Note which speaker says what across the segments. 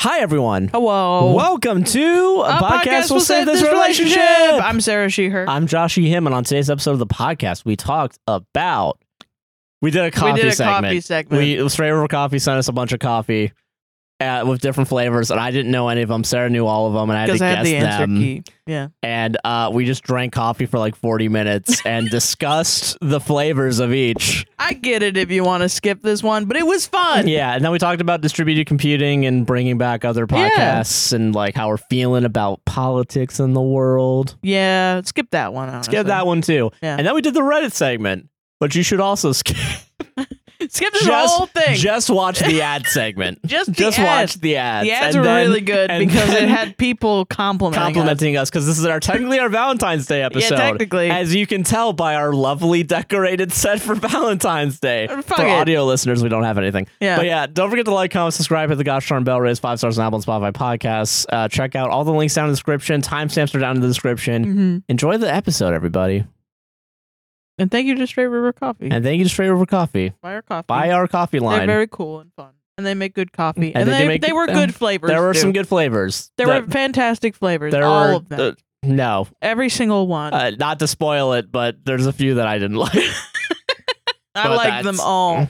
Speaker 1: Hi, everyone.
Speaker 2: Hello.
Speaker 1: Welcome to Oh. A, podcast, Will Save This Relationship. I'm,
Speaker 2: I'm Sarah Sheher.
Speaker 1: I'm Josh E. Him, and on today's episode of the podcast, we talked about. We did a coffee
Speaker 2: we did a
Speaker 1: segment.
Speaker 2: coffee segment.
Speaker 1: We it was Straight Over Coffee sent us a bunch of coffee uh, with different flavors, and I didn't know any of them. Sarah knew all of them, and I had
Speaker 2: because
Speaker 1: to
Speaker 2: I had
Speaker 1: guess
Speaker 2: the answer
Speaker 1: them.
Speaker 2: key. Yeah.
Speaker 1: And uh, we just drank coffee for like 40 minutes and discussed the flavors of each.
Speaker 2: I get it if you want to skip this one, but it was fun.
Speaker 1: Yeah, and then we talked about distributed computing and bringing back other
Speaker 2: Yeah.
Speaker 1: podcasts and like how we're feeling about politics in the world.
Speaker 2: Yeah, skip that one. Honestly.
Speaker 1: Skip that one too.
Speaker 2: Yeah.
Speaker 1: And then we did the Reddit segment, but you should also skip
Speaker 2: Skip this
Speaker 1: just
Speaker 2: whole thing.
Speaker 1: just watch the ad segment.
Speaker 2: Just the
Speaker 1: just
Speaker 2: ads.
Speaker 1: watch the ads.
Speaker 2: The ads
Speaker 1: and
Speaker 2: were
Speaker 1: then-
Speaker 2: really good
Speaker 1: and
Speaker 2: because
Speaker 1: then
Speaker 2: it had people complimenting. us.
Speaker 1: complimenting us because this is our technically our Valentine's Day episode.
Speaker 2: technically.
Speaker 1: as you can tell by our lovely decorated set for Valentine's Day.
Speaker 2: Uh, fuck
Speaker 1: for
Speaker 2: it.
Speaker 1: audio listeners, we don't have anything.
Speaker 2: Yeah.
Speaker 1: But yeah, don't forget to like, comment, subscribe, hit the gosh darn bell, raise five stars on Apple and Spotify podcasts. Uh, check out all the links down in the description. Timestamps are down in the description.
Speaker 2: Mhm.
Speaker 1: Enjoy the episode, everybody,
Speaker 2: And thank you to Straight River Coffee.
Speaker 1: and thank you to Straight Over Coffee.
Speaker 2: buy our coffee.
Speaker 1: Buy our coffee
Speaker 2: Mm. They're
Speaker 1: line.
Speaker 2: very cool and fun, and they make good coffee,
Speaker 1: And
Speaker 2: and,
Speaker 1: they do
Speaker 2: they,
Speaker 1: make-
Speaker 2: they were good flavors.
Speaker 1: there were
Speaker 2: too.
Speaker 1: some good flavors.
Speaker 2: There
Speaker 1: That-
Speaker 2: were fantastic flavors.
Speaker 1: there
Speaker 2: all
Speaker 1: were
Speaker 2: of them.
Speaker 1: uh, no,
Speaker 2: Every single one.
Speaker 1: uh, not to spoil it, but there's a few that I didn't like.
Speaker 2: I
Speaker 1: but
Speaker 2: like them
Speaker 1: that's-
Speaker 2: all.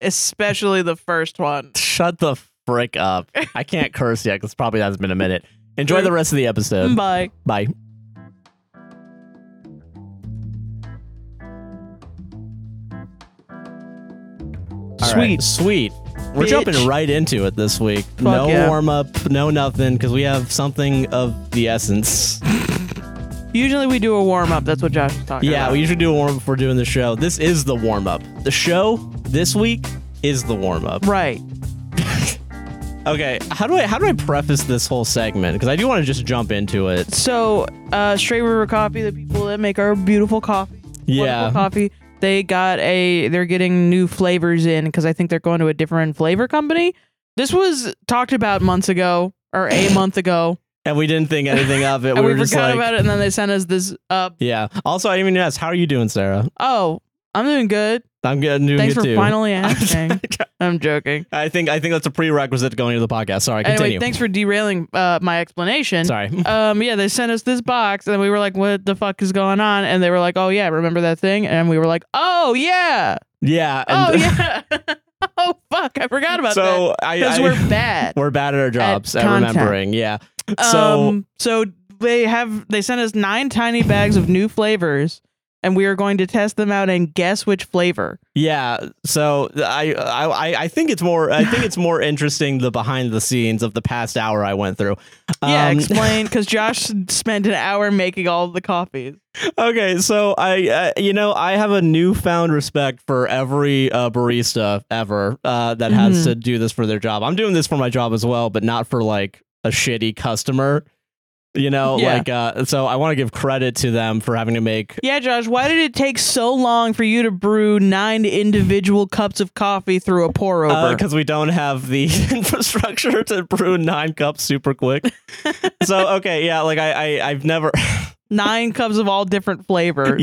Speaker 2: Especially the first one.
Speaker 1: Shut the frick up. I can't curse yet because probably hasn't been a minute. Enjoy the rest of the episode.
Speaker 2: Bye.
Speaker 1: Bye. All right,
Speaker 2: Sweet.
Speaker 1: sweet. We're
Speaker 2: Bitch.
Speaker 1: jumping right into it this week. no
Speaker 2: yeah.
Speaker 1: warm up, no nothing, because we have something of the essence.
Speaker 2: Usually we do a warm up. That's what Josh is talking
Speaker 1: Yeah,
Speaker 2: about.
Speaker 1: we usually do a warm up before doing the show. This is the warm up. The show this week is the warm up.
Speaker 2: Right.
Speaker 1: Okay, how do I how do I preface this whole segment? Because I do want to just jump into it.
Speaker 2: So, uh, Straight River Coffee, the people that make our beautiful coffee,
Speaker 1: Yeah.
Speaker 2: wonderful coffee, they got a. They're getting new flavors in because I think they're going to a different flavor company. This was talked about months ago or a month ago,
Speaker 1: And we didn't think anything of it.
Speaker 2: and
Speaker 1: we
Speaker 2: we
Speaker 1: were just
Speaker 2: forgot
Speaker 1: like,
Speaker 2: about it. And then they sent us this. Uh,
Speaker 1: yeah. Also, I didn't even ask, how are you doing, Sarah?
Speaker 2: oh, I'm doing good.
Speaker 1: I'm good. I'm doing
Speaker 2: Thanks
Speaker 1: good
Speaker 2: for
Speaker 1: too.
Speaker 2: finally asking. I'm joking.
Speaker 1: I think I think that's a prerequisite to going to the podcast. Sorry, continue.
Speaker 2: Anyway, thanks for derailing uh, my explanation.
Speaker 1: Sorry.
Speaker 2: Um, yeah, they sent us this box, and we were like, "What the fuck is going on?" And they were like, "Oh yeah, remember that thing?" And we were like, "Oh yeah,
Speaker 1: Yeah.
Speaker 2: oh yeah, oh fuck, I forgot about that
Speaker 1: So I,
Speaker 2: because
Speaker 1: I
Speaker 2: we're bad."
Speaker 1: we're bad at our jobs at,
Speaker 2: content.
Speaker 1: remembering. Yeah. So
Speaker 2: um, so they have they sent us nine tiny bags of new flavors, and we are going to test them out and guess which flavor.
Speaker 1: Yeah, so I I I- I think it's more I think it's more interesting the behind the scenes of the past hour I went through.
Speaker 2: yeah,
Speaker 1: Um,
Speaker 2: explain because Josh spent an hour making all of the coffees.
Speaker 1: okay, so I uh, you know I have a newfound respect for every uh, barista ever uh, that has
Speaker 2: Mhm.
Speaker 1: to do this for their job. I'm doing this for my job as well, but not for like a shitty customer. You know,
Speaker 2: Yeah.
Speaker 1: like uh, so I want to give credit to them for having to make
Speaker 2: Yeah, Josh, why did it take so long for you to brew nine individual cups of coffee through a pour over?
Speaker 1: because uh, we don't have the infrastructure to brew nine cups super quick. so okay, yeah, like I, I I've never
Speaker 2: nine cups of all different flavors.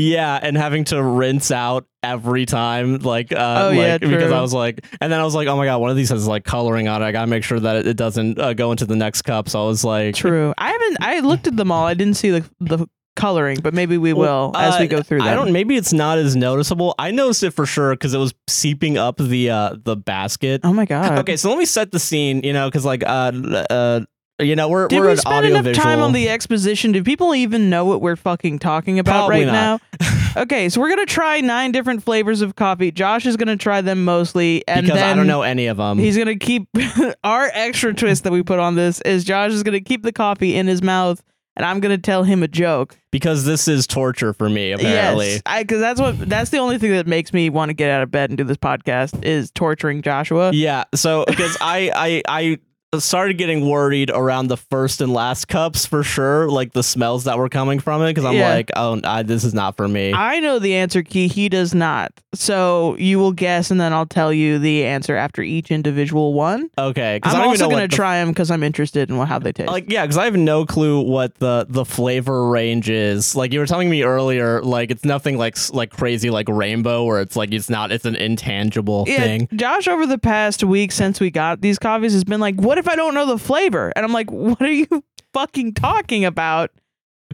Speaker 1: yeah, and having to rinse out every time, like uh,
Speaker 2: Oh,
Speaker 1: like,
Speaker 2: yeah,
Speaker 1: because
Speaker 2: true.
Speaker 1: I was like, and then I was like, oh my god, one of these has like coloring on it. I gotta make sure that it, it doesn't uh, go into the next cup. So I was like,
Speaker 2: True. I haven't. I looked at them all. I didn't see the the coloring, but maybe we will as we
Speaker 1: Uh,
Speaker 2: go through them.
Speaker 1: I don't. Maybe it's not as noticeable. I noticed it for sure because it was seeping up the uh the basket.
Speaker 2: Oh my god.
Speaker 1: Okay, so let me set the scene. You know, because like uh uh. You know, we're
Speaker 2: Did
Speaker 1: we're
Speaker 2: we
Speaker 1: an
Speaker 2: spend
Speaker 1: audio
Speaker 2: enough
Speaker 1: visual.
Speaker 2: time on the exposition? Do people even know what we're fucking talking about
Speaker 1: Probably
Speaker 2: right
Speaker 1: not.
Speaker 2: now? okay, so we're gonna try nine different flavors of coffee. Josh is gonna try them mostly, and
Speaker 1: because
Speaker 2: then
Speaker 1: I don't know any of them.
Speaker 2: He's gonna keep our extra twist that we put on this is Josh is gonna keep the coffee in his mouth, and I'm gonna tell him a joke.
Speaker 1: Because this is torture for me, apparently.
Speaker 2: Yes, because that's what that's the only thing that makes me want to get out of bed and do this podcast is torturing Joshua.
Speaker 1: Yeah. So because I I I started getting worried around the first and last cups for sure, like the smells that were coming from it. Because I'm
Speaker 2: Yeah.
Speaker 1: like, oh, I, this is not for me.
Speaker 2: I know the answer key. He does not. So you will guess, and then I'll tell you the answer after each individual one.
Speaker 1: Okay, because I
Speaker 2: I'm
Speaker 1: don't
Speaker 2: also
Speaker 1: even know
Speaker 2: gonna
Speaker 1: what the- Oh,
Speaker 2: try them because I'm interested in what, how they taste.
Speaker 1: like yeah, because I have no clue what the the flavor range is. Like you were telling me earlier, like it's nothing like s- like crazy like rainbow, or it's like it's not it's an intangible
Speaker 2: yeah,
Speaker 1: thing.
Speaker 2: Josh, over the past week since we got these coffees, has been like, "What if I don't know the flavor?" And I'm like, "What are you fucking talking about?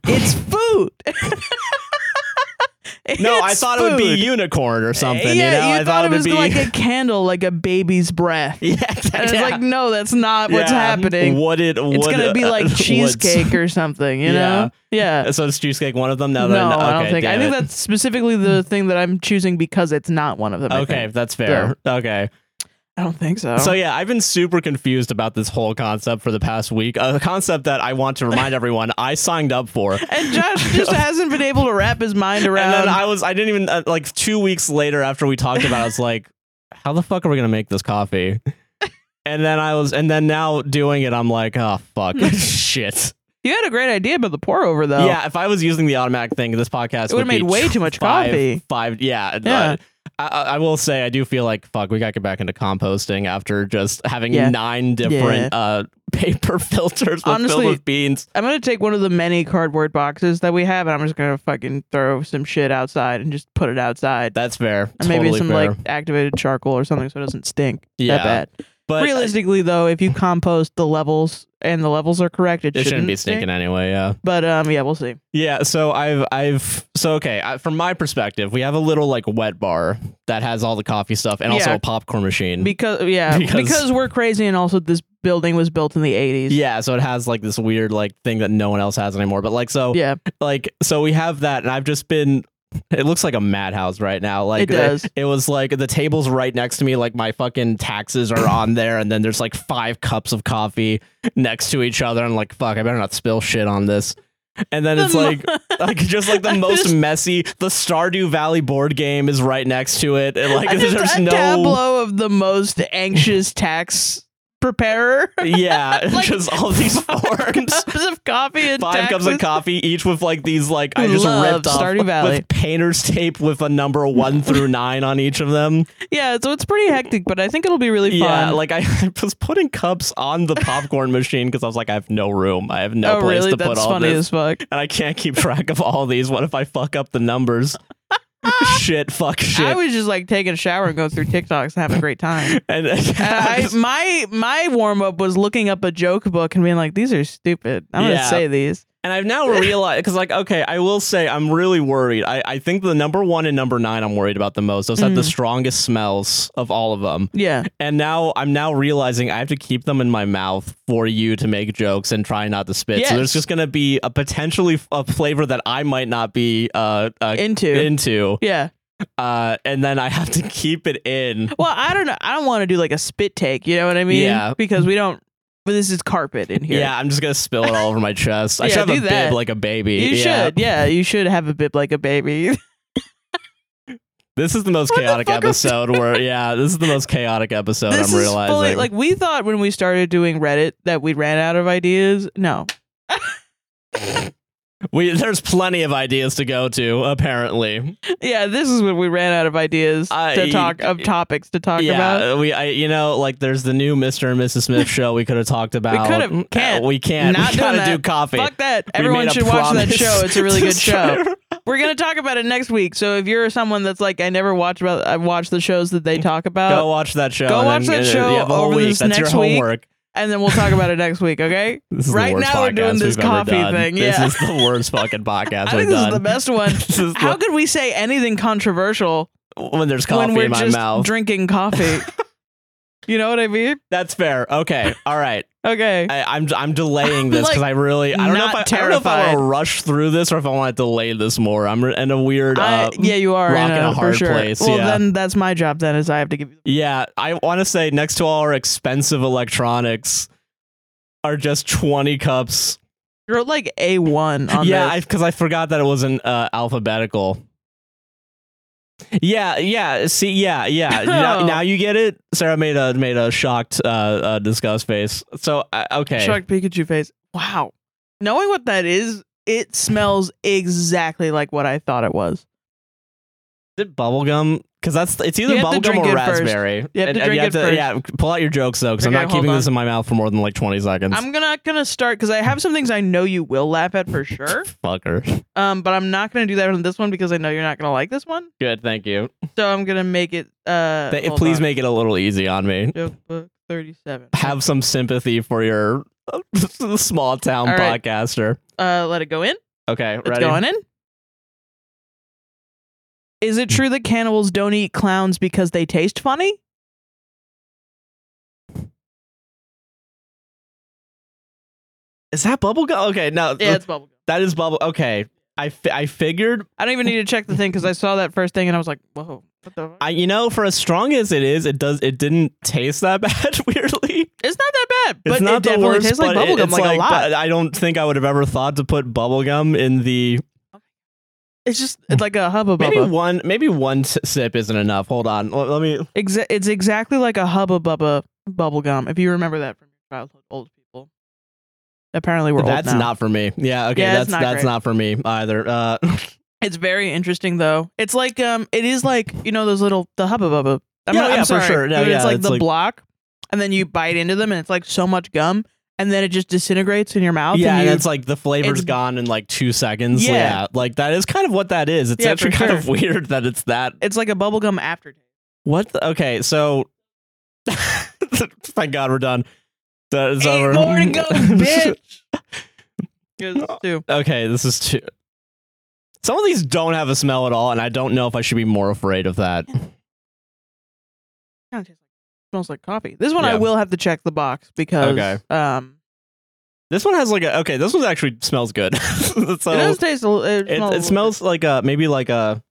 Speaker 2: It's food."
Speaker 1: No, I
Speaker 2: It's
Speaker 1: thought it would be
Speaker 2: food.
Speaker 1: unicorn or something.
Speaker 2: Yeah,
Speaker 1: you know,
Speaker 2: you
Speaker 1: I
Speaker 2: thought,
Speaker 1: thought,
Speaker 2: it was
Speaker 1: would be
Speaker 2: like a candle, like a baby's breath.
Speaker 1: yeah,
Speaker 2: And it's
Speaker 1: yeah.
Speaker 2: like, no, that's not what's
Speaker 1: Yeah.
Speaker 2: happening.
Speaker 1: What it
Speaker 2: it's
Speaker 1: what-
Speaker 2: gonna be
Speaker 1: uh,
Speaker 2: like
Speaker 1: what's-
Speaker 2: cheesecake or something, you
Speaker 1: Yeah.
Speaker 2: know? Yeah.
Speaker 1: Uh, So it's cheesecake one of them. No,
Speaker 2: No,
Speaker 1: then, okay,
Speaker 2: I don't think. I
Speaker 1: damn
Speaker 2: think
Speaker 1: it.
Speaker 2: that's specifically the thing that I'm choosing because it's not one of them. I
Speaker 1: okay.
Speaker 2: think.
Speaker 1: That's fair. Okay.
Speaker 2: I don't think so.
Speaker 1: So yeah, I've been super confused about this whole concept for the past week. A concept that I want to remind everyone I signed up for.
Speaker 2: and Josh just hasn't been able to wrap his mind
Speaker 1: And
Speaker 2: around.
Speaker 1: then I was I didn't even uh, like 2 weeks later after we talked about it, I was like how the fuck are we going to make this coffee? And then I was and then now doing it I'm like, "Oh fuck. Shit."
Speaker 2: you had a great idea about the pour over, though.
Speaker 1: Yeah, if I was using the automatic thing, this podcast
Speaker 2: It would've
Speaker 1: would be
Speaker 2: made way too much
Speaker 1: five,
Speaker 2: coffee.
Speaker 1: Five, yeah.
Speaker 2: Yeah.
Speaker 1: uh, I, I I will say I do feel like fuck. We got to get back into composting after just having
Speaker 2: Yeah.
Speaker 1: nine different uh, paper filters with, filled
Speaker 2: Honestly-
Speaker 1: with beans.
Speaker 2: I'm gonna take one of the many cardboard boxes that we have, and I'm just gonna fucking throw some shit outside and just put it outside,
Speaker 1: That's fair.
Speaker 2: and maybe
Speaker 1: totally
Speaker 2: some
Speaker 1: fair.
Speaker 2: like activated charcoal or something, so it doesn't stink
Speaker 1: yeah,
Speaker 2: that bad.
Speaker 1: but
Speaker 2: Realistically, though, if you compost the levels and the levels are correct, it,
Speaker 1: it shouldn't be
Speaker 2: stink.
Speaker 1: stinking anyway. Yeah.
Speaker 2: But um, yeah, we'll see.
Speaker 1: Yeah, so I've I've so okay, I, from my perspective, we have a little like wet bar that has all the coffee stuff and also
Speaker 2: Yeah.
Speaker 1: a popcorn machine.
Speaker 2: Because yeah,
Speaker 1: Mm. Because-
Speaker 2: because, we're crazy, and also this building was built in the eighties.
Speaker 1: yeah, so it has like this weird like thing that no one else has anymore. But like so
Speaker 2: yeah,
Speaker 1: like so we have that and i've just been it looks like a madhouse right now like
Speaker 2: It does.
Speaker 1: it was like the table's right next to me like my fucking taxes are on there and then there's like five cups of coffee next to each other i'm like fuck i better not spill shit on this and then it's
Speaker 2: The mo-
Speaker 1: like like just like the
Speaker 2: I
Speaker 1: most
Speaker 2: just-
Speaker 1: messy the stardew valley board game is right next to it and like
Speaker 2: I just-
Speaker 1: there's
Speaker 2: a
Speaker 1: no
Speaker 2: tableau of the most anxious tax preparer.
Speaker 1: yeah it's
Speaker 2: Like,
Speaker 1: just all these forms
Speaker 2: cups of coffee and
Speaker 1: five cups
Speaker 2: taxes.
Speaker 1: of coffee, each with like these like I
Speaker 2: Who
Speaker 1: just
Speaker 2: love
Speaker 1: ripped off
Speaker 2: Stardew
Speaker 1: with-
Speaker 2: Valley.
Speaker 1: with painter's tape with a number one through nine on each of them.
Speaker 2: Yeah, so it's pretty hectic, but I think it'll be really
Speaker 1: Yeah,
Speaker 2: fun.
Speaker 1: like I, I was putting cups on the popcorn machine because I was like, I have no room, I have no
Speaker 2: oh,
Speaker 1: place
Speaker 2: really?
Speaker 1: to
Speaker 2: That's
Speaker 1: put all
Speaker 2: funny
Speaker 1: this,
Speaker 2: as fuck.
Speaker 1: and I can't keep track of all these. What if I fuck up the numbers? shit, fuck shit.
Speaker 2: I was just like taking a shower and going through TikToks and having a great time.
Speaker 1: and
Speaker 2: And I, my my warm up was looking up a joke book and being like, "These are stupid. I'm
Speaker 1: Yeah.
Speaker 2: gonna say these."
Speaker 1: And I've now realized because, like, okay, I will say I'm really worried. I, I think the number one and number nine I'm worried about the most. Those have the
Speaker 2: Mm.
Speaker 1: strongest smells of all of them.
Speaker 2: Yeah,
Speaker 1: And now I'm now realizing I have to keep them in my mouth for you to make jokes and try not to spit. So
Speaker 2: Yes.
Speaker 1: there's just gonna be a potentially f- a flavor that I might not be uh, uh
Speaker 2: into
Speaker 1: into,
Speaker 2: yeah.
Speaker 1: uh, and then I have to keep it in.
Speaker 2: Well, I don't know. I don't want to do like a spit take. You know what I mean?
Speaker 1: Yeah.
Speaker 2: Because we don't. But this is carpet in here.
Speaker 1: Yeah, I'm just gonna spill it all over my chest. I
Speaker 2: Yeah,
Speaker 1: should have
Speaker 2: do
Speaker 1: a
Speaker 2: that.
Speaker 1: bib like a baby.
Speaker 2: You
Speaker 1: Yeah.
Speaker 2: should. Yeah, you should have a bib like a baby.
Speaker 1: This is the most
Speaker 2: What the
Speaker 1: chaotic
Speaker 2: fuck are we
Speaker 1: episode. Where yeah, this is the most chaotic episode.
Speaker 2: this
Speaker 1: I'm
Speaker 2: is
Speaker 1: realizing.
Speaker 2: fully like we thought when we started doing Reddit that we ran out of ideas. No,
Speaker 1: we there's plenty of ideas to go to apparently.
Speaker 2: yeah, this is when we ran out of ideas
Speaker 1: I-
Speaker 2: to talk of topics to talk
Speaker 1: yeah, uh,
Speaker 2: about.
Speaker 1: we I you know like there's the new Mr. and Mrs. Smith show we could have talked about.
Speaker 2: could've-
Speaker 1: Uh,
Speaker 2: can't.
Speaker 1: we can't.
Speaker 2: Not
Speaker 1: we gotta
Speaker 2: doing that.
Speaker 1: do coffee.
Speaker 2: Fuck that!
Speaker 1: We
Speaker 2: Everyone
Speaker 1: made a
Speaker 2: should watch that
Speaker 1: promise
Speaker 2: show. It's a really
Speaker 1: to
Speaker 2: good show.
Speaker 1: Sarah.
Speaker 2: We're gonna talk about it next week. So if you're someone that's like, I never watch about, I watch the shows that they talk about,
Speaker 1: Go watch that show.
Speaker 2: Uh, Go
Speaker 1: and
Speaker 2: watch
Speaker 1: then,
Speaker 2: that
Speaker 1: uh,
Speaker 2: show
Speaker 1: yeah, the whole
Speaker 2: over
Speaker 1: week.
Speaker 2: this
Speaker 1: That's
Speaker 2: next
Speaker 1: your
Speaker 2: week.
Speaker 1: homework.
Speaker 2: and then we'll talk about it next week. Okay?
Speaker 1: This is the
Speaker 2: Right
Speaker 1: worst
Speaker 2: now we're doing
Speaker 1: podcast
Speaker 2: this
Speaker 1: we've ever
Speaker 2: coffee
Speaker 1: done.
Speaker 2: thing,
Speaker 1: This
Speaker 2: yeah.
Speaker 1: is the worst fucking podcast
Speaker 2: I think
Speaker 1: we've
Speaker 2: this is
Speaker 1: done.
Speaker 2: the best one.
Speaker 1: This is
Speaker 2: How
Speaker 1: the-
Speaker 2: could we say anything controversial
Speaker 1: when there's coffee
Speaker 2: when we're
Speaker 1: in my
Speaker 2: just
Speaker 1: mouth.
Speaker 2: drinking coffee? you know what I mean?
Speaker 1: That's fair. Okay. All right.
Speaker 2: Okay.
Speaker 1: I, I'm I'm delaying this because
Speaker 2: Like,
Speaker 1: I really I don't know if I,
Speaker 2: not
Speaker 1: I don't know if I want
Speaker 2: terrified.
Speaker 1: to rush through this or if I want to delay this more. I'm re- in a weird.
Speaker 2: I-
Speaker 1: uh,
Speaker 2: yeah, you are
Speaker 1: rock
Speaker 2: in a,
Speaker 1: in a hard
Speaker 2: for sure.
Speaker 1: place,
Speaker 2: Well,
Speaker 1: yeah.
Speaker 2: then that's my job. Then is I have to give you.
Speaker 1: Yeah, I want to say next to all our expensive electronics are just 20 cups.
Speaker 2: You're like a one on
Speaker 1: yeah,
Speaker 2: this.
Speaker 1: because I, forgot that it wasn't uh, alphabetical. Yeah, yeah. See, yeah, yeah. now,
Speaker 2: Oh.
Speaker 1: now you get it. Sarah made a made a shocked, uh, uh disgust face. So uh, okay,
Speaker 2: Shark Pikachu face. Wow. Knowing what that is, it smells exactly like what I thought it was.
Speaker 1: is it bubblegum? Because that's it's either
Speaker 2: You have to
Speaker 1: bubblegum
Speaker 2: drink
Speaker 1: or
Speaker 2: it first.
Speaker 1: raspberry.
Speaker 2: You have to
Speaker 1: and, and
Speaker 2: drink
Speaker 1: you have
Speaker 2: it
Speaker 1: to,
Speaker 2: first.
Speaker 1: Yeah, pull out your jokes though, because
Speaker 2: Okay,
Speaker 1: I'm not
Speaker 2: hold
Speaker 1: keeping
Speaker 2: on.
Speaker 1: this in my mouth for more than like 20 seconds.
Speaker 2: I'm gonna- not gonna start because I have some things I know you will laugh at for sure.
Speaker 1: Fucker.
Speaker 2: Um, but I'm not gonna do that on this one because I know you're not gonna like this one.
Speaker 1: Good, thank you.
Speaker 2: So I'm gonna make it. Uh,
Speaker 1: Th-
Speaker 2: hold
Speaker 1: please
Speaker 2: on.
Speaker 1: make it a little easy on me.
Speaker 2: joke book 37.
Speaker 1: Have some sympathy for your small town
Speaker 2: All right.
Speaker 1: podcaster.
Speaker 2: Uh, let it go in.
Speaker 1: Okay,
Speaker 2: It's
Speaker 1: ready?
Speaker 2: going in. Is it true that cannibals don't eat clowns because they taste funny?
Speaker 1: Is that bubblegum? Okay, no,
Speaker 2: Yeah, it's bubblegum.
Speaker 1: that is bubble. Okay, I fi- I figured
Speaker 2: I don't even need to check the thing because I saw that first thing and I was like, whoa. What the fuck?
Speaker 1: I you know for as strong as it is, it does it didn't taste that bad. Weirdly,
Speaker 2: it's not that bad, but
Speaker 1: it's not
Speaker 2: it
Speaker 1: the
Speaker 2: definitely
Speaker 1: worst.
Speaker 2: tastes like
Speaker 1: but it-
Speaker 2: bubblegum
Speaker 1: it's
Speaker 2: like, a lot.
Speaker 1: but I don't think I would have ever thought to put bubblegum in the
Speaker 2: it's just it's like a hubba
Speaker 1: maybe
Speaker 2: bubba.
Speaker 1: one maybe one s- sip isn't enough. Hold on, let, let me.
Speaker 2: Exa- it's exactly like a hubba bubba bubblegum, if you remember that from your childhood, old people. Apparently, we're
Speaker 1: that's
Speaker 2: old now.
Speaker 1: not for me. Yeah, okay,
Speaker 2: Yeah,
Speaker 1: that's
Speaker 2: it's not
Speaker 1: that's
Speaker 2: great.
Speaker 1: not for me either. Uh,
Speaker 2: It's very interesting though. It's like um, it is like you know those little the hubba bubba. I'm
Speaker 1: Yeah,
Speaker 2: not,
Speaker 1: yeah,
Speaker 2: I'm
Speaker 1: for
Speaker 2: sorry,
Speaker 1: sure. No,
Speaker 2: but
Speaker 1: yeah,
Speaker 2: it's like Mm-hmm.
Speaker 1: it's
Speaker 2: the
Speaker 1: like-
Speaker 2: block, and then you bite into them, and it's like so much gum, and then it just disintegrates in your mouth.
Speaker 1: yeah,
Speaker 2: and
Speaker 1: and
Speaker 2: you,
Speaker 1: it's like the flavor's
Speaker 2: it's-
Speaker 1: gone in like two seconds.
Speaker 2: Yeah.
Speaker 1: Yeah. like that is kind of what that is. It's
Speaker 2: Yeah, for
Speaker 1: actually kind
Speaker 2: sure.
Speaker 1: of weird that it's that.
Speaker 2: it's like a bubblegum aftertaste.
Speaker 1: What? The, okay, so thank God we're done. That is
Speaker 2: Eight
Speaker 1: over.
Speaker 2: more to go, bitch. Here's two.
Speaker 1: Okay, this is too. Some of these don't have a smell at all, and I don't know if I should be more afraid of that.
Speaker 2: Kinda tastes like- smells like coffee. This one I
Speaker 1: Yeah.
Speaker 2: will have to check the box because
Speaker 1: Okay.
Speaker 2: um,
Speaker 1: This one has like a okay. This one actually smells good. so
Speaker 2: it does taste. A, little-
Speaker 1: it,
Speaker 2: it, smells a
Speaker 1: it
Speaker 2: little
Speaker 1: smells like a maybe like a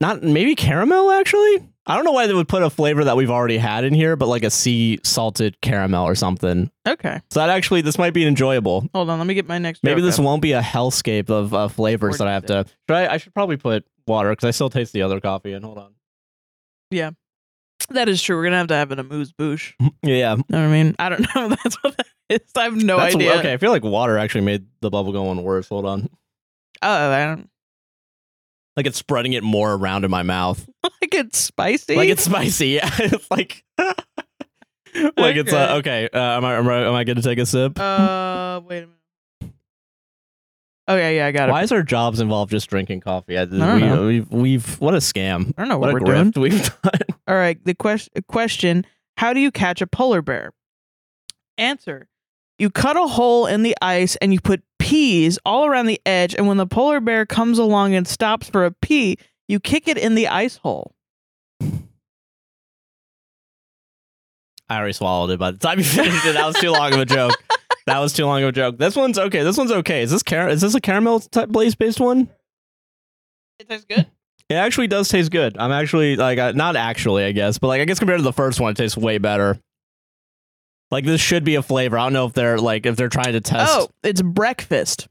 Speaker 1: not maybe caramel actually. I don't know why they would put a flavor that we've already had in here, but like a sea salted caramel or something.
Speaker 2: bit- Okay,
Speaker 1: So that actually this might be enjoyable.
Speaker 2: hold on. Let me get my next.
Speaker 1: Maybe
Speaker 2: joke
Speaker 1: this
Speaker 2: up.
Speaker 1: won't be a hellscape of uh, flavors that I have to. Should I, I should probably put water because I still taste the other coffee. And hold on.
Speaker 2: That is true. We're gonna have to have an amuse bouche.
Speaker 1: Yeah,
Speaker 2: know what I mean? I don't know. if That's what that is. I have no
Speaker 1: That's-
Speaker 2: idea.
Speaker 1: Okay, I feel like water actually made the bubblegum one worse. Hold on.
Speaker 2: Oh, I don't.
Speaker 1: Like it's spreading it more around in my mouth.
Speaker 2: Like it's spicy.
Speaker 1: Like it's spicy. Yeah. it's like Like it's uh, okay. Uh, am I am I, am I going to take a sip?
Speaker 2: Uh, wait a minute. Oh yeah, yeah, I got it.
Speaker 1: Why is our jobs involved just drinking coffee? I, we,
Speaker 2: don't know.
Speaker 1: We've, we've what a scam.
Speaker 2: I don't know
Speaker 1: What,
Speaker 2: what,
Speaker 1: a
Speaker 2: we're doing.
Speaker 1: grift we've done.
Speaker 2: All right. The question question: How do you catch a polar bear? Answer: You cut a hole in the ice and you put peas all around the edge. And when the polar bear comes along and stops for a pea, you kick it in the ice hole.
Speaker 1: I already swallowed it by the time you finished it. That was too long of a joke. That was too long of a joke. This one's okay. This one's okay. Is this car- is this a caramel type blaze based one?
Speaker 2: It tastes good.
Speaker 1: It actually does taste good. I'm actually like uh, not actually, I guess, but like I guess compared to the first one, it tastes way better. Like this should be a flavor. I don't know if they're like if they're trying to
Speaker 2: Oh,
Speaker 1: test.
Speaker 2: it's breakfast.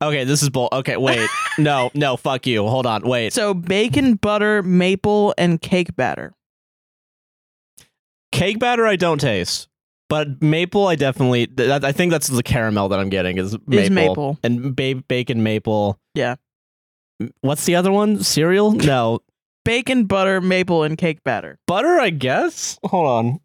Speaker 1: Oh, okay, this is bull. Okay, wait, no, no, fuck you. Hold on, wait.
Speaker 2: So bacon, butter, maple, and cake batter.
Speaker 1: Cake batter, I don't taste, but maple, I definitely. th- that- I think that's the caramel that I'm getting is maple,
Speaker 2: Is maple.
Speaker 1: and ba- bacon maple.
Speaker 2: Yeah.
Speaker 1: What's the other one? Cereal? No,
Speaker 2: Bacon, butter, maple, and cake batter.
Speaker 1: butter, I guess. Hold on.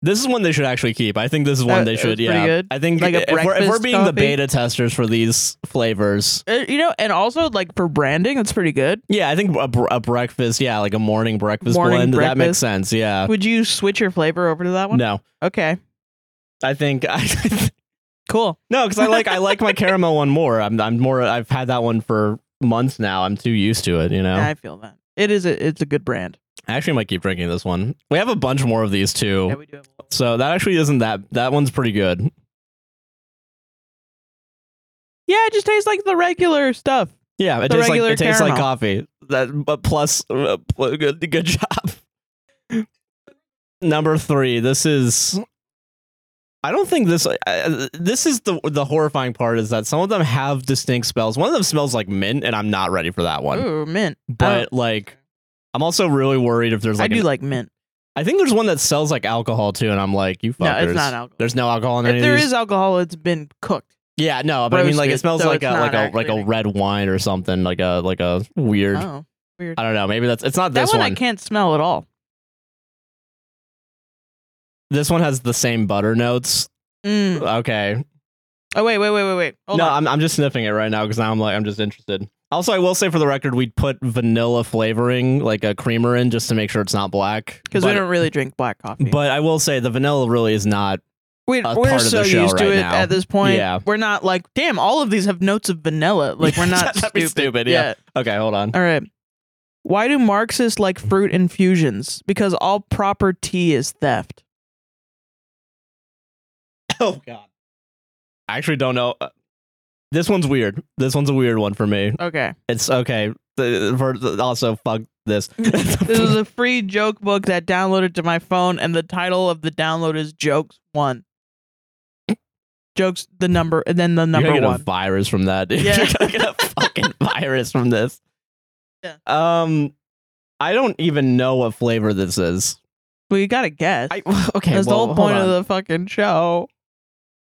Speaker 1: This is one they should actually keep. I think this is one
Speaker 2: Uh,
Speaker 1: they
Speaker 2: it
Speaker 1: should.
Speaker 2: was pretty
Speaker 1: Yeah,
Speaker 2: good.
Speaker 1: I think
Speaker 2: Like
Speaker 1: if,
Speaker 2: a
Speaker 1: we're, if we're
Speaker 2: breakfast
Speaker 1: being the
Speaker 2: coffee?
Speaker 1: beta testers for these flavors,
Speaker 2: Uh, you know, and also like for branding, that's pretty good.
Speaker 1: yeah, I think a, br- a breakfast, yeah, like a morning breakfast
Speaker 2: Morning
Speaker 1: blend, that makes
Speaker 2: breakfast.
Speaker 1: sense. Yeah,
Speaker 2: Would you switch your flavor over to that one?
Speaker 1: Uh, no,
Speaker 2: Okay.
Speaker 1: I think I
Speaker 2: Cool.
Speaker 1: no because I like I like my caramel one more. I'm I'm more. I've had that one for months now. I'm too used to it. You know,
Speaker 2: I feel that. It is a it's a good brand.
Speaker 1: I actually might keep drinking this one. We have a bunch more of these too.
Speaker 2: Yeah, we do have a little-
Speaker 1: So that actually isn't that that one's pretty good.
Speaker 2: Yeah, it just tastes like the regular stuff.
Speaker 1: Yeah, it
Speaker 2: The
Speaker 1: tastes like
Speaker 2: regular
Speaker 1: it tastes like
Speaker 2: caramel.
Speaker 1: coffee. That but plus uh, pl- good good job. Number 3. This is I don't think this uh, this is the the horrifying part is that some of them have distinct smells. One of them smells like mint and I'm not ready for that one.
Speaker 2: Ooh, mint. I
Speaker 1: But
Speaker 2: don't-
Speaker 1: like I'm also really worried if there's
Speaker 2: Oh. I
Speaker 1: like,
Speaker 2: do
Speaker 1: an-
Speaker 2: like mint.
Speaker 1: I think there's one that sells like alcohol too and I'm like you fuckers.
Speaker 2: No, it's not alcohol.
Speaker 1: There's no alcohol in any
Speaker 2: If there
Speaker 1: of these.
Speaker 2: is alcohol, it's been cooked.
Speaker 1: Yeah, no, but I mean, like it
Speaker 2: Roasted,
Speaker 1: smells
Speaker 2: so
Speaker 1: like
Speaker 2: it's
Speaker 1: a
Speaker 2: not
Speaker 1: like a like
Speaker 2: actually-
Speaker 1: a red wine or something, like a like a weird.
Speaker 2: Oh, weird.
Speaker 1: I don't know. Maybe that's it's not
Speaker 2: That
Speaker 1: this
Speaker 2: one,
Speaker 1: one.
Speaker 2: I can't smell at all.
Speaker 1: This one has the same butter notes.
Speaker 2: Mm.
Speaker 1: Okay,
Speaker 2: Oh wait, wait, wait, wait, wait. Hold
Speaker 1: no,
Speaker 2: on.
Speaker 1: I'm I'm just sniffing it right now because now I'm like I'm just interested. Also, I will say for the record, we put vanilla flavoring, like a creamer, in just to make sure it's not black.
Speaker 2: Because we
Speaker 1: But-
Speaker 2: don't really drink black coffee.
Speaker 1: But I will say the vanilla really is not.
Speaker 2: we,
Speaker 1: a
Speaker 2: we're
Speaker 1: part of the
Speaker 2: so
Speaker 1: show
Speaker 2: used to
Speaker 1: right
Speaker 2: it
Speaker 1: now.
Speaker 2: at this point.
Speaker 1: Yeah.
Speaker 2: We're not like, damn, all of these have notes of vanilla. Like we're not
Speaker 1: That'd be stupid, yeah. Okay, hold on.
Speaker 2: All right. Why do Marxists like fruit infusions? Because all proper tea is theft.
Speaker 1: Oh God, I actually don't know. Uh, This one's weird. This one's a weird one for me.
Speaker 2: Okay.
Speaker 1: It's okay. Th- for- th- also, fuck this.
Speaker 2: This is a free joke book that downloaded to my phone, and the title of the download is Jokes One. Jokes the number and then the
Speaker 1: You're
Speaker 2: number
Speaker 1: gonna
Speaker 2: one.
Speaker 1: get a virus from that. Dude.
Speaker 2: Yeah.
Speaker 1: You're gonna get a fucking virus from this.
Speaker 2: Yeah.
Speaker 1: Um, I don't even know what flavor this is.
Speaker 2: Well, you gotta guess.
Speaker 1: I okay.
Speaker 2: That's
Speaker 1: well,
Speaker 2: the whole
Speaker 1: hold
Speaker 2: point of
Speaker 1: on.
Speaker 2: the fucking show.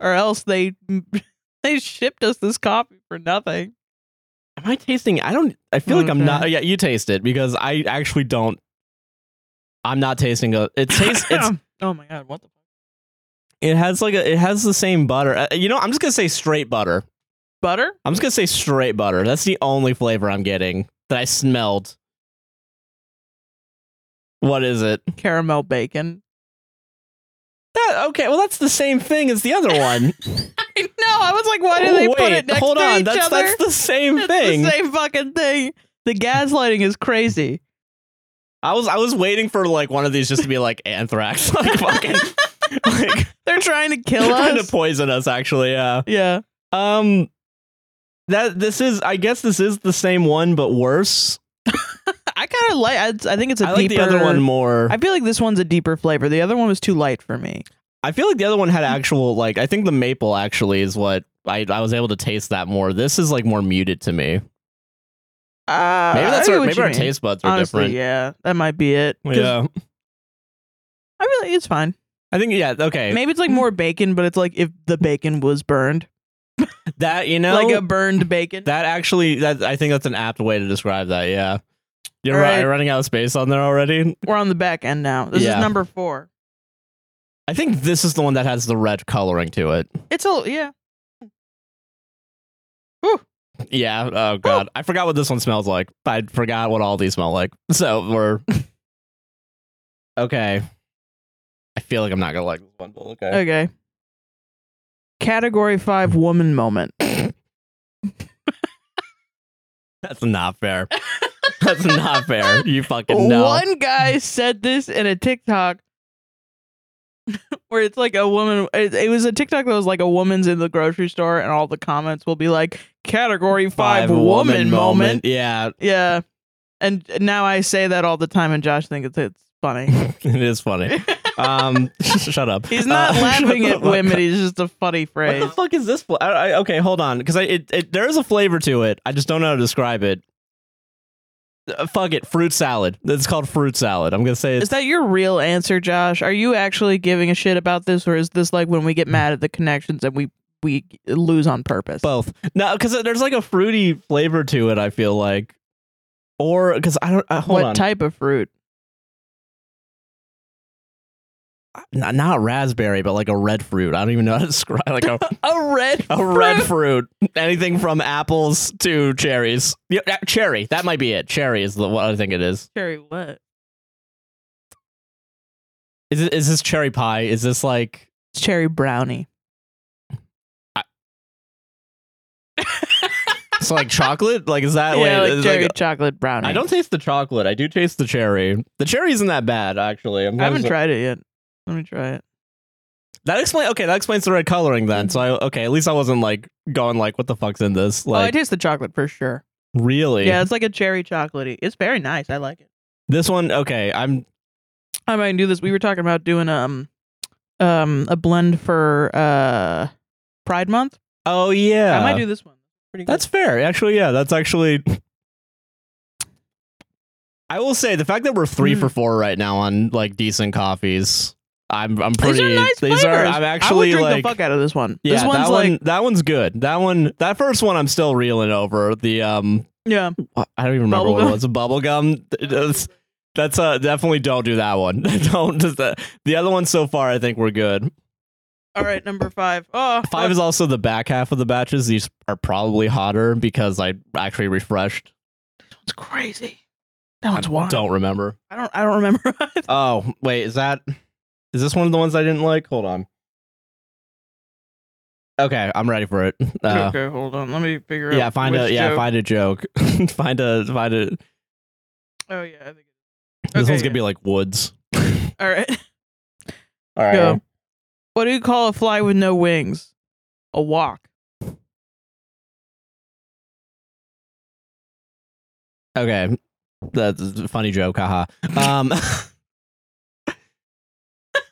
Speaker 2: Or else they they shipped us this coffee for nothing.
Speaker 1: Am I tasting? I don't. I feel like I'm
Speaker 2: Okay.
Speaker 1: not. Yeah, you taste it because I actually don't. I'm not tasting a. It tastes. it's,
Speaker 2: oh my god, what the fuck?
Speaker 1: it has like a. It has the same butter. Uh, you know, I'm just gonna say straight butter.
Speaker 2: Butter?
Speaker 1: I'm just gonna say straight butter. That's the only flavor I'm getting that I smelled. What is it?
Speaker 2: Caramel bacon.
Speaker 1: That okay? Well, that's the same thing as the other one.
Speaker 2: I know. I was like, why do they
Speaker 1: Oh, Wait,
Speaker 2: put it next
Speaker 1: hold
Speaker 2: to
Speaker 1: on.
Speaker 2: each
Speaker 1: that's
Speaker 2: other?
Speaker 1: that's the same
Speaker 2: It's
Speaker 1: thing.
Speaker 2: the same fucking thing. The gaslighting is crazy.
Speaker 1: I was I was waiting for like one of these just to be like anthrax, like fucking, like
Speaker 2: They're trying to
Speaker 1: they're
Speaker 2: kill
Speaker 1: trying to
Speaker 2: us.
Speaker 1: poison us. Actually, yeah.
Speaker 2: yeah.
Speaker 1: Um, that this is I guess this is the same one but worse.
Speaker 2: I kind of like. I, I think it's a
Speaker 1: I like the
Speaker 2: deeper.
Speaker 1: other one more.
Speaker 2: I feel like this one's a deeper flavor. The other one was too light for me.
Speaker 1: I feel like the other one had actual like I think the maple actually is what I I was able to taste that more. This is like more muted to me.
Speaker 2: Uh,
Speaker 1: Maybe that's
Speaker 2: I get
Speaker 1: our
Speaker 2: what
Speaker 1: maybe
Speaker 2: you
Speaker 1: our
Speaker 2: mean.
Speaker 1: taste buds are
Speaker 2: Honestly,
Speaker 1: different.
Speaker 2: yeah, that might be it. 'Cause
Speaker 1: Yeah.
Speaker 2: I really, it's fine.
Speaker 1: I think yeah, okay.
Speaker 2: Maybe it's like more bacon, but it's like if the bacon was burned,
Speaker 1: that you know
Speaker 2: like a burned bacon.
Speaker 1: that actually that I think that's an apt way to describe that, yeah. You're
Speaker 2: All
Speaker 1: right.
Speaker 2: right.
Speaker 1: running out of space on there already.
Speaker 2: We're on the back end now. This
Speaker 1: Yeah.
Speaker 2: is number four.
Speaker 1: I think this is the one that has the red coloring to it.
Speaker 2: It's a yeah.
Speaker 1: Yeah. Oh god. I forgot what this one smells like. I forgot what all these smell like. So we're Okay. I feel like I'm not gonna like this one, but okay.
Speaker 2: Okay. Category five woman moment.
Speaker 1: That's not fair. That's not fair. You fucking know.
Speaker 2: One guy said this in a TikTok where it's like a woman. It, it was a TikTok that was like a woman's in the grocery store, and all the comments will be like category five, woman, moment.
Speaker 1: Yeah,
Speaker 2: Yeah. And now I say that all the time, and Josh thinks it's, it's funny.
Speaker 1: it is funny. Um, shut up.
Speaker 2: He's not
Speaker 1: Uh,
Speaker 2: laughing
Speaker 1: shut
Speaker 2: at
Speaker 1: the fuck
Speaker 2: women.
Speaker 1: up.
Speaker 2: He's just a funny
Speaker 1: What
Speaker 2: phrase.
Speaker 1: the fuck is this? fla- I, I, okay, hold on, because it, it there is a flavor to it. I just don't know how to describe it. Uh, fuck it, fruit salad. It's called fruit salad. I'm gonna say it's
Speaker 2: Is that your real answer, Josh? Are you actually giving a shit about this, or is this like when we get mad at the connections and we we lose on purpose?
Speaker 1: both. No, because there's like a fruity flavor to it. I feel like, or because I don't. Uh, hold
Speaker 2: what
Speaker 1: on.
Speaker 2: type of fruit?
Speaker 1: not, not raspberry, but like a red fruit. I don't even know how to describe like a,
Speaker 2: A red.
Speaker 1: a red fruit. Anything from apples to cherries. Yeah, uh, cherry. That might be it. Cherry is the, what I think it is.
Speaker 2: cherry. What?
Speaker 1: Is it, is this cherry pie? Is this like
Speaker 2: Cherry brownie.
Speaker 1: it's like chocolate? Like is that
Speaker 2: yeah,
Speaker 1: Uh, wait,
Speaker 2: like
Speaker 1: is it
Speaker 2: cherry
Speaker 1: like-
Speaker 2: chocolate brownie.
Speaker 1: I don't taste the chocolate. I do taste the cherry. The cherry isn't that bad actually. I'm
Speaker 2: I haven't
Speaker 1: gonna-
Speaker 2: tried it yet. Let me try it.
Speaker 1: That explains okay, that explains the red coloring then. So I okay, at least I wasn't like going like what the fuck's in this?
Speaker 2: oh, I
Speaker 1: Like
Speaker 2: taste the chocolate for sure.
Speaker 1: really?
Speaker 2: Yeah, it's like a cherry chocolatey. It's very nice. I like it.
Speaker 1: This one okay, I'm
Speaker 2: I might do this. We were talking about doing um um a blend for uh Pride Month.
Speaker 1: Oh yeah.
Speaker 2: I might do this one. Pretty good.
Speaker 1: That's fair. Actually, yeah, that's actually. I will say the fact that we're three
Speaker 2: Mm.
Speaker 1: for four right now on like decent coffees. I'm I'm
Speaker 2: These
Speaker 1: pretty.
Speaker 2: are nice
Speaker 1: these are-
Speaker 2: flavors.
Speaker 1: I'm
Speaker 2: I would
Speaker 1: actually
Speaker 2: drink
Speaker 1: like.
Speaker 2: the fuck out of this one.
Speaker 1: yeah,
Speaker 2: this one's
Speaker 1: that
Speaker 2: like
Speaker 1: one that one's good. That one that first one I'm still reeling over. The um
Speaker 2: yeah.
Speaker 1: I don't even remember
Speaker 2: Bubble
Speaker 1: what it
Speaker 2: gum?
Speaker 1: was. A bubble gum. That's that's uh definitely don't do that one. don't just the, the other ones so far I think we're good.
Speaker 2: All right, number five. Oh,
Speaker 1: Five is also the back half of the batches. These are probably hotter because I actually refreshed.
Speaker 2: one's crazy. That one's wild.
Speaker 1: Don't remember.
Speaker 2: I don't. I don't remember.
Speaker 1: Oh wait, is that is this one of the ones I didn't like? Hold on. Okay, I'm ready for it. Uh,
Speaker 2: okay, hold on. Let me figure out.
Speaker 1: yeah, find a
Speaker 2: which
Speaker 1: yeah,
Speaker 2: joke-
Speaker 1: find a joke. find a find a. This
Speaker 2: Oh yeah, I think.
Speaker 1: one's
Speaker 2: Okay,
Speaker 1: gonna be like woods.
Speaker 2: All right.
Speaker 1: All right.
Speaker 2: Go. What do you call a fly with no wings? A walk.
Speaker 1: Okay. That's a funny joke, haha. Um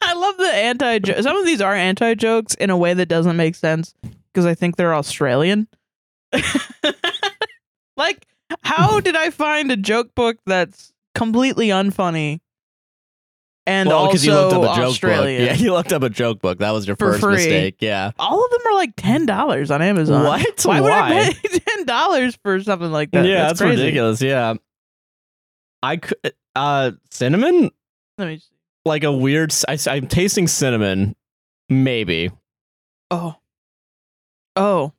Speaker 2: I love the anti joke. Some of these are anti jokes in a way that doesn't make sense because I think they're Australian. like, how did I find a joke book that's completely unfunny and
Speaker 1: well,
Speaker 2: also
Speaker 1: because you looked up a joke
Speaker 2: Australian?
Speaker 1: book. Yeah, you looked up a joke book. That was your
Speaker 2: For
Speaker 1: first
Speaker 2: free.
Speaker 1: mistake. Yeah.
Speaker 2: All of them are like ten dollars on Amazon.
Speaker 1: What?
Speaker 2: Why, would
Speaker 1: Why?
Speaker 2: I pay ten dollars for something like that?
Speaker 1: yeah, that's,
Speaker 2: crazy.
Speaker 1: ridiculous. Yeah. I could uh cinnamon?
Speaker 2: Let me. Just,
Speaker 1: Like a weird I, am tasting cinnamon maybe.
Speaker 2: oh, oh,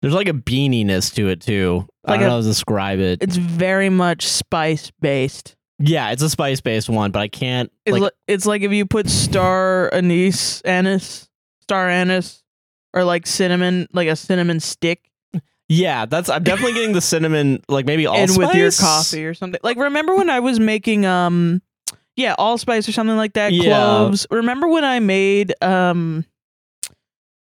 Speaker 1: There's like a beaniness to it too. I
Speaker 2: Like
Speaker 1: don't
Speaker 2: a-
Speaker 1: know how to describe it.
Speaker 2: it's very much spice based.
Speaker 1: Yeah, it's a spice based one, but I can't
Speaker 2: It's
Speaker 1: like,
Speaker 2: like, it's like if you put star anise, anise, star anise, or like cinnamon, like a cinnamon stick,
Speaker 1: Yeah, that's I'm definitely getting the cinnamon like maybe all
Speaker 2: and with your coffee or something. Like remember when I was making um, yeah, allspice or something like that,
Speaker 1: Yeah.
Speaker 2: cloves. Remember when I made um,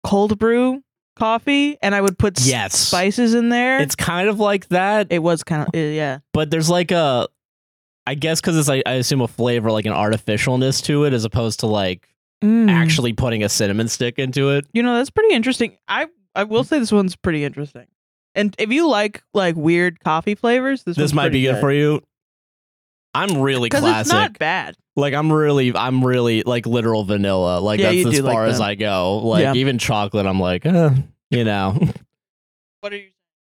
Speaker 2: cold brew coffee, and I would put s-
Speaker 1: Yes.
Speaker 2: spices in there.
Speaker 1: It's kind of like that,
Speaker 2: it was kind of yeah,
Speaker 1: but there's like a I guess because it's like I assume a flavor like an artificialness to it as opposed to like
Speaker 2: Mm.
Speaker 1: actually putting a cinnamon stick into it.
Speaker 2: You know, that's pretty interesting. I I will say this one's pretty interesting. And if you like like weird coffee flavors, this
Speaker 1: This might be good, for you. I'm really
Speaker 2: because
Speaker 1: classic.
Speaker 2: it's not bad.
Speaker 1: like I'm really I'm really like literal vanilla. Like
Speaker 2: Yeah, you
Speaker 1: that's as
Speaker 2: do like
Speaker 1: far as
Speaker 2: them.
Speaker 1: I go. Like
Speaker 2: Yeah.
Speaker 1: even chocolate I'm like, uh, you know.
Speaker 2: What are you?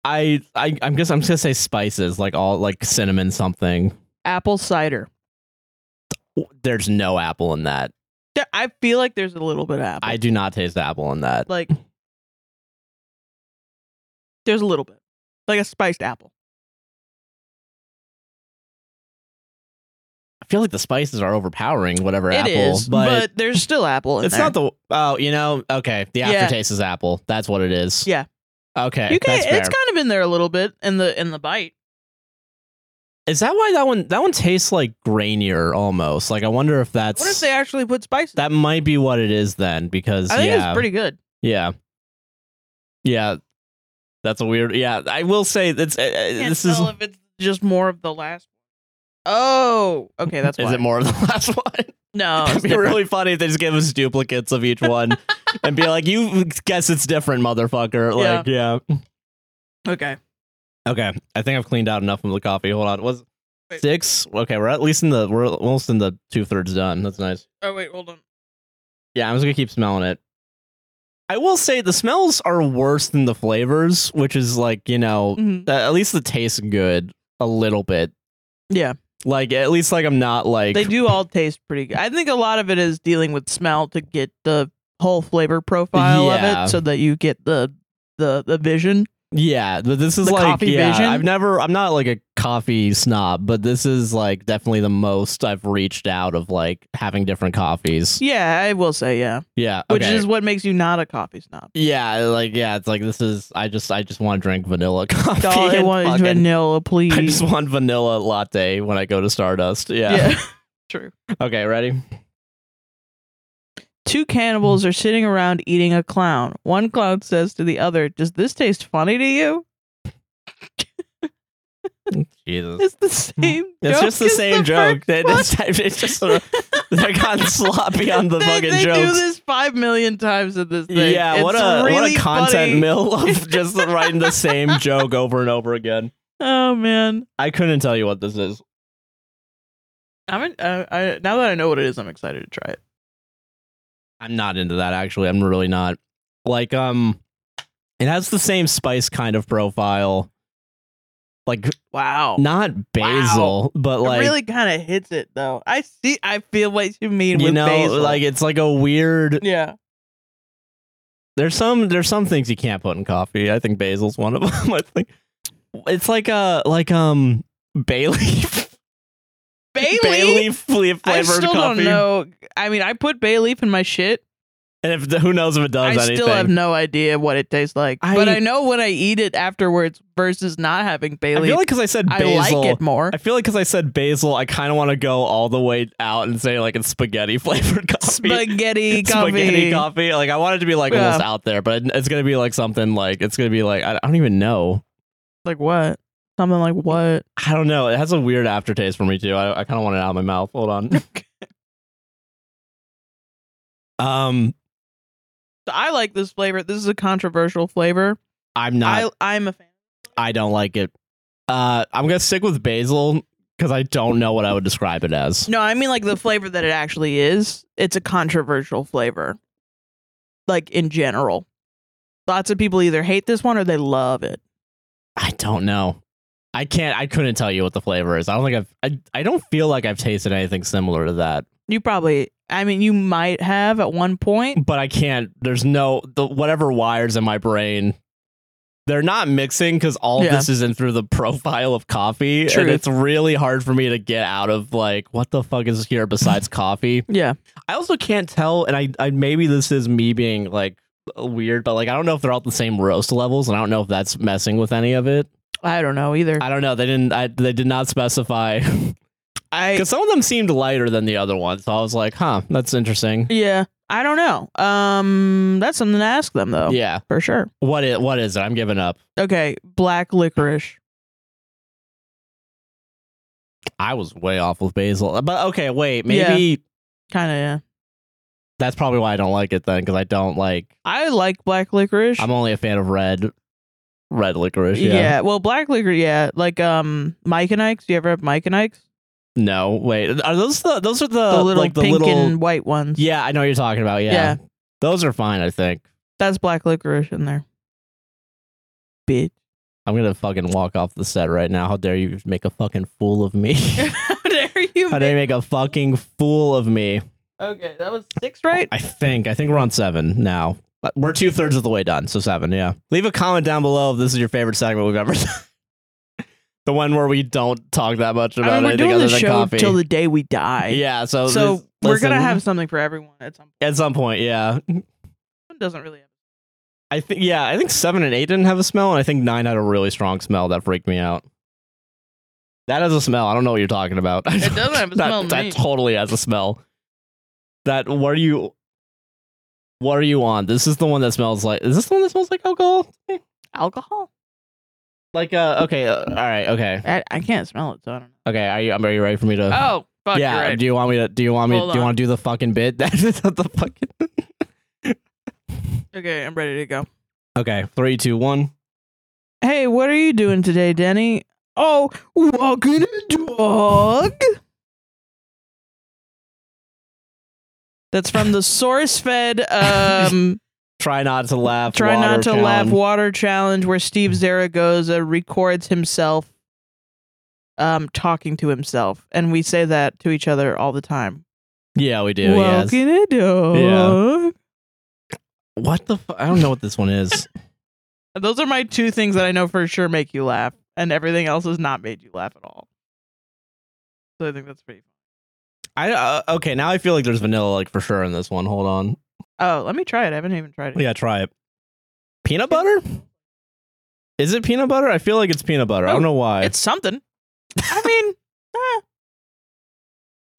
Speaker 1: I I I'm guess I'm just gonna say spices, like all like cinnamon something.
Speaker 2: Apple cider.
Speaker 1: There's no apple in that.
Speaker 2: There- I feel like there's a little bit of apple.
Speaker 1: I do not taste apple in that.
Speaker 2: like. There's a little bit, like a spiced apple.
Speaker 1: I feel like the spices are overpowering whatever
Speaker 2: It is,
Speaker 1: apple, but,
Speaker 2: there's still apple. In
Speaker 1: it's not the oh, you know, okay, the
Speaker 2: Yeah.
Speaker 1: aftertaste is apple. That's what it is.
Speaker 2: Yeah.
Speaker 1: Okay,
Speaker 2: You can,
Speaker 1: that's fair.
Speaker 2: it's kind of in there a little bit in the in the bite.
Speaker 1: is that why that one that one tastes like grainier almost? Like I wonder if that's
Speaker 2: What if they actually put spices?
Speaker 1: that might be what it is then because
Speaker 2: I think
Speaker 1: yeah,
Speaker 2: it's pretty good.
Speaker 1: yeah, yeah. That's a weird. Yeah, I will say that's uh, uh,
Speaker 2: Can't
Speaker 1: this is.
Speaker 2: tell if it's just more of the last. Oh, okay, that's
Speaker 1: Is
Speaker 2: why.
Speaker 1: it more of the last one?
Speaker 2: No,
Speaker 1: It'd
Speaker 2: Oh, it's
Speaker 1: be
Speaker 2: different.
Speaker 1: really funny if they just gave us duplicates of each one and be like, "You guess it's different, motherfucker." Like, yeah.
Speaker 2: okay.
Speaker 1: Okay, I think I've cleaned out enough of the coffee. Hold on, was
Speaker 2: Wait.
Speaker 1: six? Okay, we're at least in the we're almost in the two thirds done. That's nice.
Speaker 2: Oh wait, hold on.
Speaker 1: Yeah, I'm just gonna keep smelling it. I will say the smells are worse than the flavors, which is like you know
Speaker 2: Mm-hmm.
Speaker 1: uh, at least the taste good a little bit.
Speaker 2: Yeah,
Speaker 1: Like at least like I'm not like
Speaker 2: they do all taste pretty good. I think a lot of it is dealing with smell to get the whole flavor profile
Speaker 1: Yeah.
Speaker 2: of it, so that you get the the the vision.
Speaker 1: Yeah, but this is
Speaker 2: The
Speaker 1: like
Speaker 2: coffee
Speaker 1: yeah,
Speaker 2: vision?
Speaker 1: I've never I'm not like a coffee snob, but this is like definitely the most I've reached out of like having different coffees.
Speaker 2: Yeah, I will say yeah,
Speaker 1: Yeah.
Speaker 2: which
Speaker 1: okay.
Speaker 2: is what makes you not a coffee snob.
Speaker 1: yeah, like yeah, it's like this is I just I just want to drink vanilla coffee.
Speaker 2: All I
Speaker 1: and
Speaker 2: want is
Speaker 1: fucking-
Speaker 2: vanilla, please.
Speaker 1: I just want vanilla latte when I go to Stardust. Yeah.
Speaker 2: yeah. True.
Speaker 1: Okay, ready?
Speaker 2: Two cannibals are sitting around eating a clown. One clown says to the other, "Does this taste funny to you?"
Speaker 1: Jesus.
Speaker 2: It's the same.
Speaker 1: Mm-hmm. It's
Speaker 2: joke
Speaker 1: just the
Speaker 2: as
Speaker 1: same
Speaker 2: the
Speaker 1: joke.
Speaker 2: first
Speaker 1: They
Speaker 2: one.
Speaker 1: just, it's just sort of, they're gotten sloppy on the
Speaker 2: they,
Speaker 1: fucking
Speaker 2: they
Speaker 1: jokes.
Speaker 2: do this five million times in this thing.
Speaker 1: Yeah, what
Speaker 2: It's
Speaker 1: a what
Speaker 2: really
Speaker 1: a content
Speaker 2: funny.
Speaker 1: mill of just writing the same joke over and over again.
Speaker 2: Oh man,
Speaker 1: I couldn't tell you what this is.
Speaker 2: I'm in, uh, I, now that I know what it is, I'm excited to try it.
Speaker 1: I'm not into that actually. I'm really not. Like um it has the same spice kind of profile. Like
Speaker 2: Wow.
Speaker 1: not basil, but like
Speaker 2: it really kind of hits it though. I see. I feel what you mean
Speaker 1: you
Speaker 2: with
Speaker 1: know,
Speaker 2: basil.
Speaker 1: like it's like a weird
Speaker 2: yeah.
Speaker 1: there's some there's some things you can't put in coffee. I think basil's one of them. I think it's like a like um Bailey
Speaker 2: Bailey.
Speaker 1: Bailey flavored
Speaker 2: I still
Speaker 1: coffee.
Speaker 2: don't know. I mean, I put bay leaf in my shit.
Speaker 1: And if who knows if it does
Speaker 2: I
Speaker 1: anything.
Speaker 2: still have no idea what it tastes like, but
Speaker 1: I-
Speaker 2: I know when I eat it afterwards versus not having bay
Speaker 1: I
Speaker 2: leaf,
Speaker 1: feel like because I said
Speaker 2: I
Speaker 1: basil,
Speaker 2: like it more.
Speaker 1: I feel like because I said basil, I kind of want to go all the way out and say like it's spaghetti flavored coffee.
Speaker 2: Spaghetti coffee.
Speaker 1: Spaghetti coffee. Like I want it to be like
Speaker 2: Yeah.
Speaker 1: almost out there, but it's gonna be like something like it's gonna be like I I don't even know.
Speaker 2: Like what? Something like what?
Speaker 1: I don't know. It has a weird aftertaste for me too. I, I kind of want it out of my mouth. Hold on. um,
Speaker 2: So I like this flavor. This is a controversial flavor.
Speaker 1: I'm not.
Speaker 2: I I'm a fan.
Speaker 1: I, don't like it. Uh, I'm gonna stick with basil because I don't know what I would describe it as.
Speaker 2: No, I mean like the flavor that it actually is. It's a controversial flavor. Like in general. Lots of people either hate this one or they love it.
Speaker 1: I don't know. I can't. I couldn't tell you what the flavor is. I don't think I've. I, I don't feel like I've tasted anything similar to that.
Speaker 2: You probably I mean you might have at one point.
Speaker 1: But I can't. There's no the whatever wires in my brain. They're not mixing because all
Speaker 2: Yeah.
Speaker 1: of this is in through the profile of coffee,
Speaker 2: Truth.
Speaker 1: and it's really hard for me to get out of like what the fuck is here besides coffee.
Speaker 2: Yeah.
Speaker 1: I also can't tell, and I, I maybe this is me being like weird, but like I don't know if they're all at the same roast levels, and I don't know if that's messing with any of it.
Speaker 2: I don't know either.
Speaker 1: I don't know. They didn't. I, they did not specify.
Speaker 2: I
Speaker 1: Because some of them seemed lighter than the other ones. So I was like, huh, that's interesting.
Speaker 2: yeah. I don't know. Um that's something to ask them though.
Speaker 1: Yeah.
Speaker 2: For sure.
Speaker 1: What is, what is it? I'm giving up.
Speaker 2: Okay. Black licorice.
Speaker 1: I was way off with basil. But okay, wait. Maybe
Speaker 2: Kinda yeah.
Speaker 1: that's probably why I don't like it then, because I don't like.
Speaker 2: I like black licorice.
Speaker 1: I'm only a fan of red, red licorice.
Speaker 2: yeah.
Speaker 1: Yeah.
Speaker 2: well, black liquor, yeah, like um, Mike and Ike's. Do you ever have Mike and Ike's?
Speaker 1: No, wait. Are those the, those are the,
Speaker 2: The little
Speaker 1: Uh, like the
Speaker 2: pink
Speaker 1: little.
Speaker 2: and white ones.
Speaker 1: yeah, I know what you're talking about. Yeah.
Speaker 2: Yeah.
Speaker 1: Those are fine, I think.
Speaker 2: That's black licorice in there. Bitch.
Speaker 1: I'm going to fucking walk off the set right now. How dare you make a fucking fool of me?
Speaker 2: How dare you?
Speaker 1: How dare you make a fucking fool of me?
Speaker 2: okay, that was six, right?
Speaker 1: I think. I think we're on seven now. But We're two thirds of the way done, so seven. Yeah. Leave a comment down below if this is your favorite segment we've ever done. the one where we don't talk that much
Speaker 2: I
Speaker 1: about
Speaker 2: mean, we're
Speaker 1: anything
Speaker 2: doing
Speaker 1: other
Speaker 2: the
Speaker 1: than
Speaker 2: show
Speaker 1: coffee.
Speaker 2: till the day we die.
Speaker 1: yeah. So
Speaker 2: So
Speaker 1: this-
Speaker 2: we're gonna
Speaker 1: listen,
Speaker 2: have something for everyone at some
Speaker 1: at some point. Yeah.
Speaker 2: point. Doesn't really. Have-
Speaker 1: I think. Yeah. I think seven and eight didn't have a smell, and I think nine had a really strong smell that freaked me out. That has a smell. I don't know what you're talking about.
Speaker 2: It doesn't have a
Speaker 1: that,
Speaker 2: smell to
Speaker 1: That
Speaker 2: me.
Speaker 1: totally has a smell. That what are you? What are you on? This is the one that smells like. Is this the one that smells like alcohol?
Speaker 2: Alcohol?
Speaker 1: Like uh okay uh, all right okay
Speaker 2: I, I can't smell it, so I don't know.
Speaker 1: okay are you are you ready for me to
Speaker 2: Oh, fuck!
Speaker 1: Uh, yeah
Speaker 2: you're right.
Speaker 1: do you want me to do you want me
Speaker 2: Hold
Speaker 1: do you
Speaker 2: on.
Speaker 1: want to do the fucking bit that is the fucking
Speaker 2: Okay, I'm ready to go.
Speaker 1: okay three two one
Speaker 2: Hey, what are you doing today, Denny? Oh, walking a dog. That's from the source fed um,
Speaker 1: try not to laugh
Speaker 2: Try
Speaker 1: water
Speaker 2: Not to
Speaker 1: challenge.
Speaker 2: Laugh Water Challenge, where Steve Zaragoza records himself um, talking to himself. And we say that to each other all the time.
Speaker 1: yeah we do yes
Speaker 2: walking a dog.
Speaker 1: what the fu- I don't know what this one is
Speaker 2: Those are my two things that I know for sure make you laugh, and everything else has not made you laugh at all. So I think that's pretty
Speaker 1: I uh, okay now I feel like there's vanilla like for sure in this one hold on
Speaker 2: Oh, let me try it. I haven't even tried it.
Speaker 1: yeah try it peanut butter is it peanut butter I feel like it's peanut butter I don't know why
Speaker 2: It's something. I mean, eh,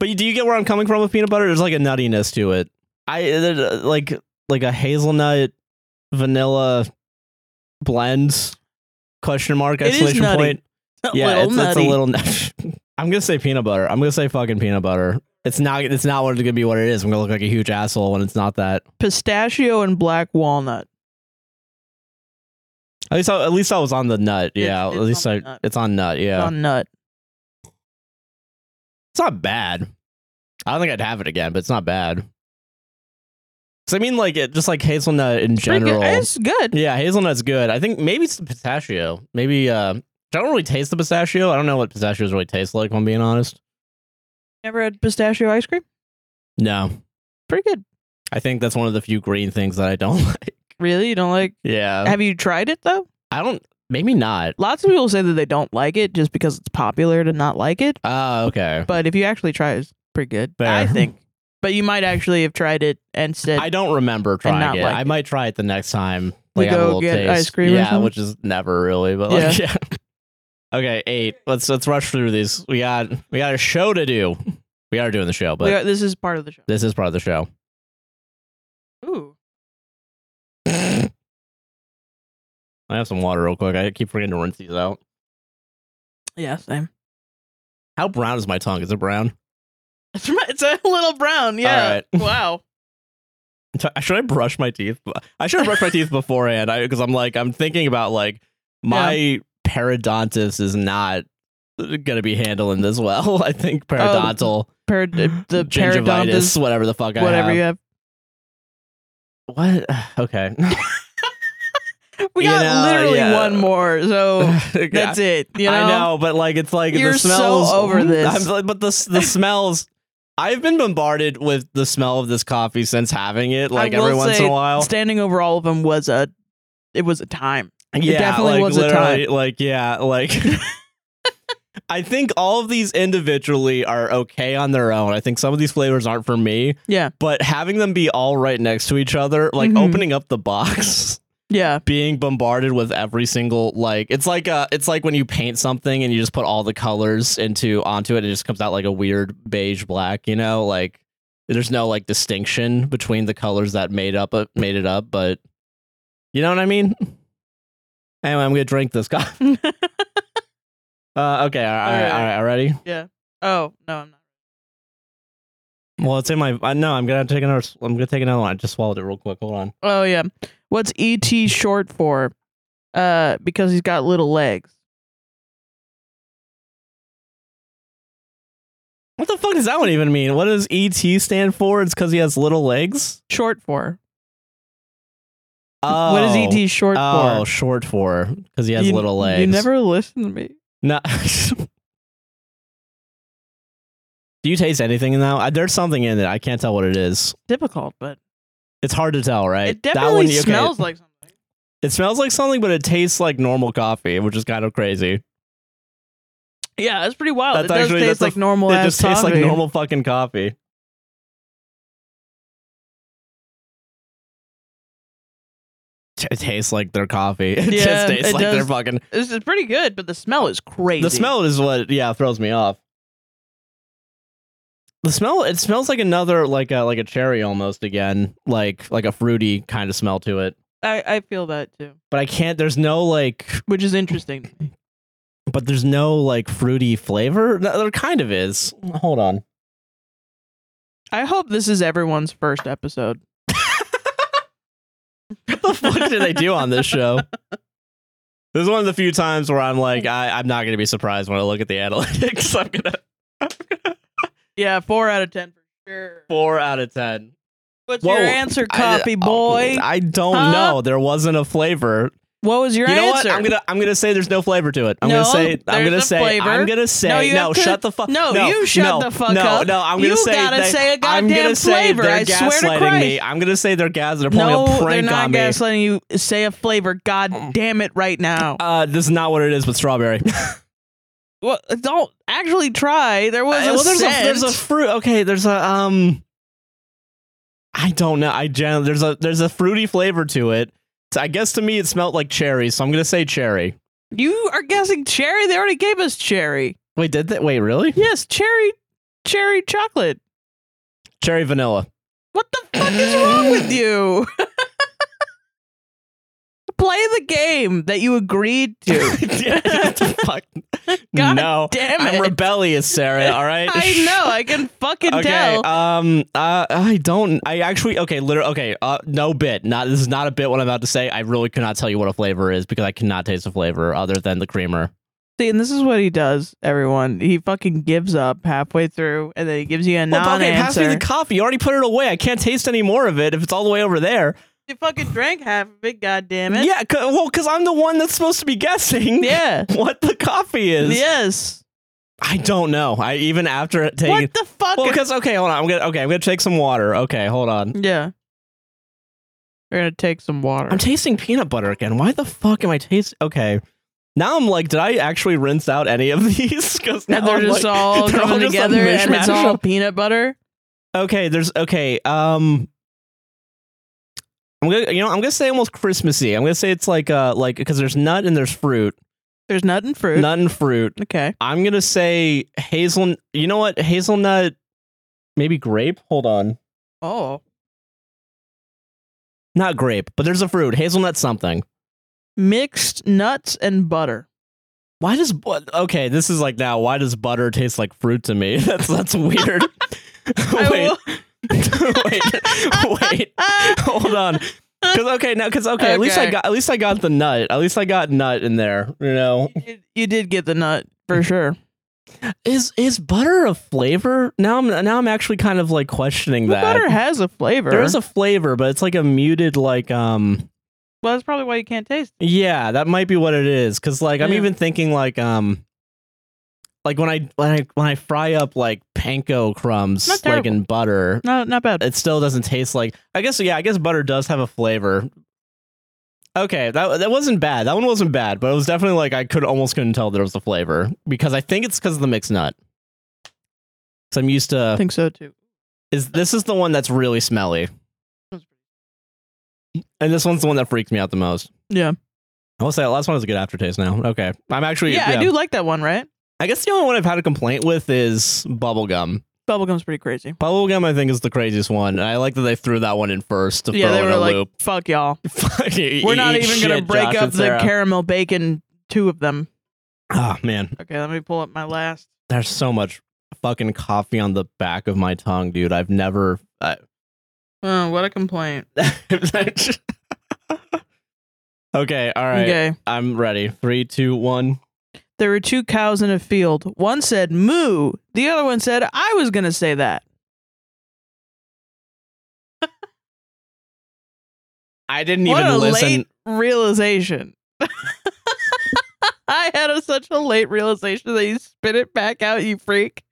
Speaker 1: But you- do you get where I'm coming from with peanut butter? There's like a nuttiness to it. I there's, uh, like like a hazelnut vanilla blend question mark
Speaker 2: It is
Speaker 1: exclamation
Speaker 2: nutty.
Speaker 1: point.
Speaker 2: a
Speaker 1: yeah,
Speaker 2: little
Speaker 1: it's, it's a
Speaker 2: nutty.
Speaker 1: little. nut- I'm gonna say peanut butter. I'm gonna say fucking peanut butter. It's not. It's not what it's gonna be. What it is. I'm gonna look like a huge asshole when it's not that.
Speaker 2: pistachio and black walnut.
Speaker 1: At least I, at least I was on the nut. Yeah. at
Speaker 2: It's- it's
Speaker 1: least
Speaker 2: on
Speaker 1: I.
Speaker 2: the nut.
Speaker 1: It's on nut. Yeah.
Speaker 2: It's on nut.
Speaker 1: it's not bad. I don't think I'd have it again, but it's not bad. 'Cause I mean, like it, just like hazelnut in
Speaker 2: Pretty
Speaker 1: general.
Speaker 2: Good. It's good.
Speaker 1: Yeah, hazelnut's good. I think maybe it's the pistachio. Maybe uh, I don't really taste the pistachio. I don't know what pistachios really taste like. If I'm being honest.
Speaker 2: Never had pistachio ice cream.
Speaker 1: No,
Speaker 2: Pretty good.
Speaker 1: I think that's one of the few green things that I don't like.
Speaker 2: Really, you don't like?
Speaker 1: Yeah,
Speaker 2: Have you tried it though?
Speaker 1: I don't. Maybe not.
Speaker 2: Lots of people say that they don't like it just because it's popular to not like it.
Speaker 1: Ah, okay.
Speaker 2: But if you actually try, it, it's pretty good.
Speaker 1: Fair.
Speaker 2: I think. But you might actually have tried it and said,
Speaker 1: I don't remember
Speaker 2: not
Speaker 1: trying it.
Speaker 2: like
Speaker 1: I
Speaker 2: it.
Speaker 1: might try it the next time.
Speaker 2: We
Speaker 1: Like have a
Speaker 2: go
Speaker 1: little
Speaker 2: get
Speaker 1: taste.
Speaker 2: ice cream or
Speaker 1: Yeah,
Speaker 2: something?
Speaker 1: which is never really, but like yeah. okay, eight. Let's let's rush through these. We got we got a show to do. We are doing the show, but
Speaker 2: We are- "This is part of the show."
Speaker 1: this is part of the show.
Speaker 2: Ooh,
Speaker 1: I have some water real quick. I keep forgetting to rinse these out.
Speaker 2: yeah, same.
Speaker 1: How brown is my tongue? Is it brown?
Speaker 2: It's, right- it's a little brown. Yeah.
Speaker 1: All right.
Speaker 2: Wow.
Speaker 1: T- Should I brush my teeth? I should have brushed my teeth beforehand because I'm like I'm thinking about like my periodontist is not gonna be handling this well. I think periodontal
Speaker 2: Per- Oh, the
Speaker 1: gingivitis,
Speaker 2: periodontist,
Speaker 1: whatever the fuck I
Speaker 2: whatever
Speaker 1: have.
Speaker 2: you have.
Speaker 1: What? Okay,
Speaker 2: We
Speaker 1: You
Speaker 2: got
Speaker 1: know,
Speaker 2: literally
Speaker 1: yeah.
Speaker 2: one more, so that's it. You know?
Speaker 1: I know, but like it's like
Speaker 2: You're
Speaker 1: the
Speaker 2: so
Speaker 1: smells
Speaker 2: over this.
Speaker 1: I'm like, but the s- the smells. I've been bombarded with the smell of this coffee since having it, like
Speaker 2: will
Speaker 1: every once
Speaker 2: say
Speaker 1: in a while.
Speaker 2: Standing over all of them was a, it was a time.
Speaker 1: yeah,
Speaker 2: definitely
Speaker 1: like,
Speaker 2: was a
Speaker 1: literally, Like yeah, like I think all of these individually are okay on their own. I think some of these flavors aren't for me,
Speaker 2: Yeah.
Speaker 1: but having them be all right next to each other, like
Speaker 2: Mhm.
Speaker 1: opening up the box.
Speaker 2: Yeah.
Speaker 1: being bombarded with every single like it's like uh it's like when you paint something and you just put all the colors into onto it and it just comes out like a weird beige black you know like there's no like distinction between the colors that made up uh, made it up but you know what i mean anyway i'm gonna drink this guy
Speaker 2: Oh,
Speaker 1: uh okay all right all right, all right ready
Speaker 2: oh no, I'm not.
Speaker 1: well it's in my uh, no i'm gonna take another s- i'm gonna take another one i just swallowed it real quick hold on
Speaker 2: Oh yeah. What's ET short for? Uh, because he's got little legs.
Speaker 1: what the fuck does that one even mean what does et stand for it's because he has little legs
Speaker 2: Short for. What E
Speaker 1: Oh.
Speaker 2: is ET short
Speaker 1: oh,
Speaker 2: for?
Speaker 1: short for because he has
Speaker 2: You-
Speaker 1: little legs.
Speaker 2: You never listen to me.
Speaker 1: No. Do you taste anything in that? one? There's something in it. I can't tell what it is.
Speaker 2: Difficult, but
Speaker 1: It's hard to tell, right?
Speaker 2: it
Speaker 1: That
Speaker 2: definitely
Speaker 1: one, okay,
Speaker 2: smells like something.
Speaker 1: It smells like something, but it tastes like normal coffee, which is kind of crazy.
Speaker 2: Yeah, that's pretty wild.
Speaker 1: That's
Speaker 2: it does
Speaker 1: actually-
Speaker 2: taste
Speaker 1: that's a-
Speaker 2: like normal.
Speaker 1: it
Speaker 2: ass
Speaker 1: just tastes like
Speaker 2: coffee.
Speaker 1: normal fucking coffee. T- It tastes like their coffee. It
Speaker 2: Yeah,
Speaker 1: just tastes
Speaker 2: it
Speaker 1: like their
Speaker 2: does.
Speaker 1: fucking.
Speaker 2: This is pretty good, but the smell is crazy.
Speaker 1: The smell is what yeah throws me off. The smell it smells like another like a like a cherry almost again like like a fruity kind of smell to it.
Speaker 2: I, I feel that too,
Speaker 1: But I can't. There's no like.
Speaker 2: which is interesting. to me.
Speaker 1: But there's no like fruity flavor. No, there kind of is. Hold on.
Speaker 2: I hope this is everyone's first episode.
Speaker 1: What the fuck did I do on this show? This is one of the few times where I'm like I, I'm not gonna be surprised when I look at the analytics. I'm gonna
Speaker 2: Yeah, four out of ten for sure.
Speaker 1: four out of ten.
Speaker 2: What's
Speaker 1: Whoa.
Speaker 2: your answer,
Speaker 1: I- uh, oh,
Speaker 2: coffee boy?
Speaker 1: I don't
Speaker 2: Huh?
Speaker 1: know. There wasn't a flavor.
Speaker 2: what was your
Speaker 1: you know
Speaker 2: answer?
Speaker 1: what? I'm gonna I'm gonna say there's no flavor to it. I'm
Speaker 2: No,
Speaker 1: gonna say I'm
Speaker 2: there's
Speaker 1: gonna
Speaker 2: a
Speaker 1: say
Speaker 2: flavor.
Speaker 1: I'm gonna say
Speaker 2: No, you
Speaker 1: no.
Speaker 2: have to-
Speaker 1: shut the fuck.
Speaker 2: No, you shut the fuck
Speaker 1: no,
Speaker 2: up.
Speaker 1: No, I'm gonna
Speaker 2: You
Speaker 1: say
Speaker 2: gotta
Speaker 1: they,
Speaker 2: say a
Speaker 1: I'm
Speaker 2: goddamn
Speaker 1: gonna say
Speaker 2: flavor,
Speaker 1: They're
Speaker 2: I swear to
Speaker 1: gaslighting me.
Speaker 2: Christ.
Speaker 1: I'm gonna say they're gas. They're pulling
Speaker 2: no,
Speaker 1: a
Speaker 2: they're
Speaker 1: prank
Speaker 2: not
Speaker 1: on me.
Speaker 2: gaslighting you. Say a flavor, god
Speaker 1: Mm.
Speaker 2: damn it, right now.
Speaker 1: Uh, this is not what it is with strawberry.
Speaker 2: Well, don't actually try. There was
Speaker 1: Uh,
Speaker 2: a
Speaker 1: well, there's a there's a
Speaker 2: scent.
Speaker 1: fruit. Okay, there's a um. I don't know. I gen- there's a there's a fruity flavor to it. So I guess to me it smelled like cherry, so I'm gonna say cherry.
Speaker 2: You are guessing cherry. They already gave us cherry.
Speaker 1: Wait, did that? Wait, really?
Speaker 2: Yes, cherry, cherry chocolate.
Speaker 1: Cherry vanilla.
Speaker 2: What the fuck is wrong with you? Play the game that you agreed to.
Speaker 1: Yeah, what the fuck?
Speaker 2: God
Speaker 1: no,
Speaker 2: damn
Speaker 1: I'm
Speaker 2: it.
Speaker 1: rebellious, Sarah. All right.
Speaker 2: I know. I can fucking
Speaker 1: Okay.
Speaker 2: tell.
Speaker 1: Um. Uh. I don't. I actually. Okay. Literally. Okay. Uh. No bit. Not. This is not a bit. What I'm about to say. I really cannot tell you what a flavor is because I cannot taste a flavor other than the creamer.
Speaker 2: See, and this is what he does, everyone. He fucking gives up halfway through, and then he gives you a
Speaker 1: Well, but Oh, okay, pass me
Speaker 2: non-answer.
Speaker 1: the coffee. You already put it away. I can't taste any more of it if it's all the way over there.
Speaker 2: you fucking drank half of it, goddamn it.
Speaker 1: Yeah, c- well, because I'm the one that's supposed to be guessing
Speaker 2: Yeah.
Speaker 1: what the coffee is.
Speaker 2: Yes.
Speaker 1: I don't know. I even after it taking.
Speaker 2: What the fuck?
Speaker 1: Well, because okay, hold on. I'm gonna okay. I'm gonna take some water. Okay, hold on.
Speaker 2: yeah. We're gonna take some water.
Speaker 1: I'm tasting peanut butter again. Why the fuck am I tasting? Okay, now I'm like, did I actually rinse out any of these? Because now
Speaker 2: and they're
Speaker 1: I'm
Speaker 2: just
Speaker 1: like-
Speaker 2: all
Speaker 1: they're all
Speaker 2: coming
Speaker 1: just a
Speaker 2: together, and it's
Speaker 1: mishmash.
Speaker 2: all peanut butter.
Speaker 1: okay. There's okay. Um, I'm gonna you know I'm gonna say almost Christmassy. I'm gonna say it's like uh like because there's nut and there's fruit,
Speaker 2: There's nut and fruit.
Speaker 1: nut and fruit.
Speaker 2: Okay.
Speaker 1: I'm gonna say hazelnut. You know what? Hazelnut, maybe grape. Hold on,
Speaker 2: Oh,
Speaker 1: not grape, but there's a fruit. Hazelnut something.
Speaker 2: mixed nuts and butter.
Speaker 1: Why does but okay? This is like now. Why does butter taste like fruit to me? That's that's weird.
Speaker 2: I
Speaker 1: wait,
Speaker 2: will-
Speaker 1: wait, wait.
Speaker 2: Ah!
Speaker 1: Hold on. Cause okay, now cause okay, At least I
Speaker 2: Okay.
Speaker 1: got at least I got the nut. At least I got nut in there. You know,
Speaker 2: You did, you did get the nut
Speaker 1: Mm-hmm.
Speaker 2: for sure.
Speaker 1: is is butter a flavor? Now I'm now I'm actually kind of like questioning
Speaker 2: Well,
Speaker 1: that.
Speaker 2: butter has a flavor.
Speaker 1: There is a flavor, but it's like a muted like um
Speaker 2: well, that's probably why you can't taste.
Speaker 1: yeah, that might be what it is. Cause like I'm
Speaker 2: Yeah.
Speaker 1: even thinking like um like when I when I when I fry up like panko crumbs
Speaker 2: Not
Speaker 1: like in
Speaker 2: terrible.
Speaker 1: butter,
Speaker 2: it. No, not bad.
Speaker 1: it still doesn't taste like I guess yeah, I guess butter does have a flavor. Okay, that that wasn't bad. That one wasn't bad, but it was definitely like I could almost couldn't tell there was a flavor because I think it's because of the mixed nut. So I'm used
Speaker 2: I
Speaker 1: to
Speaker 2: think so too.
Speaker 1: is this is the one that's really smelly. And this one's the one that freaked me out the most.
Speaker 2: Yeah.
Speaker 1: I will say that last one is a good aftertaste now. Okay. I'm actually
Speaker 2: Yeah, I do like that one, right?
Speaker 1: I guess the only one I've had a complaint with is bubblegum.
Speaker 2: Bubblegum's pretty crazy.
Speaker 1: Bubblegum I think is the craziest one. And I like that they threw that one in first to
Speaker 2: Yeah,
Speaker 1: throw
Speaker 2: they
Speaker 1: in
Speaker 2: were
Speaker 1: a
Speaker 2: like,
Speaker 1: loop.
Speaker 2: fuck y'all.
Speaker 1: Fuck you,
Speaker 2: We're
Speaker 1: eat-
Speaker 2: not
Speaker 1: eat
Speaker 2: even going to
Speaker 1: shit,
Speaker 2: break
Speaker 1: Josh
Speaker 2: up
Speaker 1: and
Speaker 2: the
Speaker 1: Sarah.
Speaker 2: caramel bacon, two of them.
Speaker 1: Oh man,
Speaker 2: Okay, let me pull up my last.
Speaker 1: there's so much fucking coffee on the back of my tongue, dude. I've never. I
Speaker 2: Oh, what a complaint.
Speaker 1: okay, all right.
Speaker 2: Okay.
Speaker 1: I'm ready. Three, two, one.
Speaker 2: There were two cows in a field. One said moo. The other one said, I was going to say that.
Speaker 1: I didn't
Speaker 2: what
Speaker 1: even
Speaker 2: a
Speaker 1: listen.
Speaker 2: late realization. I had a, such a late realization that you spit it back out, you freak.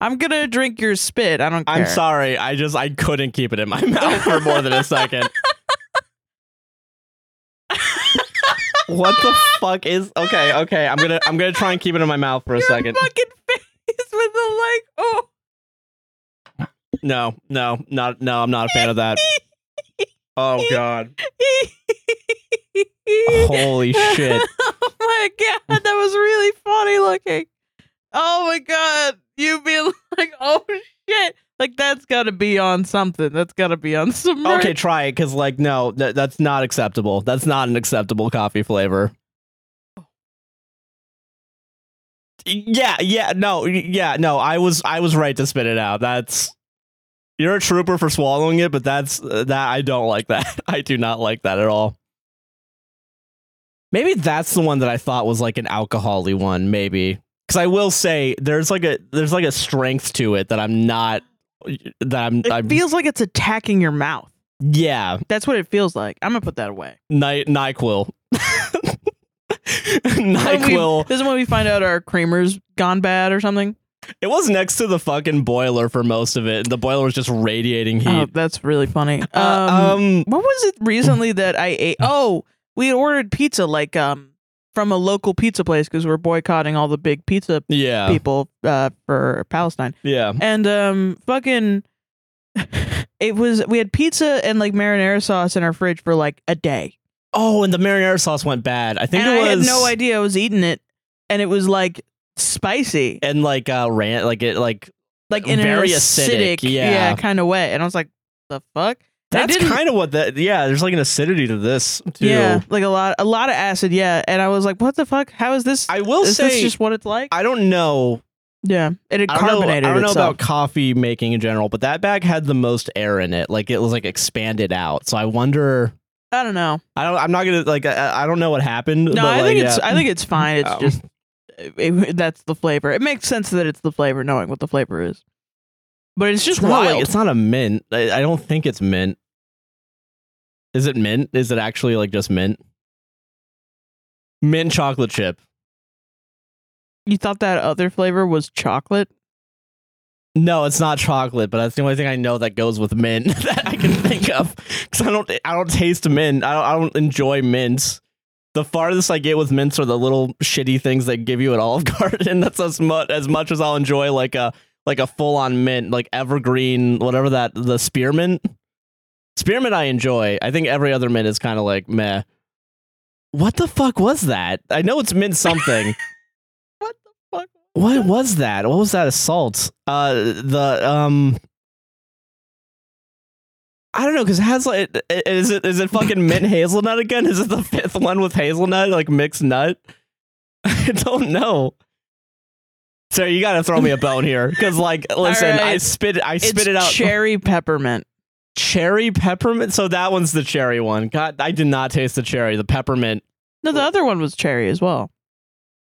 Speaker 2: I'm going to drink your spit. I don't care.
Speaker 1: I'm sorry. I just I couldn't keep it in my mouth for more than a second. what the fuck is okay? Okay, I'm gonna I'm gonna try and keep it in my mouth for a
Speaker 2: Your
Speaker 1: second.
Speaker 2: fucking face with the like, oh.
Speaker 1: No, no, not no. I'm not a fan of that. Oh god. Holy shit.
Speaker 2: oh my god, that was really funny looking. Oh my god, you being like, oh shit, like that's got to be on something. That's got to be on some.
Speaker 1: Okay, try it because, like, no, th- that's not acceptable. That's not an acceptable coffee flavor. Yeah, yeah, no, y- yeah, no. I was, I was right to spit it out. That's you're a trooper for swallowing it, but that's uh, that I don't like that. I do not like that at all. Maybe that's the one that I thought was like an alcoholy one. Maybe because I will say there's like a there's like a strength to it that I'm not that I'm,
Speaker 2: It
Speaker 1: I'm
Speaker 2: feels like it's attacking your mouth.
Speaker 1: yeah.
Speaker 2: That's what it feels like. I'm gonna put that away.
Speaker 1: Ny- NyQuil.
Speaker 2: When Oh, we-
Speaker 1: NyQuil.
Speaker 2: This is when we find out our creamer's gone bad or something.
Speaker 1: It was next to the fucking boiler for most of it, and the boiler was just radiating heat.
Speaker 2: Oh, that's really funny.
Speaker 1: Uh,
Speaker 2: um,
Speaker 1: um,
Speaker 2: what was it recently that I ate? Oh, we had ordered pizza like um from a local pizza place because we're boycotting all the big pizza
Speaker 1: yeah,
Speaker 2: people uh, for Palestine.
Speaker 1: yeah.
Speaker 2: And um, fucking, it was we had pizza and like marinara sauce in our fridge for like a day,
Speaker 1: Oh, and the marinara sauce went bad. I think
Speaker 2: and
Speaker 1: it was.
Speaker 2: I had no idea I was eating it, and it was like spicy,
Speaker 1: And like uh, ran like it like
Speaker 2: like in
Speaker 1: very
Speaker 2: an
Speaker 1: acidic,
Speaker 2: acidic,
Speaker 1: yeah.
Speaker 2: kind of way. And I was like, the fuck. And I
Speaker 1: that's
Speaker 2: didn't-
Speaker 1: kind of what that. Yeah, there's like an acidity to this too.
Speaker 2: Yeah, like a lot, a lot of acid. Yeah, and I was like, "What the fuck? How is this?
Speaker 1: I will
Speaker 2: is
Speaker 1: say,
Speaker 2: this just what it's like?"
Speaker 1: I don't know.
Speaker 2: yeah, it had
Speaker 1: I don't know. I
Speaker 2: carbonated
Speaker 1: don't know
Speaker 2: itself.
Speaker 1: about coffee making in general, but that bag had the most air in it. Like it was like expanded out. So I wonder.
Speaker 2: I don't know.
Speaker 1: I don't. I'm not gonna like. I, I don't know what happened.
Speaker 2: No,
Speaker 1: but
Speaker 2: I
Speaker 1: like,
Speaker 2: think
Speaker 1: yeah.
Speaker 2: it's. I think it's fine. It's
Speaker 1: Um,
Speaker 2: just it- that's the flavor. It makes sense that it's the flavor, knowing what the flavor is. But it's just
Speaker 1: it's not,
Speaker 2: wild.
Speaker 1: like, it's not a mint. I, I don't think it's mint. Is it mint? Is it actually like just mint? Mint chocolate chip.
Speaker 2: you thought that other flavor was chocolate?
Speaker 1: No, it's not chocolate, but that's the only thing I know that goes with mint that I can think of. Because I don't, I don't taste mint. I don't, I don't enjoy mints. The farthest I get with mints are the little shitty things they give you at Olive Garden. That's as much as much as I'll enjoy like a like a full on mint, like evergreen, whatever that the spearmint. Spearmint I enjoy. I think every other mint is kind of like meh. What the fuck was that? I know it's mint something.
Speaker 2: What the fuck?
Speaker 1: What was that? What was that assault? Uh, the um, I don't know because it has like i- i- is it is it fucking mint hazelnut again? Is it the fifth one with hazelnut like mixed nut? I don't know. Sarah, you gotta throw me a bone here because like listen, I
Speaker 2: right.
Speaker 1: spit I spit
Speaker 2: it's
Speaker 1: it out
Speaker 2: Cherry peppermint.
Speaker 1: cherry peppermint. So that one's the cherry one. God, I did not taste the cherry. The peppermint.
Speaker 2: No, the other one was cherry as well.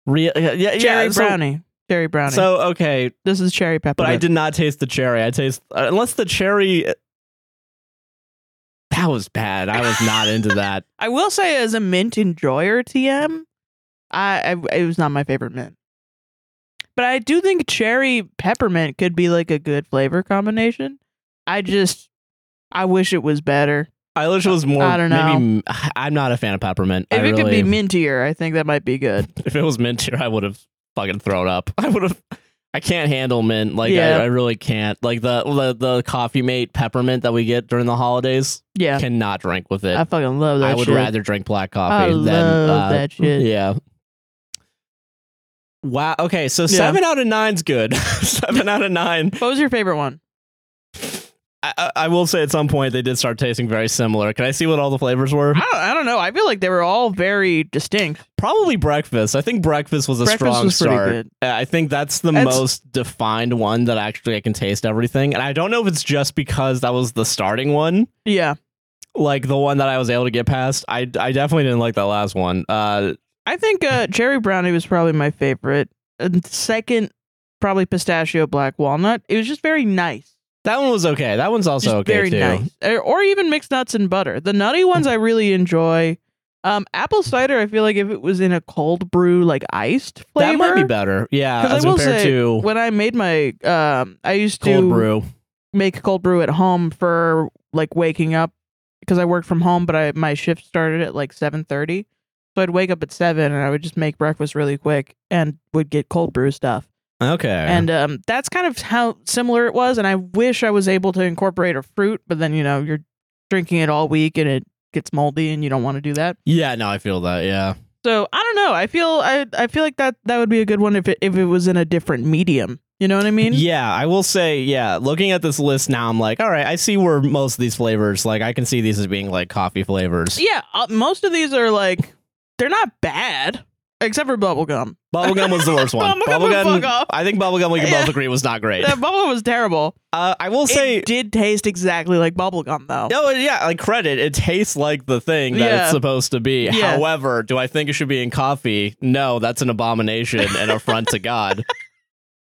Speaker 1: Real yeah, yeah
Speaker 2: cherry
Speaker 1: yeah, so-
Speaker 2: brownie. cherry brownie. So
Speaker 1: uh, So okay,
Speaker 2: this is cherry peppermint.
Speaker 1: But I did not taste the cherry. I taste uh, unless the cherry. uh, That was bad. I was not into that.
Speaker 2: I will say, as a mint enjoyer, TM, I, I it was not my favorite mint. But I do think cherry peppermint could be like a good flavor combination. I just, I wish it was better.
Speaker 1: I wish it was more.
Speaker 2: I don't know.
Speaker 1: Maybe I'm not a fan of peppermint.
Speaker 2: If
Speaker 1: I
Speaker 2: it could
Speaker 1: really-
Speaker 2: be mintier, I think that might be good.
Speaker 1: if it was mint here, I would have fucking thrown up. I would have. I can't handle mint. Like
Speaker 2: Yeah.
Speaker 1: I, I really can't. Like the, the the coffee mate peppermint that we get during the holidays.
Speaker 2: Yeah,
Speaker 1: Cannot drink with it.
Speaker 2: I fucking love that.
Speaker 1: I would
Speaker 2: shit.
Speaker 1: rather drink black coffee than
Speaker 2: love
Speaker 1: uh,
Speaker 2: that shit.
Speaker 1: Yeah. Wow. Okay, so
Speaker 2: Yeah.
Speaker 1: seven out of nine's good. seven out of nine.
Speaker 2: What was your favorite one?
Speaker 1: I, I- I will say at some point they did start tasting very similar. Can I see what all the flavors were?
Speaker 2: I don't, I don't know. I feel like they were all very distinct.
Speaker 1: Probably breakfast. I think breakfast was a
Speaker 2: Breakfast
Speaker 1: strong
Speaker 2: was pretty
Speaker 1: start.
Speaker 2: good.
Speaker 1: Uh, I think that's the
Speaker 2: That's-
Speaker 1: most defined one that actually I can taste everything. And I don't know if it's just because that was the starting one,
Speaker 2: Yeah,
Speaker 1: like the one that I was able to get past. I, I definitely didn't like that last one. Uh,
Speaker 2: I think uh, cherry brownie was probably my favorite. And second, probably pistachio black walnut. It was just very nice.
Speaker 1: that one was okay. That one's also
Speaker 2: Just
Speaker 1: okay
Speaker 2: very
Speaker 1: too.
Speaker 2: nice. Or, or even mixed nuts and butter. The nutty ones I really enjoy. Um, apple cider. I feel like if it was in a cold brew, like iced
Speaker 1: That
Speaker 2: flavor,
Speaker 1: might be better. Yeah,
Speaker 2: 'Cause I
Speaker 1: as
Speaker 2: will
Speaker 1: compared
Speaker 2: say,
Speaker 1: to
Speaker 2: When I made my, um, I used
Speaker 1: cold
Speaker 2: to
Speaker 1: brew.
Speaker 2: make cold brew at home for like waking up because I worked from home, but I my shift started at like seven thirty, so I'd wake up at seven and I would just make breakfast really quick and would get cold brew stuff.
Speaker 1: Okay.
Speaker 2: And um, that's kind of how similar it was. And I wish I was able to incorporate a fruit, but then you know you're drinking it all week and it gets moldy and you don't want to do that.
Speaker 1: yeah, no, I feel that. Yeah.
Speaker 2: So I don't know. I feel I I feel like that that would be a good one if it if it was in a different medium. You know what I mean?
Speaker 1: Yeah, I will say, yeah, looking at this list now, I'm like, all right, I see where most of these flavors, like, I can see these as being like coffee flavors.
Speaker 2: Yeah, uh, most of these are like they're not bad, except for bubblegum.
Speaker 1: Bubblegum was the worst one.
Speaker 2: Bubblegum can fuck off.
Speaker 1: I think bubblegum, we can
Speaker 2: Yeah.
Speaker 1: both agree, was not great.
Speaker 2: That bubblegum was terrible.
Speaker 1: Uh, I will say,
Speaker 2: it did taste exactly like bubblegum though.
Speaker 1: no, yeah, like credit, it tastes like the thing that
Speaker 2: Yeah.
Speaker 1: it's supposed to be.
Speaker 2: Yeah.
Speaker 1: However, do I think it should be in coffee? No, that's an abomination and affront to God,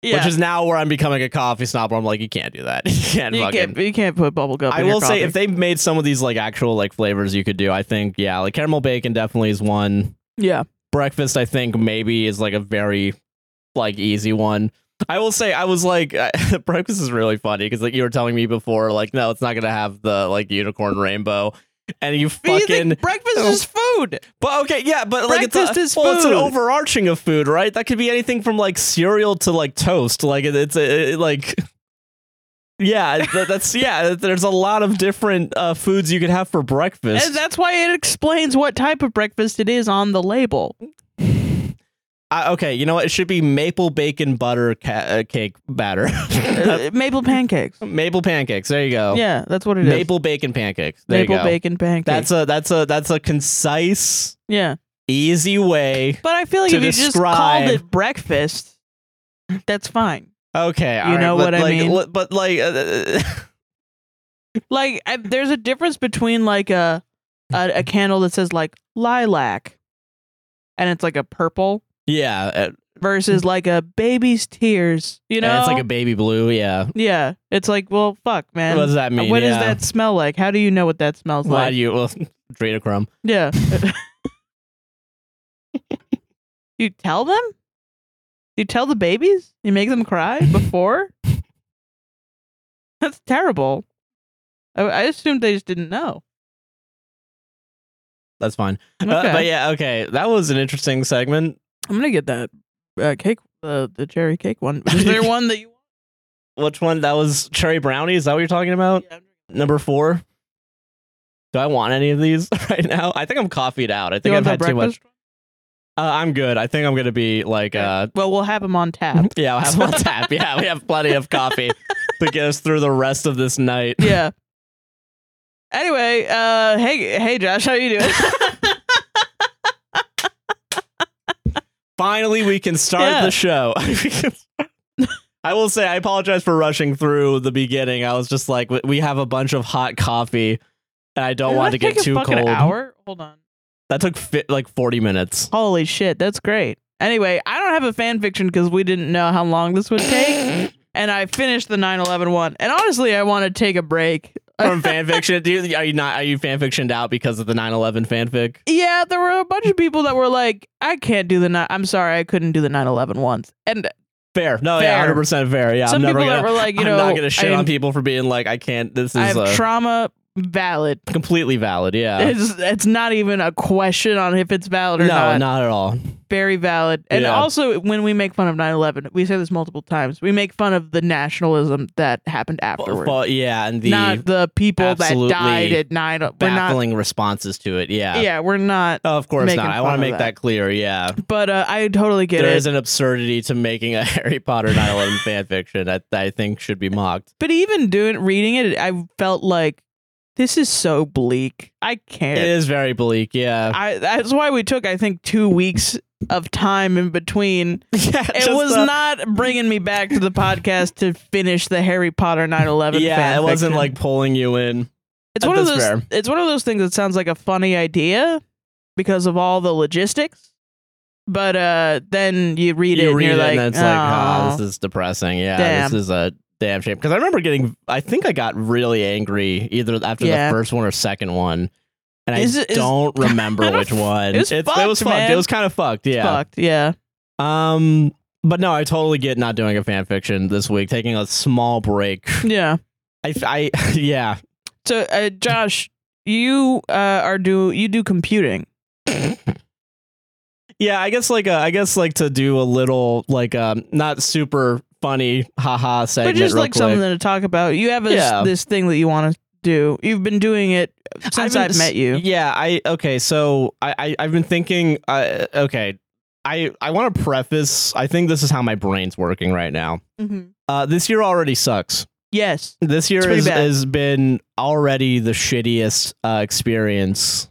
Speaker 2: Yeah,
Speaker 1: which is now where I'm becoming a coffee snob. Where I'm like, you can't do that. You can't
Speaker 2: you
Speaker 1: fucking.
Speaker 2: can't you can't put bubblegum.
Speaker 1: I
Speaker 2: in your
Speaker 1: will say
Speaker 2: coffee.
Speaker 1: if they made some of these like actual like flavors you could do, I think yeah, like caramel bacon definitely is one.
Speaker 2: yeah
Speaker 1: Breakfast I think maybe is like a very like easy one. I will say I was like breakfast is really funny because like you were telling me before like no it's not gonna have the like unicorn rainbow and you
Speaker 2: But you
Speaker 1: fucking
Speaker 2: think breakfast
Speaker 1: Oh.
Speaker 2: is food.
Speaker 1: but okay yeah but like it's
Speaker 2: Breakfast
Speaker 1: a,
Speaker 2: is
Speaker 1: well it's an
Speaker 2: food.
Speaker 1: overarching of food right that could be anything from like cereal to like toast like it, it's a, it- like yeah that, that's yeah there's a lot of different uh, foods you could have for breakfast
Speaker 2: And that's why it explains what type of breakfast it is on the label.
Speaker 1: I- okay you know what it should be maple bacon butter ca- uh, cake batter
Speaker 2: Uh, maple pancakes.
Speaker 1: maple pancakes there you go
Speaker 2: Yeah, that's what it is.
Speaker 1: Oh. maple bacon pancakes there
Speaker 2: Maple
Speaker 1: you go
Speaker 2: bacon pancakes.
Speaker 1: that's a that's a that's a concise
Speaker 2: yeah.
Speaker 1: easy way
Speaker 2: But I feel like
Speaker 1: to
Speaker 2: if you just called
Speaker 1: describe-
Speaker 2: it breakfast, that's fine.
Speaker 1: okay all
Speaker 2: You
Speaker 1: right,
Speaker 2: know
Speaker 1: but
Speaker 2: what I
Speaker 1: like,
Speaker 2: mean.
Speaker 1: li- but like uh,
Speaker 2: like I, there's a difference between like a, a a candle that says like lilac and it's like a purple
Speaker 1: yeah uh,
Speaker 2: versus like a baby's tears. You know,
Speaker 1: And it's like a baby blue. Yeah.
Speaker 2: yeah. It's like, well, fuck, man.
Speaker 1: what does that mean?
Speaker 2: What
Speaker 1: yeah.
Speaker 2: does that smell like? How do you know what that smells
Speaker 1: Why
Speaker 2: like?
Speaker 1: do you well, Drita Crumb?
Speaker 2: yeah. you tell them? You tell the babies? You make them cry before? That's terrible. I, I assumed they just didn't know.
Speaker 1: That's fine. Uh,
Speaker 2: Okay.
Speaker 1: but yeah, okay, that was an interesting segment.
Speaker 2: I'm gonna get that uh, cake, uh, the cherry cake one. Is there one that you want?
Speaker 1: Which one? That was cherry brownie. Is that what you're talking about?
Speaker 2: Yeah.
Speaker 1: Number four. Do I want any of these right now? I think I'm coffeeed out. I
Speaker 2: You
Speaker 1: think
Speaker 2: want
Speaker 1: I've
Speaker 2: the
Speaker 1: had too much.
Speaker 2: breakfast one?
Speaker 1: Uh, I'm good. I think I'm gonna be like, uh,
Speaker 2: well, we'll have them on tap.
Speaker 1: yeah, I'll have one tap. Yeah, we have plenty of coffee to get us through the rest of this night.
Speaker 2: yeah. Anyway, uh, hey, hey, Josh, how you doing?
Speaker 1: Finally, we can start
Speaker 2: Yeah.
Speaker 1: the show. I will say, I apologize for rushing through the beginning. I was just like, we- we have a bunch of hot coffee, and I don't
Speaker 2: Did
Speaker 1: want
Speaker 2: that
Speaker 1: to get
Speaker 2: take a
Speaker 1: too
Speaker 2: fucking
Speaker 1: cold.
Speaker 2: Hour? Hold on.
Speaker 1: That took fi- like 40 minutes.
Speaker 2: Holy shit, that's great. Anyway, I don't have a fan fiction because we didn't know how long this would take, and I finished the 9/11 one. And honestly, I want to take a break.
Speaker 1: From fan fiction, do you, are you not? Are you fan fictioned out because of the 9/11 fanfic?
Speaker 2: Yeah, there were a bunch of people that were like, "I can't do the ni- I'm sorry, I couldn't do the 9/11 once." And
Speaker 1: Fair, no, yeah,
Speaker 2: Fair.
Speaker 1: 100 percent fair. Yeah,
Speaker 2: some
Speaker 1: I'm never
Speaker 2: people
Speaker 1: gonna.
Speaker 2: that were like, you know,
Speaker 1: I'm not gonna shit
Speaker 2: I,
Speaker 1: on people for being like, I can't. This is
Speaker 2: I have
Speaker 1: uh,
Speaker 2: trauma valid.
Speaker 1: completely valid. Yeah,
Speaker 2: It's, it's not even a question on if it's valid or
Speaker 1: no,
Speaker 2: not.
Speaker 1: not at all.
Speaker 2: Very valid. And
Speaker 1: Yeah.
Speaker 2: also, when we make fun of 9 11, we say this multiple times. We make fun of the nationalism that happened afterward.
Speaker 1: But, yeah, and the
Speaker 2: not the people that
Speaker 1: absolutely
Speaker 2: died at 9 We're not.
Speaker 1: baffling responses to it. Yeah,
Speaker 2: Yeah, we're not.
Speaker 1: Oh, of course
Speaker 2: making
Speaker 1: not. I
Speaker 2: fun
Speaker 1: want
Speaker 2: of
Speaker 1: to make
Speaker 2: that.
Speaker 1: that. clear. Yeah.
Speaker 2: But uh, I totally get
Speaker 1: there
Speaker 2: it.
Speaker 1: is an absurdity to making a Harry Potter 9/11 fan fiction that that I think should be mocked.
Speaker 2: but even doing reading it, I felt like this is so bleak. I can't.
Speaker 1: It is very bleak. Yeah.
Speaker 2: I, that's why we took, I think, two weeks of time in between
Speaker 1: yeah
Speaker 2: It was not bringing me back to the podcast to finish the Harry Potter 9/11.
Speaker 1: Yeah,
Speaker 2: fan
Speaker 1: it wasn't
Speaker 2: fiction.
Speaker 1: like pulling you in.
Speaker 2: it's one of
Speaker 1: that's
Speaker 2: those.
Speaker 1: fair.
Speaker 2: It's one of those things that sounds like a funny idea because of all the logistics, but uh, then you read it
Speaker 1: you
Speaker 2: and
Speaker 1: read
Speaker 2: you're
Speaker 1: it
Speaker 2: like,
Speaker 1: and it's like,
Speaker 2: "Aw."
Speaker 1: oh, this is depressing. Yeah,
Speaker 2: Damn.
Speaker 1: this is a damn shame. Because I remember getting, I think I got really angry either after
Speaker 2: Yeah.
Speaker 1: the first one or second one, and
Speaker 2: Is
Speaker 1: I
Speaker 2: it- is-
Speaker 1: don't remember
Speaker 2: I don't
Speaker 1: which one.
Speaker 2: it was
Speaker 1: it was
Speaker 2: fucked,
Speaker 1: fucked. It
Speaker 2: man.
Speaker 1: was kind of fucked. Yeah.
Speaker 2: fucked. Yeah,
Speaker 1: Um, but no, I totally get not doing a fan fiction this week, taking a small break.
Speaker 2: yeah.
Speaker 1: I, I yeah,
Speaker 2: So, uh, Josh, you uh, are do you do computing?
Speaker 1: yeah. I guess like a, I guess like to do a little like um not super funny haha segment.
Speaker 2: but just
Speaker 1: real
Speaker 2: like
Speaker 1: quick.
Speaker 2: something to talk about. You have a,
Speaker 1: Yeah.
Speaker 2: this thing that you want to do. You've been doing it since
Speaker 1: been-
Speaker 2: I've met you.
Speaker 1: Yeah, I okay. So I, I I've been thinking. Uh, okay, I I want to preface. I think this is how my brain's working right now.
Speaker 2: Mhm.
Speaker 1: Uh, this year already sucks.
Speaker 2: Yes.
Speaker 1: This year
Speaker 2: It's pretty
Speaker 1: is,
Speaker 2: bad.
Speaker 1: has been already the shittiest uh, experience.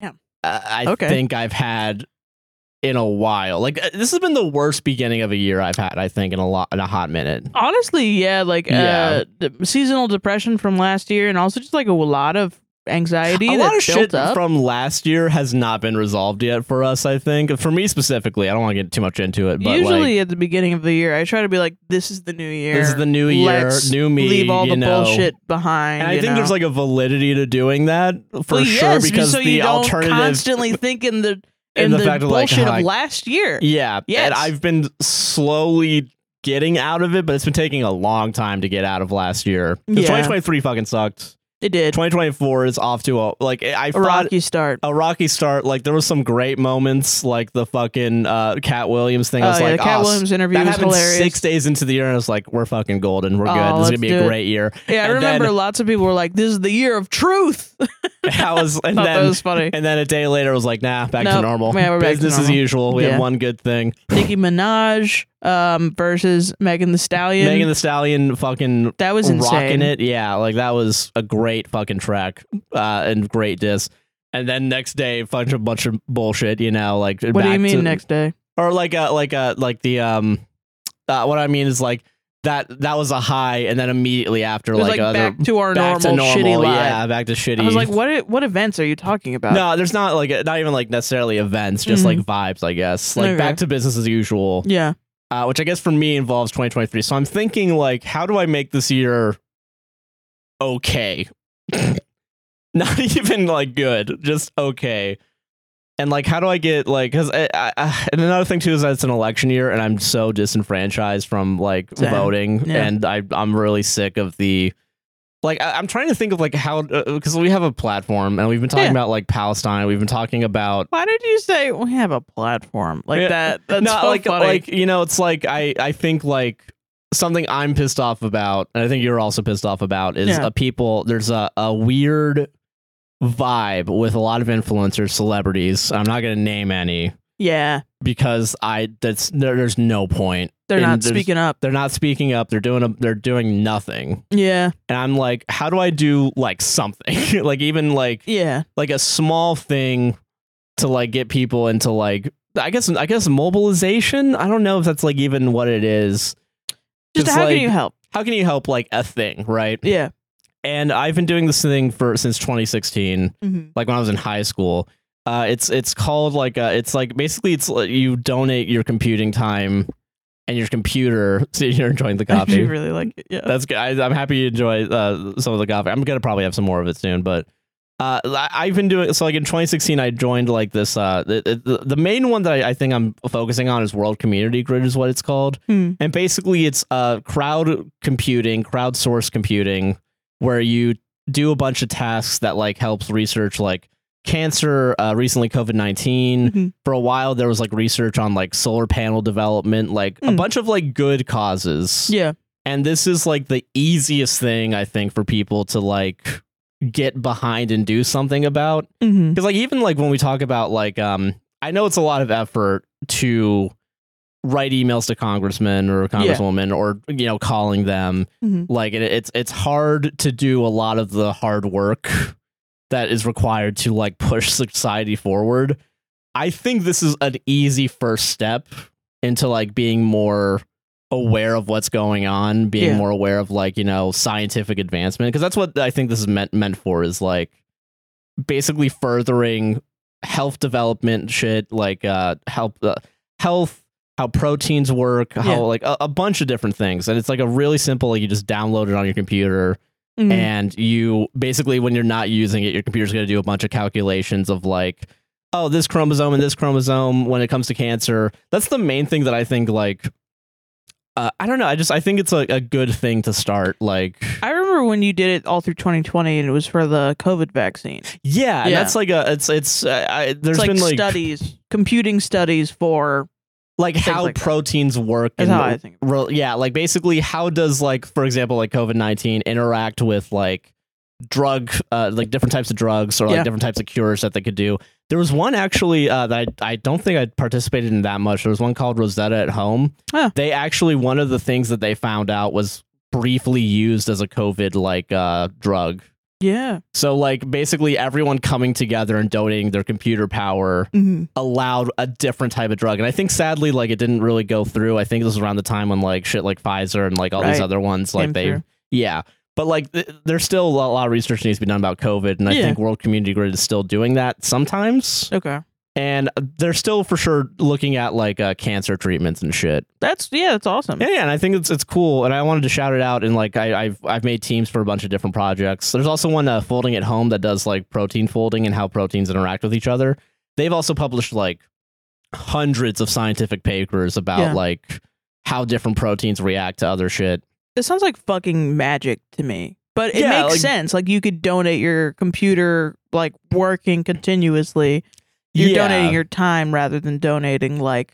Speaker 2: Yeah.
Speaker 1: uh, I
Speaker 2: Okay.
Speaker 1: think I've had in a while. Like uh, this has been the worst beginning of a year I've had. I think in a lot in a hot minute.
Speaker 2: Honestly, yeah, like
Speaker 1: Yeah.
Speaker 2: Uh, the seasonal depression from last year, and also just like a lot of anxiety
Speaker 1: a
Speaker 2: that
Speaker 1: lot of
Speaker 2: built
Speaker 1: shit
Speaker 2: up.
Speaker 1: from last year has not been resolved yet for us. I think for me specifically, I don't want to get too much into it, but
Speaker 2: Usually
Speaker 1: like
Speaker 2: at the beginning of the year, I try to be like, "This is the new year.
Speaker 1: this is the new year,
Speaker 2: Let's
Speaker 1: new me.
Speaker 2: leave all
Speaker 1: you
Speaker 2: the
Speaker 1: know.
Speaker 2: bullshit behind."
Speaker 1: And I
Speaker 2: you
Speaker 1: think
Speaker 2: know?
Speaker 1: there's like a validity to doing that for
Speaker 2: Well,
Speaker 1: sure
Speaker 2: yes,
Speaker 1: because
Speaker 2: so
Speaker 1: the
Speaker 2: you don't
Speaker 1: alternative
Speaker 2: constantly think in the in,
Speaker 1: the
Speaker 2: the,
Speaker 1: fact of, like, E
Speaker 2: bullshit
Speaker 1: how I-
Speaker 2: of last year.
Speaker 1: Yeah.
Speaker 2: Yes.
Speaker 1: And I've been slowly getting out of it, but it's been taking a long time to get out of last year. 'Cause
Speaker 2: Yeah.
Speaker 1: 2023 fucking sucked.
Speaker 2: It did
Speaker 1: 2024 is off to a like I
Speaker 2: a
Speaker 1: thought
Speaker 2: rocky start.
Speaker 1: a rocky start. Like there was some great moments, like the fucking uh, Cat Williams thing. I was
Speaker 2: oh, yeah,
Speaker 1: like,
Speaker 2: the Cat
Speaker 1: "Oh,
Speaker 2: Williams interview
Speaker 1: That
Speaker 2: was
Speaker 1: happened
Speaker 2: hilarious.
Speaker 1: six days into the year, and I was like, "We're fucking golden. We're
Speaker 2: Oh,
Speaker 1: good. This is
Speaker 2: let's
Speaker 1: gonna be
Speaker 2: do
Speaker 1: a
Speaker 2: it."
Speaker 1: great year."
Speaker 2: yeah, I
Speaker 1: and then-
Speaker 2: remember lots of people were like, "This is the year of truth."
Speaker 1: I was, and
Speaker 2: Thought that
Speaker 1: then,
Speaker 2: was funny.
Speaker 1: and then a day later, I was like, "Nah, back to
Speaker 2: Nope.
Speaker 1: normal.
Speaker 2: Yeah, we're back to
Speaker 1: Business as
Speaker 2: normal.
Speaker 1: usual. We
Speaker 2: Yeah.
Speaker 1: had one good thing.
Speaker 2: Nicki Minaj um, versus Megan the Stallion.
Speaker 1: Megan the Stallion, fucking
Speaker 2: that was insane.
Speaker 1: rocking it. Yeah, like that was a great fucking track uh, and great disc. And then next day, bunch of bunch of bullshit. You know, like
Speaker 2: What do
Speaker 1: back
Speaker 2: you mean
Speaker 1: to-
Speaker 2: next day?
Speaker 1: uh, or like a like a like the um uh, what uh, I mean is like that that was a high, and then immediately after,
Speaker 2: It was
Speaker 1: like,
Speaker 2: like,
Speaker 1: other,
Speaker 2: back to our
Speaker 1: back
Speaker 2: normal, shitty life.
Speaker 1: yeah, back to shitty.
Speaker 2: I was like, what? What events are you talking about?
Speaker 1: no, there's not like not even like necessarily events, just
Speaker 2: Mhm.
Speaker 1: like vibes, I guess. Like
Speaker 2: Okay.
Speaker 1: back to business as usual.
Speaker 2: Yeah.
Speaker 1: uh, which I guess for me involves 2023. So I'm thinking like, how do I make this year okay? Not even like good, just okay. And like, how do I get like? Because I, I, I, and another thing too is that it's an election year, and I'm so disenfranchised from like
Speaker 2: Same.
Speaker 1: voting,
Speaker 2: Yeah.
Speaker 1: and I I'm really sick of the. Like I, I'm trying to think of like how because we have a platform and we've been talking
Speaker 2: Yeah.
Speaker 1: about like Palestine, we've been talking about
Speaker 2: Why did you say we have a platform like
Speaker 1: Yeah.
Speaker 2: that? That's
Speaker 1: no,
Speaker 2: so
Speaker 1: like
Speaker 2: funny.
Speaker 1: like you know, it's like I I think like something I'm pissed off about, and I think you're also pissed off about is
Speaker 2: Yeah.
Speaker 1: a people. There's a a weird vibe with a lot of influencers, celebrities. I'm not gonna name any
Speaker 2: yeah,
Speaker 1: because I that's there, there's no point.
Speaker 2: they're
Speaker 1: And
Speaker 2: not
Speaker 1: there's-
Speaker 2: speaking up.
Speaker 1: They're not speaking up. They're doing a, they're doing nothing.
Speaker 2: Yeah,
Speaker 1: And I'm like, how do I do like something? like even like
Speaker 2: yeah,
Speaker 1: like a small thing to like get people into like I guess I guess mobilization. I don't know if that's like even what it is.
Speaker 2: just
Speaker 1: It's
Speaker 2: how
Speaker 1: like-
Speaker 2: can you help?
Speaker 1: How can you help like a thing, right?
Speaker 2: Yeah,
Speaker 1: And I've been doing this thing for since 2016,
Speaker 2: Mhm.
Speaker 1: like when I was in high school. Uh, it's it's called like uh it's like basically it's like you donate your computing time and your computer. See, you're enjoying the
Speaker 2: I actually
Speaker 1: coffee.
Speaker 2: really like it. Yeah,
Speaker 1: That's good. I, I'm happy you enjoy uh, some of the coffee. I'm gonna probably have some more of it soon, but uh, I- I've been doing so. Like in 2016, I joined like this. Uh, the, the the main one that I, I think I'm focusing on is World Community Grid, is what it's called,
Speaker 2: Hmm.
Speaker 1: and basically it's uh crowd computing, crowdsource computing, where you do a bunch of tasks that like helps research like cancer uh, recently covid-19
Speaker 2: Mhm.
Speaker 1: for a while there was like research on like solar panel development like a
Speaker 2: Mm.
Speaker 1: bunch of like good causes
Speaker 2: yeah,
Speaker 1: and this is like the easiest thing I think for people to like get behind and do something about.
Speaker 2: hmm
Speaker 1: Because like even like when we talk about like um I know it's a lot of effort to write emails to congressmen or congresswoman or you know calling them
Speaker 2: Mhm.
Speaker 1: like it, it's it's hard to do a lot of the hard work that is required to like push society forward. I think this is an easy first step into like being more aware of what's going on, being
Speaker 2: Yeah.
Speaker 1: more aware of like, you know, scientific advancement because that's what I think this is meant meant for is like basically furthering health development shit like uh help uh, health how proteins work, how
Speaker 2: Yeah.
Speaker 1: like a, a bunch of different things. And it's like a really simple like you just download it on your computer
Speaker 2: Mhm.
Speaker 1: and you basically when you're not using it your computer's going to do a bunch of calculations of like oh this chromosome and this chromosome when it comes to cancer that's the main thing that i think like uh, i don't know i just i think it's a, a good thing to start like
Speaker 2: I remember when you did it all through 2020, and it was for the COVID vaccine.
Speaker 1: yeah, and
Speaker 2: Yeah.
Speaker 1: that's like a it's it's uh, I, there's
Speaker 2: It's like,
Speaker 1: been like
Speaker 2: studies, computing studies for.
Speaker 1: like how
Speaker 2: like that.
Speaker 1: proteins work
Speaker 2: That's how I think.
Speaker 1: re- yeah like basically how does like for example like covid-19 interact with like drug uh, like different types of drugs or like
Speaker 2: Yeah.
Speaker 1: different types of cures that they could do there was one actually uh, that I, I don't think i participated in that much there was one called rosetta at home
Speaker 2: Huh.
Speaker 1: they actually one of the things that they found out was briefly used as a covid like uh, drug
Speaker 2: Yeah.
Speaker 1: so like basically everyone coming together and donating their computer power
Speaker 2: hmm
Speaker 1: allowed a different type of drug. And I think sadly, like it didn't really go through. I think this was around the time when like shit like Pfizer and like all these
Speaker 2: Right.
Speaker 1: other ones, like
Speaker 2: Came
Speaker 1: they,
Speaker 2: through.
Speaker 1: yeah. But like th- there's still a lot, lot of research needs to be done about COVID. And I
Speaker 2: Yeah.
Speaker 1: think World Community Grid is still doing that sometimes.
Speaker 2: Okay.
Speaker 1: And they're still for sure looking at like uh, cancer treatments and shit.
Speaker 2: That's yeah. That's awesome.
Speaker 1: Yeah, yeah, and I think it's it's cool, and I wanted to shout it out. And like, I, I've I've made teams for a bunch of different projects. There's also one uh, folding at home that does like protein folding and how proteins interact with each other. They've also published like hundreds of scientific papers about
Speaker 2: Yeah.
Speaker 1: like how different proteins react to other shit.
Speaker 2: It sounds like fucking magic to me. But it
Speaker 1: Yeah,
Speaker 2: makes
Speaker 1: like-
Speaker 2: sense. Like you could donate your computer like working continuously. You're
Speaker 1: Yeah.
Speaker 2: donating your time rather than donating like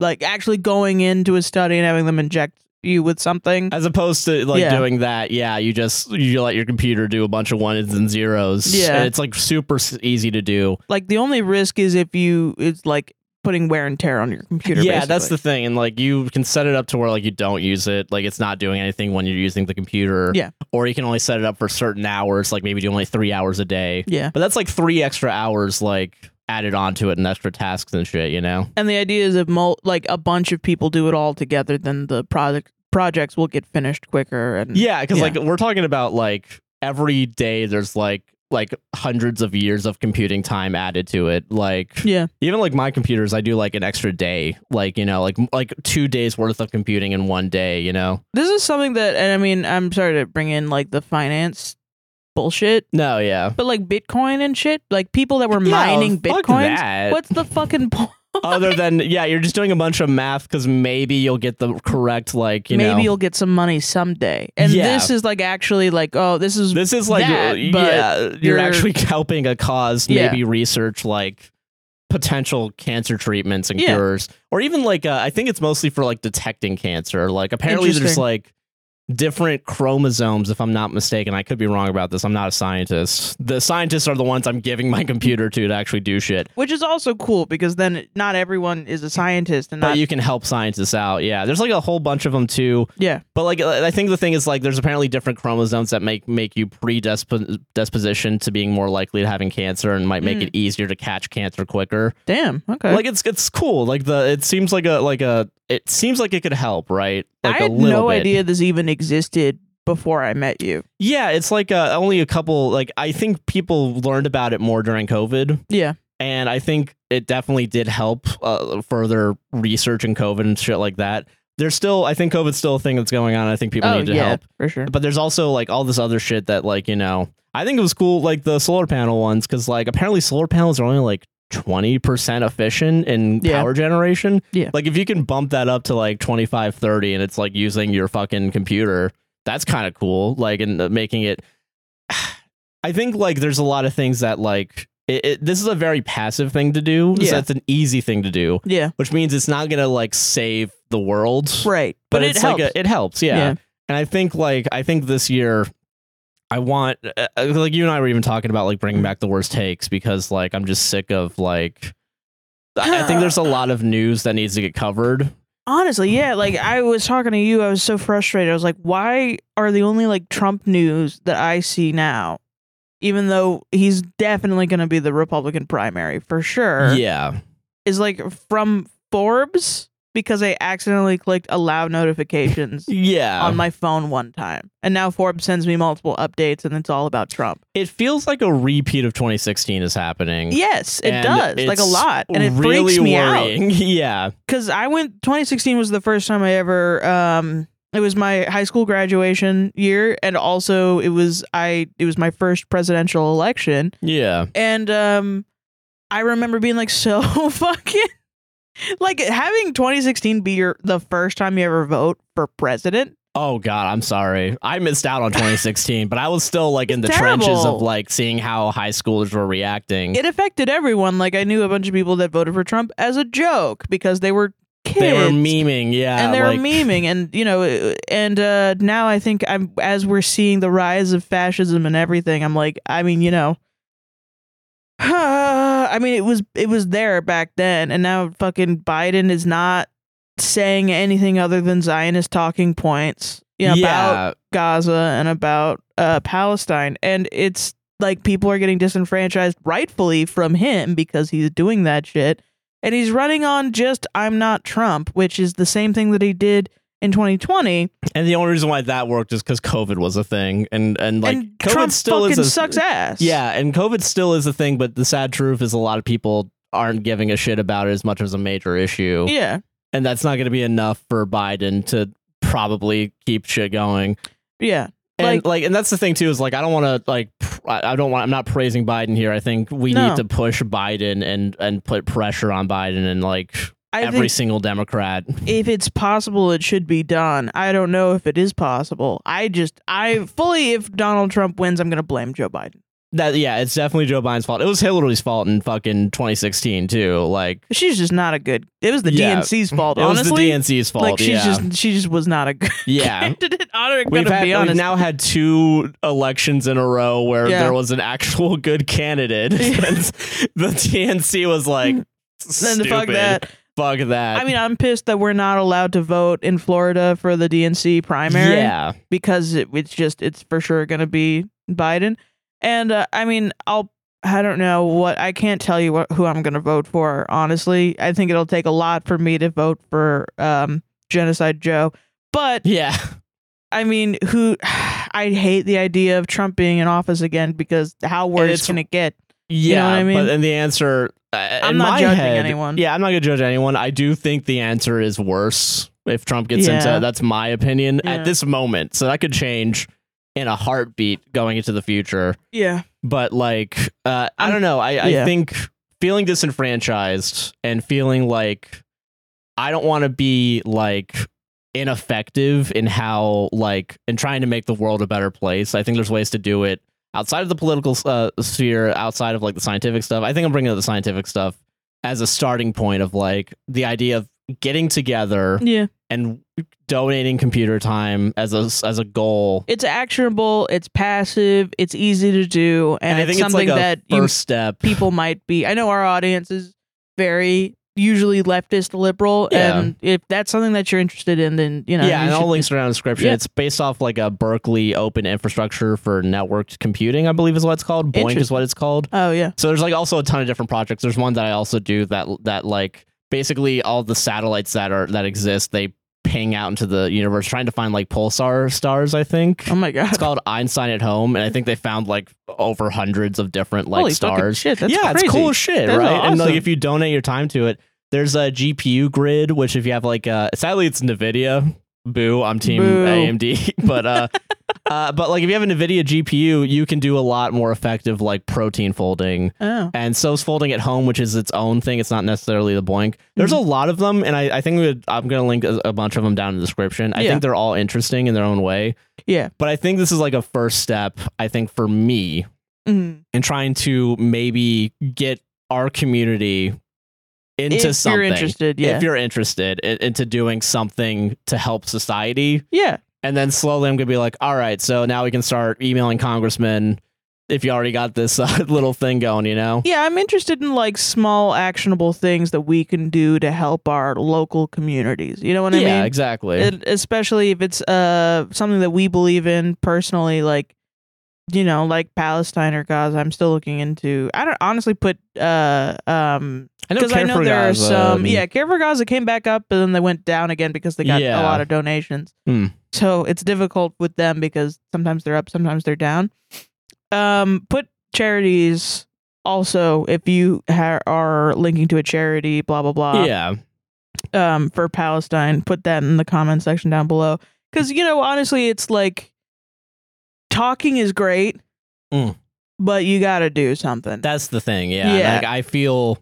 Speaker 2: like actually going into a study and having them inject you with something.
Speaker 1: as opposed to like
Speaker 2: Yeah.
Speaker 1: doing that. Yeah, you just you let your computer do a bunch of ones and zeros.
Speaker 2: Yeah.
Speaker 1: and it's like super s- easy to do.
Speaker 2: Like the only risk is if you it's like putting wear and tear on your computer.
Speaker 1: yeah that's the
Speaker 2: basically.
Speaker 1: thing and like you can set it up to where like you don't use it like it's not doing anything when you're using the computer
Speaker 2: Yeah.
Speaker 1: or you can only set it up for certain hours like maybe do only three hours a day
Speaker 2: Yeah.
Speaker 1: but that's like three extra hours like added onto it and extra tasks and shit you know
Speaker 2: And the idea is if mul- like a bunch of people do it all together, then the product projects will get finished quicker and
Speaker 1: Yeah, because
Speaker 2: Hmm. Yeah.
Speaker 1: like we're talking about like every day there's like like hundreds of years of computing time added to it. Like
Speaker 2: yeah
Speaker 1: even like my computers, I do like an extra day, like you know, like like two days worth of computing in one day. You know,
Speaker 2: this is something that and i mean i'm sorry to bring in like the finance bullshit
Speaker 1: no, yeah,
Speaker 2: but like bitcoin and shit like people that were
Speaker 1: Yeah,
Speaker 2: mining
Speaker 1: fuck
Speaker 2: bitcoin
Speaker 1: that.
Speaker 2: what's the fucking point
Speaker 1: Other than yeah, you're just doing a bunch of math because maybe you'll get the correct like you
Speaker 2: maybe
Speaker 1: know.
Speaker 2: you'll get some money someday and
Speaker 1: Yeah.
Speaker 2: this is like actually like oh this is
Speaker 1: this is like
Speaker 2: that, but
Speaker 1: yeah, you're,
Speaker 2: you're-
Speaker 1: actually helping a cause
Speaker 2: Yeah.
Speaker 1: maybe research like potential cancer treatments and
Speaker 2: Yeah.
Speaker 1: cures or even like uh, i think it's mostly for like detecting cancer like apparently there's
Speaker 2: Interesting.
Speaker 1: like different chromosomes if i'm not mistaken i could be wrong about this i'm not a scientist the scientists are the ones i'm giving my computer to to actually do shit
Speaker 2: which is also cool because then not everyone is a scientist and
Speaker 1: but
Speaker 2: not
Speaker 1: you can help scientists out yeah there's like a whole bunch of them too
Speaker 2: yeah
Speaker 1: But like, I think the thing is like, there's apparently different chromosomes that make make you predisposition to being more likely to having cancer and might make
Speaker 2: Mm.
Speaker 1: it easier to catch cancer quicker.
Speaker 2: damn okay
Speaker 1: Like it's it's cool. Like the it seems like a like a it seems like it could help, right? Like
Speaker 2: i
Speaker 1: a
Speaker 2: had no idea this even existed before i met you
Speaker 1: Yeah, it's like uh only a couple. Like I think people learned about it more during COVID,
Speaker 2: yeah
Speaker 1: and I think it definitely did help uh, further research in COVID and shit like that. There's still, I think COVID's still a thing that's going on. I think people
Speaker 2: oh
Speaker 1: need to
Speaker 2: yeah
Speaker 1: help.
Speaker 2: for sure
Speaker 1: but there's also like all this other shit that like you know i think it was cool like the solar panel ones because like apparently solar panels are only like 20% efficient in
Speaker 2: Yeah.
Speaker 1: power generation
Speaker 2: Yeah.
Speaker 1: like if you can bump that up to like 25 30 and it's like using your fucking computer that's kind of cool like and uh, making it i think like there's a lot of things that like it, it, this is a very passive thing to do
Speaker 2: Yeah.
Speaker 1: so it's an easy thing to do
Speaker 2: yeah
Speaker 1: which means it's not gonna like save the world
Speaker 2: right but, it
Speaker 1: it's
Speaker 2: helps
Speaker 1: Like a, it helps, yeah.
Speaker 2: Yeah.
Speaker 1: And I think like I think this year, I want uh, uh, like you and I were even talking about like bringing back the worst takes because like I'm just sick of like I I think there's a lot of news that needs to get covered.
Speaker 2: honestly yeah like i was talking to you i was so frustrated i was like why are the only like trump news that i see now even though he's definitely going to be the republican primary for sure
Speaker 1: Yeah,
Speaker 2: is like from forbes because i accidentally clicked allow notifications
Speaker 1: yeah.
Speaker 2: on my phone one time and now forbes sends me multiple updates and it's all about trump
Speaker 1: it feels like a repeat of 2016 is happening.
Speaker 2: yes it
Speaker 1: And
Speaker 2: does like a
Speaker 1: it's
Speaker 2: lot and it
Speaker 1: really
Speaker 2: freaks me out
Speaker 1: worrying. Yeah,
Speaker 2: because I went 2016 was the first time I ever um it was my high school graduation year and also it was I it was my first presidential election
Speaker 1: yeah.
Speaker 2: and um I remember being like so fucking like having 2016 be your the first time you ever vote for president
Speaker 1: Oh God, I'm sorry. I missed out on 2016, but I was still like in the
Speaker 2: It's
Speaker 1: trenches of
Speaker 2: terrible.
Speaker 1: like seeing how high schoolers were reacting.
Speaker 2: it affected everyone like I knew a bunch of people that voted for Trump as a joke because they were kids
Speaker 1: they were memeing, yeah,
Speaker 2: and they were
Speaker 1: like-
Speaker 2: memeing and you know and uh now i think i'm as we're seeing the rise of fascism and everything i'm like i mean you know i mean it was it was there back then and now fucking biden is not saying anything other than zionist talking points you know, about gaza and about uh palestine and it's like people are getting disenfranchised rightfully from him because he's doing that shit and he's running on just I'm not Trump, which is the same thing that he did in 2020.
Speaker 1: And the only reason why that worked is because COVID was a thing, and and like
Speaker 2: and
Speaker 1: COVID
Speaker 2: Trump
Speaker 1: still
Speaker 2: fucking
Speaker 1: is a,
Speaker 2: sucks ass.
Speaker 1: Yeah, and COVID still is a thing, but the sad truth is a lot of people aren't giving a shit about it as much as a major issue,
Speaker 2: yeah,
Speaker 1: and that's not going to be enough for Biden to probably keep shit going.
Speaker 2: yeah.
Speaker 1: And like,
Speaker 2: Like-
Speaker 1: and that's the thing too is like I don't want to like pr- I I don't want I'm not praising Biden here. I think we
Speaker 2: No.
Speaker 1: need to push Biden and and put pressure on Biden and like
Speaker 2: I
Speaker 1: every
Speaker 2: think
Speaker 1: single Democrat.
Speaker 2: if it's possible, it should be done. I don't know if it is possible. I just, I fully, if Donald Trump wins, I'm gonna blame Joe Biden.
Speaker 1: That yeah, it's definitely Joe Biden's fault. It was Hillary's fault in fucking 2016 too. Like
Speaker 2: She's just not a good. It was the
Speaker 1: Yeah.
Speaker 2: DNC's fault,
Speaker 1: It
Speaker 2: honestly.
Speaker 1: was the DNC's fault.
Speaker 2: Like she's
Speaker 1: yeah.
Speaker 2: just, she just was not a good
Speaker 1: yeah.
Speaker 2: candidate. I'm
Speaker 1: We've,
Speaker 2: gonna
Speaker 1: had,
Speaker 2: be
Speaker 1: we've
Speaker 2: honest.
Speaker 1: now had two elections in a row where
Speaker 2: Yeah.
Speaker 1: there was an actual good candidate.
Speaker 2: Yeah.
Speaker 1: And the DNC was like,
Speaker 2: Then
Speaker 1: stupid.
Speaker 2: fuck that.
Speaker 1: Fuck that.
Speaker 2: I mean, I'm pissed that we're not allowed to vote in Florida for the DNC primary.
Speaker 1: yeah.
Speaker 2: because it, it's just it's for sure going to be Biden. And uh, I mean, I'll I don't know what I can't tell you what, who I'm going to vote for. Honestly, I think it'll take a lot for me to vote for um, Genocide Joe. But
Speaker 1: Yeah.
Speaker 2: I mean, who? I hate the idea of Trump being in office again because how worse
Speaker 1: it's-
Speaker 2: can it get?
Speaker 1: Yeah,
Speaker 2: what I mean?
Speaker 1: but and the answer uh,
Speaker 2: I'm
Speaker 1: in
Speaker 2: not
Speaker 1: my
Speaker 2: judging
Speaker 1: head-
Speaker 2: anyone.
Speaker 1: Yeah, I'm not gonna judge anyone. I do think the answer is worse if Trump gets into
Speaker 2: Yeah.
Speaker 1: into. That's my opinion
Speaker 2: Yeah.
Speaker 1: at this moment. So that could change in a heartbeat going into the future.
Speaker 2: Yeah,
Speaker 1: But like, uh, I
Speaker 2: I'm-
Speaker 1: don't know. I,
Speaker 2: yeah.
Speaker 1: I think feeling disenfranchised and feeling like I don't want to be like ineffective in how like in trying to make the world a better place. I think there's ways to do it outside of the political uh, sphere, outside of like the scientific stuff. I think I'm bringing up the scientific stuff as a starting point of like the idea of getting together
Speaker 2: yeah.
Speaker 1: and donating computer time as a as a goal.
Speaker 2: It's actionable. It's passive. It's easy to do, and,
Speaker 1: And, I
Speaker 2: it's
Speaker 1: think it's
Speaker 2: something
Speaker 1: like a
Speaker 2: that
Speaker 1: first
Speaker 2: you,
Speaker 1: step.
Speaker 2: people might be. I know our audience is very usually leftist liberal,
Speaker 1: Yeah.
Speaker 2: and if that's something that you're interested in, then you know,
Speaker 1: yeah,
Speaker 2: you
Speaker 1: and all
Speaker 2: should-
Speaker 1: links are down in the description.
Speaker 2: Yeah.
Speaker 1: It's based off like a Berkeley Open Infrastructure for Networked Computing, I believe is what it's called. Boink is
Speaker 2: Interesting.
Speaker 1: what it's called.
Speaker 2: Oh yeah,
Speaker 1: So there's like also a ton of different projects. There's one that I also do that that like basically all the satellites that are that exist they ping out into the universe trying to find like pulsar stars. I think
Speaker 2: oh my god,
Speaker 1: it's called Einstein at Home, and I think they found like over hundreds of different like
Speaker 2: Holy fucking
Speaker 1: stars
Speaker 2: Shit, that's
Speaker 1: yeah,
Speaker 2: crazy.
Speaker 1: it's cool as shit,
Speaker 2: That's
Speaker 1: right? And like
Speaker 2: awesome.
Speaker 1: if you donate your time to it, there's a GPU grid, which if you have like uh sadly it's Nvidia. Boo, I'm team
Speaker 2: Boo.
Speaker 1: AMD. But uh uh but like if you have an Nvidia GPU, you can do a lot more effective like protein folding.
Speaker 2: Oh.
Speaker 1: And so's folding at home, which is its own thing. It's not necessarily the boink. There's
Speaker 2: Mm-hmm.
Speaker 1: a lot of them, and I, I think we would, I'm gonna link a, a bunch of them down in the description. I
Speaker 2: Yeah.
Speaker 1: think they're all interesting in their own way.
Speaker 2: Yeah.
Speaker 1: But I think this is like a first step, I think, for me
Speaker 2: Mm.
Speaker 1: and trying to maybe get our community into
Speaker 2: if
Speaker 1: something.
Speaker 2: you're interested, yeah,
Speaker 1: If you're interested in, into doing something to help society,
Speaker 2: yeah,
Speaker 1: and then slowly I'm gonna be like, all right, so now we can start emailing congressmen. If you already got this uh, little thing going, you know.
Speaker 2: yeah. I'm interested in like small actionable things that we can do to help our local communities. You know what I
Speaker 1: yeah,
Speaker 2: mean?
Speaker 1: exactly.
Speaker 2: It, especially if it's uh something that we believe in personally, like you know, like Palestine or Gaza. I'm still looking into. I don't honestly put uh um
Speaker 1: I
Speaker 2: because I
Speaker 1: Care
Speaker 2: know
Speaker 1: for
Speaker 2: there
Speaker 1: Gaza
Speaker 2: are some.
Speaker 1: and-
Speaker 2: yeah, Care for Gaza came back up, and then they went down again because they got
Speaker 1: Yeah.
Speaker 2: a lot of donations.
Speaker 1: Hmm.
Speaker 2: So it's difficult with them because sometimes they're up, sometimes they're down. Um, put charities also if you ha- are linking to a charity, blah blah blah.
Speaker 1: yeah,
Speaker 2: Um, for Palestine, put that in the comment section down below because you know honestly, it's like talking is great,
Speaker 1: Mm.
Speaker 2: but you got to do something.
Speaker 1: that's the thing. Yeah,
Speaker 2: Yeah.
Speaker 1: like I feel.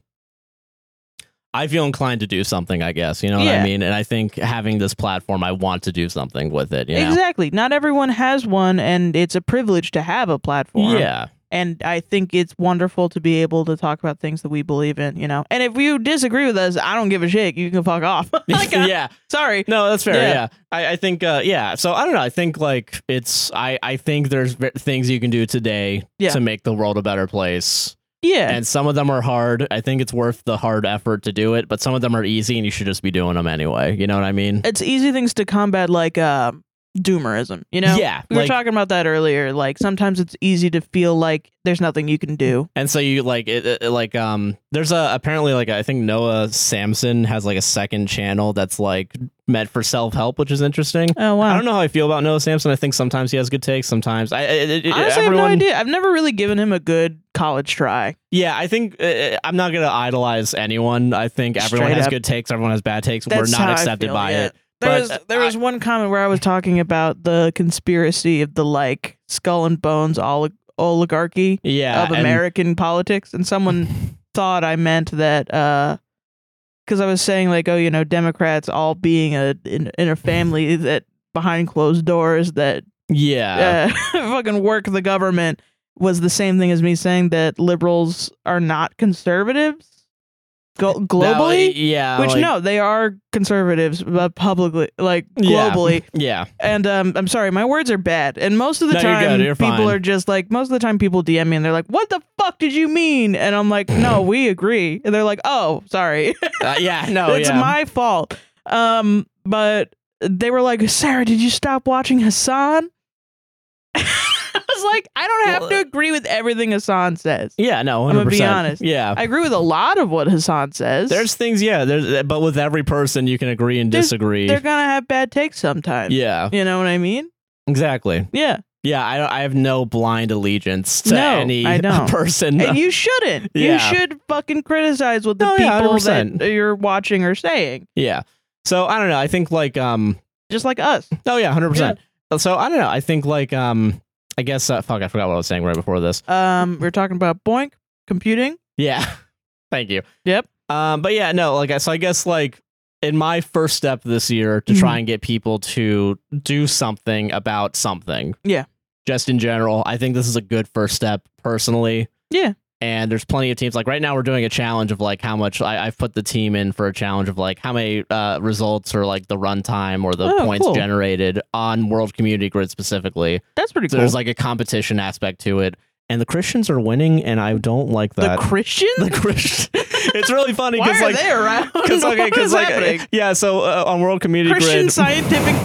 Speaker 1: I feel inclined to do something, I guess. You know what
Speaker 2: Yeah.
Speaker 1: I mean? And I think having this platform, I want to do something with it. You know?
Speaker 2: Exactly. Not everyone has one, and it's a privilege to have a platform.
Speaker 1: Yeah.
Speaker 2: And I think it's wonderful to be able to talk about things that we believe in, you know. And if you disagree with us, I don't give a shit. You can fuck off. Like, uh,
Speaker 1: yeah.
Speaker 2: Sorry.
Speaker 1: No, that's fair.
Speaker 2: Yeah.
Speaker 1: Yeah. I, I think, uh, yeah. So I don't know. I think like it's, I, I think there's v- things you can do today
Speaker 2: Yeah.
Speaker 1: to make the world a better place.
Speaker 2: Yeah.
Speaker 1: And some of them are hard. I think it's worth the hard effort to do it, but some of them are easy and you should just be doing them anyway. You know what I mean?
Speaker 2: it's easy things to combat, like uh, doomerism, you know?
Speaker 1: yeah.
Speaker 2: We were
Speaker 1: like-
Speaker 2: talking about that earlier. Like, sometimes it's easy to feel like there's nothing you can do.
Speaker 1: And so you like it, it- like um there's a apparently like I think Noah Samson has like a second channel that's like meant for self help, which is interesting.
Speaker 2: Oh, wow.
Speaker 1: I don't know how I feel about Noah Samson. I think sometimes he has good takes. Sometimes I, I it, it-
Speaker 2: Honestly, I
Speaker 1: everyone,
Speaker 2: have no idea. I've never really given him a good college try.
Speaker 1: Yeah, I think uh, I'm not going to idolize anyone. I think everyone
Speaker 2: Straight
Speaker 1: has
Speaker 2: up.
Speaker 1: good takes, everyone has bad takes.
Speaker 2: That's
Speaker 1: We're
Speaker 2: how
Speaker 1: not
Speaker 2: I
Speaker 1: accepted
Speaker 2: feel,
Speaker 1: by
Speaker 2: yeah.
Speaker 1: it.
Speaker 2: There
Speaker 1: But,
Speaker 2: was
Speaker 1: uh,
Speaker 2: there was one comment where I was talking about the conspiracy of the like skull and bones olig- oligarchy
Speaker 1: Yeah,
Speaker 2: of
Speaker 1: and-
Speaker 2: American politics, and someone thought I meant that because I was saying like, oh, you know, Democrats all being a in, in a family that behind closed doors that
Speaker 1: yeah,
Speaker 2: uh, fucking work the government was the same thing as me saying that liberals are not conservatives. Go-
Speaker 1: That wa-
Speaker 2: globally,
Speaker 1: yeah,
Speaker 2: which
Speaker 1: like-
Speaker 2: no, they are conservatives, but publicly, like
Speaker 1: Yeah.
Speaker 2: globally.
Speaker 1: yeah,
Speaker 2: And um, I'm sorry, my words are bad. And most of the
Speaker 1: No, you're
Speaker 2: time,
Speaker 1: good, you're
Speaker 2: people
Speaker 1: fine.
Speaker 2: are just like, most of the time, people DM me and they're like, "What the fuck did you mean?" And I'm like, "No, we agree." And they're like, "Oh, sorry,
Speaker 1: uh, yeah, no,
Speaker 2: it's
Speaker 1: yeah,
Speaker 2: my fault." Um, but they were like, "Sarah, did you stop watching Hassan?" I was like, I don't have
Speaker 1: Well,
Speaker 2: to agree with everything Hassan says.
Speaker 1: Yeah, no, 100%.
Speaker 2: I'm gonna be honest.
Speaker 1: Yeah.
Speaker 2: I agree with a lot of what Hassan says.
Speaker 1: there's things, yeah, there's, uh, but with every person you can agree and
Speaker 2: There's-
Speaker 1: disagree.
Speaker 2: They're gonna have bad takes sometimes.
Speaker 1: yeah,
Speaker 2: You know what I mean?
Speaker 1: exactly.
Speaker 2: Yeah.
Speaker 1: Yeah, I, don't- I have no blind allegiance to
Speaker 2: No,
Speaker 1: any
Speaker 2: I don't.
Speaker 1: person.
Speaker 2: And you shouldn't.
Speaker 1: Yeah.
Speaker 2: You should fucking criticize what the
Speaker 1: Oh, yeah,
Speaker 2: people
Speaker 1: 100%.
Speaker 2: that you're watching are saying.
Speaker 1: yeah. So I don't know. I think like um
Speaker 2: Just like us.
Speaker 1: oh yeah, 100%. So I don't know. I think like um I guess uh, fuck, I forgot what I was saying right before this.
Speaker 2: Um, we we're talking about boink computing.
Speaker 1: Yeah. Thank you.
Speaker 2: Yep.
Speaker 1: Um, but yeah, no, like I so I guess like in my first step this year to
Speaker 2: Mm-hmm.
Speaker 1: try and get people to do something about something.
Speaker 2: Yeah.
Speaker 1: Just in general, I think this is a good first step personally.
Speaker 2: Yeah.
Speaker 1: And there's plenty of teams like right now we're doing a challenge of like how much I, I've put the team in for a challenge of like how many uh, results or like the runtime or the
Speaker 2: Oh,
Speaker 1: points
Speaker 2: cool.
Speaker 1: generated on World Community Grid specifically.
Speaker 2: That's pretty
Speaker 1: So
Speaker 2: cool.
Speaker 1: there's like a competition aspect to it. And the Christians are winning, and I don't like
Speaker 2: the
Speaker 1: that
Speaker 2: Christians?
Speaker 1: the Christian. It's really funny
Speaker 2: Why
Speaker 1: because
Speaker 2: are
Speaker 1: like
Speaker 2: they around?
Speaker 1: because like
Speaker 2: What is
Speaker 1: because like
Speaker 2: happening?
Speaker 1: yeah. So uh, on World Community
Speaker 2: Christian
Speaker 1: Grid.
Speaker 2: scientific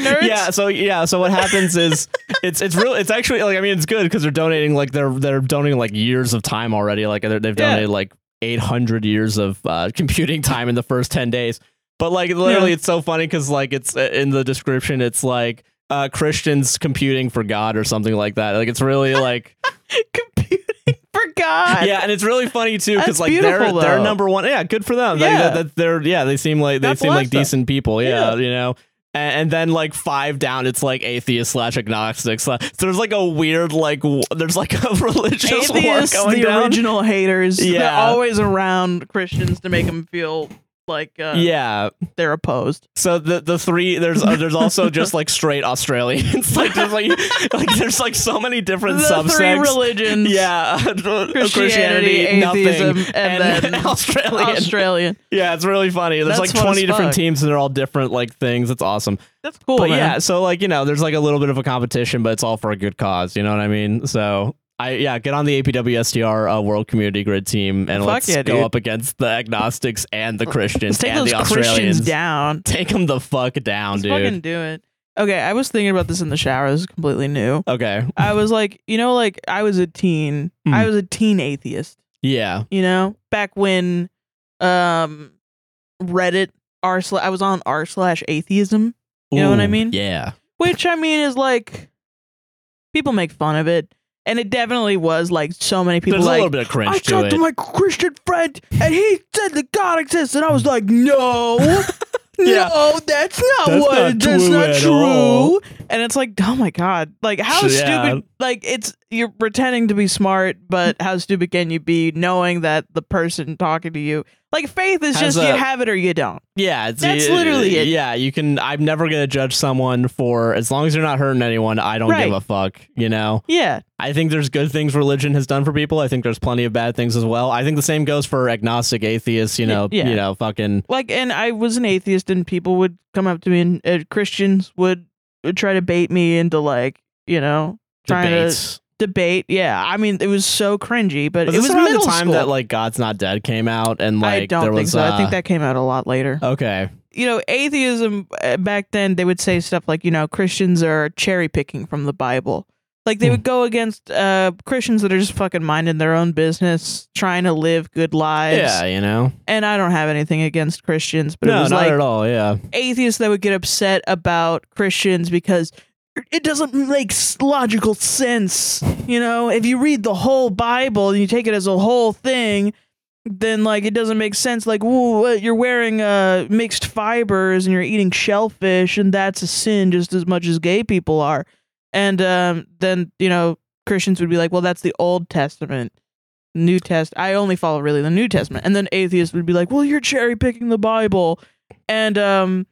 Speaker 2: nerds.
Speaker 1: yeah, so yeah, so what happens is it's it's real it's actually like I mean it's good because they're donating like they're they're donating like years of time already like they're, they've
Speaker 2: Yeah.
Speaker 1: donated like eight hundred years of uh, computing time in the first ten days, but like literally
Speaker 2: Yeah.
Speaker 1: it's so funny because like it's uh, in the description it's like uh, Christians computing for God or something like that like it's really like
Speaker 2: computing for God.
Speaker 1: yeah, and it's really funny too because
Speaker 2: That's
Speaker 1: like they're
Speaker 2: beautiful,
Speaker 1: they're
Speaker 2: though.
Speaker 1: number one. Yeah, good for them. Like,
Speaker 2: Yeah.
Speaker 1: that, that- they're yeah they seem like they
Speaker 2: God
Speaker 1: seem
Speaker 2: bless
Speaker 1: like
Speaker 2: them.
Speaker 1: decent people. Yeah,
Speaker 2: Yeah.
Speaker 1: you know. And, and then like five down, it's like atheist slash agnostic. Slash, so there's like a weird like w- there's like a religious
Speaker 2: Atheists,
Speaker 1: war going
Speaker 2: the
Speaker 1: down.
Speaker 2: original haters. They're
Speaker 1: Yeah.
Speaker 2: always around Christians to make them feel like uh,
Speaker 1: yeah.
Speaker 2: they're opposed.
Speaker 1: So the the three there's uh, there's also just like straight Australians. like there's like like there's like so many different
Speaker 2: the three
Speaker 1: subsects.
Speaker 2: religions.
Speaker 1: yeah,
Speaker 2: Christianity,
Speaker 1: nothing,
Speaker 2: atheism, and then
Speaker 1: Australian.
Speaker 2: Australian.
Speaker 1: Yeah, it's really funny. There's
Speaker 2: That's
Speaker 1: like
Speaker 2: fun
Speaker 1: 20
Speaker 2: as
Speaker 1: different
Speaker 2: fuck.
Speaker 1: teams and they're all different like things. It's awesome.
Speaker 2: That's cool.
Speaker 1: but
Speaker 2: man.
Speaker 1: yeah, so like, you know, there's like a little bit of a competition, but it's all for a good cause, you know what I mean? So I yeah, get on the APWSTR uh, World Community Grid team and
Speaker 2: Fuck
Speaker 1: let's
Speaker 2: yeah,
Speaker 1: go
Speaker 2: dude.
Speaker 1: up against the agnostics and the Christians
Speaker 2: Let's take
Speaker 1: and
Speaker 2: those
Speaker 1: the
Speaker 2: Christians
Speaker 1: Australians.
Speaker 2: down.
Speaker 1: Take them the fuck down,
Speaker 2: Let's
Speaker 1: dude.
Speaker 2: fucking do it. Okay, I was thinking about this in the shower. This is completely new.
Speaker 1: Okay.
Speaker 2: I was like, you know, like I was a teen.
Speaker 1: Hmm.
Speaker 2: I was a teen atheist.
Speaker 1: Yeah.
Speaker 2: You know, back when, um, Reddit r slash I was on r slash atheism, You know what I
Speaker 1: Ooh,
Speaker 2: mean?
Speaker 1: Yeah.
Speaker 2: which I mean is like, people make fun of it, and it definitely was like so many people
Speaker 1: there's a little
Speaker 2: like.
Speaker 1: bit of cringe
Speaker 2: I
Speaker 1: to
Speaker 2: talked
Speaker 1: it.
Speaker 2: to my Christian friend, and he said that God exists, and I was like, no.
Speaker 1: Yeah.
Speaker 2: No, that's not
Speaker 1: That's
Speaker 2: what.
Speaker 1: not
Speaker 2: that's
Speaker 1: true
Speaker 2: not
Speaker 1: at
Speaker 2: true.
Speaker 1: all.
Speaker 2: And it's like, oh my god, like how
Speaker 1: Yeah.
Speaker 2: stupid. Like it's you're pretending to be smart, but how stupid can you be knowing that the person talking to you, like faith is
Speaker 1: Has
Speaker 2: just
Speaker 1: a-
Speaker 2: you have it or you don't.
Speaker 1: Yeah, it's,
Speaker 2: That's literally it.
Speaker 1: Yeah, you can. I'm never gonna judge someone for as long as you're not hurting anyone. I don't give
Speaker 2: Right.
Speaker 1: a fuck. You know.
Speaker 2: Yeah,
Speaker 1: I think there's good things religion has done for people. I think there's plenty of bad things as well. I think the same goes for agnostic atheists. You know.
Speaker 2: Yeah.
Speaker 1: You know. Fucking.
Speaker 2: like and I was an atheist, and people would come up to me, and uh, Christians would, would try to bait me into like you know trying to
Speaker 1: Debates.
Speaker 2: debate. Yeah, I mean it was so cringy, but
Speaker 1: Was
Speaker 2: it
Speaker 1: this
Speaker 2: was
Speaker 1: around
Speaker 2: middle
Speaker 1: the time
Speaker 2: school.
Speaker 1: that like God's Not Dead came out and like
Speaker 2: I don't
Speaker 1: there
Speaker 2: think
Speaker 1: was
Speaker 2: so. I think
Speaker 1: uh,
Speaker 2: that came out a lot later.
Speaker 1: okay
Speaker 2: you know, atheism uh, back then, they would say stuff like, you know, Christians are cherry picking from the Bible. Like they would
Speaker 1: Hmm.
Speaker 2: go against uh, Christians that are just fucking minding their own business, trying to live good lives.
Speaker 1: yeah you know
Speaker 2: And I don't have anything against Christians, but
Speaker 1: no
Speaker 2: it was
Speaker 1: not
Speaker 2: like
Speaker 1: at all yeah
Speaker 2: atheists that would get upset about Christians because it doesn't make s- logical sense. You know, if you read the whole Bible and you take it as a whole thing, then like it doesn't make sense. Like, ooh, what, you're wearing uh, mixed fibers and you're eating shellfish, and that's a sin just as much as gay people are. And um, then you know Christians would be like, well, that's the Old Testament. New Test. I only follow really the New Testament, and then atheists would be like, "Well, you're cherry picking the Bible," and um,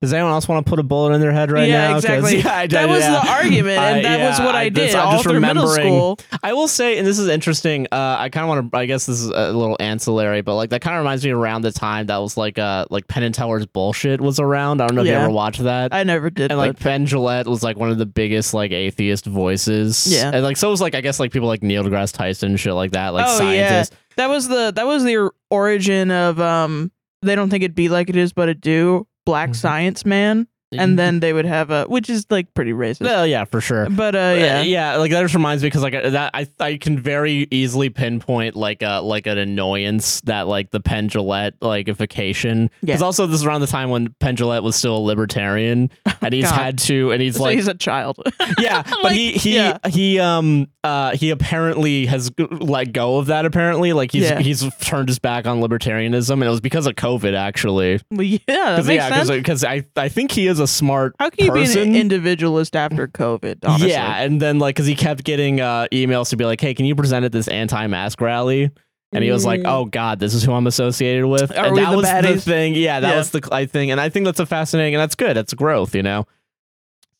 Speaker 1: does anyone else want to put a bullet in their head right
Speaker 2: Yeah,
Speaker 1: now 'Cause-
Speaker 2: exactly.
Speaker 1: yeah, I did,
Speaker 2: that was
Speaker 1: yeah.
Speaker 2: the argument,
Speaker 1: I-
Speaker 2: and that was
Speaker 1: yeah,
Speaker 2: what I,
Speaker 1: I-
Speaker 2: did
Speaker 1: that's- I'm
Speaker 2: all
Speaker 1: just
Speaker 2: through middle
Speaker 1: remembering-
Speaker 2: school.
Speaker 1: I will say, and this is interesting. Uh, I kind of want to. I guess this is a little ancillary, but like that kind of reminds me around the time that was like uh like Penn and Teller's bullshit was around. I don't know if you
Speaker 2: Yeah.
Speaker 1: ever watched that.
Speaker 2: I never did.
Speaker 1: and like Ben Gillette was like one of the biggest like atheist voices.
Speaker 2: Yeah.
Speaker 1: and like so was like I guess like people like Neil deGrasse Tyson and shit like that. Like
Speaker 2: Oh, yeah.
Speaker 1: scientists.
Speaker 2: but that was the that was the or- origin of um. They don't think it'd be like it is, but it do. Black
Speaker 1: Mhm.
Speaker 2: Science Man. and then they would have a, which is like pretty racist.
Speaker 1: Mm-hmm. well, yeah, for sure.
Speaker 2: But uh,
Speaker 1: Uh,
Speaker 2: yeah,
Speaker 1: yeah. Like that just reminds me because like uh, that I I can very easily pinpoint like a like an annoyance that like the Penn Jillette like vacation. Because
Speaker 2: Yeah.
Speaker 1: also this is around the time when Penn Jillette was still a libertarian and he's
Speaker 2: God.
Speaker 1: had to and he's
Speaker 2: so
Speaker 1: like
Speaker 2: he's a child.
Speaker 1: yeah, but
Speaker 2: Like,
Speaker 1: he he
Speaker 2: yeah.
Speaker 1: he um uh he apparently has g- let go of that. Apparently, like he's
Speaker 2: Yeah.
Speaker 1: he's turned his back on libertarianism, and it was because of COVID actually.
Speaker 2: Well, yeah, that
Speaker 1: Because
Speaker 2: makes
Speaker 1: yeah,
Speaker 2: sense.
Speaker 1: because I I think he is a smart
Speaker 2: How can you
Speaker 1: person.
Speaker 2: be an individualist after COVID? Honestly?
Speaker 1: Yeah, and then like because he kept getting uh, emails to be like, "Hey, can you present at this anti-mask rally?" And he was like,
Speaker 2: Mm.
Speaker 1: "Oh God, this is who I'm associated with."
Speaker 2: Are
Speaker 1: and
Speaker 2: we
Speaker 1: that
Speaker 2: the
Speaker 1: was the
Speaker 2: baddies?
Speaker 1: thing. Yeah, that
Speaker 2: Yeah.
Speaker 1: was the I thing, and I think that's a fascinating, and that's good. That's growth, you know.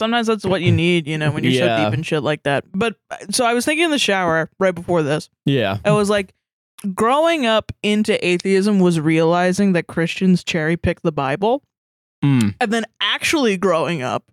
Speaker 2: sometimes that's what you need, you know, when you're
Speaker 1: Yeah.
Speaker 2: so deep in shit like that. But uh, so I was thinking in the shower right before this.
Speaker 1: Yeah,
Speaker 2: I was like, growing up into atheism was realizing that Christians cherry pick the Bible,
Speaker 1: Mm.
Speaker 2: and then actually growing up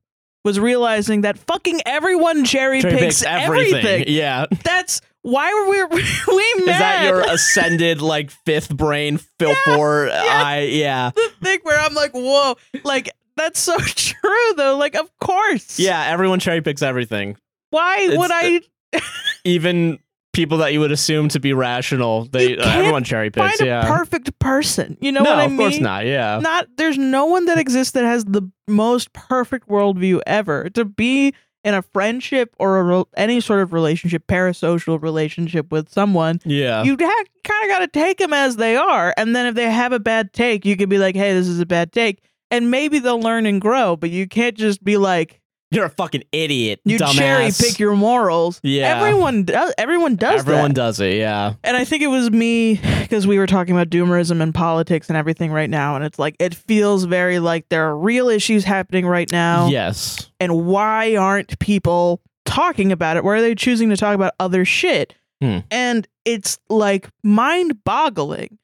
Speaker 2: was realizing that fucking everyone cherry
Speaker 1: Cherry
Speaker 2: picks
Speaker 1: picks
Speaker 2: everything.
Speaker 1: Yeah,
Speaker 2: That's why were we we mad?
Speaker 1: Is that your ascended like fifth brain Philpor eye? Yeah.
Speaker 2: the thing where I'm like, whoa, like that's so true though. Like, of course.
Speaker 1: Yeah, everyone cherry picks everything.
Speaker 2: Why
Speaker 1: It's
Speaker 2: would
Speaker 1: the-
Speaker 2: I
Speaker 1: Even people that you would assume to be rational, they
Speaker 2: You
Speaker 1: uh,
Speaker 2: can't
Speaker 1: everyone cherry picks,
Speaker 2: find
Speaker 1: yeah.
Speaker 2: a perfect person? You know
Speaker 1: no,
Speaker 2: what I
Speaker 1: of
Speaker 2: mean?
Speaker 1: course not. Yeah.
Speaker 2: Not there's no one that exists that has the most perfect worldview ever. To be in a friendship or a rel- any sort of relationship, parasocial relationship with someone,
Speaker 1: Yeah.
Speaker 2: you ha- kind of got to take them as they are. And then if they have a bad take, you can be like, "Hey, this is a bad take," and maybe they'll learn and grow. But you can't just be like,
Speaker 1: You're a fucking idiot.
Speaker 2: you
Speaker 1: dumbass.
Speaker 2: cherry pick your morals.
Speaker 1: Yeah.
Speaker 2: Everyone does. Everyone does
Speaker 1: Everyone
Speaker 2: that.
Speaker 1: does it, yeah.
Speaker 2: and I think it was me because we were talking about doomerism and politics and everything right now, and it's like it feels very like there are real issues happening right now,
Speaker 1: Yes.
Speaker 2: and why aren't people talking about it? Why are they choosing to talk about other shit?
Speaker 1: Hmm.
Speaker 2: And it's like mind-boggling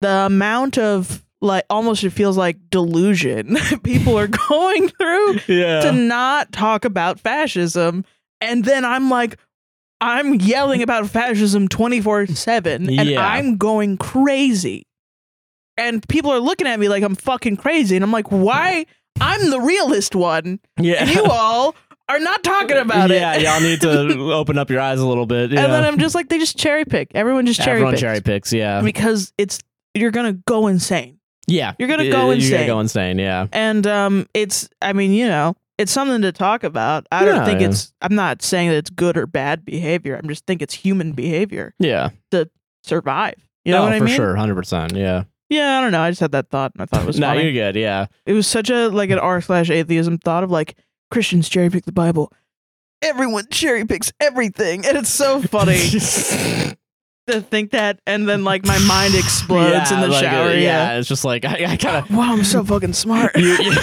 Speaker 2: the amount of like almost it feels like delusion people are going through to
Speaker 1: Yeah.
Speaker 2: not talk about fascism and then i'm like i'm yelling about fascism 24-7 and
Speaker 1: Yeah.
Speaker 2: i'm going crazy and people are looking at me like i'm fucking crazy and i'm like why i'm the realist one and
Speaker 1: Yeah.
Speaker 2: you all are not talking about
Speaker 1: yeah,
Speaker 2: it
Speaker 1: y'all need to open up your eyes a little bit. Yeah.
Speaker 2: and then i'm just like they just cherry pick everyone just cherry
Speaker 1: everyone
Speaker 2: picks
Speaker 1: cherry picks, yeah.
Speaker 2: because it's you're gonna go insane
Speaker 1: Yeah.
Speaker 2: You're gonna go
Speaker 1: You're
Speaker 2: insane.
Speaker 1: gonna go insane, yeah.
Speaker 2: and um it's i mean you know it's something to talk about i don't
Speaker 1: Yeah,
Speaker 2: think
Speaker 1: yeah.
Speaker 2: it's i'm not saying that it's good or bad behavior i'm just think it's human behavior
Speaker 1: Yeah.
Speaker 2: survive you know
Speaker 1: no,
Speaker 2: what i
Speaker 1: for
Speaker 2: mean
Speaker 1: sure, hundred percent, yeah.
Speaker 2: yeah i don't know i just had that thought and i thought it was
Speaker 1: no,
Speaker 2: funny
Speaker 1: you're good, yeah.
Speaker 2: it was such a like an r slash atheism thought of like christians cherry pick the bible everyone cherry picks everything and it's so funny to think that and then like my mind explodes in the
Speaker 1: like, uh,
Speaker 2: shower yeah,
Speaker 1: it's just like I, I kind of
Speaker 2: wow i'm so fucking smart
Speaker 1: you, you,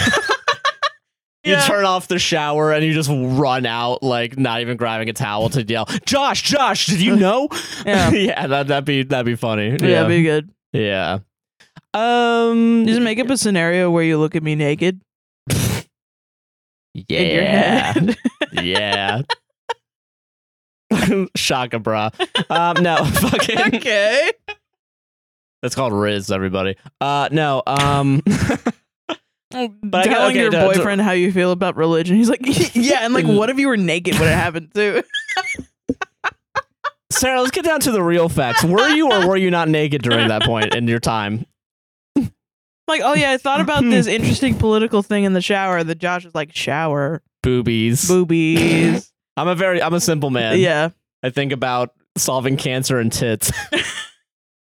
Speaker 1: you
Speaker 2: Yeah.
Speaker 1: turn off the shower and you just run out like not even grabbing a towel to yell, Josh, Josh, did you know?
Speaker 2: yeah
Speaker 1: that that'd be that'd be funny.
Speaker 2: yeah,
Speaker 1: Yeah,
Speaker 2: be good
Speaker 1: yeah. Um,
Speaker 2: just make up a scenario where you look at me naked
Speaker 1: yeah,
Speaker 2: in your head
Speaker 1: yeah. Shaka bra. Um, no, fucking.
Speaker 2: okay.
Speaker 1: That's called Riz, everybody. Uh, no. Um.
Speaker 2: But
Speaker 1: I got-
Speaker 2: telling
Speaker 1: okay,
Speaker 2: your
Speaker 1: no, no.
Speaker 2: boyfriend how you feel about religion. He's like, yeah, and like, what if you were naked when it happened too?
Speaker 1: Sarah, let's get down to the real facts. Were you or were you not naked during that point in your time?
Speaker 2: like, oh yeah, I thought about this interesting political thing in the shower. That Josh was like, shower
Speaker 1: Boobies.
Speaker 2: boobies.
Speaker 1: I'm a very I'm a simple man.
Speaker 2: yeah,
Speaker 1: I think about solving cancer and tits.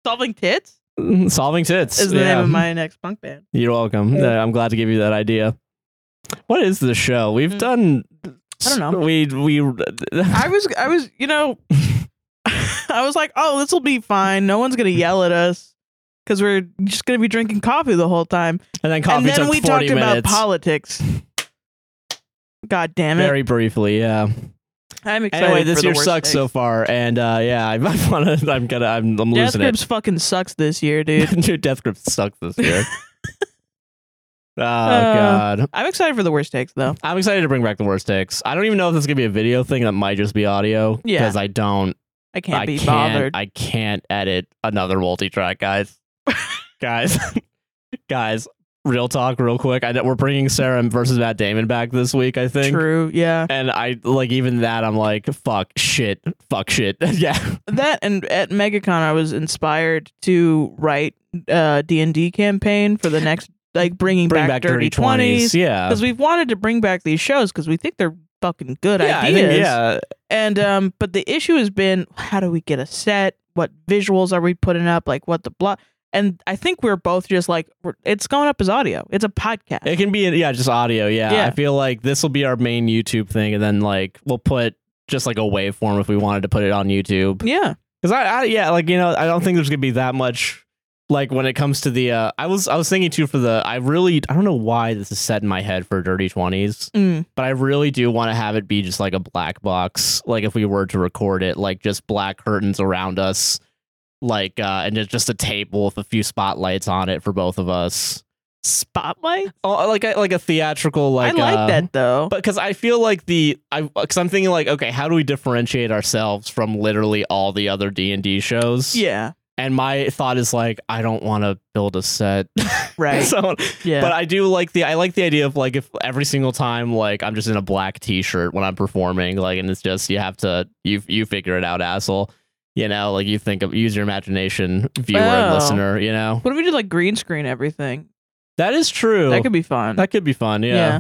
Speaker 2: solving tits
Speaker 1: solving tits.
Speaker 2: is the
Speaker 1: yeah.
Speaker 2: name of my next punk band.
Speaker 1: You're welcome.
Speaker 2: Yeah.
Speaker 1: Uh, I'm glad to give you that idea. What is the show? We've
Speaker 2: Mm.
Speaker 1: done
Speaker 2: I don't know.
Speaker 1: We we
Speaker 2: I was, I was, you know, I was like, oh, this will be fine. No one's gonna yell at us because we're just gonna be drinking coffee the whole time.
Speaker 1: and then coffee
Speaker 2: and then
Speaker 1: took
Speaker 2: we
Speaker 1: 40
Speaker 2: talked about
Speaker 1: minutes.
Speaker 2: politics. God damn it!
Speaker 1: very briefly, yeah.
Speaker 2: I'm excited.
Speaker 1: Anyway,
Speaker 2: for
Speaker 1: this
Speaker 2: the
Speaker 1: year
Speaker 2: worst
Speaker 1: sucks
Speaker 2: takes.
Speaker 1: so far, and uh, yeah, I, I wanna, I'm gonna, I'm, I'm
Speaker 2: Death
Speaker 1: losing it.
Speaker 2: Grips fucking sucks this year, dude.
Speaker 1: Dude, Death Grip sucks this year. oh
Speaker 2: Uh,
Speaker 1: god.
Speaker 2: I'm excited for the worst takes though.
Speaker 1: I'm excited to bring back the worst takes. I don't even know if this is gonna be a video thing. That might just be audio.
Speaker 2: Yeah.
Speaker 1: Because I don't.
Speaker 2: I can't
Speaker 1: I
Speaker 2: be
Speaker 1: can't.
Speaker 2: bothered.
Speaker 1: I can't edit another multi-track, guys. guys, guys. real talk, real quick. I know we're bringing Sarah versus Matt Damon back this week. I think.
Speaker 2: True. Yeah.
Speaker 1: And I like even that. I'm like, fuck, shit, fuck, shit. yeah.
Speaker 2: That and at MegaCon, I was inspired to write uh D and D campaign for the next like bringing
Speaker 1: Bring
Speaker 2: back,
Speaker 1: back
Speaker 2: Dirty Twenties
Speaker 1: Yeah.
Speaker 2: because we've wanted to bring back these shows because we think they're fucking good
Speaker 1: yeah, I
Speaker 2: ideas.
Speaker 1: think- yeah.
Speaker 2: And um, but the issue has been how do we get a set? What visuals are we putting up? Like what the blah? And I think we're both just like we're, it's going up as audio. It's a podcast.
Speaker 1: It can be, yeah, just audio. Yeah.
Speaker 2: Yeah.
Speaker 1: I feel like this will be our main YouTube thing. And then, like, we'll put just like a waveform if we wanted to put it on YouTube.
Speaker 2: yeah.
Speaker 1: Cause I, I, yeah, like, you know, I don't think there's gonna be that much. Like when it comes to the, uh, I was, I was thinking too for the, I really, I don't know why this is set in my head for Dirty 20s,
Speaker 2: Mm.
Speaker 1: but I really do want to have it be just like a black box. Like if we were to record it, like just black curtains around us, like, uh, and just a table with a few spotlights on it for both of us.
Speaker 2: Spotlight.
Speaker 1: Oh, like a, like a theatrical like
Speaker 2: I like
Speaker 1: uh,
Speaker 2: that though.
Speaker 1: but because I feel like the I because I'm thinking like okay how do we differentiate ourselves from literally all the other D and D shows
Speaker 2: yeah.
Speaker 1: and my thought is like I don't want to build a set
Speaker 2: Right.
Speaker 1: so
Speaker 2: yeah.
Speaker 1: but I do like the I like the idea of like if every single time like I'm just in a black t-shirt when I'm performing like and it's just you have to you you figure it out asshole you know like you think of use your imagination viewer and
Speaker 2: Oh.
Speaker 1: listener you know
Speaker 2: what if we did like green screen everything?
Speaker 1: that is true
Speaker 2: That could be fun.
Speaker 1: That could be fun, yeah.
Speaker 2: Yeah.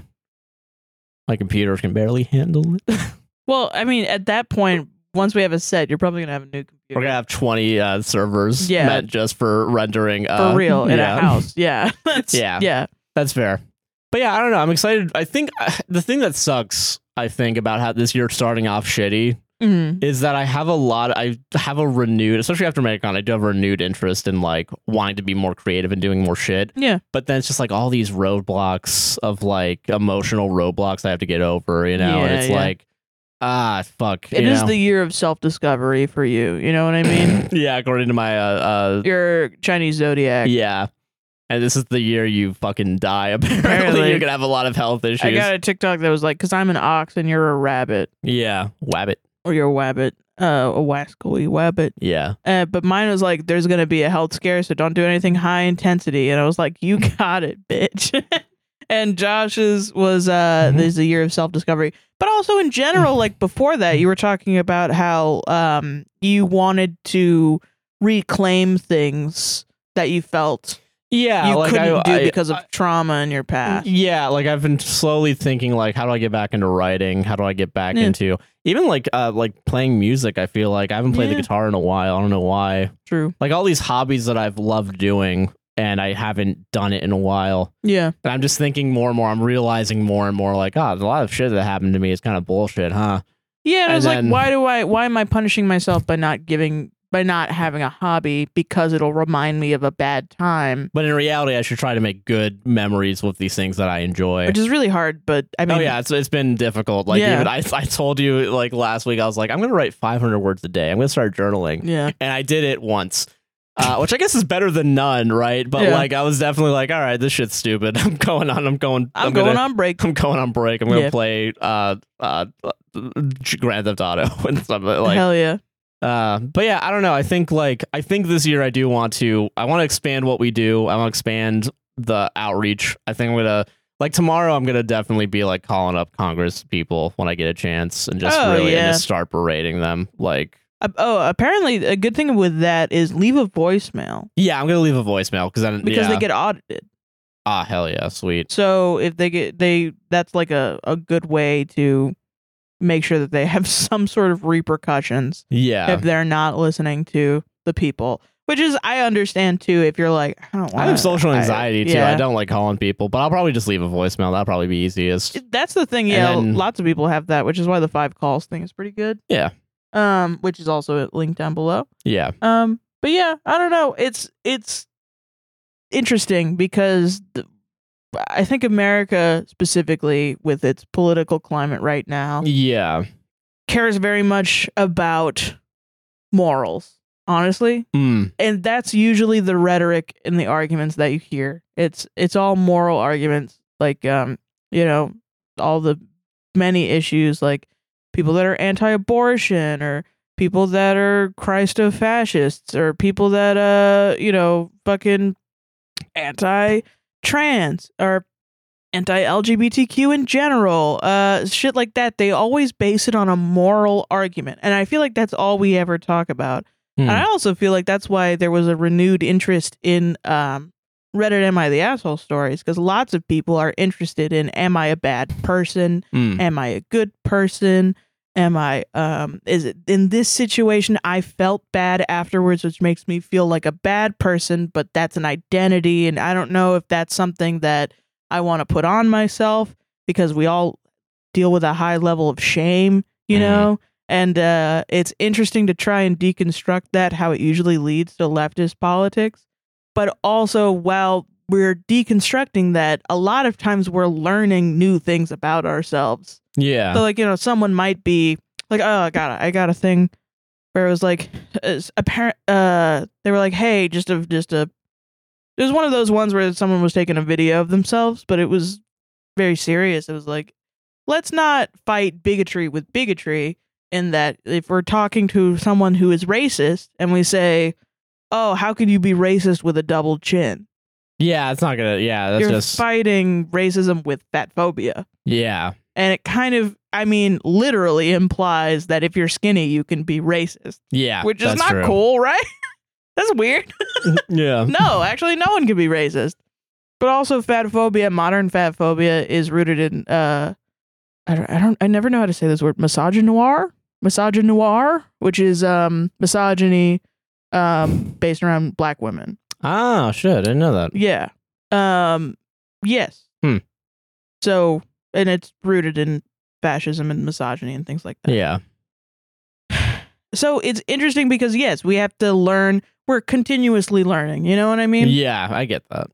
Speaker 1: My computer can barely handle it.
Speaker 2: well, I mean, at that point, once we have a set, you're probably gonna have a new computer.
Speaker 1: We're gonna have twenty uh, servers
Speaker 2: Yeah.
Speaker 1: meant just for rendering.
Speaker 2: for
Speaker 1: Uh,
Speaker 2: real in
Speaker 1: yeah.
Speaker 2: a house. Yeah. That's-
Speaker 1: Yeah.
Speaker 2: Yeah.
Speaker 1: That's fair. But yeah, I don't know. I'm excited. I think the thing that sucks, I think, about how this year starting off shitty
Speaker 2: Mm.
Speaker 1: is that I have a lot. I have a renewed, especially after MegaCon, I do have a renewed interest in like wanting to be more creative and doing more shit.
Speaker 2: Yeah.
Speaker 1: But then it's just like all these roadblocks of like emotional roadblocks I have to get over, you know. and
Speaker 2: Yeah,
Speaker 1: it's
Speaker 2: yeah.
Speaker 1: like, ah, fuck.
Speaker 2: It
Speaker 1: you
Speaker 2: is
Speaker 1: know?
Speaker 2: the year of self discovery for you. You know what I mean?
Speaker 1: yeah, according to my uh,
Speaker 2: Your Chinese
Speaker 1: uh
Speaker 2: zodiac.
Speaker 1: yeah. And this is the year you fucking die. Apparently,
Speaker 2: Apparently.
Speaker 1: you're gonna have a lot of health issues.
Speaker 2: I got a TikTok that was like, "Cause I'm an ox and you're a rabbit,
Speaker 1: yeah, wabbit.
Speaker 2: or you're a wabbit, uh, a wascally wabbit."
Speaker 1: Yeah,
Speaker 2: Uh, but mine was like, "There's gonna be a health scare, so don't do anything high intensity." And I was like, "You got it, bitch." and Josh's was, uh,
Speaker 1: Mhm.
Speaker 2: "This is a year of self discovery," but also in general, like before that, you were talking about how um you wanted to reclaim things that you felt
Speaker 1: yeah.
Speaker 2: you
Speaker 1: like
Speaker 2: couldn't
Speaker 1: I,
Speaker 2: do
Speaker 1: I-
Speaker 2: because of
Speaker 1: I- Mm-hmm.
Speaker 2: trauma in your past.
Speaker 1: yeah, like I've been slowly thinking, like, how do I get back into writing? How do I get back
Speaker 2: Yeah.
Speaker 1: into even like uh like playing music? I feel like I haven't played
Speaker 2: Yeah.
Speaker 1: the guitar in a while. I don't know why.
Speaker 2: True.
Speaker 1: Like all these hobbies that I've loved doing, and I haven't done it in a while.
Speaker 2: Yeah.
Speaker 1: And I'm just thinking more and more. I'm realizing more and more, like, ah, a lot of shit that happened to me is kind of bullshit, huh?
Speaker 2: Yeah. And I
Speaker 1: And
Speaker 2: was
Speaker 1: then-
Speaker 2: like, why do I, why am I punishing myself by not giving, by not having a hobby because it'll remind me of a bad time,
Speaker 1: But in reality, I should try to make good memories with these things that I enjoy.
Speaker 2: which is really hard, but I mean,
Speaker 1: oh yeah, it's, it's been difficult. Like
Speaker 2: Yeah.
Speaker 1: even I, I told you like last week, I was like, I'm gonna write 500 words a day. I'm gonna start journaling,
Speaker 2: yeah.
Speaker 1: and I did it once, uh, which I guess is better than none, right? But
Speaker 2: Yeah.
Speaker 1: like I was definitely like, all right, this shit's stupid. I'm going on. I'm going.
Speaker 2: I'm, going
Speaker 1: gonna-
Speaker 2: on break.
Speaker 1: I'm going on break. I'm gonna
Speaker 2: Yeah.
Speaker 1: play uh, uh, Grand Theft Auto and stuff like
Speaker 2: Hell yeah.
Speaker 1: uh, but yeah, I don't know. I think like I think this year I do want to. I want to expand what we do. I want to expand the outreach. I think I'm gonna like tomorrow. I'm gonna definitely be like calling up Congress people when I get a chance and just
Speaker 2: Oh,
Speaker 1: really
Speaker 2: yeah.
Speaker 1: and just start berating them. Like
Speaker 2: Uh, oh, apparently a good thing with that is leave a voicemail
Speaker 1: yeah, I'm gonna leave a voicemail because then
Speaker 2: because
Speaker 1: yeah.
Speaker 2: they get audited.
Speaker 1: ah hell yeah sweet
Speaker 2: So if they get, they, that's like a, a good way to make sure that they have some sort of repercussions
Speaker 1: yeah.
Speaker 2: if they're not listening to the people. Which is I understand too. If you're like, I don't want.
Speaker 1: I have social anxiety too.
Speaker 2: yeah.
Speaker 1: I don't like calling people, but I'll probably just leave a voicemail. That'll probably be easiest.
Speaker 2: That's the thing. Yeah,
Speaker 1: then-
Speaker 2: lots of people have that, which is why the five calls thing is pretty good.
Speaker 1: Yeah.
Speaker 2: Um, which is also linked down below.
Speaker 1: Yeah,
Speaker 2: Um, but yeah, I don't know. It's it's interesting because the, I think America specifically, with its political climate right now,
Speaker 1: yeah.
Speaker 2: cares very much about morals. Honestly,
Speaker 1: Mm.
Speaker 2: and that's usually the rhetoric and the arguments that you hear. It's it's all moral arguments, like um, you know, all the many issues, like people that are anti-abortion or people that are Christo-fascists or people that uh, you know, fucking anti trans or anti LGBTQ in general, uh, shit like that. They always base it on a moral argument. And I feel like that's all we ever talk about.
Speaker 1: Hmm.
Speaker 2: And I also feel like that's why there was a renewed interest in um, Reddit Am I the Asshole stories, because lots of people are interested in Am I a bad person?
Speaker 1: Hmm.
Speaker 2: Am I a good person? Am I, um, is it in this situation? I felt bad afterwards, which makes me feel like a bad person, but that's an identity. And I don't know if that's something that I want to put on myself because we all deal with a high level of shame, you
Speaker 1: Mhm.
Speaker 2: know? And uh, it's interesting to try and deconstruct that, how it usually leads to leftist politics. But also, while we're deconstructing that, a lot of times we're learning new things about ourselves.
Speaker 1: Yeah.
Speaker 2: So like you know, someone might be like, oh, I got a, I got a thing where it was like it's apparent. Uh, they were like, hey, just a just a. It was one of those ones where someone was taking a video of themselves, but it was very serious. It was like, let's not fight bigotry with bigotry. In that, if we're talking to someone who is racist and we say, "Oh, how could you be racist with a double chin?"
Speaker 1: yeah, it's not gonna yeah, that's
Speaker 2: You're
Speaker 1: just
Speaker 2: fighting racism with fat phobia
Speaker 1: Yeah.
Speaker 2: and it kind of i mean literally implies that if you're skinny you can be racist
Speaker 1: Yeah.
Speaker 2: which is
Speaker 1: Ah, that's
Speaker 2: not
Speaker 1: true.
Speaker 2: cool right that's weird
Speaker 1: Yeah.
Speaker 2: no actually no one can be racist but also fat phobia modern fat phobia is rooted in uh i don't i, don't, I never know how to say this word misogynoir misogynoir which is um misogyny um based around black women
Speaker 1: Ah, shit, I didn't know that.
Speaker 2: yeah. Um. Yes.
Speaker 1: Hmm.
Speaker 2: So, and it's rooted in fascism and misogyny and things like that.
Speaker 1: Yeah.
Speaker 2: So it's interesting because yes, we have to learn. We're continuously learning. You know what I mean?
Speaker 1: Yeah, I get that.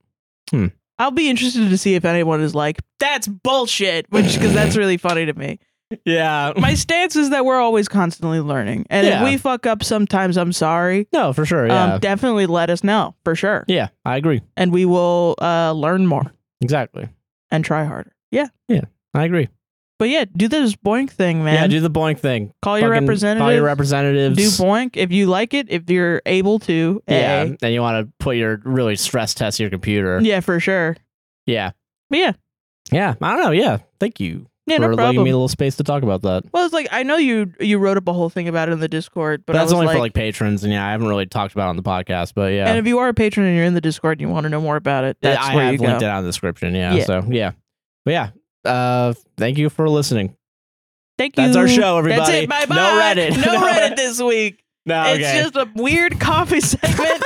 Speaker 2: I'll be interested to see if anyone is like, "That's bullshit," which because that's really funny to me.
Speaker 1: Yeah.
Speaker 2: My stance is that we're always constantly learning, and
Speaker 1: Yeah.
Speaker 2: if we fuck up sometimes, I'm sorry.
Speaker 1: No, for sure. Yeah.
Speaker 2: Um, definitely let us know for sure,
Speaker 1: yeah, I agree.
Speaker 2: and we will uh, learn more
Speaker 1: Exactly.
Speaker 2: and try harder. Yeah.
Speaker 1: I agree.
Speaker 2: But yeah, do this boink thing, man.
Speaker 1: Yeah, do the boink thing.
Speaker 2: call your
Speaker 1: Fucking
Speaker 2: representative.
Speaker 1: Call your representatives.
Speaker 2: do boink if you like it, if you're able to.
Speaker 1: yeah,
Speaker 2: eh.
Speaker 1: and you want to put your really stress test your computer.
Speaker 2: yeah, for sure.
Speaker 1: yeah,
Speaker 2: But yeah,
Speaker 1: yeah. I don't know. Yeah, thank you
Speaker 2: yeah,
Speaker 1: for
Speaker 2: no
Speaker 1: letting
Speaker 2: problem.
Speaker 1: me a little space to talk about that.
Speaker 2: well, it's like I know you you wrote up a whole thing about it in the Discord, but I
Speaker 1: That's
Speaker 2: was
Speaker 1: only
Speaker 2: like,
Speaker 1: for like patrons, and yeah, I haven't really talked about it on the podcast, but yeah,
Speaker 2: and if you are a patron and you're in the Discord and you want to know more about it, that's
Speaker 1: I
Speaker 2: where
Speaker 1: have
Speaker 2: you go.
Speaker 1: linked it on the description. Yeah,
Speaker 2: Yeah.
Speaker 1: so yeah, but yeah. Uh, thank you for listening.
Speaker 2: Thank you.
Speaker 1: That's our show, everybody.
Speaker 2: That's it. Bye bye.
Speaker 1: No Reddit.
Speaker 2: No Reddit this week.
Speaker 1: No,
Speaker 2: It's
Speaker 1: okay,
Speaker 2: just a weird coffee segment.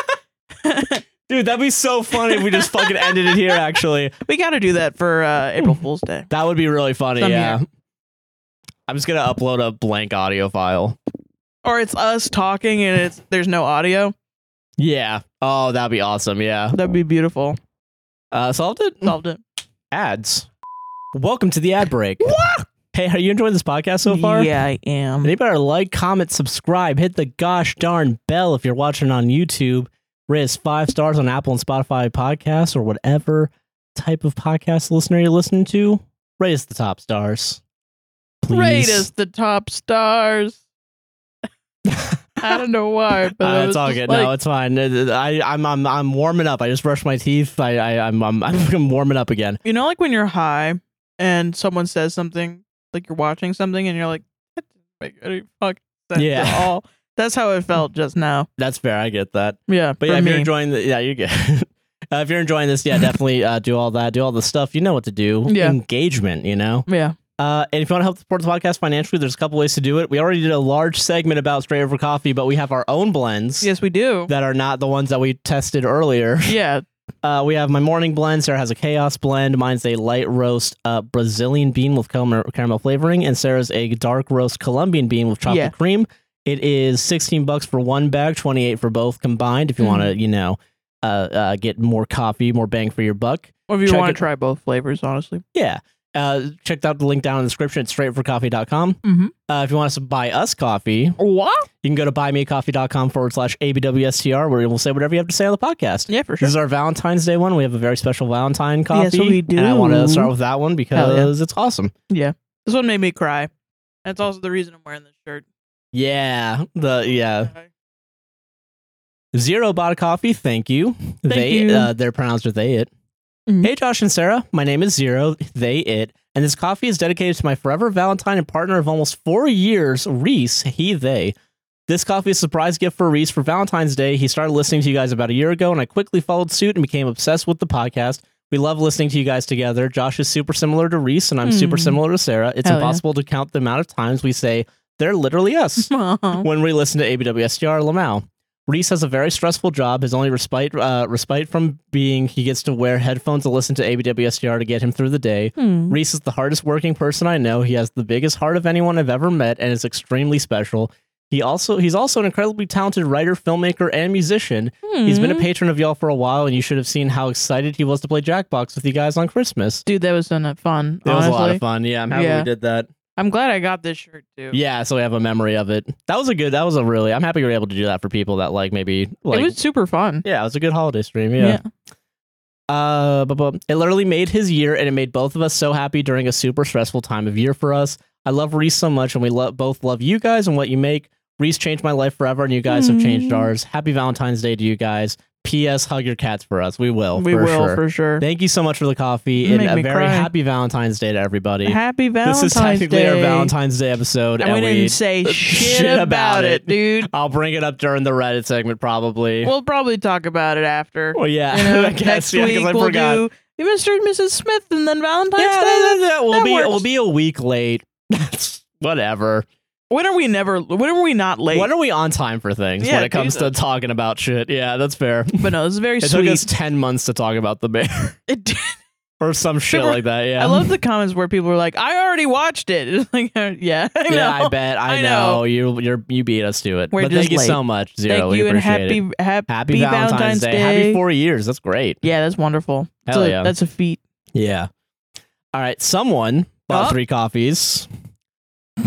Speaker 1: dude, that'd be so funny if we just fucking ended it here. Actually,
Speaker 2: we got to do that for uh, April Fool's Day.
Speaker 1: that would be really funny.
Speaker 2: Some
Speaker 1: yeah, I'm just gonna upload a blank audio file.
Speaker 2: Or it's us talking and it's there's no audio.
Speaker 1: Yeah. Oh, that'd be awesome. Yeah.
Speaker 2: That'd be beautiful.
Speaker 1: Uh, solved it.
Speaker 2: Solved it.
Speaker 1: Ads. Welcome to the ad break. Hey, are you enjoying this podcast so far?
Speaker 2: Yeah, I am.
Speaker 1: And you better like, comment, subscribe, hit the gosh darn bell if you're watching on YouTube. Rate us five stars on Apple and Spotify podcasts or whatever type of podcast listener you're listening to. Rate us the top stars. Please.
Speaker 2: Rate us the top stars. I don't know why, but I
Speaker 1: Uh,
Speaker 2: was
Speaker 1: it's all
Speaker 2: just
Speaker 1: good.
Speaker 2: Like,
Speaker 1: no, it's fine. Uh, I, I'm, I'm, I'm warming up. I just brushed my teeth. I, I, I'm, I'm, I'm warming up again.
Speaker 2: you know, like when you're high and someone says something, like you're watching something, and you're like, "That didn't make any fucking sense
Speaker 1: Yeah.
Speaker 2: at all." That's how it felt just now.
Speaker 1: That's fair. I get that.
Speaker 2: Yeah,
Speaker 1: But
Speaker 2: for
Speaker 1: yeah, if
Speaker 2: me.
Speaker 1: you're enjoying the yeah, you're good. uh, if you're enjoying this, yeah, definitely uh, do all that, do all the stuff. You know what to do.
Speaker 2: Yeah.
Speaker 1: Engagement, you know.
Speaker 2: yeah,
Speaker 1: Uh, and if you want to help support the podcast financially, there's a couple ways to do it. We already did a large segment about straight over coffee, but we have our own blends
Speaker 2: yes, we do.
Speaker 1: that are not the ones that we tested earlier.
Speaker 2: yeah,
Speaker 1: Uh, we have my morning blend. Sarah has a chaos blend. Mine's a light roast uh, Brazilian bean with caramel, caramel flavoring, and Sarah's a dark roast Colombian bean with chocolate
Speaker 2: Yeah.
Speaker 1: cream. It is sixteen bucks for one bag, twenty eight for both combined. If you
Speaker 2: Mm-hmm.
Speaker 1: want to, you know, uh, uh, get more coffee, more bang for your buck.
Speaker 2: or if you
Speaker 1: Check
Speaker 2: want
Speaker 1: it-
Speaker 2: to try both flavors, honestly.
Speaker 1: Yeah. Uh, check out the link down in the description. It's straightforcoffee.com.
Speaker 2: Mhm.
Speaker 1: Uh, if you want us to buy us coffee, you
Speaker 2: What?
Speaker 1: can go to buymeacoffee.com forward slash ABWSTR where we'll say whatever you have to say on the podcast.
Speaker 2: Yeah, for
Speaker 1: This
Speaker 2: sure.
Speaker 1: is our Valentine's Day one. We have a very special Valentine coffee.
Speaker 2: we
Speaker 1: And I want to
Speaker 2: do.
Speaker 1: start with that one because it's awesome.
Speaker 2: This one made me cry. That's also the reason I'm wearing this shirt.
Speaker 1: Yeah. The Uh, yeah. Zero bought a coffee. Thank you. they
Speaker 2: you.
Speaker 1: Uh, their pronouns are they it.
Speaker 2: Mhm.
Speaker 1: Hey, Josh and Sarah. My name is Zero, they, it, and this coffee is dedicated to my forever Valentine and partner of almost four years, Reese, he, they. This coffee is a surprise gift for Reese for Valentine's Day. He started listening to you guys about a year ago, and I quickly followed suit and became obsessed with the podcast. We love listening to you guys together. Josh is super similar to Reese, and I'm super
Speaker 2: Mm.
Speaker 1: similar to Sarah. It's
Speaker 2: Hell yeah.
Speaker 1: impossible to count the amount of times we say, they're literally us
Speaker 2: Aw.
Speaker 1: when we listen to ABWSDR Lamau. Reese has a very stressful job. His only respite, uh, respite from being he gets to wear headphones to listen to ABWSDR to get him through the day.
Speaker 2: Hmm.
Speaker 1: Reese is the hardest working person I know. He has the biggest heart of anyone I've ever met and is extremely special. He also he's also an incredibly talented writer, filmmaker, and musician. He's
Speaker 2: Hmm.
Speaker 1: been a
Speaker 2: Mm-hmm.
Speaker 1: patron of y'all for a while, and you should have seen how excited he was to play Jackbox with you guys on Christmas.
Speaker 2: dude. That was so not fun.
Speaker 1: That was
Speaker 2: honestly.
Speaker 1: a lot of fun. Yeah, I'm happy
Speaker 2: Yeah.
Speaker 1: we did that.
Speaker 2: I'm glad I got this shirt too.
Speaker 1: Yeah, so we have a memory of it. That was a good. That was a really. I'm happy you were able to do that for people that like maybe like.
Speaker 2: it was super fun.
Speaker 1: yeah, it was a good holiday stream. Yeah. Uh, but, but it literally made his year, and it made both of us so happy during a super stressful time of year for us. I love Reese so much, and we lo- both love you guys and what you make. Reese changed my life forever, and you guys have changed
Speaker 2: Mm.
Speaker 1: ours. Happy Valentine's Day to you guys. P.S. Hug your cats for us. We will.
Speaker 2: we
Speaker 1: oh, for
Speaker 2: will
Speaker 1: sure.
Speaker 2: for sure.
Speaker 1: Thank you so much for the coffee,
Speaker 2: You
Speaker 1: and
Speaker 2: make
Speaker 1: a
Speaker 2: me
Speaker 1: very
Speaker 2: cry.
Speaker 1: happy Valentine's Day to everybody.
Speaker 2: Happy Valentine's
Speaker 1: this is technically
Speaker 2: Day.
Speaker 1: our Valentine's Day episode,
Speaker 2: and we didn't say shit, about it, dude.
Speaker 1: I'll bring it up during the Reddit segment, probably.
Speaker 2: We'll probably talk about it after.
Speaker 1: Well, yeah,
Speaker 2: You know,
Speaker 1: I guess
Speaker 2: next
Speaker 1: yeah,
Speaker 2: week
Speaker 1: because I
Speaker 2: we'll
Speaker 1: forgot.
Speaker 2: do Mr. and Mrs. Smith, and then Valentine's
Speaker 1: yeah,
Speaker 2: Day.
Speaker 1: that, that- that- we'll
Speaker 2: that
Speaker 1: be
Speaker 2: works.
Speaker 1: we'll be a week late. Whatever.
Speaker 2: When are we never? When are we not late?
Speaker 1: When are we on time for things
Speaker 2: Yeah,
Speaker 1: when it comes to
Speaker 2: Jesus.
Speaker 1: talking about shit? Yeah, that's fair. It
Speaker 2: but no, it's very
Speaker 1: took
Speaker 2: sweet.
Speaker 1: us ten months to talk about the bear
Speaker 2: It did-
Speaker 1: or some shit
Speaker 2: were-
Speaker 1: like that. Yeah,
Speaker 2: I love the comments where people are like, "I already watched it." It's like, uh, yeah, I know.
Speaker 1: Yeah, I bet. I,
Speaker 2: I
Speaker 1: know.
Speaker 2: know.
Speaker 1: you you you beat us to it.
Speaker 2: We're
Speaker 1: but
Speaker 2: just
Speaker 1: thank you
Speaker 2: late.
Speaker 1: so much, Zero.
Speaker 2: Thank
Speaker 1: we
Speaker 2: you and
Speaker 1: appreciate
Speaker 2: happy,
Speaker 1: it. Happy
Speaker 2: happy
Speaker 1: Valentine's, Day. Happy four years. That's great.
Speaker 2: yeah, that's wonderful.
Speaker 1: Hell
Speaker 2: so,
Speaker 1: yeah.
Speaker 2: That's a feat.
Speaker 1: Yeah. All right. Someone bought
Speaker 2: Oh.
Speaker 1: three coffees.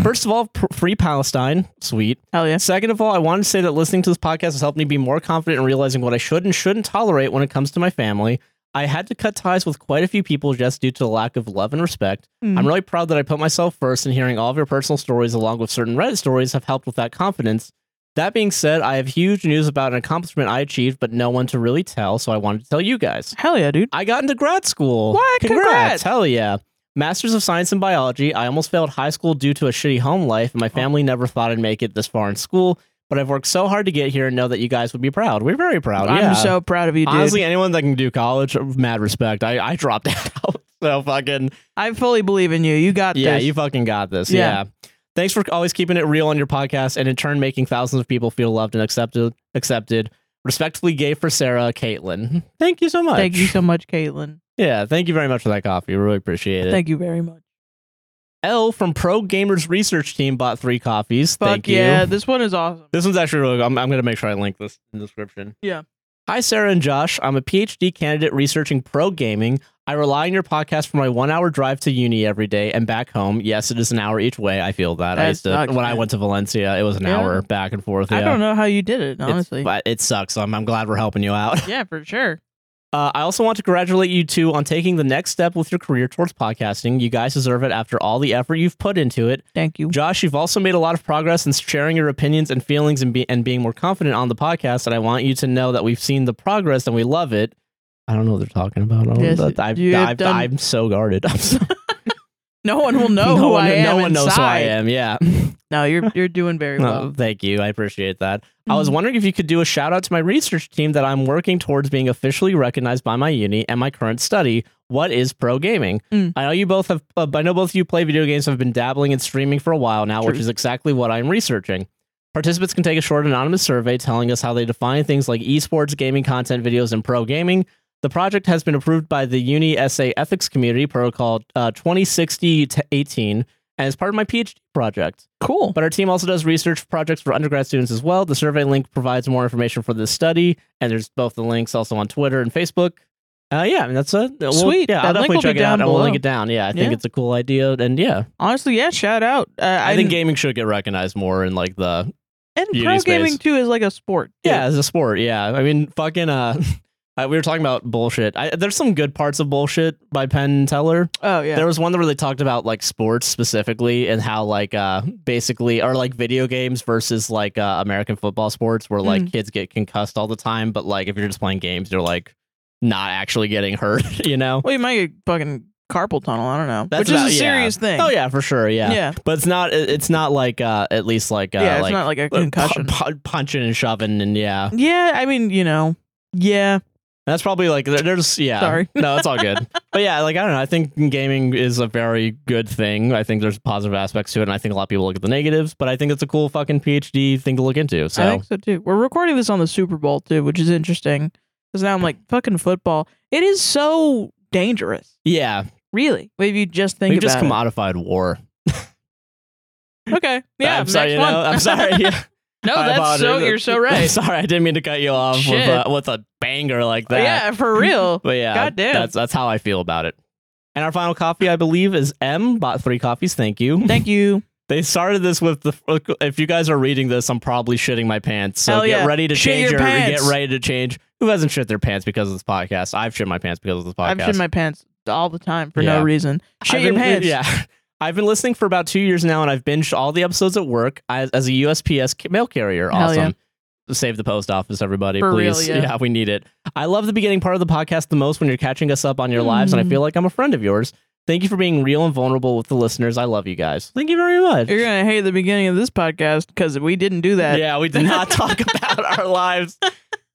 Speaker 1: First of all, pr- free Palestine. Sweet.
Speaker 2: Hell yeah.
Speaker 1: Second of all, I wanted to say that listening to this podcast has helped me be more confident in realizing what I should and shouldn't tolerate when it comes to my family. I had to cut ties with quite a few people just due to the lack of love and respect. I'm really proud that I put myself first, and hearing all of your personal stories along with certain Reddit stories have helped with that confidence. That being said, I have huge news about an accomplishment I achieved, but no one to really tell, so I wanted to tell you guys.
Speaker 2: Hell yeah, dude.
Speaker 1: I got into grad school.
Speaker 2: What? Congrats.
Speaker 1: Hell yeah. Masters of Science in Biology. I almost failed high school due to a shitty home life,
Speaker 2: Oh.
Speaker 1: and my family never thought I'd make it this far in school. But I've worked so hard to get here and know that you guys would be proud. We're very proud.
Speaker 2: I'm
Speaker 1: Oh, yeah.
Speaker 2: so proud of you, dude.
Speaker 1: Honestly, anyone that can do college, mad respect. I, I dropped out. So fucking,
Speaker 2: I fully believe in you. You got
Speaker 1: yeah,
Speaker 2: this.
Speaker 1: you fucking got this. Yeah.
Speaker 2: Yeah.
Speaker 1: Thanks for always keeping it real on your podcast and in turn making thousands of people feel loved and accepted. accepted. Respectfully gay for Sarah, Caitlin. Thank you so much.
Speaker 2: Thank you so much, Caitlin.
Speaker 1: Yeah, thank you very much for that coffee. Really appreciate it.
Speaker 2: Thank you very much.
Speaker 1: L from Pro Gamers Research Team bought three coffees.
Speaker 2: Fuck
Speaker 1: thank you.
Speaker 2: yeah, this one is awesome.
Speaker 1: This one's actually really good. I'm, I'm going to make sure I link this in the description.
Speaker 2: Yeah.
Speaker 1: Hi, Sarah and Josh. I'm a PhD candidate researching pro gaming. I rely on your podcast for my one hour drive to uni every day and back home. Yes, it is an hour each way. I feel that. I
Speaker 2: That
Speaker 1: used to,
Speaker 2: sucks,
Speaker 1: when I
Speaker 2: man.
Speaker 1: went to Valencia, it was an
Speaker 2: Yeah.
Speaker 1: hour back and forth. Yeah.
Speaker 2: I don't know how you did it,
Speaker 1: It's-
Speaker 2: honestly.
Speaker 1: but it sucks. I'm, I'm glad we're helping you out.
Speaker 2: yeah, for sure.
Speaker 1: Uh, I also want to congratulate you two on taking the next step with your career towards podcasting. You guys deserve it after all the effort you've put into it.
Speaker 2: Thank you.
Speaker 1: Josh, you've also made a lot of progress in sharing your opinions and feelings and, be- and being more confident on the podcast. And I want you to know that we've seen the progress and we love it. I don't know what they're talking about. I don't-
Speaker 2: Yes,
Speaker 1: that- I've,
Speaker 2: you have
Speaker 1: I've,
Speaker 2: done-
Speaker 1: I'm so guarded. I'm so,
Speaker 2: No one will know
Speaker 1: no
Speaker 2: who
Speaker 1: one,
Speaker 2: I am
Speaker 1: No one knows who I
Speaker 2: inside.
Speaker 1: am. Yeah.
Speaker 2: No, you're you're doing very
Speaker 1: Oh,
Speaker 2: well.
Speaker 1: thank you. I appreciate that. I was
Speaker 2: Mhm.
Speaker 1: wondering if you could do a shout out to my research team that I'm working towards being officially recognized by my uni and my current study. What is pro gaming?
Speaker 2: Mm.
Speaker 1: I know you both have. Uh, I know both of you play video games. Have been dabbling in streaming for a while now, which
Speaker 2: True.
Speaker 1: is exactly what I'm researching. Participants can take a short anonymous survey telling us how they define things like esports, gaming content, videos, and pro gaming. The project has been approved by the Uni SA Ethics Community Protocol uh, 2060 to 18 and is part of my PhD project.
Speaker 2: Cool.
Speaker 1: But our team also does research projects for undergrad students as well. The survey link provides more information for this study, and there's both the links also on Twitter and Facebook. Uh, yeah, and that's it. We'll-
Speaker 2: Sweet.
Speaker 1: Yeah, I'll
Speaker 2: That link
Speaker 1: definitely
Speaker 2: will be
Speaker 1: check it out
Speaker 2: down
Speaker 1: and we'll link
Speaker 2: below.
Speaker 1: it down. Yeah, I think
Speaker 2: Yeah.
Speaker 1: it's a cool idea, and yeah,
Speaker 2: Honestly, yeah, shout out. Uh,
Speaker 1: I, think gaming should get recognized more in like the
Speaker 2: and
Speaker 1: uni
Speaker 2: pro
Speaker 1: space.
Speaker 2: gaming too is like a sport. too.
Speaker 1: yeah as a sport. Yeah, I mean fucking uh. I- We were talking about bullshit. I, there's some good parts of bullshit by Penn and Teller.
Speaker 2: Oh yeah.
Speaker 1: There was one where they talked about like sports specifically and how like uh basically or like video games versus like
Speaker 2: Hmm.
Speaker 1: uh American football sports where like kids get concussed all the time, but like if you're just playing games, you're like not actually getting hurt, you know?
Speaker 2: Well, you might get fucking carpal tunnel. I don't know,
Speaker 1: That's
Speaker 2: which
Speaker 1: about-
Speaker 2: is a
Speaker 1: yeah.
Speaker 2: serious thing.
Speaker 1: Oh yeah, for sure, yeah.
Speaker 2: yeah,
Speaker 1: But it's not it- it's not like uh at least like uh
Speaker 2: Yeah, it's
Speaker 1: like,
Speaker 2: not like a
Speaker 1: uh, pu-
Speaker 2: concussion.
Speaker 1: pu- punching and shoving and yeah.
Speaker 2: yeah. I mean, you know, yeah.
Speaker 1: That's probably like there- there's yeah.
Speaker 2: Sorry.
Speaker 1: No, it's all good. but yeah, like I don't know. I think gaming is a very good thing. I think there's positive aspects to it, and I think a lot of people look at the negatives. But I think it's a cool fucking PhD thing to look into. So
Speaker 2: I think so too. We're recording this on the Super Bowl too, which is interesting because now I'm like fucking football. It is so dangerous,
Speaker 1: yeah,
Speaker 2: really. If you just think
Speaker 1: we just
Speaker 2: about it.
Speaker 1: commodified war.
Speaker 2: Okay, yeah.
Speaker 1: I'm sorry.
Speaker 2: next
Speaker 1: you know,
Speaker 2: one.
Speaker 1: I'm sorry. Yeah,
Speaker 2: no,
Speaker 1: I
Speaker 2: that's so.
Speaker 1: apologize.
Speaker 2: You're so
Speaker 1: I'm
Speaker 2: right.
Speaker 1: sorry. I didn't mean to cut you off with
Speaker 2: Shit. Oh,
Speaker 1: a, with a banger like that.
Speaker 2: Yeah, for real.
Speaker 1: But yeah,
Speaker 2: Goddamn.
Speaker 1: that's that's how I feel about it. And our final coffee, I believe, is M. Bought three coffees. Thank you.
Speaker 2: Thank you.
Speaker 1: They started this with the. If you guys are reading this, I'm probably shitting my pants. So
Speaker 2: Hell
Speaker 1: get
Speaker 2: yeah.
Speaker 1: ready to
Speaker 2: Shit
Speaker 1: change
Speaker 2: your
Speaker 1: get
Speaker 2: pants.
Speaker 1: ready to change. Who hasn't shit their pants because of this podcast? I've shit my pants because of this
Speaker 2: I've
Speaker 1: podcast.
Speaker 2: shit my pants all the time for
Speaker 1: Yeah.
Speaker 2: no reason. Shit
Speaker 1: I've
Speaker 2: your
Speaker 1: been-
Speaker 2: pants.
Speaker 1: Yeah. I've been listening for about two years now, and I've binged all the episodes at work as, as a USPS ca- mail carrier.
Speaker 2: Hell yeah.
Speaker 1: awesome. Save the post office, everybody,
Speaker 2: For real,
Speaker 1: please.
Speaker 2: yeah.
Speaker 1: we need it. I love the beginning part of the podcast the most when you're catching us up on your lives, and I
Speaker 2: Mm.
Speaker 1: feel like I'm a friend of yours. Thank you for being real and vulnerable with the listeners. I love you guys. Thank you very much.
Speaker 2: You're gonna hate the beginning of this podcast because we didn't do that.
Speaker 1: Yeah, we did not talk about our lives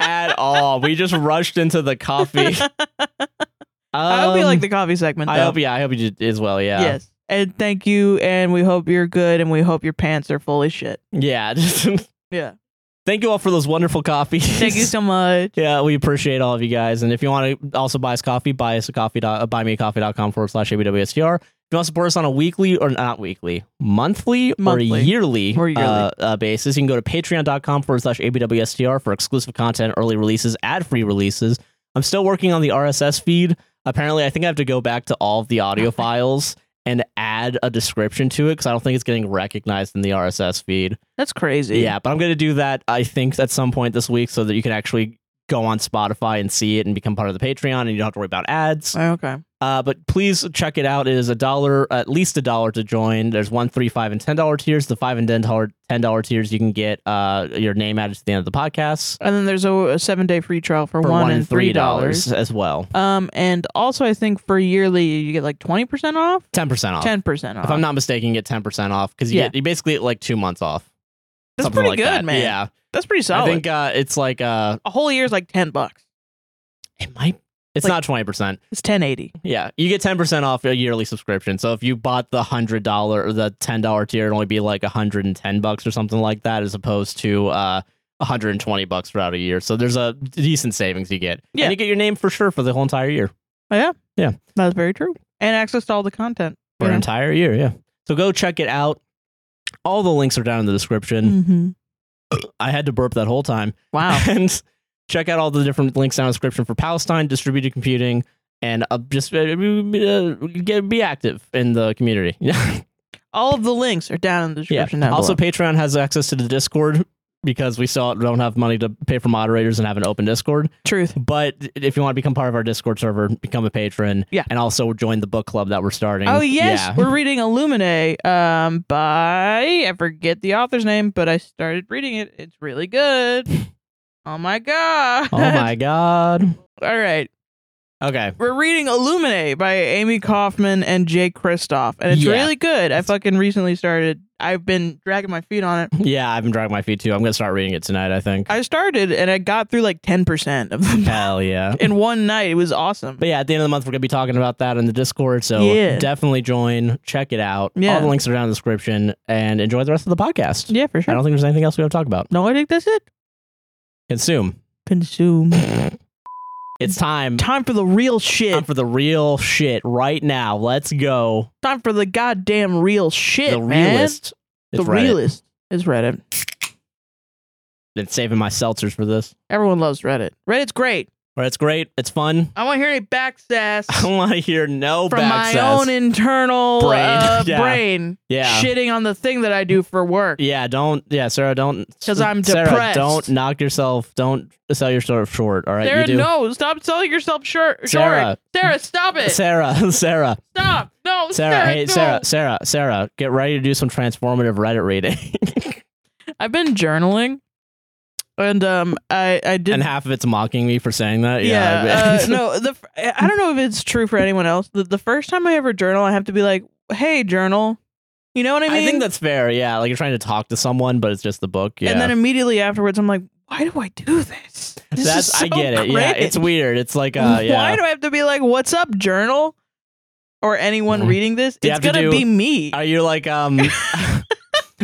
Speaker 1: at all. We just rushed into the coffee.
Speaker 2: I hope you
Speaker 1: Um,
Speaker 2: like the coffee segment. Though.
Speaker 1: I hope. Yeah, I hope you did as well. Yeah.
Speaker 2: Yes. And thank you, and we hope you're good, and we hope your pants are full of shit.
Speaker 1: Yeah. just-
Speaker 2: Yeah.
Speaker 1: Thank you all for those wonderful coffees.
Speaker 2: Thank you so much.
Speaker 1: Yeah, we appreciate all of you guys. And if you want to also buy us coffee, buy us a coffee. Dot, uh, buymeacoffee.com forward slash ABWSTR. If you want to support us on a weekly or not weekly, monthly, or
Speaker 2: Monthly.
Speaker 1: yearly,
Speaker 2: Or yearly.
Speaker 1: Uh, uh, basis, you can go to patreon.com forward slash ABWSTR for exclusive content, early releases, ad free releases. I'm still working on the RSS feed. Apparently, I think I have to go back to all of the audio files and add a description to it because I don't think it's getting recognized in the RSS feed.
Speaker 2: That's crazy.
Speaker 1: Yeah, but I'm going to do that, I think, at some point this week so that you can actually go on Spotify and see it and become part of the Patreon and you don't have to worry about ads.
Speaker 2: Okay.
Speaker 1: Uh, but please check it out. It is a dollar, at least a dollar to join. There's one, three, five, and ten dollar tiers. The five and ten dollar ten dollar tiers, you can get uh, your name added to the end of the podcast
Speaker 2: And then there's a, a seven day free trial for,
Speaker 1: for
Speaker 2: one, and three dollars.
Speaker 1: as well,
Speaker 2: Um, and also I think for yearly you get like twenty percent off,
Speaker 1: ten percent off.
Speaker 2: ten percent off.
Speaker 1: Oh, If I'm not mistaken, you get ten percent off because you
Speaker 2: Yeah.
Speaker 1: get you basically get like two months off.
Speaker 2: That's
Speaker 1: Something
Speaker 2: pretty
Speaker 1: like
Speaker 2: good,
Speaker 1: that.
Speaker 2: man.
Speaker 1: Yeah,
Speaker 2: That's pretty solid.
Speaker 1: I think uh, it's like uh,
Speaker 2: a whole year's like ten bucks.
Speaker 1: it might. It's
Speaker 2: Like-
Speaker 1: not twenty percent.
Speaker 2: It's ten eighty.
Speaker 1: Yeah, you get ten percent off a yearly subscription. So if you bought the hundred dollar or the ten dollar tier, it'd only be like hundred and ten bucks or something like that, as opposed to uh hundred and twenty bucks throughout a year. So there's a decent savings you get.
Speaker 2: Yeah.
Speaker 1: and you get your name for sure for the whole entire year,
Speaker 2: Oh, That's very true. And access to all the content.
Speaker 1: for an entire year. Yeah. So go check it out. All the links are down in the description.
Speaker 2: Mm-hmm.
Speaker 1: I had to burp that whole time.
Speaker 2: Wow.
Speaker 1: and check out all the different links down in the description for Palestine, distributed computing, and uh, just uh, uh, get, be active in the community.
Speaker 2: all of the links are down in the
Speaker 1: Yeah.
Speaker 2: description. down
Speaker 1: Also,
Speaker 2: below.
Speaker 1: Patreon has access to the Discord because we still don't have money to pay for moderators and have an open Discord.
Speaker 2: truth.
Speaker 1: But if you want to become part of our Discord server, become a patron.
Speaker 2: Yeah.
Speaker 1: And also join the book club that we're starting.
Speaker 2: Oh yes,
Speaker 1: Yeah.
Speaker 2: we're reading Illuminae um, by I forget the author's name, but I started reading it. It's really good. Oh my god!
Speaker 1: Oh my god.
Speaker 2: All right,
Speaker 1: Okay.
Speaker 2: we're reading Illuminae by Amy Kaufman and Jay Kristoff, and it's
Speaker 1: Yeah.
Speaker 2: really good. I fucking recently started. I've been dragging my feet on it.
Speaker 1: Yeah, I've been dragging my feet too. I'm gonna start reading it tonight. I think.
Speaker 2: I started and I got through like ten percent of them
Speaker 1: Hell yeah.
Speaker 2: in one night. It was awesome.
Speaker 1: But yeah, at the end of the month, we're gonna be talking about that in the Discord. So
Speaker 2: Yeah.
Speaker 1: definitely join. Check it out.
Speaker 2: Yeah.
Speaker 1: All the links are down in the description. And enjoy the rest of the podcast.
Speaker 2: Yeah, for
Speaker 1: I
Speaker 2: sure.
Speaker 1: don't think there's anything else we have to talk about.
Speaker 2: No, I think that's it.
Speaker 1: Consume.
Speaker 2: Consume.
Speaker 1: It's time.
Speaker 2: Time for the real shit.
Speaker 1: time for the real shit right now. Let's go.
Speaker 2: time for the goddamn real shit,
Speaker 1: the
Speaker 2: man.
Speaker 1: realist.
Speaker 2: the realist is Reddit.
Speaker 1: Been saving my seltzers for this.
Speaker 2: Everyone loves Reddit. Reddit's great.
Speaker 1: But it's great. It's fun.
Speaker 2: I want to hear any backsass
Speaker 1: I want to hear no
Speaker 2: from my
Speaker 1: back sass.
Speaker 2: own internal
Speaker 1: Brain.
Speaker 2: uh,
Speaker 1: Yeah.
Speaker 2: brain
Speaker 1: Yeah.
Speaker 2: shitting on the thing that I do for work.
Speaker 1: Yeah, don't. Yeah, Sarah, don't.
Speaker 2: 'Cause I'm
Speaker 1: Sarah,
Speaker 2: depressed.
Speaker 1: Don't knock yourself. Don't sell yourself short. All right,
Speaker 2: Sarah,
Speaker 1: you do.
Speaker 2: no, stop selling yourself short.
Speaker 1: Sarah.
Speaker 2: short. Sarah, stop it.
Speaker 1: Sarah, Sarah,
Speaker 2: stop. No, Sarah.
Speaker 1: Sarah, hey,
Speaker 2: no.
Speaker 1: Sarah, Sarah, Sarah, get ready to do some transformative Reddit reading.
Speaker 2: I've been journaling and um, I I did
Speaker 1: and half of it's mocking me for saying that. Yeah,
Speaker 2: uh, no, the f- I don't know if it's true for anyone else. The, the first time I ever journal, I have to be like, "Hey, journal," you know what I mean?
Speaker 1: I think that's fair. Yeah, like you're trying to talk to someone, but it's just the book. Yeah,
Speaker 2: And then immediately afterwards, I'm like, "Why do I do this?" This
Speaker 1: that's
Speaker 2: is so
Speaker 1: I get it. Yeah,
Speaker 2: cringe.
Speaker 1: it's weird. It's like uh, yeah.
Speaker 2: Why do I have to be like, "What's up, journal?" Or anyone
Speaker 1: Mhm.
Speaker 2: reading this?
Speaker 1: Do you
Speaker 2: it's
Speaker 1: have to
Speaker 2: gonna
Speaker 1: do-
Speaker 2: be me.
Speaker 1: Are you like um?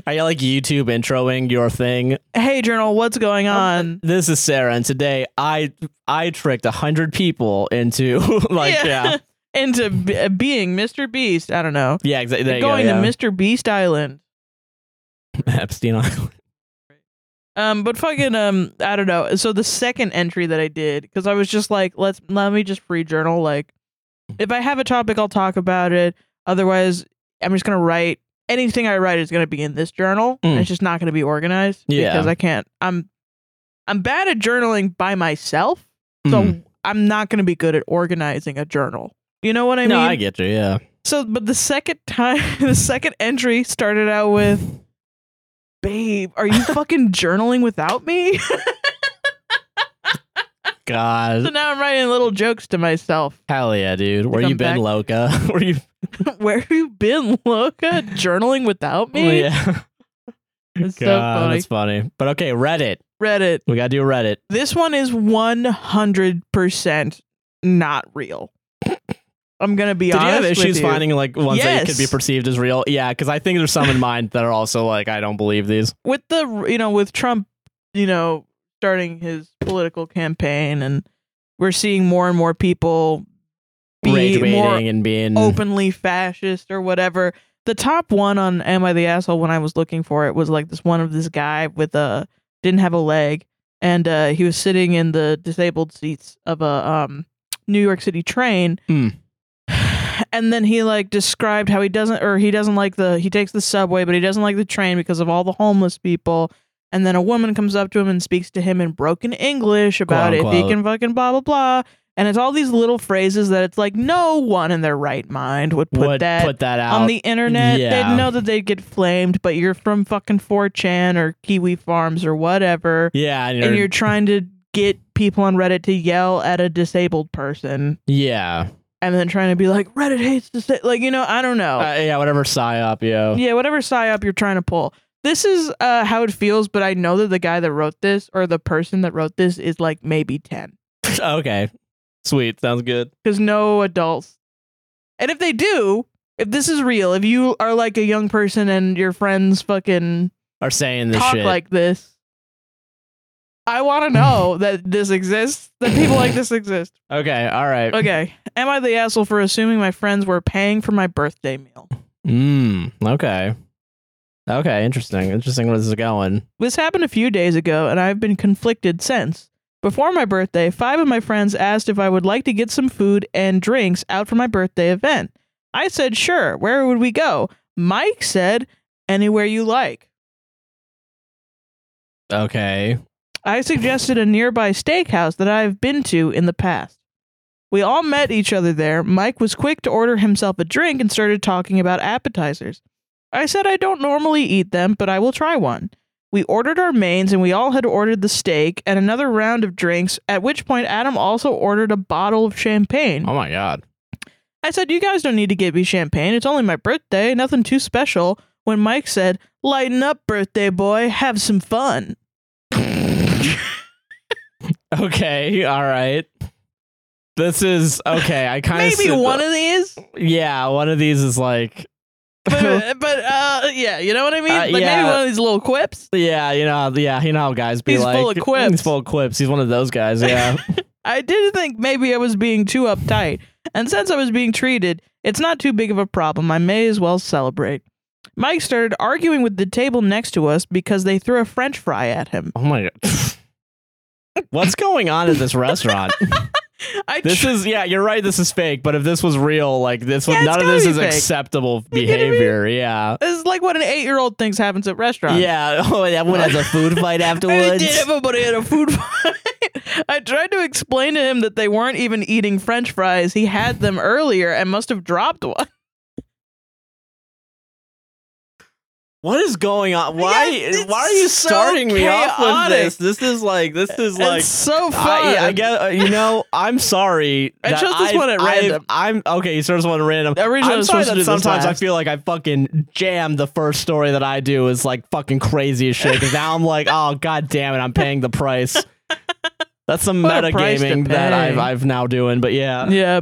Speaker 1: are you like YouTube introing your thing?
Speaker 2: hey, journal, what's going
Speaker 1: Oh,
Speaker 2: on?
Speaker 1: This is Sarah, and today I I tricked a hundred people into like yeah yeah,
Speaker 2: into b- being Mr. Beast. I don't know.
Speaker 1: exactly.
Speaker 2: They're going to Mr. Beast Island.
Speaker 1: Epstein Island.
Speaker 2: Um, but fucking um, I don't know. So the second entry that I did, because I was just like, let's let me just free journal. Like, if I have a topic, I'll talk about it. Otherwise, I'm just gonna write anything I write is gonna be in this journal. and
Speaker 1: Mm.
Speaker 2: It's just not gonna be organized
Speaker 1: Yeah.
Speaker 2: because I can't. I'm I'm bad at journaling by myself, so
Speaker 1: Mm.
Speaker 2: I'm not gonna be good at organizing a journal. You know what I
Speaker 1: no,
Speaker 2: mean?
Speaker 1: I get you. Yeah.
Speaker 2: So, but the second time, the second entry started out with, "Babe, are you fucking journaling without me?" so
Speaker 1: God,
Speaker 2: now I'm writing little jokes to myself.
Speaker 1: hell yeah, dude. Where
Speaker 2: Come
Speaker 1: you been,
Speaker 2: back.
Speaker 1: Loca? Where you?
Speaker 2: Where have you been, Loca? Journaling without
Speaker 1: Oh,
Speaker 2: me?
Speaker 1: yeah.
Speaker 2: It's so
Speaker 1: God,
Speaker 2: funny.
Speaker 1: that's funny. But okay, Reddit.
Speaker 2: Reddit.
Speaker 1: We gotta do Reddit.
Speaker 2: This one is 100% not real. I'm gonna be
Speaker 1: Did you
Speaker 2: honest.
Speaker 1: have
Speaker 2: with
Speaker 1: issues
Speaker 2: you.
Speaker 1: finding like ones that could be
Speaker 2: Yes.
Speaker 1: perceived as real? Yeah, because I think there's some in mind that are also like I don't believe these.
Speaker 2: with the you know with Trump, you know, starting his political campaign, and we're seeing more and more people
Speaker 1: Rage
Speaker 2: be
Speaker 1: baiting
Speaker 2: more
Speaker 1: and being
Speaker 2: openly fascist or whatever. The top one on Am I the Asshole when I was looking for it was like this one of this guy with a didn't have a leg and uh he was sitting in the disabled seats of a um New York City train.
Speaker 1: Hmm.
Speaker 2: And then he like described how he doesn't or he doesn't like the he takes the subway but he doesn't like the train because of all the homeless people. And then a woman comes up to him and speaks to him in broken English about if he
Speaker 1: unquote.
Speaker 2: can fucking blah blah blah. And it's all these little phrases that it's like no one in their right mind would put
Speaker 1: would
Speaker 2: that
Speaker 1: put that out.
Speaker 2: on the internet.
Speaker 1: Yeah.
Speaker 2: They'd know that they'd get flamed, but you're from fucking 4chan or Kiwi Farms or whatever,
Speaker 1: yeah, and you're,
Speaker 2: and you're trying to get people on Reddit to yell at a disabled person
Speaker 1: yeah,
Speaker 2: and then trying to be like, Reddit hates this. Like, you know, I don't know.
Speaker 1: Uh, yeah, whatever psyop, yo.
Speaker 2: yeah, whatever psyop you're trying to pull. This is uh, how it feels, but I know that the guy that wrote this or the person that wrote this is like maybe 10.
Speaker 1: okay, sweet, sounds good.
Speaker 2: because no adults. And if they do, if this is real, if you are like a young person and your friends fucking
Speaker 1: Are saying this
Speaker 2: talk
Speaker 1: shit?
Speaker 2: like this, I want to know that this exists, that people like this exist.
Speaker 1: okay, all right.
Speaker 2: Okay. Am I the asshole for assuming my friends were paying for my birthday meal?
Speaker 1: Mm, okay. Okay, interesting. Interesting where this is going.
Speaker 2: This happened a few days ago, and I've been conflicted since. Before my birthday, five of my friends asked if I would like to get some food and drinks out for my birthday event. I said, sure. Where would we go? Mike said, anywhere you like.
Speaker 1: Okay.
Speaker 2: I suggested a nearby steakhouse that I've been to in the past. We all met each other there. Mike was quick to order himself a drink and started talking about appetizers. I said I don't normally eat them, but I will try one. We ordered our mains and we all had ordered the steak and another round of drinks, at which point Adam also ordered a bottle of champagne.
Speaker 1: Oh my god.
Speaker 2: I said, You guys don't need to get me champagne. It's only my birthday, nothing too special. When Mike said, Lighten up, birthday boy, have some fun.
Speaker 1: Okay, all right. This is okay. I kind of
Speaker 2: Maybe one of these.
Speaker 1: Yeah, one of these is like,
Speaker 2: but, but uh, yeah, you know what I mean.
Speaker 1: Uh,
Speaker 2: like
Speaker 1: yeah.
Speaker 2: maybe one of these little quips.
Speaker 1: yeah, you know, yeah, you know how guys be
Speaker 2: He's
Speaker 1: like.
Speaker 2: full of quips.
Speaker 1: He's full of quips. He's one of those guys. Yeah.
Speaker 2: I did think maybe I was being too uptight, and since I was being treated, it's not too big of a problem. I may as well celebrate. Mike started arguing with the table next to us because they threw a French fry at him.
Speaker 1: oh my god. What's going on at this restaurant?
Speaker 2: I
Speaker 1: This
Speaker 2: tr-
Speaker 1: is yeah, you're right. This is fake. But if this was real, like this, would
Speaker 2: Yeah, it's
Speaker 1: none of
Speaker 2: gotta
Speaker 1: this
Speaker 2: be
Speaker 1: is
Speaker 2: fake.
Speaker 1: acceptable
Speaker 2: kidding me?
Speaker 1: behavior. Yeah.
Speaker 2: this is like what an eight-year-old thinks happens at restaurants.
Speaker 1: Yeah. Oh, everyone has a food fight
Speaker 2: I
Speaker 1: afterwards.
Speaker 2: did everybody had a food fight. I tried to explain to him that they weren't even eating French fries. He had them earlier and must have dropped one.
Speaker 1: What is going on? Why?
Speaker 2: Yes, it's
Speaker 1: why are you
Speaker 2: so
Speaker 1: starting me off with
Speaker 2: chaotic.
Speaker 1: this? This is like this is
Speaker 2: It's
Speaker 1: like
Speaker 2: so fun.
Speaker 1: I, yeah, I get, uh, you know, I'm sorry.
Speaker 2: I
Speaker 1: that
Speaker 2: chose this
Speaker 1: I've-
Speaker 2: one at
Speaker 1: I've-
Speaker 2: random.
Speaker 1: I'm okay. You chose this one at random.
Speaker 2: Originally, I
Speaker 1: I'm
Speaker 2: was
Speaker 1: sorry
Speaker 2: supposed to
Speaker 1: that
Speaker 2: do this
Speaker 1: sometimes I
Speaker 2: last.
Speaker 1: feel like I fucking jam the first story that I do is like fucking crazy as shit. Because now I'm like, oh god damn it, I'm paying the price. That's some
Speaker 2: What a
Speaker 1: meta
Speaker 2: price to
Speaker 1: gaming that
Speaker 2: pay.
Speaker 1: I've I've now doing. But yeah,
Speaker 2: yeah.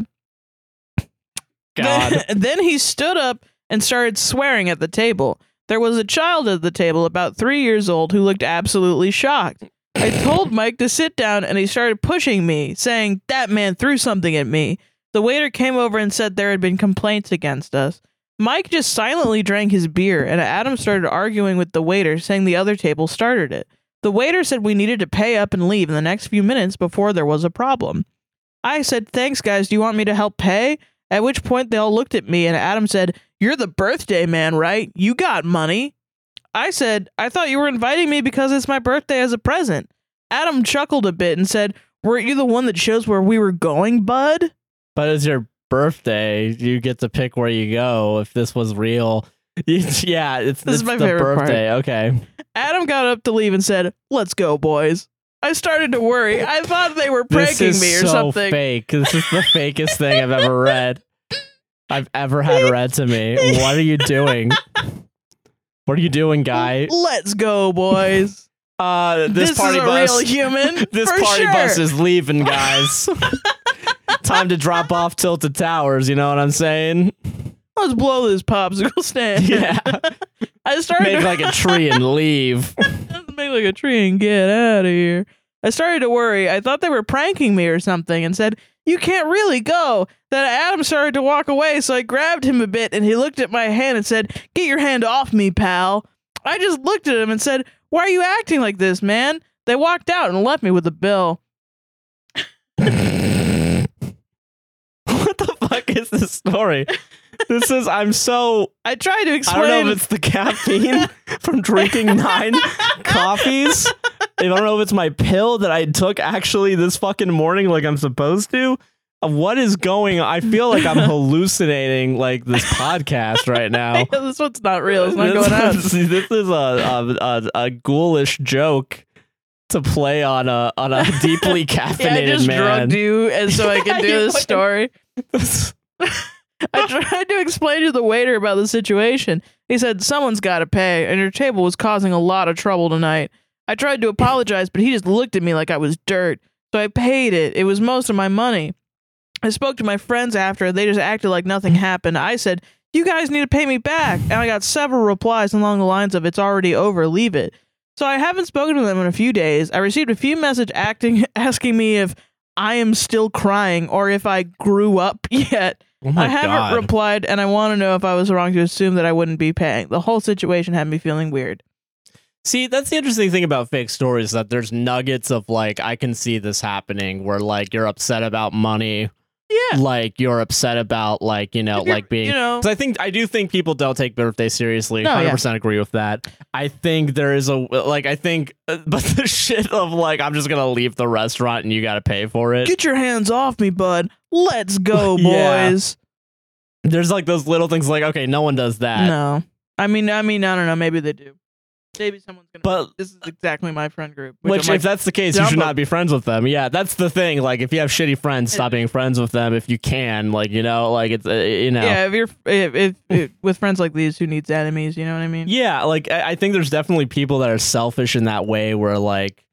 Speaker 1: God,
Speaker 2: Then, then he stood up and started swearing at the table. There was a child at the table, about three years old, who looked absolutely shocked. I told Mike to sit down, and he started pushing me, saying, That man threw something at me. The waiter came over and said there had been complaints against us. Mike just silently drank his beer, and Adam started arguing with the waiter, saying the other table started it. The waiter said we needed to pay up and leave in the next few minutes before there was a problem. I said, Thanks, guys. Do you want me to help pay? At which point they all looked at me, and Adam said, You're the birthday man, right? You got money. I said, I thought you were inviting me because it's my birthday as a present. Adam chuckled a bit and said, Weren't you the one that shows where we were going, bud?
Speaker 1: but it's your birthday. You get to pick where you go. If this was real, yeah, it's
Speaker 2: This is
Speaker 1: it's
Speaker 2: my
Speaker 1: the
Speaker 2: favorite part.
Speaker 1: birthday. Okay.
Speaker 2: Adam got up to leave and said, Let's go, boys. I started to worry. I thought they were
Speaker 1: This
Speaker 2: pranking
Speaker 1: is
Speaker 2: me or
Speaker 1: so
Speaker 2: something.
Speaker 1: Fake. This is the fakest thing I've ever read. I've ever had read to me. What are you doing? What are you doing, guy?
Speaker 2: Let's go, boys.
Speaker 1: Uh, this,
Speaker 2: this
Speaker 1: party
Speaker 2: is a
Speaker 1: bus.
Speaker 2: real human.
Speaker 1: this
Speaker 2: for
Speaker 1: party
Speaker 2: sure.
Speaker 1: bus is leaving, guys. Time to drop off Tilted Towers. You know what I'm saying?
Speaker 2: Let's blow this popsicle stand.
Speaker 1: Yeah.
Speaker 2: I started
Speaker 1: Make
Speaker 2: to
Speaker 1: like a tree and leave.
Speaker 2: make like a tree and get out of here. I started to worry. I thought they were pranking me or something and said, You can't really go. Then Adam started to walk away, so I grabbed him a bit and he looked at my hand and said, Get your hand off me, pal. I just looked at him and said, Why are you acting like this, man? They walked out and left me with a bill.
Speaker 1: what the fuck is this story? This is. I'm so
Speaker 2: I tried to
Speaker 1: I
Speaker 2: explain.
Speaker 1: don't know if it's the caffeine from drinking nine coffees. If I don't know if it's my pill that I took actually this fucking morning, like I'm supposed to. Uh, What is going? on? I feel like I'm hallucinating, like this podcast right now.
Speaker 2: this one's not real. It's not
Speaker 1: this,
Speaker 2: going on.
Speaker 1: is, this is a, a, a a ghoulish joke to play on a on a deeply
Speaker 2: Yeah, I
Speaker 1: caffeinated
Speaker 2: just
Speaker 1: man.
Speaker 2: drugged you, and so I
Speaker 1: Yeah,
Speaker 2: could do
Speaker 1: you
Speaker 2: this
Speaker 1: fucking-
Speaker 2: story. I tried to explain to the waiter about the situation. He said, Someone's got to pay, and your table was causing a lot of trouble tonight. I tried to apologize, but he just looked at me like I was dirt. So I paid it. It was most of my money. I spoke to my friends after. They just acted like nothing happened. I said, You guys need to pay me back. And I got several replies along the lines of, It's already over. Leave it. So I haven't spoken to them in a few days. I received a few message acting asking me if I am still crying or if I grew up yet.
Speaker 1: oh my
Speaker 2: I haven't
Speaker 1: god!
Speaker 2: replied, and I want to know if I was wrong to assume that I wouldn't be paying. The whole situation had me feeling weird.
Speaker 1: See, that's the interesting thing about fake stories that there's nuggets of like I can see this happening where like you're upset about money,
Speaker 2: Yeah,
Speaker 1: like you're upset about like, you know,
Speaker 2: If you're-
Speaker 1: like being
Speaker 2: you know,
Speaker 1: 'Cause I think I do think people don't take birthday seriously.
Speaker 2: No, yeah.
Speaker 1: 100% agree with that. I think there is a like I think uh, but the shit of like I'm just going to leave the restaurant and you got to pay for it.
Speaker 2: get your hands off me, bud. Let's go,
Speaker 1: Yeah.
Speaker 2: boys.
Speaker 1: There's like those little things like okay, no one does that.
Speaker 2: No, I mean, I mean, I don't know. Maybe they do. Maybe someone's gonna.
Speaker 1: But
Speaker 2: this is exactly my friend group.
Speaker 1: Which,
Speaker 2: I'm
Speaker 1: if
Speaker 2: like,
Speaker 1: that's the case, you
Speaker 2: dumb
Speaker 1: should
Speaker 2: but-
Speaker 1: not be friends with them. Yeah, that's the thing. Like, if you have shitty friends, stop being friends with them if you can. Like, you know, like it's uh, you know, yeah.
Speaker 2: yeah, if you're if, if, if with friends like these, who needs enemies? You know what I mean?
Speaker 1: like I, I think there's definitely people that are selfish in that way, where like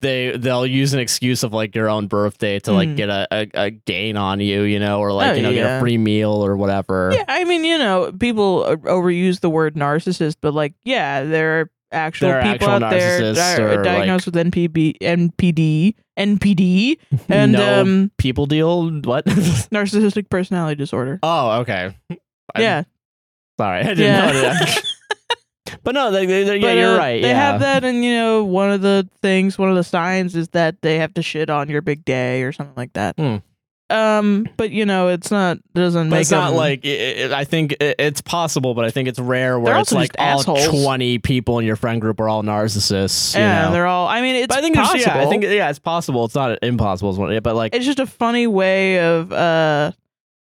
Speaker 1: they they'll use an excuse of like your own birthday to like
Speaker 2: Mhm.
Speaker 1: get a, a, a gain on you, you know, or like
Speaker 2: Oh,
Speaker 1: you know get
Speaker 2: yeah.
Speaker 1: a free meal or whatever.
Speaker 2: Yeah, I mean, you know, people uh, overuse the word narcissist, but like, yeah, there are actual
Speaker 1: There are
Speaker 2: people
Speaker 1: actual
Speaker 2: out there
Speaker 1: narcissists
Speaker 2: that
Speaker 1: or,
Speaker 2: are
Speaker 1: like-
Speaker 2: diagnosed with NPB, NPD, NPD, and
Speaker 1: no
Speaker 2: um,
Speaker 1: people deal what?
Speaker 2: narcissistic personality disorder.
Speaker 1: oh, okay. I'm
Speaker 2: yeah,
Speaker 1: Sorry, I didn't
Speaker 2: Yeah.
Speaker 1: know that. but no, they, they, they- yeah,
Speaker 2: But,
Speaker 1: you're
Speaker 2: uh,
Speaker 1: right.
Speaker 2: They
Speaker 1: yeah.
Speaker 2: have that, and you know, one of the things, one of the signs is that they have to shit on your big day or something like that.
Speaker 1: Hmm.
Speaker 2: Um, but you know, it's not doesn't
Speaker 1: But
Speaker 2: make
Speaker 1: it's not
Speaker 2: them-
Speaker 1: like i i I think i it's possible, but I think it's rare where
Speaker 2: They're
Speaker 1: it's
Speaker 2: also
Speaker 1: like
Speaker 2: just
Speaker 1: all
Speaker 2: assholes.
Speaker 1: twenty people in your friend group are all narcissists. You
Speaker 2: yeah,
Speaker 1: know?
Speaker 2: they're all. I mean, it's
Speaker 1: but I think there's-
Speaker 2: possible.
Speaker 1: yeah, I think yeah, it's possible. It's not impossible. It's one, but like
Speaker 2: it's just a funny way of uh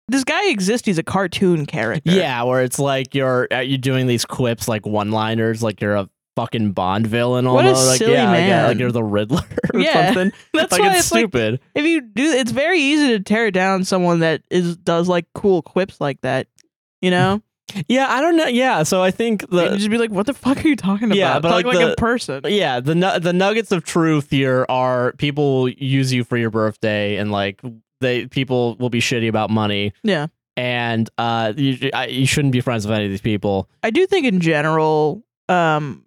Speaker 2: this guy exists. He's a cartoon character.
Speaker 1: Yeah, where it's like you're uh, you're doing these quips like one-liners, like you're a fucking Bond villain.
Speaker 2: What a
Speaker 1: Almost. like,
Speaker 2: silly
Speaker 1: yeah, like, yeah,
Speaker 2: man.
Speaker 1: like you're the Riddler or
Speaker 2: Yeah.
Speaker 1: something.
Speaker 2: that's
Speaker 1: like
Speaker 2: why
Speaker 1: it's,
Speaker 2: it's like
Speaker 1: stupid.
Speaker 2: if you do, it's very easy to tear down someone that is does like cool quips like that. You know,
Speaker 1: yeah, I don't know. Yeah, so I think
Speaker 2: and you
Speaker 1: the
Speaker 2: just be like, "What the fuck are you talking about?"
Speaker 1: Yeah, but,
Speaker 2: Talk
Speaker 1: like,
Speaker 2: like
Speaker 1: the-
Speaker 2: a person.
Speaker 1: yeah the nu- the nuggets of truth here are people will use you for your birthday and like they people will be shitty about money
Speaker 2: Yeah.
Speaker 1: and uh you I, you shouldn't be friends with any of these people.
Speaker 2: I do think in general, um,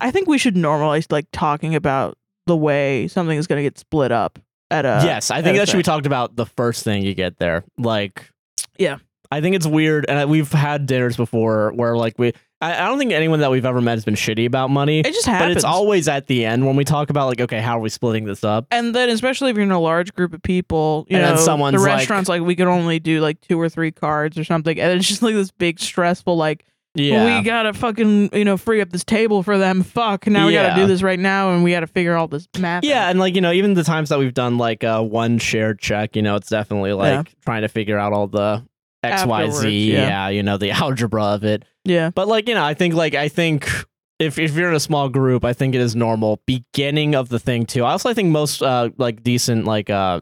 Speaker 2: I think we should normalize like talking about the way something is going to get split up at a
Speaker 1: yes, I think
Speaker 2: Uh, okay.
Speaker 1: that should be talked about the first thing you get there. Like,
Speaker 2: Yeah.
Speaker 1: I think it's weird, and I, we've had dinners before where like we. I, I don't think anyone that we've ever met has been shitty about money,
Speaker 2: It just
Speaker 1: but
Speaker 2: happens.
Speaker 1: it's always at the end when we talk about like, okay, how are we splitting this up?
Speaker 2: and then especially if you're in a large group of people, you
Speaker 1: And then
Speaker 2: know,
Speaker 1: someone's
Speaker 2: the
Speaker 1: like-
Speaker 2: restaurants like, we could only do like two or three cards or something, and it's just like this big stressful like
Speaker 1: Yeah,
Speaker 2: we gotta fucking you know free up this table for them. Fuck, now we
Speaker 1: Yeah.
Speaker 2: gotta do this right now, and we gotta figure all this math.
Speaker 1: yeah,
Speaker 2: out.
Speaker 1: and like you know, even the times that we've done like uh, one shared check, you know, it's definitely like
Speaker 2: Yeah.
Speaker 1: trying to figure out all the X Y
Speaker 2: Afterwards,
Speaker 1: Z.
Speaker 2: yeah.
Speaker 1: yeah, you know, the algebra of it.
Speaker 2: yeah,
Speaker 1: But like you know, I think like I think if if you're in a small group, I think it is normal beginning of the thing too. I also I think most uh like decent like uh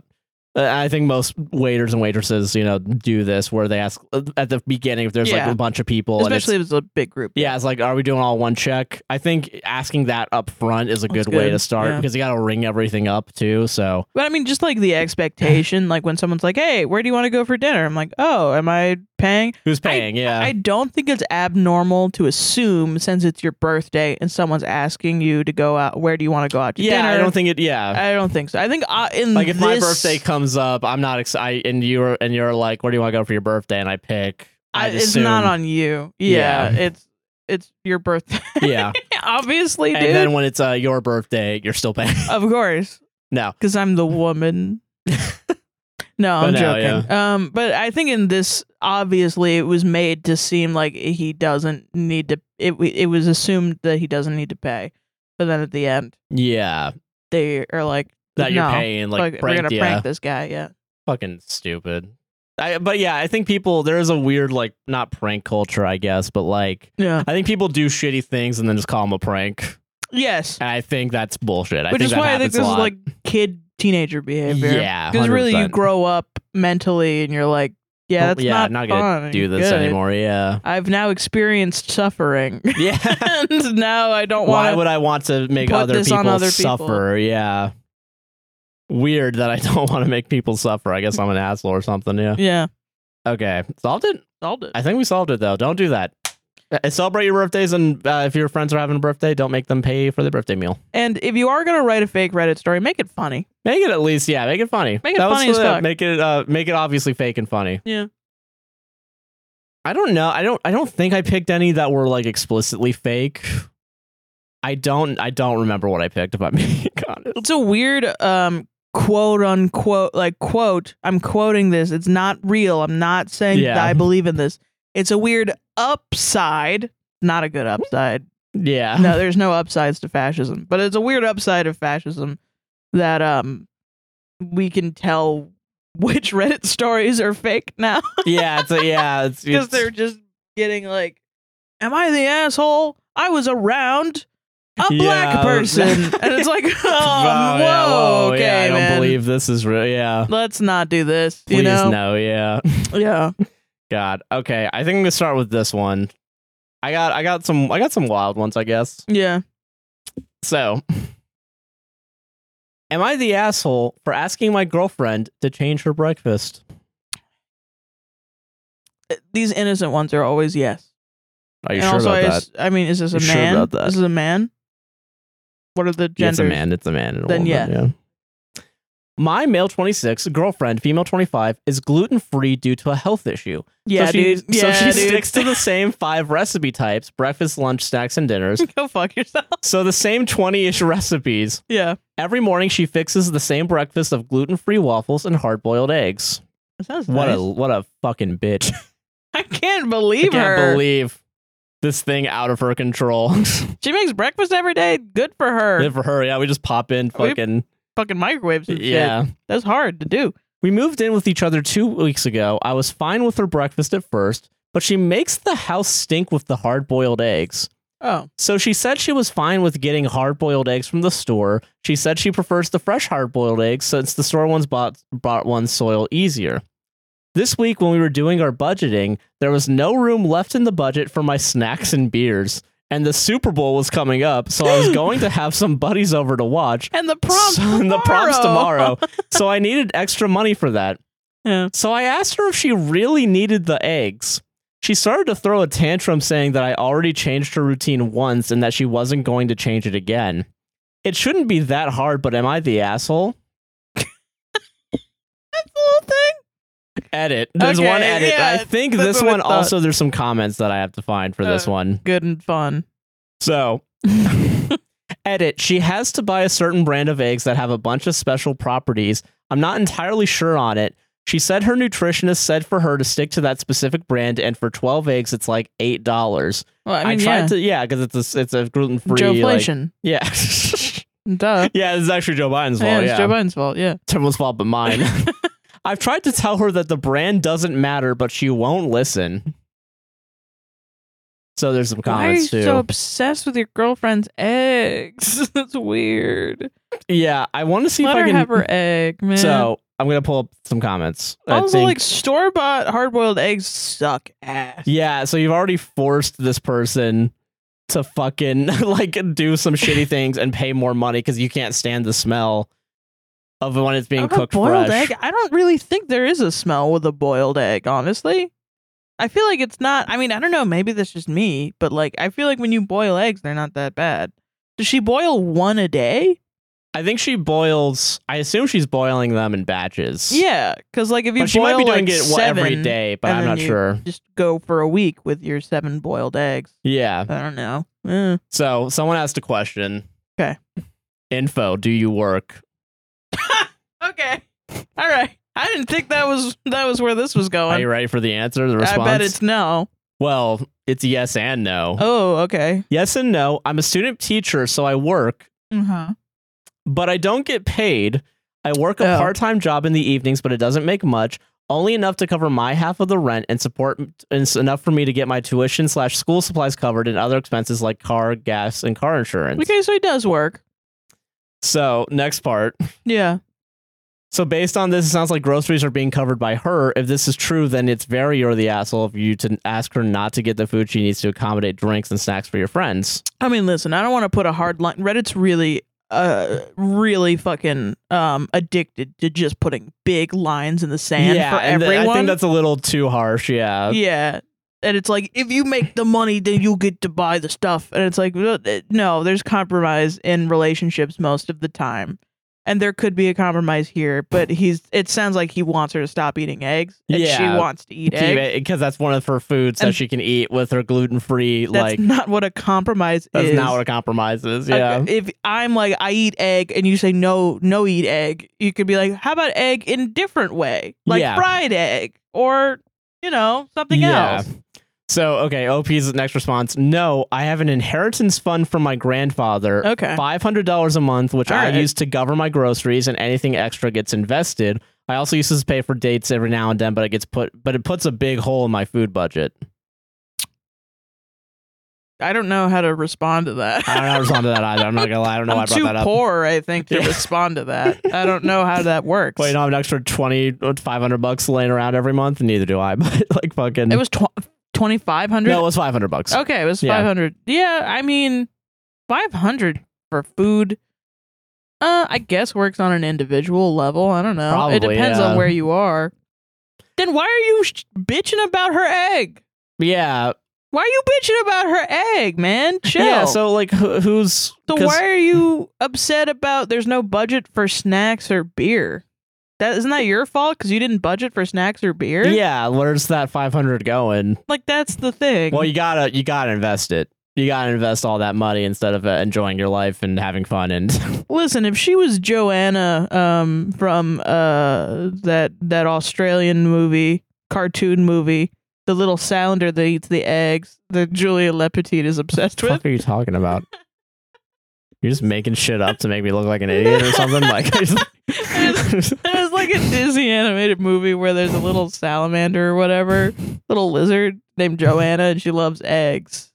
Speaker 1: I think most waiters and waitresses you know do this where they ask uh, at the beginning if there's like
Speaker 2: Yeah.
Speaker 1: a bunch of people and it's-
Speaker 2: especially if it's a big group.
Speaker 1: yeah, it's like, are we doing all one check? I think asking that up front is a good,
Speaker 2: That's
Speaker 1: way
Speaker 2: good,
Speaker 1: to start
Speaker 2: yeah.
Speaker 1: because you got to ring everything up too. So
Speaker 2: But I mean, just like the expectation, like when someone's like, "Hey, where do you want to go for dinner?" I'm like, "Oh, am I paying?"
Speaker 1: who's paying? yeah,
Speaker 2: I don't think it's abnormal to assume since it's your birthday and someone's asking you to go out. Where do you want to go out to
Speaker 1: yeah.
Speaker 2: dinner?
Speaker 1: I don't think it. Yeah,
Speaker 2: I don't think so. I think uh, in
Speaker 1: like if my
Speaker 2: this-
Speaker 1: birthday comes up, I'm not excited, and you're and you're like, where do you want to go for your birthday? And I pick.
Speaker 2: I-
Speaker 1: I
Speaker 2: it's not on you. Yeah,
Speaker 1: Yeah.
Speaker 2: it's it's your birthday.
Speaker 1: Yeah,
Speaker 2: Obviously, dude.
Speaker 1: and then when it's uh, your birthday, you're still paying.
Speaker 2: of course,
Speaker 1: no,
Speaker 2: because I'm the woman. No, I'm
Speaker 1: But no,
Speaker 2: joking. Um, but I think in this, obviously, it was made to seem like he doesn't need to. It it was assumed that he doesn't need to pay, but then at the end,
Speaker 1: yeah,
Speaker 2: they are like,
Speaker 1: that you're
Speaker 2: No.
Speaker 1: paying like,
Speaker 2: like, "We're gonna
Speaker 1: pranked ya.
Speaker 2: prank this guy." Yeah,
Speaker 1: fucking stupid. I, but yeah, I think people there is a weird like not prank culture, I guess, but like
Speaker 2: yeah,
Speaker 1: I think people do shitty things and then just call them a prank.
Speaker 2: yes.
Speaker 1: And I think that's bullshit. I
Speaker 2: Which
Speaker 1: think
Speaker 2: is
Speaker 1: that
Speaker 2: why I
Speaker 1: happens
Speaker 2: think
Speaker 1: a
Speaker 2: this is
Speaker 1: lot.
Speaker 2: like kid teenager behavior.
Speaker 1: yeah,
Speaker 2: because really, you
Speaker 1: 100%.
Speaker 2: grow up mentally, and you're like, "Yeah,
Speaker 1: Well,
Speaker 2: that's
Speaker 1: yeah,
Speaker 2: not,
Speaker 1: not gonna
Speaker 2: fun and
Speaker 1: do this
Speaker 2: good.
Speaker 1: anymore. Yeah,
Speaker 2: I've now experienced suffering,
Speaker 1: yeah.
Speaker 2: and now I don't
Speaker 1: why
Speaker 2: want.
Speaker 1: would I want to make
Speaker 2: put
Speaker 1: other
Speaker 2: this
Speaker 1: people
Speaker 2: on other people?
Speaker 1: suffer? Yeah, weird that I don't want to make people suffer. I guess I'm an asshole or something. Yeah.
Speaker 2: Yeah,
Speaker 1: Okay, solved it.
Speaker 2: solved it.
Speaker 1: I think we solved it though. Don't do that. Uh, Celebrate your birthdays, and uh, if your friends are having a birthday, don't make them pay for the birthday meal.
Speaker 2: And if you are gonna write a fake Reddit story, make it funny.
Speaker 1: Make it at least, yeah, make it funny.
Speaker 2: Make it
Speaker 1: was
Speaker 2: funny as
Speaker 1: the-
Speaker 2: fuck.
Speaker 1: Make it, uh, make it obviously fake and funny.
Speaker 2: Yeah.
Speaker 1: I don't know. I don't. I don't think I picked any that were like explicitly fake. I don't. I don't remember what I picked. If I'm being honest.
Speaker 2: It's a weird um quote unquote like quote. I'm quoting this. It's not real. I'm not saying
Speaker 1: Yeah.
Speaker 2: that I believe in this. It's a weird upside. Not a good upside.
Speaker 1: Yeah.
Speaker 2: No, there's no upsides to fascism, but it's a weird upside of fascism that um we can tell which Reddit stories are fake now
Speaker 1: yeah. It's a, yeah. It's,
Speaker 2: because
Speaker 1: it's
Speaker 2: they're just getting like, "Am I the asshole? I was around a
Speaker 1: Yeah.
Speaker 2: black person," and it's like, "Oh,
Speaker 1: Wow,
Speaker 2: whoa,
Speaker 1: yeah, whoa,
Speaker 2: okay,
Speaker 1: yeah, I don't
Speaker 2: man.
Speaker 1: believe this is real. Yeah.
Speaker 2: Let's not do this."
Speaker 1: Please
Speaker 2: you know?
Speaker 1: no. Yeah.
Speaker 2: Yeah.
Speaker 1: God. Okay. I think I'm gonna start with this one. I got. I got some. I got some wild ones. I guess.
Speaker 2: Yeah.
Speaker 1: So, am I the asshole for asking my girlfriend to change her breakfast?
Speaker 2: These innocent ones are always yes.
Speaker 1: Are you
Speaker 2: and
Speaker 1: sure
Speaker 2: also,
Speaker 1: about
Speaker 2: I,
Speaker 1: that?
Speaker 2: ass- I mean, is this a
Speaker 1: You sure
Speaker 2: man?
Speaker 1: about that?
Speaker 2: This is a man. What are the
Speaker 1: Yeah, It's a
Speaker 2: genders?
Speaker 1: man. It's a man. And a
Speaker 2: Then
Speaker 1: woman,
Speaker 2: yes.
Speaker 1: yeah. My male 26 girlfriend, female 25, is gluten free due to a health issue.
Speaker 2: Yeah,
Speaker 1: so she,
Speaker 2: dude.
Speaker 1: so
Speaker 2: yeah,
Speaker 1: she
Speaker 2: dude.
Speaker 1: sticks to the same five recipe types breakfast, lunch, snacks, and dinners.
Speaker 2: Go fuck yourself.
Speaker 1: so the same 20 ish recipes.
Speaker 2: Yeah.
Speaker 1: Every morning, she fixes the same breakfast of gluten free waffles and hard boiled eggs.
Speaker 2: That sounds
Speaker 1: What
Speaker 2: nice.
Speaker 1: a what a fucking bitch!
Speaker 2: I can't
Speaker 1: I
Speaker 2: believe
Speaker 1: can't
Speaker 2: her.
Speaker 1: believe this thing out of her control.
Speaker 2: she makes breakfast every day. Good for her.
Speaker 1: Good for her. Yeah, we just pop in
Speaker 2: We-
Speaker 1: fucking
Speaker 2: Fucking microwaves and shit.
Speaker 1: yeah.
Speaker 2: That's hard to do.
Speaker 1: We moved in with each other two weeks ago. I was fine with her breakfast at first, but she makes the house stink with the hard boiled eggs.
Speaker 2: Oh,
Speaker 1: So she said she was fine with getting hard boiled eggs from the store. She said she prefers the fresh hard boiled eggs since the store ones bought, bought one's soil easier. This week, when we were doing our budgeting, there was no room left in the budget for my snacks and beers. And the Super Bowl was coming up, so I was going to have some buddies over to watch.
Speaker 2: and the prompts.
Speaker 1: So-
Speaker 2: tomorrow.
Speaker 1: and the prompts tomorrow. so I needed extra money for that.
Speaker 2: Yeah.
Speaker 1: So I asked her if she really needed the eggs. She started to throw a tantrum saying that I already changed her routine once and that she wasn't going to change it again. It shouldn't be that hard, but am I the asshole?
Speaker 2: That's the whole thing.
Speaker 1: Edit. There's
Speaker 2: Okay,
Speaker 1: one edit.
Speaker 2: yeah,
Speaker 1: I think
Speaker 2: that's
Speaker 1: this
Speaker 2: what I
Speaker 1: one
Speaker 2: thought.
Speaker 1: also there's some comments that I have to find for this
Speaker 2: Uh.
Speaker 1: one.
Speaker 2: Good and fun.
Speaker 1: So Edit. She has to buy a certain brand of eggs that have a bunch of special properties. I'm not entirely sure on it. She said her nutritionist said for her to stick to that specific brand, and for 12 eggs, it's like eight dollars.
Speaker 2: Well, I
Speaker 1: I,
Speaker 2: mean,
Speaker 1: tried
Speaker 2: yeah.
Speaker 1: to, yeah, because it's a, it's a gluten free.
Speaker 2: Joe
Speaker 1: Like,
Speaker 2: Flation.
Speaker 1: yeah,
Speaker 2: Duh.
Speaker 1: yeah, this is actually Joe Biden's
Speaker 2: yeah,
Speaker 1: fault.
Speaker 2: it's
Speaker 1: Yeah,
Speaker 2: Joe Biden's fault. Yeah.
Speaker 1: It's everyone's fault but mine. I've tried to tell her that the brand doesn't matter, but she won't listen. So there's some
Speaker 2: Why are you
Speaker 1: comments too.
Speaker 2: so obsessed with your girlfriend's eggs? That's weird.
Speaker 1: yeah, I want to see
Speaker 2: Let
Speaker 1: if
Speaker 2: her
Speaker 1: I can.
Speaker 2: have her egg, man.
Speaker 1: So I'm gonna pull up some comments. I
Speaker 2: also,
Speaker 1: think-
Speaker 2: like store bought hard boiled eggs suck ass.
Speaker 1: yeah, so you've already forced this person to fucking like do some shitty things and pay more money because you can't stand the smell of when it's being
Speaker 2: Of
Speaker 1: cooked
Speaker 2: a boiled
Speaker 1: fresh.
Speaker 2: egg. I don't really think there is a smell with a boiled egg. Honestly, I feel like it's not. I mean, I don't know. Maybe that's just me, but like, I feel like when you boil eggs, they're not that bad. Does she boil one a day?
Speaker 1: I think she boils. I assume she's boiling them in batches.
Speaker 2: Yeah, because like if you
Speaker 1: but she might
Speaker 2: boil,
Speaker 1: be doing
Speaker 2: like,
Speaker 1: it what, every
Speaker 2: seven,
Speaker 1: day, but
Speaker 2: and
Speaker 1: I'm
Speaker 2: then
Speaker 1: not
Speaker 2: you-
Speaker 1: sure.
Speaker 2: Just go for a week with your seven boiled eggs.
Speaker 1: Yeah.
Speaker 2: I don't know. Eh.
Speaker 1: So someone asked a question.
Speaker 2: 'Kay.
Speaker 1: Info: Do you work?
Speaker 2: Okay. All right. I didn't think that was that was where this
Speaker 1: Are
Speaker 2: was
Speaker 1: you
Speaker 2: going.
Speaker 1: ready for the answer? The response.
Speaker 2: Oh, I bet it's no.
Speaker 1: well, it's yes and no.
Speaker 2: Oh, okay.
Speaker 1: Yes and no. I'm a student teacher, so I work. Mm-hmm.
Speaker 2: Uh-huh.
Speaker 1: but I don't get paid. I work a
Speaker 2: Oh.
Speaker 1: part time job in the evenings, but it doesn't make much. Only enough to cover my half of the rent and support, and it's enough for me to get my tuition slash school supplies covered and other expenses like car, gas, and car insurance.
Speaker 2: Okay, so it does work.
Speaker 1: So next part.
Speaker 2: Yeah.
Speaker 1: So based on this, it sounds like groceries are being covered by her. If this is true, then it's very you're the asshole of you to ask her not to get the food she needs to accommodate drinks and snacks for your friends.
Speaker 2: I mean, listen, I don't want to put a hard line. Reddit's really, uh, really fucking um addicted to just putting big lines in the sand for
Speaker 1: and th-
Speaker 2: everyone.
Speaker 1: I think that's a little too harsh. Yeah.
Speaker 2: yeah. And it's like if you make the money, then you get to buy the stuff. And it's like well, eh, no, there's compromise in relationships most of the time, and there could be a compromise here. But he's it sounds like he wants her to stop eating eggs, and she
Speaker 1: Yeah.
Speaker 2: wants to eat eggs.
Speaker 1: because that's one of her foods that
Speaker 2: And-
Speaker 1: she can eat with her gluten free.
Speaker 2: That's
Speaker 1: Like
Speaker 2: not what a compromise
Speaker 1: that's
Speaker 2: is.
Speaker 1: not what a compromise is.
Speaker 2: Like,
Speaker 1: Yeah,
Speaker 2: If I'm like, I eat egg, and you say no, no eat egg, you could be like, how about egg in a different way, like
Speaker 1: Yeah.
Speaker 2: fried egg, or you know something
Speaker 1: Yeah.
Speaker 2: else.
Speaker 1: So okay, OP's next response: No, I have an inheritance fund from my grandfather.
Speaker 2: Okay.
Speaker 1: Five hundred dollars a month, which I
Speaker 2: Alright.
Speaker 1: use to cover my groceries, and anything extra gets invested. I also use this to pay for dates every now and then, but it gets put, but it puts a big hole in my food budget.
Speaker 2: I don't know how to respond to that.
Speaker 1: I don't know how to respond to that either. I'm not gonna lie. I don't know
Speaker 2: I'm
Speaker 1: why I brought
Speaker 2: too
Speaker 1: that up.
Speaker 2: poor, I think, to
Speaker 1: Yeah.
Speaker 2: respond to that. I don't know how that works.
Speaker 1: Wait, um you don't have an extra 20, 500 bucks laying around every month. Neither do I. But like fucking,
Speaker 2: It was twenty five hundred.
Speaker 1: no, it was five hundred bucks.
Speaker 2: Okay, it was
Speaker 1: Yeah.
Speaker 2: five hundred. Yeah, I mean, five hundred for food. Uh, I guess works on an individual level. I don't know.
Speaker 1: Probably,
Speaker 2: it depends
Speaker 1: yeah.
Speaker 2: on where you are. Then why are you sh- bitching about her egg?
Speaker 1: Yeah.
Speaker 2: Why are you bitching about her egg, man? Chill.
Speaker 1: Yeah. So like, who, who's
Speaker 2: So
Speaker 1: 'cause-
Speaker 2: why are you upset about there's no budget for snacks or beer? That isn't that your fault because you didn't budget for snacks or beer.
Speaker 1: Yeah. Where's that five hundred going?
Speaker 2: like that's the thing.
Speaker 1: Well, you gotta you gotta invest it. You gotta invest all that money instead of uh, enjoying your life and having fun. And
Speaker 2: Listen, if she was Joanna um, from uh, that that Australian movie, cartoon movie, the little sounder that eats the eggs that Julia Lepetite is obsessed
Speaker 1: what the
Speaker 2: with,
Speaker 1: fuck are you talking about? You're just making shit up to make me look like an idiot or something. Like, I just-
Speaker 2: it was like like a Disney animated movie where there's a little salamander or whatever, little lizard named Joanna, and she loves eggs.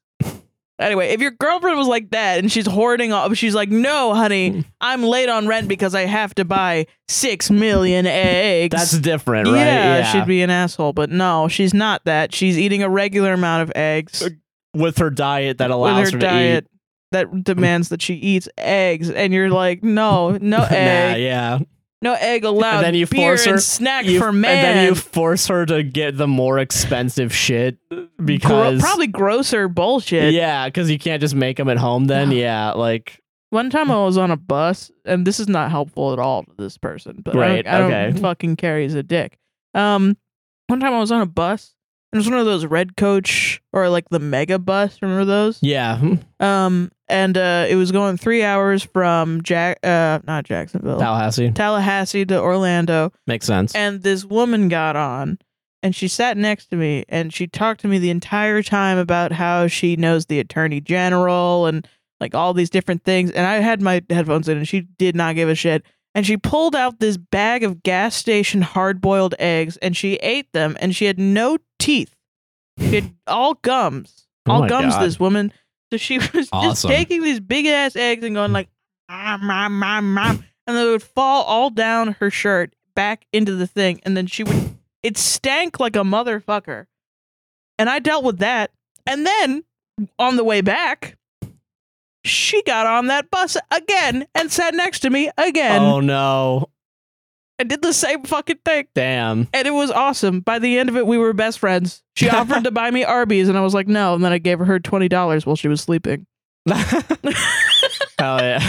Speaker 2: Anyway, if your girlfriend was like that and she's hoarding all, she's like, "No, honey, I'm late on rent because I have to buy six million eggs."
Speaker 1: That's different, right?
Speaker 2: Yeah, she'd be an asshole, but no, she's not that. She's eating a regular amount of eggs
Speaker 1: with her diet that allows
Speaker 2: with her
Speaker 1: her
Speaker 2: diet that demands that she eats eggs, and you're like, "No,
Speaker 1: to
Speaker 2: no
Speaker 1: eat.
Speaker 2: egg."
Speaker 1: Nah, yeah.
Speaker 2: No egg allowed.
Speaker 1: And then you
Speaker 2: beer
Speaker 1: force her-
Speaker 2: and snack
Speaker 1: You-
Speaker 2: for man.
Speaker 1: And then you force her to get the more expensive shit because
Speaker 2: Gro- probably grosser bullshit.
Speaker 1: yeah, because you can't just make them at home. Then
Speaker 2: No.
Speaker 1: yeah, like
Speaker 2: One time I was on a bus, and this is not helpful at all to this person, but
Speaker 1: Right,
Speaker 2: I, don't, I don't
Speaker 1: okay.
Speaker 2: fucking care. He's a dick. Um, one time I was on a bus, and it was one of those red coach or like the mega bus. Remember those?
Speaker 1: yeah, hmm,
Speaker 2: Um, and uh, it was going three hours from Jack, uh, not Jacksonville,
Speaker 1: Tallahassee
Speaker 2: Tallahassee to Orlando.
Speaker 1: makes sense.
Speaker 2: and this woman got on and she sat next to me and she talked to me the entire time about how she knows the attorney general and like all these different things and i had my headphones in and she did not give a shit and she pulled out this bag of gas station hard boiled eggs and she ate them and she had no teeth she had all gums
Speaker 1: Oh
Speaker 2: all
Speaker 1: my
Speaker 2: gums
Speaker 1: God.
Speaker 2: this woman so she was just
Speaker 1: Awesome.
Speaker 2: taking these big ass eggs and going like ah, ma, ma, ma, and they would fall all down her shirt back into the thing and then she would it stank like a motherfucker and i dealt with that and then on the way back she got on that bus again and sat next to me again
Speaker 1: oh no,
Speaker 2: and did the same fucking thing
Speaker 1: damn.
Speaker 2: and it was awesome by the end of it we were best friends she offered to buy me arby's and i was like no and then i gave her $20 while she was sleeping
Speaker 1: Hell yeah.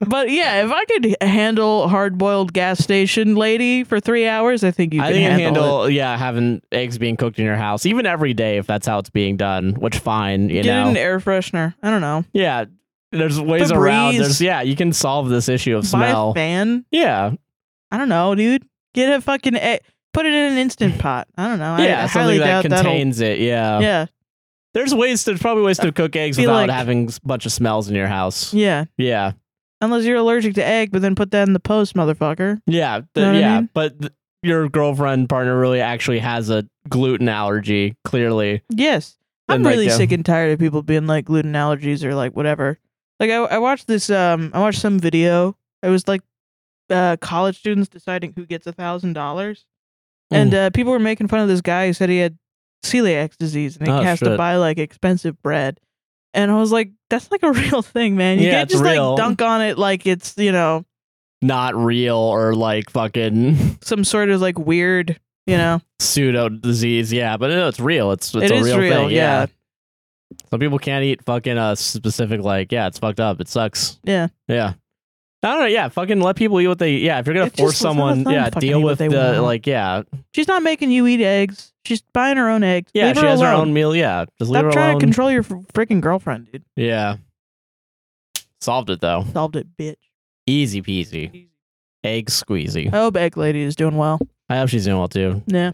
Speaker 2: but yeah if i could handle hard-boiled gas station lady for three hours i think you
Speaker 1: I
Speaker 2: can
Speaker 1: think
Speaker 2: handle, it.
Speaker 1: handle yeah having eggs being cooked in your house even every day if that's how it's being done, which fine you
Speaker 2: Get
Speaker 1: know
Speaker 2: an air freshener. I don't know.
Speaker 1: yeah. There's ways around.
Speaker 2: Febreze.
Speaker 1: There's yeah, you can solve this issue of
Speaker 2: Buy a
Speaker 1: smell.
Speaker 2: fan.
Speaker 1: Yeah,
Speaker 2: I don't know, dude. Get a fucking egg. Put it in an instant pot. I don't know. I,
Speaker 1: yeah,
Speaker 2: I
Speaker 1: something
Speaker 2: highly
Speaker 1: that
Speaker 2: doubt
Speaker 1: contains it. Yeah.
Speaker 2: that'll. Yeah,
Speaker 1: there's ways. There's probably ways to cook eggs
Speaker 2: Feel
Speaker 1: without
Speaker 2: like-
Speaker 1: having a bunch of smells in your house.
Speaker 2: yeah.
Speaker 1: Yeah,
Speaker 2: Unless you're allergic to egg, but then put that in the post, motherfucker.
Speaker 1: yeah, th-
Speaker 2: Know what I
Speaker 1: yeah.
Speaker 2: mean?
Speaker 1: But th- your girlfriend partner really actually has a gluten allergy. Clearly,
Speaker 2: Yes. I'm
Speaker 1: And, like,
Speaker 2: really
Speaker 1: uh,
Speaker 2: sick and tired of people being like gluten allergies or like whatever. Like I, I watched this um I watched some video. It was like uh college students deciding who gets a thousand dollars. And
Speaker 1: Mm.
Speaker 2: uh people were making fun of this guy who said he had celiac disease and he
Speaker 1: Oh,
Speaker 2: has to
Speaker 1: shit.
Speaker 2: buy like expensive bread. And I was like, that's like a real thing, man. You
Speaker 1: Yeah,
Speaker 2: can't
Speaker 1: it's
Speaker 2: just
Speaker 1: real.
Speaker 2: like dunk on it like it's, you know,
Speaker 1: not real or like fucking
Speaker 2: some sort of like weird, you know.
Speaker 1: pseudo disease. Yeah, but no, it's real. It's it's
Speaker 2: It
Speaker 1: a
Speaker 2: is
Speaker 1: real,
Speaker 2: real,
Speaker 1: thing.
Speaker 2: yeah.
Speaker 1: Some people can't eat fucking uh specific like yeah, it's fucked up. It sucks.
Speaker 2: Yeah.
Speaker 1: Yeah. I don't know. Yeah, fucking let people eat what they. Yeah, if you're gonna
Speaker 2: It's
Speaker 1: force
Speaker 2: just let them- let
Speaker 1: someone,
Speaker 2: them
Speaker 1: yeah,
Speaker 2: fucking
Speaker 1: deal
Speaker 2: eat what
Speaker 1: with
Speaker 2: they
Speaker 1: the
Speaker 2: want.
Speaker 1: like, yeah,
Speaker 2: She's not making you eat eggs. She's buying her own eggs.
Speaker 1: Yeah,
Speaker 2: Leave
Speaker 1: she
Speaker 2: her
Speaker 1: has
Speaker 2: alone.
Speaker 1: her own meal. Yeah, just leave
Speaker 2: Stop
Speaker 1: her
Speaker 2: trying
Speaker 1: alone.
Speaker 2: to control your fr- freaking girlfriend, dude.
Speaker 1: yeah, solved it though.
Speaker 2: Solved it, bitch.
Speaker 1: Easy peasy. Egg squeezy.
Speaker 2: I hope Egg Oh, Lady is doing well.
Speaker 1: I hope she's doing well too.
Speaker 2: Yeah.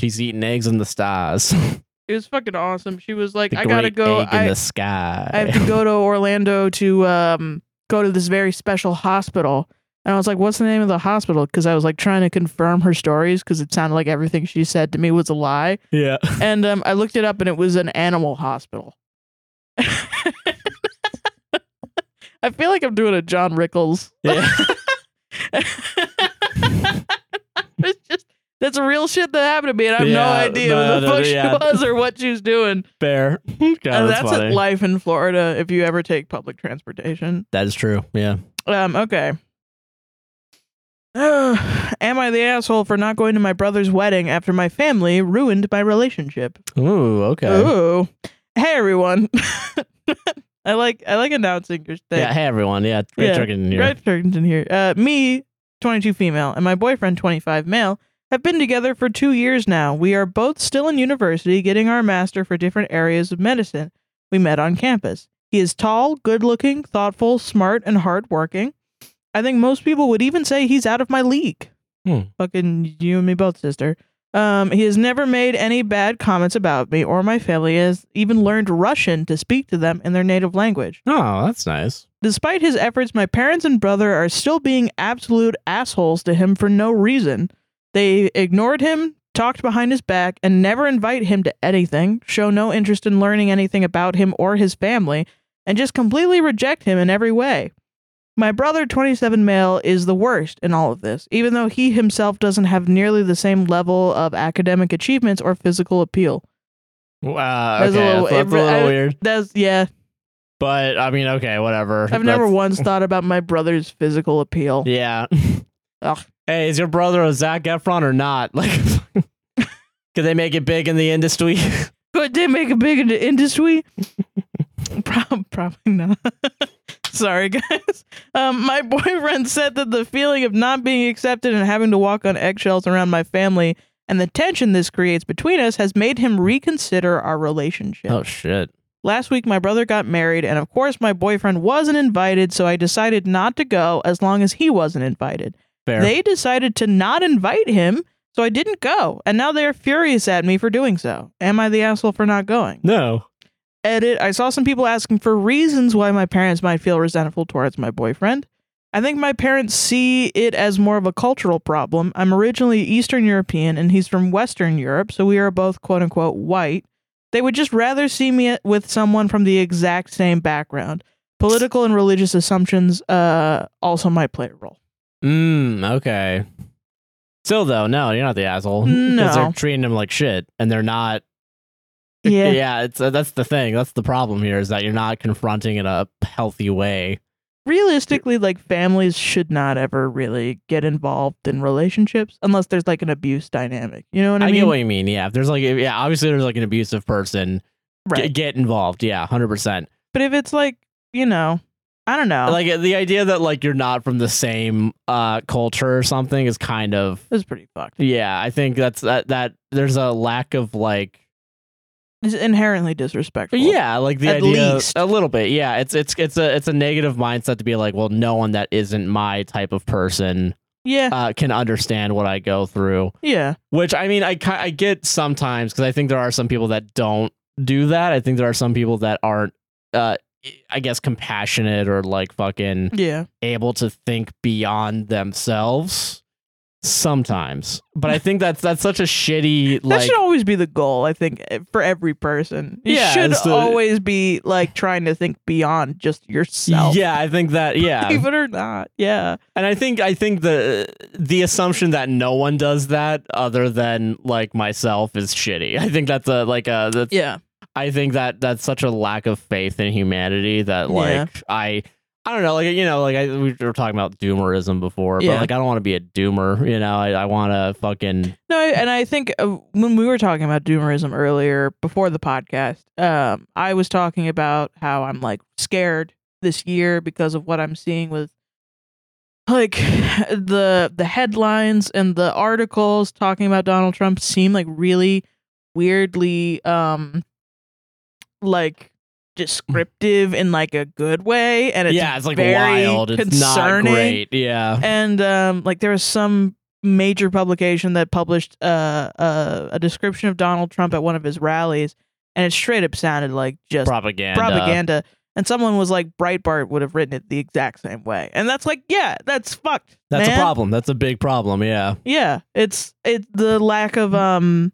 Speaker 1: She's eating eggs in the stars.
Speaker 2: It was fucking awesome. She was like,
Speaker 1: The
Speaker 2: I gotta
Speaker 1: great
Speaker 2: go.
Speaker 1: Egg in
Speaker 2: I,
Speaker 1: the sky.
Speaker 2: I have to go to Orlando to um go to this very special hospital. And I was like, what's the name of the hospital? Because I was like trying to confirm her stories because it sounded like everything she said to me was a lie.
Speaker 1: yeah.
Speaker 2: And um, I looked it up and it was an animal hospital. I feel like I'm doing a John Rickles.
Speaker 1: yeah.
Speaker 2: it's just that's real shit that happened to me, and I have no
Speaker 1: Yeah,
Speaker 2: idea
Speaker 1: no,
Speaker 2: who the
Speaker 1: no,
Speaker 2: fuck
Speaker 1: yeah.
Speaker 2: she was or what she was doing.
Speaker 1: Fair. God,
Speaker 2: and
Speaker 1: that's
Speaker 2: Uh, that's
Speaker 1: funny.
Speaker 2: life in Florida if you ever take public transportation.
Speaker 1: that is true. Yeah.
Speaker 2: Um, okay. Am I the asshole for not going to my brother's wedding after my family ruined my relationship?
Speaker 1: Ooh. Okay.
Speaker 2: Ooh. Hey everyone. I like I like announcing your thing.
Speaker 1: Yeah. Hey everyone. Yeah. Great
Speaker 2: Yeah,
Speaker 1: drinking here.
Speaker 2: Red Turkington here. Uh, me, 22 female, and my boyfriend, 25 male, have been together for two years now. We are both still in university getting our master for different areas of medicine. We met on campus. He is tall, good looking, thoughtful, smart, and hardworking. I think most people would even say he's out of my league.
Speaker 1: Hmm.
Speaker 2: Fucking you and me both, sister. Um, he has never made any bad comments about me or my family. He has even learned Russian to speak to them in their native language.
Speaker 1: Oh, that's nice.
Speaker 2: Despite his efforts, my parents and brother are still being absolute assholes to him for no reason. They ignored him, talked behind his back, and never invite him to anything, show no interest in learning anything about him or his family, and just completely reject him in every way. My brother, 27 male, is the worst in all of this, even though he himself doesn't have nearly the same level of academic achievements or physical appeal.
Speaker 1: Wow,
Speaker 2: That's a
Speaker 1: okay,
Speaker 2: little-
Speaker 1: that's, that's a
Speaker 2: it-
Speaker 1: little
Speaker 2: I-
Speaker 1: weird.
Speaker 2: That's, yeah,
Speaker 1: But I mean, okay, whatever.
Speaker 2: I've never
Speaker 1: That's-
Speaker 2: once thought about my brother's physical appeal.
Speaker 1: Yeah.
Speaker 2: Ugh.
Speaker 1: Hey, is your brother a Zach Efron or not? Like, could they make it big in the industry?
Speaker 2: Could they make a big in- industry? Prob- probably not. Sorry, guys. Um, my boyfriend said that the feeling of not being accepted and having to walk on eggshells around my family and the tension this creates between us has made him reconsider our relationship.
Speaker 1: oh shit.
Speaker 2: Last week, my brother got married, and of course, my boyfriend wasn't invited, so I decided not to go as long as he wasn't invited.
Speaker 1: Fair.
Speaker 2: They decided to not invite him, so I didn't go, and now they're furious at me for doing so. Am I the asshole for not going?
Speaker 1: no.
Speaker 2: Edit I saw some people asking for reasons why my parents might feel resentful towards my boyfriend. I think my parents see it as more of a cultural problem. I'm originally Eastern European and he's from Western Europe, so we are both quote unquote white. They would just rather see me with someone from the exact same background. Political and religious assumptions uh, also might play a role.
Speaker 1: Mm, okay. Still though, no, you're not the asshole. 'Cause
Speaker 2: No.
Speaker 1: they're treating him like shit, and they're not.
Speaker 2: Yeah.
Speaker 1: it's uh, that's the thing. That's the problem here is that you're not confronting in a healthy way.
Speaker 2: Realistically, like families should not ever really get involved in relationships unless there's like an abuse dynamic. You know what I,
Speaker 1: I,
Speaker 2: mean?
Speaker 1: get what you mean. Yeah, if there's like, yeah, obviously there's like an abusive person. G-
Speaker 2: right.
Speaker 1: get involved. Yeah, hundred percent.
Speaker 2: But if it's like, you know, I don't know. Like,
Speaker 1: like uh, the idea that like you're not from the same uh culture or something is kind of
Speaker 2: it's pretty fucked.
Speaker 1: yeah i think that's that that there's a lack of like
Speaker 2: It's inherently disrespectful.
Speaker 1: yeah like the
Speaker 2: At
Speaker 1: idea
Speaker 2: least.
Speaker 1: a little bit yeah it's it's it's a it's a negative mindset to be like well no one that isn't my type of person
Speaker 2: Yeah.
Speaker 1: uh can understand what i go through
Speaker 2: yeah.
Speaker 1: which i mean i ki- i get sometimes because i think there are some people that don't do that i think there are some people that aren't uh i guess compassionate or like fucking
Speaker 2: Yeah.
Speaker 1: able to think beyond themselves sometimes but i think that's that's such a shitty
Speaker 2: that
Speaker 1: like
Speaker 2: should always be the goal, I think, eh, for every person. You
Speaker 1: Yeah,
Speaker 2: should
Speaker 1: it's the-
Speaker 2: always be like trying to think beyond just yourself.
Speaker 1: yeah i think that yeah
Speaker 2: Believe it or not. Yeah.
Speaker 1: and i think i think the the assumption that no one does that other than like myself is shitty i think that's a like a that's,
Speaker 2: Yeah.
Speaker 1: i think that that's such a lack of faith in humanity that like
Speaker 2: Yeah.
Speaker 1: i I don't know, like you know, like I, we were talking about doomerism before, but
Speaker 2: Yeah.
Speaker 1: like I don't want to be a doomer, you know. I, I want to fucking
Speaker 2: No, I- and I think uh, when we were talking about doomerism earlier before the podcast, um, I was talking about how I'm like scared this year because of what I'm seeing with like the the headlines and the articles talking about Donald Trump seem like really weirdly
Speaker 1: Mm.
Speaker 2: um like descriptive in like a good way and it's
Speaker 1: yeah, it's like
Speaker 2: very
Speaker 1: wild. It's
Speaker 2: concerning
Speaker 1: not great. Yeah,
Speaker 2: and um, like there was some major publication that published uh, uh, a description of Donald Trump at one of his rallies, and it straight up sounded like just
Speaker 1: propaganda.
Speaker 2: propaganda. And someone was like, Breitbart would have written it the exact same way, and that's like, yeah, that's fucked.
Speaker 1: That's
Speaker 2: man.
Speaker 1: a problem. That's a big problem. Yeah.
Speaker 2: Yeah, it's it's the lack of um,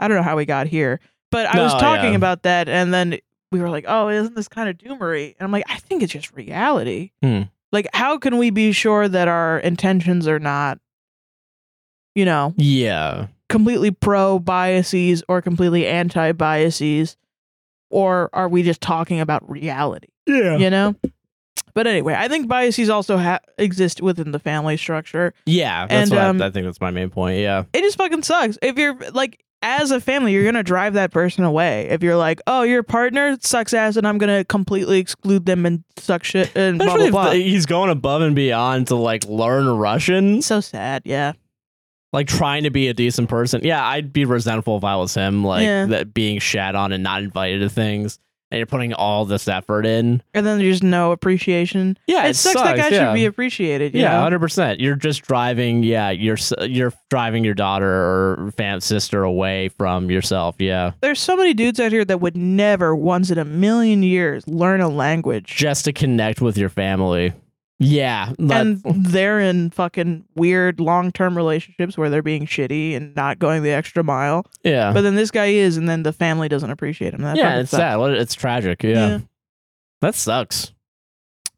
Speaker 2: I don't know how we got here, but I was
Speaker 1: No,
Speaker 2: talking
Speaker 1: yeah.
Speaker 2: about that, and then we were like, oh, isn't this kind of doomery? And I'm like, I think it's just reality.
Speaker 1: Hmm.
Speaker 2: Like, how can we be sure that our intentions are not, you know,
Speaker 1: Yeah.
Speaker 2: completely pro biases or completely anti biases, or are we just talking about reality?
Speaker 1: Yeah.
Speaker 2: You know. But anyway, I think biases also ha- exist within the family structure.
Speaker 1: Yeah. That's
Speaker 2: And,
Speaker 1: what I-
Speaker 2: um,
Speaker 1: I, think that's my main point. Yeah.
Speaker 2: it just fucking sucks. If you're like as a family, you're gonna drive that person away. If you're like, oh, your partner sucks ass, and I'm gonna completely exclude them and suck shit and blah
Speaker 1: Especially
Speaker 2: blah
Speaker 1: if
Speaker 2: blah.
Speaker 1: the- he's going above and beyond to like learn Russian,
Speaker 2: so sad. Yeah,
Speaker 1: like trying to be a decent person. Yeah, I'd be resentful if I was him, like
Speaker 2: Yeah.
Speaker 1: that being shat on and not invited to things. and you're putting all this effort in.
Speaker 2: And then there's no appreciation.
Speaker 1: Yeah,
Speaker 2: it, sucks, that guy
Speaker 1: yeah.
Speaker 2: should be appreciated.
Speaker 1: yeah,
Speaker 2: yeah.
Speaker 1: hundred percent. You're just driving. Yeah, you're s- you're driving your daughter or fam sister away from yourself. Yeah,
Speaker 2: There's so many dudes out here that would never once in a million years learn a language.
Speaker 1: just to connect with your family. Yeah, that-
Speaker 2: and they're in fucking weird long term relationships where they're being shitty and not going the extra mile.
Speaker 1: yeah,
Speaker 2: But then this guy is, and then the family doesn't appreciate him. That
Speaker 1: Uh-huh. yeah.
Speaker 2: fucking
Speaker 1: It's
Speaker 2: sucks.
Speaker 1: sad. What- It's tragic. Yeah. that sucks.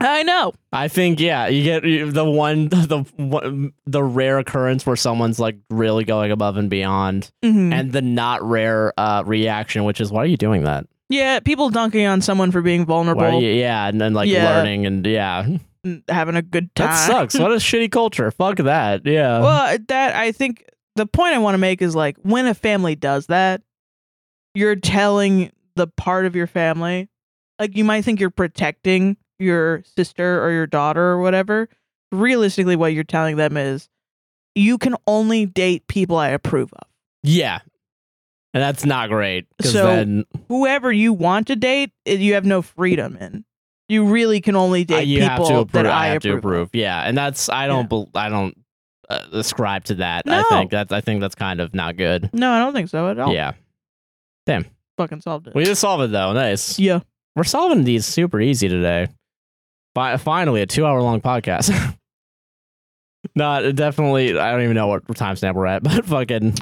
Speaker 2: I know.
Speaker 1: I think yeah, you get you- the one the one- the rare occurrence where someone's like really going above and beyond,
Speaker 2: Mhm.
Speaker 1: and the not rare uh, reaction, which is why are you doing that?
Speaker 2: yeah, people dunking on someone for being vulnerable
Speaker 1: Why are you, yeah, and then like
Speaker 2: Yeah.
Speaker 1: learning and yeah,
Speaker 2: and having a good time.
Speaker 1: That sucks. What a shitty culture. Fuck that. Yeah.
Speaker 2: well, that I think the point I want to make is like when a family does that, you're telling the part of your family, like you might think you're protecting your sister or your daughter or whatever. Realistically, what you're telling them is you can only date people I approve of.
Speaker 1: yeah. And that's not great. 'cause
Speaker 2: So-
Speaker 1: then
Speaker 2: Whoever you want to date, it- you have no freedom in. You really can only
Speaker 1: uh,
Speaker 2: date
Speaker 1: you
Speaker 2: people
Speaker 1: have to approve.
Speaker 2: that I,
Speaker 1: have
Speaker 2: approve.
Speaker 1: to approve. Yeah. And that's I don't bel I don't uh, ascribe to that. I
Speaker 2: No.
Speaker 1: think that's I think that's kind of not good.
Speaker 2: No, I don't think so at all.
Speaker 1: Yeah.
Speaker 2: Fucking solved it.
Speaker 1: We just solved it though. Nice.
Speaker 2: yeah.
Speaker 1: We're solving these super easy today. Fi- finally, a two hour long podcast. not it definitely I don't even know what timestamp we're at, but fucking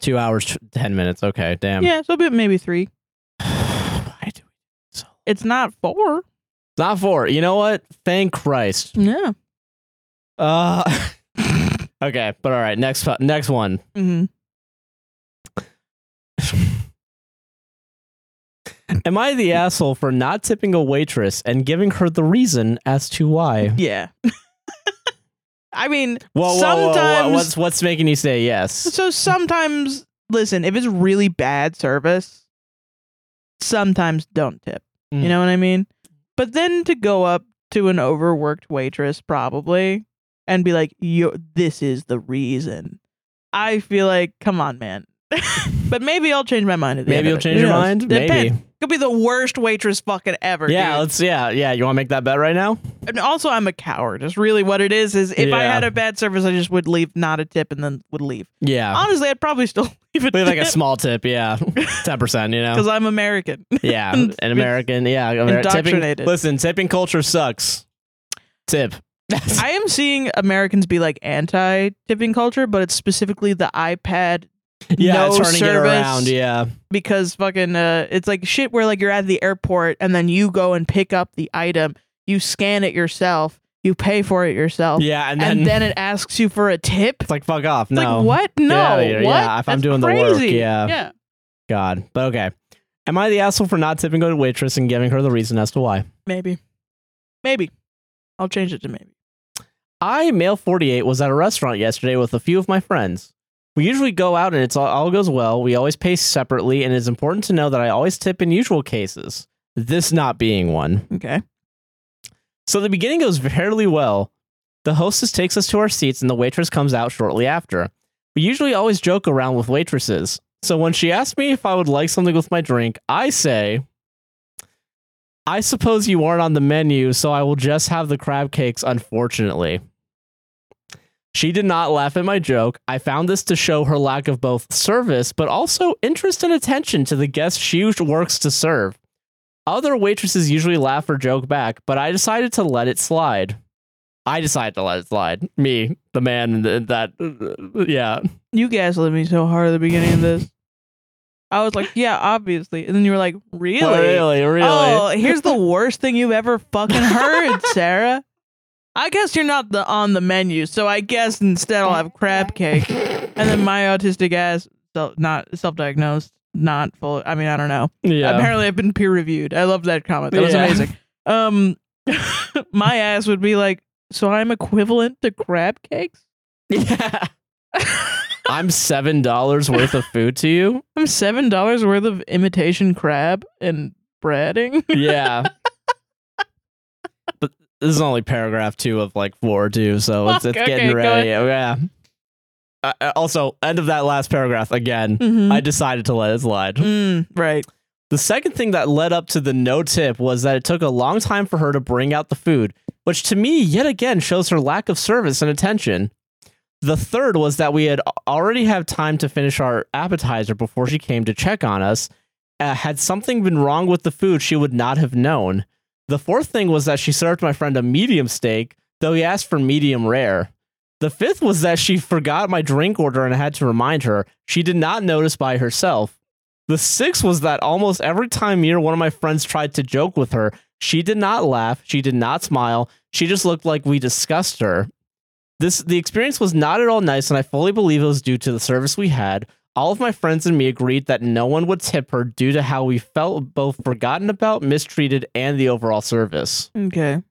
Speaker 1: two hours ten minutes. Okay, damn.
Speaker 2: yeah, so a bit maybe three.
Speaker 1: I do.
Speaker 2: It's not four.
Speaker 1: Not four. You know what? Thank Christ.
Speaker 2: Yeah.
Speaker 1: Uh, okay, but all right. Next, fu- next one.
Speaker 2: Mm-hmm.
Speaker 1: Am I the asshole for not tipping a waitress and giving her the reason as to why?
Speaker 2: Yeah. I mean,
Speaker 1: Whoa, whoa, whoa, whoa,
Speaker 2: sometimes.
Speaker 1: What's what's making you say yes?
Speaker 2: so sometimes, listen, if it's really bad service, sometimes don't tip.
Speaker 1: Mm.
Speaker 2: You know what I mean? But then to go up to an overworked waitress, probably, and be like, "Yo, this is the reason." I feel like, come on, man. but maybe I'll change my mind. At the end
Speaker 1: Maybe
Speaker 2: of
Speaker 1: you'll
Speaker 2: it.
Speaker 1: change
Speaker 2: Who
Speaker 1: your
Speaker 2: knows?
Speaker 1: mind.
Speaker 2: Depends.
Speaker 1: Maybe.
Speaker 2: Could be the worst waitress fucking ever.
Speaker 1: Yeah.
Speaker 2: dude.
Speaker 1: Let's. Yeah. Yeah. You want to make that bet right now?
Speaker 2: and also I'm a coward. Is really what it is. Is if I
Speaker 1: Yeah.
Speaker 2: had a bad service, I just would leave, not a tip, and then would leave.
Speaker 1: Yeah.
Speaker 2: Honestly, I'd probably still leave a
Speaker 1: We have like a
Speaker 2: tip
Speaker 1: small tip. Oh, Yeah. Ten percent. You know.
Speaker 2: because I'm American.
Speaker 1: Yeah.
Speaker 2: it's-
Speaker 1: An American. Yeah. Amer- tipping,
Speaker 2: indoctrinated.
Speaker 1: listen, tipping culture sucks. Tip.
Speaker 2: I am seeing Americans be like anti tipping culture, but it's specifically the iPad
Speaker 1: yeah,
Speaker 2: no
Speaker 1: turning
Speaker 2: service
Speaker 1: it around. Yeah,
Speaker 2: because fucking uh, it's like shit where like you're at the airport and then you go and pick up the item, you scan it yourself, you pay for it yourself,
Speaker 1: yeah, Oh, and then,
Speaker 2: and then it asks you for a tip.
Speaker 1: it's like fuck off.
Speaker 2: It's
Speaker 1: no,
Speaker 2: like what? No,
Speaker 1: outta here.
Speaker 2: what?
Speaker 1: Yeah, if I'm
Speaker 2: That's
Speaker 1: doing the
Speaker 2: crazy.
Speaker 1: work, yeah.
Speaker 2: yeah.
Speaker 1: God, but okay. Am I the asshole for not tipping a waitress and giving her the reason as to why?
Speaker 2: Maybe. Maybe. I'll change it to maybe.
Speaker 1: I, male 48, was at a restaurant yesterday with a few of my friends. We usually go out and it's all, all goes well. We always pay separately, and it's important to know that I always tip in usual cases. This not being one.
Speaker 2: Okay.
Speaker 1: So the beginning goes fairly well. The hostess takes us to our seats and the waitress comes out shortly after. We usually always joke around with waitresses. So when she asks me if I would like something with my drink, I say, I suppose you aren't on the menu, so I will just have the crab cakes, unfortunately. She did not laugh at my joke. I found this to show her lack of both service, but also interest and attention to the guests she works to serve. Other waitresses usually laugh or joke back, but I decided to let it slide. I decided to let it slide. Me, the man in the- that, uh, yeah,
Speaker 2: You gaslit me so hard at the beginning of this. I was like, yeah, obviously. And then you were like, really?
Speaker 1: really, really.
Speaker 2: Oh, here's the worst thing you've ever fucking heard, Sarah. I guess you're not the on the menu, so I guess instead I'll have crab cake. And then my autistic ass, so not self-diagnosed, not full. I mean, I don't know.
Speaker 1: yeah,
Speaker 2: apparently i've been peer reviewed i love that comment that was
Speaker 1: Yeah.
Speaker 2: amazing um my ass would be like so i'm equivalent to crab cakes
Speaker 1: yeah. I'm seven dollars worth of food to you.
Speaker 2: i'm seven dollars worth of imitation crab and breading
Speaker 1: Yeah, but this is only paragraph two of like four too, so it's
Speaker 2: Fuck,
Speaker 1: it's
Speaker 2: okay,
Speaker 1: getting
Speaker 2: go
Speaker 1: ready. Oh, Yeah. Uh, uh, also, end of that last paragraph again.
Speaker 2: mm-hmm.
Speaker 1: I decided to let it slide.
Speaker 2: Mm, right
Speaker 1: The second thing that led up to the no tip was that it took a long time for her to bring out the food, which to me yet again shows her lack of service and attention. The third was that we had already had time to finish our appetizer before she came to check on us. Uh, had something been wrong with the food, she would not have known. The fourth thing was that she served my friend a medium steak, though he asked for medium rare. The fifth was that she forgot my drink order and I had to remind her. She did not notice by herself. The sixth was that almost every time me or one of my friends tried to joke with her, she did not laugh, she did not smile, she just looked like we discussed her. This the experience was not at all nice, and I fully believe it was due to the service we had. All of my friends and me agreed that no one would tip her due to how we felt both forgotten about, mistreated, and the overall service.
Speaker 2: Okay.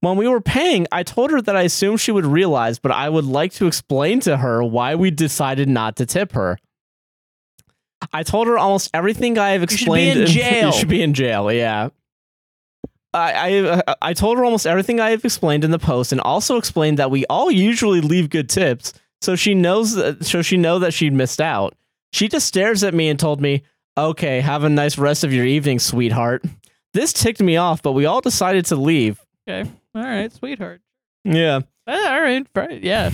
Speaker 1: When we were paying, I told her that I assumed she would realize, but I would like to explain to her why we decided not to tip her. I told her almost everything I have
Speaker 2: should be
Speaker 1: explained.
Speaker 2: in jail.
Speaker 1: you should be in jail. Yeah. I, I I told her almost everything I have explained in the post, and also explained that we all usually leave good tips, so she knows that, so she know that she missed out. She just stares at me and told me, "Okay, have a nice rest of your evening, sweetheart." This ticked me off, but we all decided to leave.
Speaker 2: All right, sweetheart.
Speaker 1: Yeah.
Speaker 2: Uh, All right, yeah.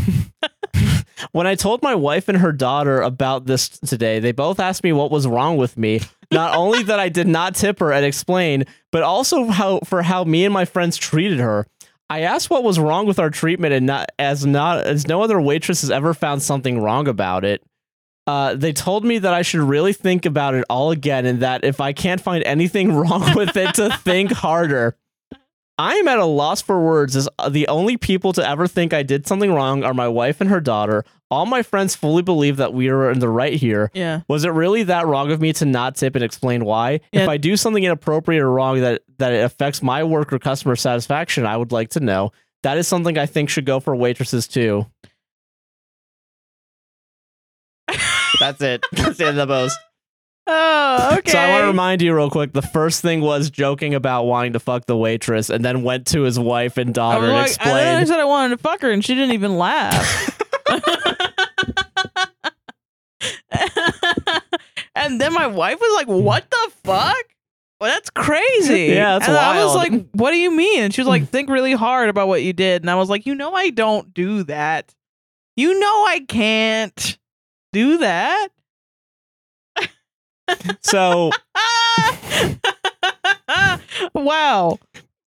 Speaker 1: When I told my wife and her daughter about this today, they both asked me what was wrong with me. Not only that I did not tip her and explain, but also how for how me and my friends treated her. I asked what was wrong with our treatment, and not as not as no other waitress has ever found something wrong about it. Uh, they told me that I should really think about it all again, and that if I can't find anything wrong with it, to think harder. I am at a loss for words as uh, the only people to ever think I did something wrong are my wife and her daughter. All my friends fully believe that we are in the right here.
Speaker 2: Yeah.
Speaker 1: Was it really that wrong of me to not tip and explain why?
Speaker 2: Yeah.
Speaker 1: If I do something inappropriate or wrong that that it affects my work or customer satisfaction, I would like to know. That is something I think should go for waitresses too. That's it. That's the end of the post.
Speaker 2: Oh, okay.
Speaker 1: So I want to remind you real quick. The first thing was joking about wanting to fuck the waitress, and then went to his wife and
Speaker 2: I'm
Speaker 1: daughter and
Speaker 2: like, I then I
Speaker 1: explained.
Speaker 2: said I wanted to fuck her, and she didn't even laugh. and then my wife was like, "What the fuck? Well, that's crazy."
Speaker 1: Yeah, that's
Speaker 2: and I was
Speaker 1: wild.
Speaker 2: like, "What do you mean?" And she was like, "Think really hard about what you did." And I was like, "You know, I don't do that. You know, I can't do that."
Speaker 1: So
Speaker 2: wow.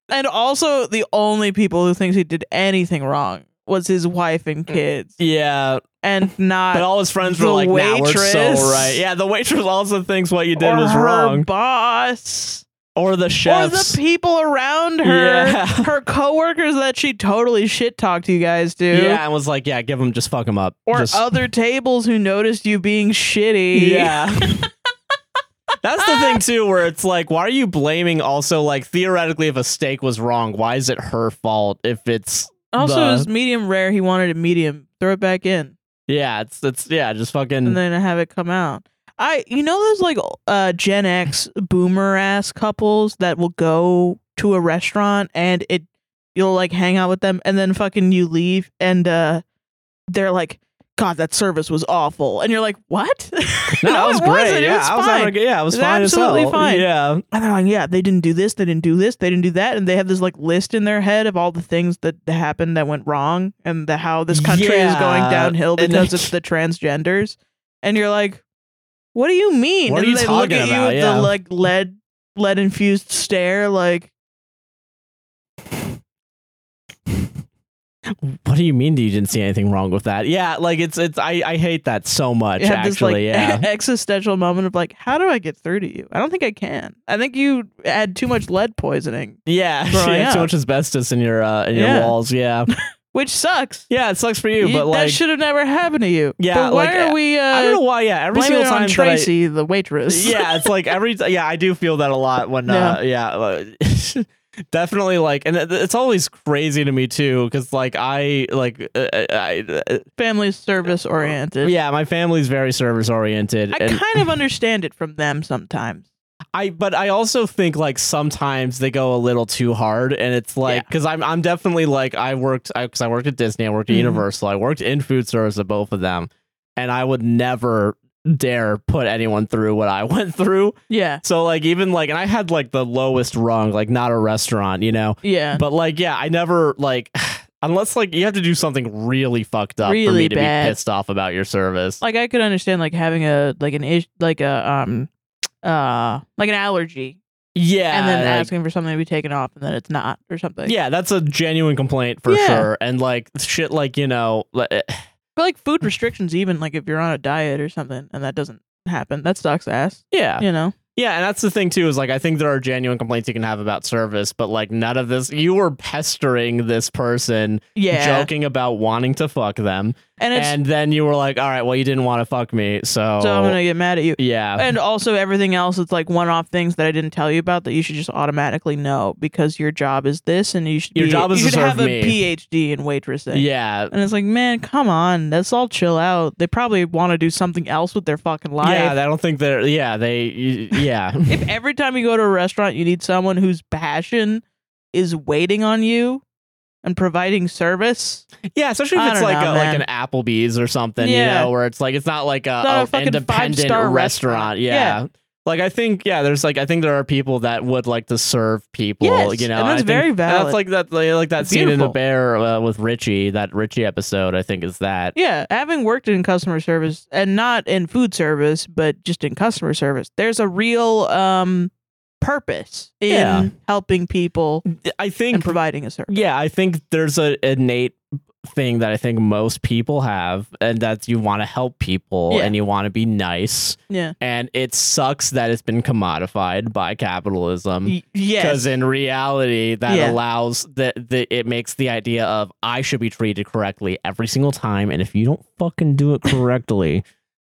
Speaker 2: And also, the only people who thinks he did anything wrong was his wife and kids,
Speaker 1: yeah,
Speaker 2: and not
Speaker 1: Mm. but all his friends were
Speaker 2: the
Speaker 1: like, "Nah, we're
Speaker 2: waitress.
Speaker 1: so right." Yeah, the waitress also thinks what you did
Speaker 2: or
Speaker 1: was
Speaker 2: her
Speaker 1: wrong,
Speaker 2: boss
Speaker 1: or the chefs.
Speaker 2: or the people around her,
Speaker 1: Yeah.
Speaker 2: her coworkers that she totally shit talked you guys to,
Speaker 1: yeah, and was like, "Yeah, give him, just fuck him up."
Speaker 2: or
Speaker 1: Just-
Speaker 2: other tables who noticed you being shitty.
Speaker 1: yeah. That's the thing too, where it's like, why are you blaming? Also, like theoretically, if a steak was wrong, why is it her fault? If it's
Speaker 2: Also,
Speaker 1: The-
Speaker 2: it was medium rare. He wanted a medium. Throw it back in.
Speaker 1: yeah, it's it's yeah, just fucking
Speaker 2: and then have it come out. I you know those like uh Gen X boomer ass couples that will go to a restaurant and it you'll like hang out with them and then fucking you leave and uh they're like God that service was awful and you're like what?
Speaker 1: No, that was
Speaker 2: it
Speaker 1: great.
Speaker 2: wasn't. It
Speaker 1: yeah,
Speaker 2: was
Speaker 1: I was
Speaker 2: fine.
Speaker 1: having a good- yeah, I was
Speaker 2: It was
Speaker 1: fine as
Speaker 2: absolutely
Speaker 1: hell.
Speaker 2: fine.
Speaker 1: Yeah,
Speaker 2: and they're like yeah they didn't do this they didn't do this they didn't do that and they have this like list in their head of all the things that happened that went wrong and the how this country is going
Speaker 1: Yeah.
Speaker 2: downhill
Speaker 1: And
Speaker 2: because
Speaker 1: they-
Speaker 2: it's the transgenders and you're like what do you mean
Speaker 1: What are
Speaker 2: and
Speaker 1: you
Speaker 2: they look
Speaker 1: talking
Speaker 2: at you
Speaker 1: about?
Speaker 2: with
Speaker 1: Yeah.
Speaker 2: the like lead lead infused stare like
Speaker 1: what do you mean you didn't see anything wrong with that? Yeah, like it's it's I I hate that so much.
Speaker 2: you have this like
Speaker 1: Actually, yeah.
Speaker 2: existential moment of like how do I get through to you I don't think I can I think you had too much lead poisoning
Speaker 1: Yeah,
Speaker 2: Growing
Speaker 1: you have too
Speaker 2: up.
Speaker 1: much asbestos in your uh, in your
Speaker 2: Yeah.
Speaker 1: walls. Yeah,
Speaker 2: which sucks
Speaker 1: yeah, it sucks for you,
Speaker 2: You-
Speaker 1: but
Speaker 2: that
Speaker 1: like,
Speaker 2: should have never happened to you
Speaker 1: Yeah,
Speaker 2: but why
Speaker 1: like,
Speaker 2: are we uh,
Speaker 1: I don't know why. Yeah, every
Speaker 2: Blame
Speaker 1: single
Speaker 2: it
Speaker 1: time
Speaker 2: on
Speaker 1: that I-
Speaker 2: Tracy, the waitress.
Speaker 1: yeah, it's like every t- yeah, I do feel that a lot when uh, yeah, uh, definitely like, and it- it's always crazy to me too because like I like uh, I uh,
Speaker 2: Family service oriented.
Speaker 1: yeah, my family's very service oriented.
Speaker 2: I kind of understand it from them sometimes.
Speaker 1: I but I also think like sometimes they go a little too hard and it's like because I'm I'm definitely like I worked because I, worked at Disney I worked at
Speaker 2: Mhm.
Speaker 1: Universal I worked in food service at both of them and I would never dare put anyone through what I went through.
Speaker 2: Yeah.
Speaker 1: So like even like and I had like the lowest rung, like not a restaurant, you know.
Speaker 2: Yeah.
Speaker 1: But like yeah, I never like unless like you have to do something really fucked up for
Speaker 2: Really
Speaker 1: me to
Speaker 2: bad.
Speaker 1: be pissed off about your service.
Speaker 2: Like I could understand like having a like an ish like a um uh like an allergy
Speaker 1: yeah.
Speaker 2: and then
Speaker 1: like,
Speaker 2: asking for something to be taken off and then it's not or something.
Speaker 1: yeah, that's a genuine complaint for
Speaker 2: Yeah.
Speaker 1: sure. And like shit like, eh, you know, li-
Speaker 2: But like food restrictions even like if you're on a diet or something and that doesn't happen, that sucks ass.
Speaker 1: yeah.
Speaker 2: You know?
Speaker 1: Yeah, and that's the thing too is like I think there are genuine complaints you can have about service, but like none of this. You were pestering this person,
Speaker 2: Yeah.
Speaker 1: joking about wanting to fuck them,
Speaker 2: And it's
Speaker 1: and then you were like, "All right, well, you didn't want to fuck me, so,
Speaker 2: so I'm gonna get mad at you.
Speaker 1: yeah,
Speaker 2: And also everything else it's like one off things that I didn't tell you about that you should just automatically know because your job is this and you should
Speaker 1: Your
Speaker 2: be,
Speaker 1: job is
Speaker 2: you
Speaker 1: to
Speaker 2: should
Speaker 1: serve
Speaker 2: have a
Speaker 1: me.
Speaker 2: PhD in waitressing.
Speaker 1: yeah."
Speaker 2: And it's like, man, come on, let's all chill out. They probably want to do something else with their fucking life.
Speaker 1: Yeah, I don't think they're. Yeah, they. y- Yeah,
Speaker 2: if every time you go to a restaurant, you need someone whose passion is waiting on you and providing service,
Speaker 1: yeah. Especially
Speaker 2: I
Speaker 1: if it's
Speaker 2: don't
Speaker 1: like
Speaker 2: know,
Speaker 1: a, like
Speaker 2: man.
Speaker 1: an Applebee's or something,
Speaker 2: Yeah.
Speaker 1: you know, where it's like it's not like a,
Speaker 2: It's not a
Speaker 1: a
Speaker 2: fucking
Speaker 1: independent
Speaker 2: five-star
Speaker 1: restaurant.
Speaker 2: restaurant.
Speaker 1: Yeah. Like I think, yeah, there's like I think there are people that would like to serve people.
Speaker 2: Yes,
Speaker 1: you know,
Speaker 2: and that's
Speaker 1: I think-
Speaker 2: very
Speaker 1: And
Speaker 2: valid.
Speaker 1: That's like that, like, like that
Speaker 2: It's
Speaker 1: scene in the
Speaker 2: beautiful.
Speaker 1: bear uh, with Richie, that Richie episode. I think is that.
Speaker 2: yeah, having worked in customer service and not in food service, but just in customer service, there's a real um purpose in
Speaker 1: Yeah.
Speaker 2: helping people
Speaker 1: I
Speaker 2: and
Speaker 1: think,
Speaker 2: providing a service.
Speaker 1: yeah, I think there's a innate thing that I think most people have, and that's you want to help people
Speaker 2: Yeah.
Speaker 1: and you want to be nice,
Speaker 2: Yeah.
Speaker 1: and it sucks that it's been commodified by capitalism.
Speaker 2: Y- yes.
Speaker 1: Because in reality, that
Speaker 2: Yeah.
Speaker 1: allows that the, it makes the idea of I should be treated correctly every single time, and if you don't fucking do it correctly,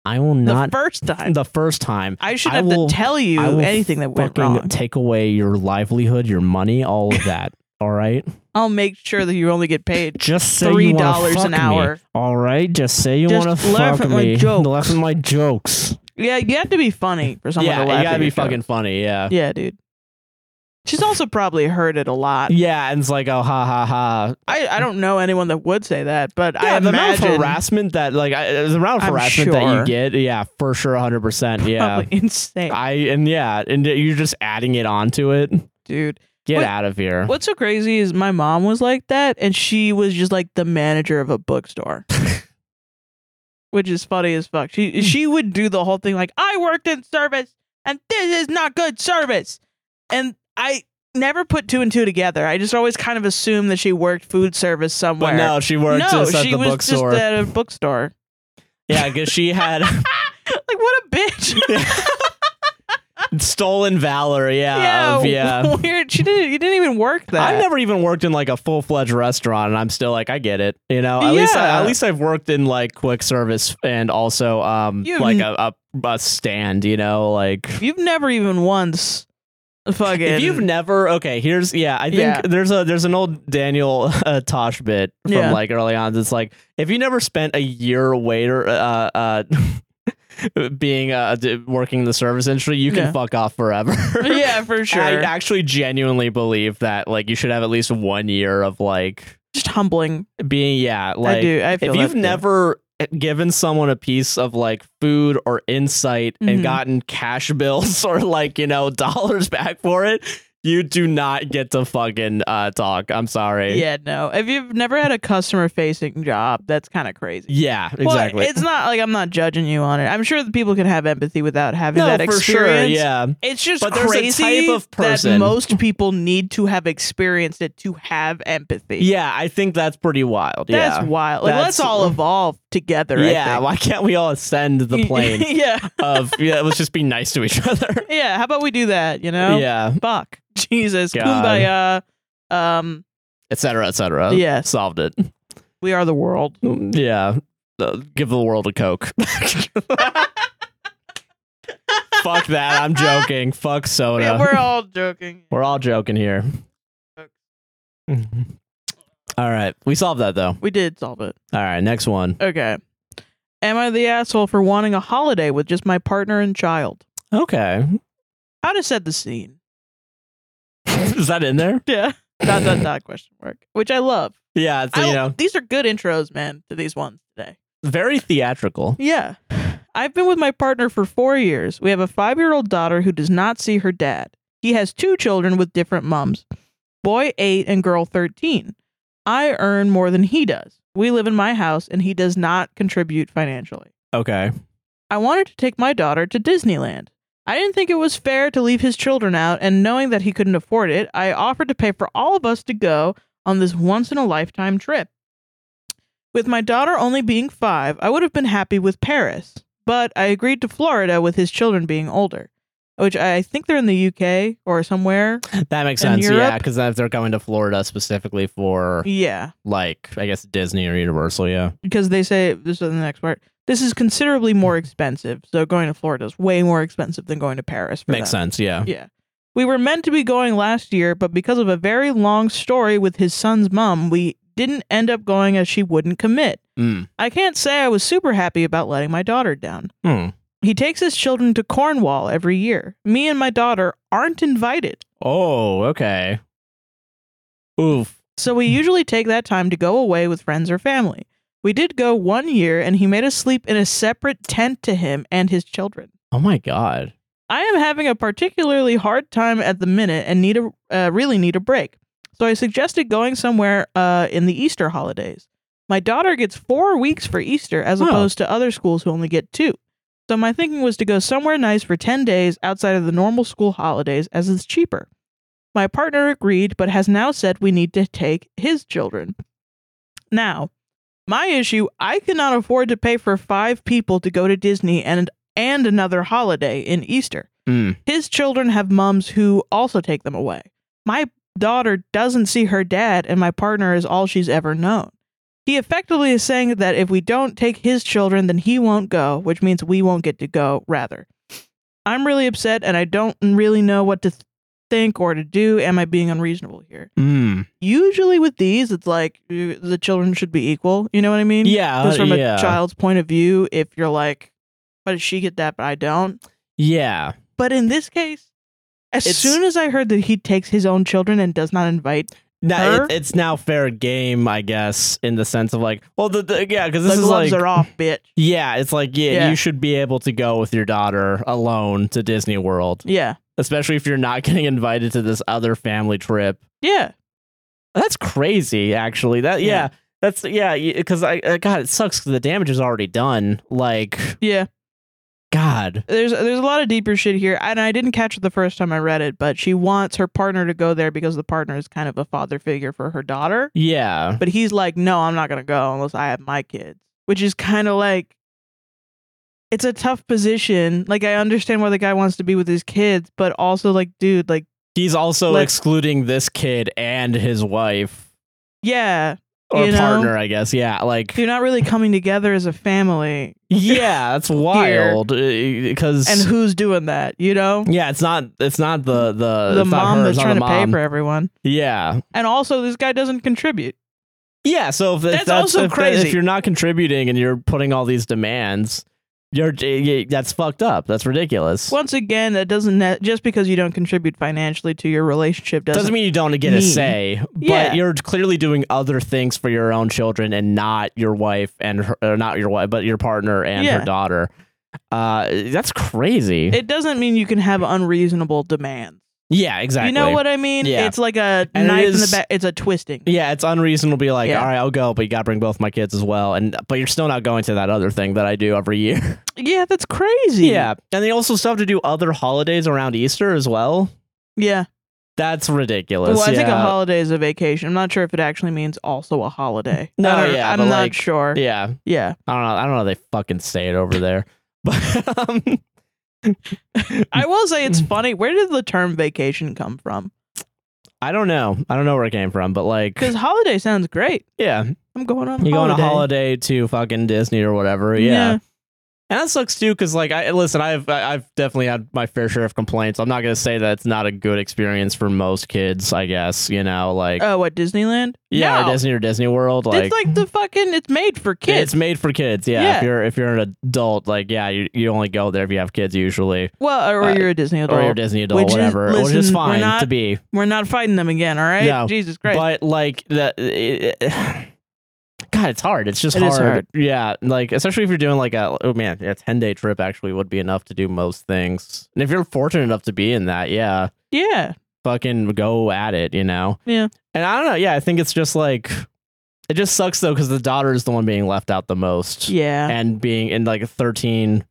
Speaker 1: I will
Speaker 2: The
Speaker 1: not
Speaker 2: first time.
Speaker 1: the first time
Speaker 2: I should
Speaker 1: I
Speaker 2: have
Speaker 1: will-
Speaker 2: to tell you
Speaker 1: I will
Speaker 2: anything that went
Speaker 1: fucking
Speaker 2: wrong.
Speaker 1: take away your livelihood, your money, all of that. all right,
Speaker 2: I'll make sure that you only get paid
Speaker 1: just say
Speaker 2: three
Speaker 1: you wanna
Speaker 2: dollars
Speaker 1: fuck
Speaker 2: an
Speaker 1: me.
Speaker 2: hour.
Speaker 1: All right, just say you
Speaker 2: Just
Speaker 1: want to
Speaker 2: laugh
Speaker 1: fuck
Speaker 2: at my
Speaker 1: me.
Speaker 2: jokes.
Speaker 1: Laugh at my jokes.
Speaker 2: Yeah, you have to be funny for someone
Speaker 1: yeah,
Speaker 2: to
Speaker 1: you
Speaker 2: laugh.
Speaker 1: gotta
Speaker 2: at
Speaker 1: be
Speaker 2: your joke.
Speaker 1: fucking funny. Yeah.
Speaker 2: Yeah, dude. She's also probably heard it a lot.
Speaker 1: Yeah, and it's like, oh, ha, ha, ha.
Speaker 2: I, I don't know anyone that would say that, but
Speaker 1: Yeah,
Speaker 2: I
Speaker 1: the amount of
Speaker 2: imagine
Speaker 1: harassment that, like, I, the amount of
Speaker 2: I'm
Speaker 1: harassment that
Speaker 2: sure.
Speaker 1: you get, yeah, for sure, 100%. Yeah.
Speaker 2: probably insane,
Speaker 1: I, and yeah, and you're just adding it onto it.
Speaker 2: dude.
Speaker 1: Get
Speaker 2: What-
Speaker 1: out of here.
Speaker 2: What's so crazy is my mom was like that, and she was just like the manager of a bookstore. Which is funny as fuck.
Speaker 1: Hmm.
Speaker 2: She she would do the whole thing like I worked in service and this is not good service. And I never put two and two together. I just always kind of assumed that she worked food service somewhere.
Speaker 1: But no, she worked
Speaker 2: no,
Speaker 1: just at
Speaker 2: she
Speaker 1: the
Speaker 2: was
Speaker 1: bookstore.
Speaker 2: just at a bookstore.
Speaker 1: yeah, because she had.
Speaker 2: Like what a bitch.
Speaker 1: stolen valor yeah of- yeah,
Speaker 2: Weird. She didn't. You didn't even work that.
Speaker 1: I've never even worked in like a full fledged restaurant, and I'm still like, I get it. You know, at least I,
Speaker 2: Yeah.
Speaker 1: at least I've worked in like quick service and also um
Speaker 2: You-
Speaker 1: like a, a a stand. You know, like
Speaker 2: You've never even once. Fucking.
Speaker 1: if you've never okay, here's yeah, I think
Speaker 2: Yeah.
Speaker 1: there's a there's an old Daniel uh, Tosh bit from
Speaker 2: Yeah.
Speaker 1: like early on. It's like if you never spent a year waiter uh uh. being uh d- working in the service industry you can
Speaker 2: Yeah.
Speaker 1: fuck off forever
Speaker 2: yeah, for sure.
Speaker 1: I actually genuinely believe that like you should have at least one year of like
Speaker 2: Just humbling.
Speaker 1: being yeah like
Speaker 2: I do. I feel
Speaker 1: if
Speaker 2: that
Speaker 1: you've
Speaker 2: too.
Speaker 1: never eh, given someone a piece of like food or insight
Speaker 2: Mhm.
Speaker 1: and gotten cash bills or like you know dollars back for it you do not get to fucking uh talk i'm sorry
Speaker 2: Yeah, no. If you've never had a customer facing job, that's kind of crazy.
Speaker 1: yeah
Speaker 2: Well,
Speaker 1: exactly
Speaker 2: it's not like I'm not judging you on it. I'm sure that people can have empathy without having
Speaker 1: no
Speaker 2: that
Speaker 1: for
Speaker 2: experience.
Speaker 1: sure yeah
Speaker 2: It's just
Speaker 1: But there's a
Speaker 2: crazy
Speaker 1: type of
Speaker 2: that
Speaker 1: person-
Speaker 2: most people need to have experienced it to have empathy.
Speaker 1: yeah i think that's pretty wild
Speaker 2: That's
Speaker 1: yeah
Speaker 2: wild. Like,
Speaker 1: That's-
Speaker 2: let's all evolve together. I
Speaker 1: yeah
Speaker 2: think.
Speaker 1: why can't we all ascend the plane
Speaker 2: yeah.
Speaker 1: of yeah let's just be nice to each other
Speaker 2: Yeah. How about we do that? You know?
Speaker 1: yeah
Speaker 2: Fuck. Jesus.
Speaker 1: God.
Speaker 2: Kumbaya. Um,
Speaker 1: etc., etc.
Speaker 2: Yeah.
Speaker 1: solved it. Mm,
Speaker 2: we are the world.
Speaker 1: Yeah, Uh, give the world a coke. Fuck that! I'm joking. Fuck soda.
Speaker 2: Yeah, we're all joking.
Speaker 1: We're all joking here.
Speaker 2: Fuck.
Speaker 1: all right, we solved that though.
Speaker 2: We did solve it.
Speaker 1: All right, next one.
Speaker 2: Okay. Am I the asshole for wanting a holiday with just my partner and child?
Speaker 1: Okay,
Speaker 2: How to set the scene.
Speaker 1: is that in there?
Speaker 2: Yeah. dot dot dot question mark. Which I love.
Speaker 1: Yeah, it's,
Speaker 2: I
Speaker 1: you
Speaker 2: don't-
Speaker 1: know,
Speaker 2: These are good intros, man, to these ones today.
Speaker 1: very theatrical.
Speaker 2: Yeah. I've been with my partner for four years. We have a five year old daughter who does not see her dad. He has two children with different mums boy 8 and girl 13. I earn more than he does. We live in my house and he does not contribute financially.
Speaker 1: Okay.
Speaker 2: I wanted to take my daughter to Disneyland. I didn't think it was fair to leave his children out, and knowing that he couldn't afford it, I offered to pay for all of us to go on this once in a lifetime trip. With my daughter only being five, I would have been happy with Paris, but I agreed to Florida with his children being older, which I think they're in the UK or somewhere.
Speaker 1: That makes
Speaker 2: And
Speaker 1: sense. Yeah,
Speaker 2: Europe?
Speaker 1: because if they're going to Florida specifically for
Speaker 2: Yeah.
Speaker 1: like, I guess Disney or Universal. Yeah.
Speaker 2: because they say this is the next part. This is considerably more expensive. So going to Florida is way more expensive than going to Paris. For
Speaker 1: Makes
Speaker 2: them.
Speaker 1: sense. Yeah.
Speaker 2: Yeah. We were meant to be going last year, but because of a very long story with his son's mom, we didn't end up going as she wouldn't commit.
Speaker 1: Mm.
Speaker 2: I can't say I was super happy about letting my daughter down.
Speaker 1: Hmm.
Speaker 2: He takes his children to Cornwall every year. Me and my daughter aren't invited.
Speaker 1: Oh, okay. Oof.
Speaker 2: So we usually take that time to go away with friends or family. We did go one year, and he made us sleep in a separate tent to him and his children.
Speaker 1: Oh my god.
Speaker 2: I am having a particularly hard time at the minute and need a uh, really need a break. So I suggested going somewhere uh, in the Easter holidays. My daughter gets four weeks for Easter as
Speaker 1: Wow.
Speaker 2: opposed to other schools who only get two. So my thinking was to go somewhere nice for 10 days outside of the normal school holidays as it's cheaper. My partner agreed, but has now said we need to take his children. Now, my issue I cannot afford to pay for five people to go to Disney and, and another holiday in Easter.
Speaker 1: Mm.
Speaker 2: His children have moms who also take them away. My daughter doesn't see her dad, and my partner is all she's ever known. He effectively is saying that if we don't take his children, then he won't go, which means we won't get to go, rather. I'm really upset, and I don't really know what to th- think or to do. Am I being unreasonable here?
Speaker 1: Mm.
Speaker 2: Usually, with these, it's like you- the children should be equal. You know what I mean?
Speaker 1: Yeah.
Speaker 2: Just from
Speaker 1: Uh, yeah.
Speaker 2: a child's point of view, if you're like, why does she get that, but I don't?
Speaker 1: Yeah.
Speaker 2: But in this case, as
Speaker 1: It's-
Speaker 2: soon as I heard that he takes his own children and does not invite,
Speaker 1: Now
Speaker 2: Her?
Speaker 1: it, it's now fair game, I guess, in the sense of like, well, the, the yeah, because this
Speaker 2: the
Speaker 1: is
Speaker 2: gloves
Speaker 1: like,
Speaker 2: are off, bitch.
Speaker 1: yeah, it's like, yeah,
Speaker 2: Yeah.
Speaker 1: you should be able to go with your daughter alone to Disney World,
Speaker 2: Yeah.
Speaker 1: especially if you're not getting invited to this other family trip.
Speaker 2: Yeah.
Speaker 1: That's crazy, actually. That yeah,
Speaker 2: Yeah.
Speaker 1: that's yeah, because I, I God, it sucks 'cause the damage is already done. Like
Speaker 2: Yeah.
Speaker 1: God,
Speaker 2: There's there's a lot of deeper shit here. And I didn't catch it the first time I read it, but she wants her partner to go there because the partner is kind of a father figure for her daughter.
Speaker 1: yeah,
Speaker 2: But he's like, No, I'm not gonna go unless I have my kids. Which is kinda like it's a tough position. Like I understand why the guy wants to be with his kids, but also like, dude, like
Speaker 1: he's also
Speaker 2: Let's-
Speaker 1: excluding this kid and his wife
Speaker 2: yeah,
Speaker 1: or
Speaker 2: You know?
Speaker 1: partner, I guess. Yeah, like
Speaker 2: you're not really coming together as a family.
Speaker 1: Yeah, that's wild. Because
Speaker 2: and who's doing that you know
Speaker 1: yeah, it's not it's not the the, Uh,
Speaker 2: the
Speaker 1: it's not
Speaker 2: mom
Speaker 1: her,
Speaker 2: that's
Speaker 1: it's not
Speaker 2: trying to
Speaker 1: the
Speaker 2: pay
Speaker 1: mom.
Speaker 2: for everyone
Speaker 1: Yeah,
Speaker 2: and also this guy doesn't contribute
Speaker 1: yeah. So if if
Speaker 2: That's also
Speaker 1: if that-
Speaker 2: crazy.
Speaker 1: if you're not contributing and you're putting all these demands, you're eh, eh, that's fucked up. That's ridiculous.
Speaker 2: once again that doesn't ne- just because you don't contribute financially to your relationship doesn't,
Speaker 1: doesn't, mean you don't get a
Speaker 2: mean-
Speaker 1: say, but
Speaker 2: Yeah.
Speaker 1: you're clearly doing other things for your own children and not your wife and her, or not your wife, but your partner and
Speaker 2: Yeah.
Speaker 1: her daughter. Uh, that's crazy.
Speaker 2: it doesn't mean you can have unreasonable demands
Speaker 1: yeah, exactly.
Speaker 2: you know what i mean
Speaker 1: Yeah.
Speaker 2: it's like a
Speaker 1: And it
Speaker 2: knife in
Speaker 1: is-
Speaker 2: the back it's a twisting
Speaker 1: Yeah, it's unreasonable to be like,
Speaker 2: Yeah.
Speaker 1: all right, I'll go, but you got to bring both my kids as well, and but you're still not going to that other thing that I do every year.
Speaker 2: yeah that's crazy
Speaker 1: yeah, and they also still have to do other holidays around Easter as well.
Speaker 2: yeah
Speaker 1: That's ridiculous.
Speaker 2: well i think a
Speaker 1: yeah.
Speaker 2: holiday is a vacation i'm not sure if it actually means also a holiday
Speaker 1: No,
Speaker 2: I don't-
Speaker 1: yeah,
Speaker 2: i'm
Speaker 1: but
Speaker 2: not
Speaker 1: like-
Speaker 2: sure yeah,
Speaker 1: yeah, I don't know. I don't know. How they fucking say it over there, but um,
Speaker 2: i will say it's funny where did the term vacation come from
Speaker 1: I don't know. I don't know where it came from, but like,
Speaker 2: because holiday sounds great
Speaker 1: yeah, you
Speaker 2: I'm going on.
Speaker 1: go on a
Speaker 2: holiday.
Speaker 1: holiday to fucking Disney or whatever. yeah. And that sucks too, because like, I listen, I've I- I've definitely had my fair share of complaints. I'm not gonna say that it's not a good experience for most kids. I guess you know, like,
Speaker 2: Oh, what Disneyland?
Speaker 1: yeah,
Speaker 2: No.
Speaker 1: or Disney or Disney World, like,
Speaker 2: it's like the fucking. It's made for kids.
Speaker 1: It's made for kids. Yeah,
Speaker 2: Yeah.
Speaker 1: if you're if you're an adult, like, yeah, you, you only go there if you have kids usually,
Speaker 2: well, or
Speaker 1: uh,
Speaker 2: you're a Disney adult.
Speaker 1: or you're a Disney adult,
Speaker 2: Which is-
Speaker 1: whatever, which
Speaker 2: listen,
Speaker 1: is
Speaker 2: we're
Speaker 1: fine to
Speaker 2: not-
Speaker 1: be.
Speaker 2: We're not fighting them again. All right.
Speaker 1: No.
Speaker 2: Jesus Christ.
Speaker 1: But like that, it- it- God, it's hard. It's just
Speaker 2: It
Speaker 1: hard.
Speaker 2: is hard.
Speaker 1: Yeah, like especially if you're doing like a oh man, a ten day trip actually would be enough to do most things. And if you're fortunate enough to be in that, yeah,
Speaker 2: Yeah.
Speaker 1: fucking go at it, you know.
Speaker 2: Yeah.
Speaker 1: And I don't know. Yeah, I think it's just like it just sucks though because the daughter is the one being left out the most
Speaker 2: Yeah.
Speaker 1: and being in like 13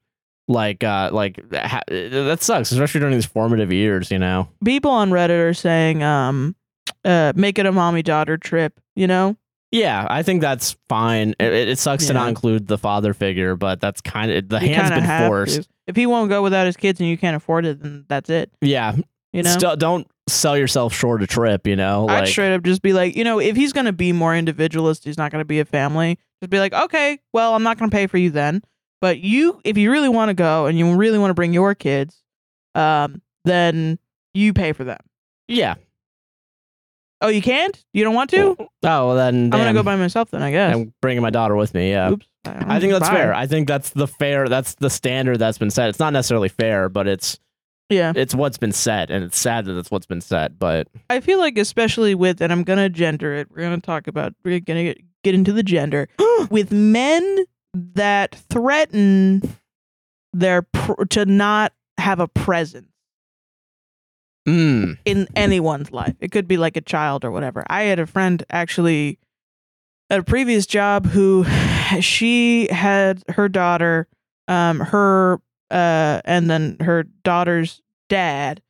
Speaker 1: like uh like ha- that sucks especially during these formative years you know
Speaker 2: People on Reddit are saying, um, uh, make it a mommy daughter trip, you know?
Speaker 1: yeah i think that's fine it, it- it sucks to
Speaker 2: Yeah.
Speaker 1: not include the father figure but that's kind of the
Speaker 2: You
Speaker 1: hand's
Speaker 2: kinda have
Speaker 1: been
Speaker 2: to.
Speaker 1: forced
Speaker 2: If he won't go without his kids and you can't afford it, then that's it,
Speaker 1: yeah
Speaker 2: you know?
Speaker 1: Still- don't sell yourself short a trip you know
Speaker 2: I'd straight up just be like, you know, if he's going to be more individualist, he's not going to be a family. Just be like, okay, well, I'm not going to pay for you then. But you, if you really want to go and you really want to bring your kids, um, then you pay for them.
Speaker 1: yeah
Speaker 2: Oh, you can't? You don't want to?
Speaker 1: oh well, then
Speaker 2: I'm going
Speaker 1: damn.
Speaker 2: to go by myself then, I guess.
Speaker 1: i'm bringing my daughter with me yeah
Speaker 2: Oops.
Speaker 1: I think that's
Speaker 2: Bye.
Speaker 1: fair. I think that's the fair. That's the standard that's been set. It's not necessarily fair, but it's
Speaker 2: Yeah.
Speaker 1: it's what's been set, and it's sad that that's what's been set. But
Speaker 2: I feel like, especially with, and I'm going to gender it, we're going to talk about, we're going to get, get into the gender. with men that threaten their pr- to not have a presence
Speaker 1: mm,
Speaker 2: in anyone's life. It could be like a child or whatever. I had a friend actually at a previous job who she had her daughter, um, her uh, and then her daughter's dad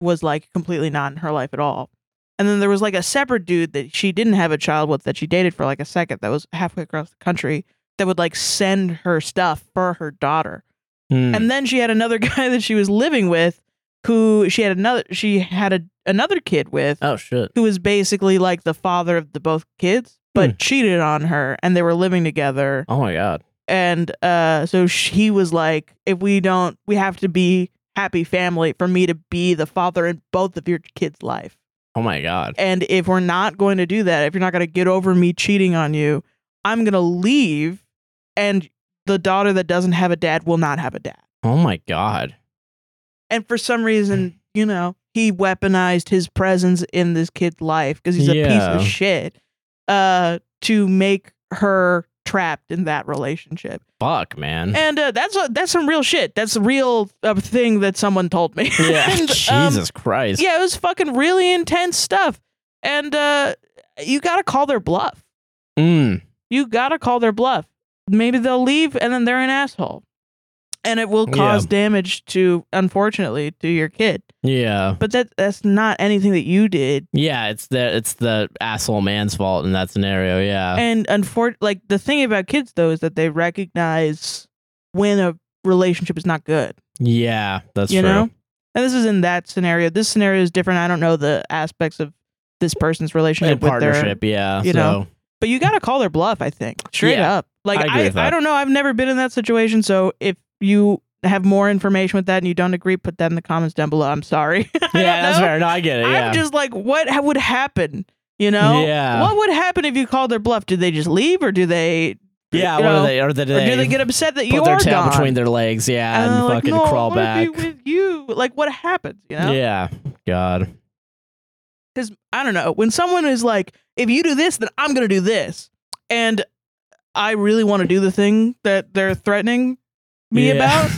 Speaker 2: was like completely not in her life at all. And then there was like a separate dude that she didn't have a child with that she dated for like a second that was halfway across the country that would like send her stuff for her daughter.
Speaker 1: mm.
Speaker 2: And then she had another guy that she was living with who she had another she had a, another kid with
Speaker 1: oh shit.
Speaker 2: who was basically like the father of the both kids but
Speaker 1: Hmm.
Speaker 2: cheated on her and they were living together
Speaker 1: Oh my god.
Speaker 2: and uh so she was like if we don't we have to be happy family for me to be the father in both of your kids life
Speaker 1: Oh my god.
Speaker 2: and if we're not going to do that, if you're not going to get over me cheating on you, I'm going to leave. And the daughter that doesn't have a dad will not have a dad.
Speaker 1: Oh my god.
Speaker 2: And for some
Speaker 1: Mm.
Speaker 2: reason, you know, he weaponized his presence in this kid's life because he's a piece
Speaker 1: Yeah.
Speaker 2: of shit uh, to make her trapped in that relationship.
Speaker 1: Fuck, man.
Speaker 2: And uh, that's that's some real shit. That's a real uh, thing that someone told me.
Speaker 1: yeah.
Speaker 2: And, um,
Speaker 1: Jesus Christ.
Speaker 2: yeah, it was fucking really intense stuff. And uh, you got to call their bluff.
Speaker 1: Mm.
Speaker 2: you gotta call their bluff. Maybe they'll leave and then they're an asshole. And it will
Speaker 1: Yeah.
Speaker 2: cause damage to, unfortunately, to your kid.
Speaker 1: Yeah.
Speaker 2: But that that's not anything that you did.
Speaker 1: Yeah. It's the it's the asshole man's fault in that scenario. Yeah.
Speaker 2: and unfortunately, like the thing about kids though is that they recognize when a relationship is not good.
Speaker 1: yeah. That's
Speaker 2: you
Speaker 1: true.
Speaker 2: know. And this is in that scenario. This scenario is different. I don't know the aspects of this person's
Speaker 1: And
Speaker 2: relationship with their
Speaker 1: partnership. yeah.
Speaker 2: you
Speaker 1: so.
Speaker 2: know. But you got to call their bluff, I think. Straight
Speaker 1: Yeah,
Speaker 2: up. Like
Speaker 1: I agree
Speaker 2: I,
Speaker 1: with
Speaker 2: I,
Speaker 1: that.
Speaker 2: don't know, I've never been in that situation, so if you have more information with that and you don't agree, put that in the comments down below. I'm sorry. I don't
Speaker 1: Yeah. That's
Speaker 2: know.
Speaker 1: fair. No, I get it. Yeah.
Speaker 2: I'm just like what ha- would happen, you know?
Speaker 1: Yeah.
Speaker 2: What would happen if you called their bluff? Do they just leave or do they
Speaker 1: yeah.
Speaker 2: you
Speaker 1: What
Speaker 2: know,
Speaker 1: are they? Or did
Speaker 2: or
Speaker 1: they,
Speaker 2: do they get upset that
Speaker 1: put
Speaker 2: you
Speaker 1: their
Speaker 2: are
Speaker 1: tail
Speaker 2: gone?
Speaker 1: between their legs? Yeah.
Speaker 2: and
Speaker 1: And,
Speaker 2: they're like,
Speaker 1: fucking
Speaker 2: no,
Speaker 1: crawl
Speaker 2: I wanna
Speaker 1: back.
Speaker 2: Be with you. Like what happens, you know?
Speaker 1: Yeah. God.
Speaker 2: because I don't know when someone is like, if you do this, then I'm gonna do this, and I really want to do the thing that they're threatening me
Speaker 1: Yeah.
Speaker 2: about.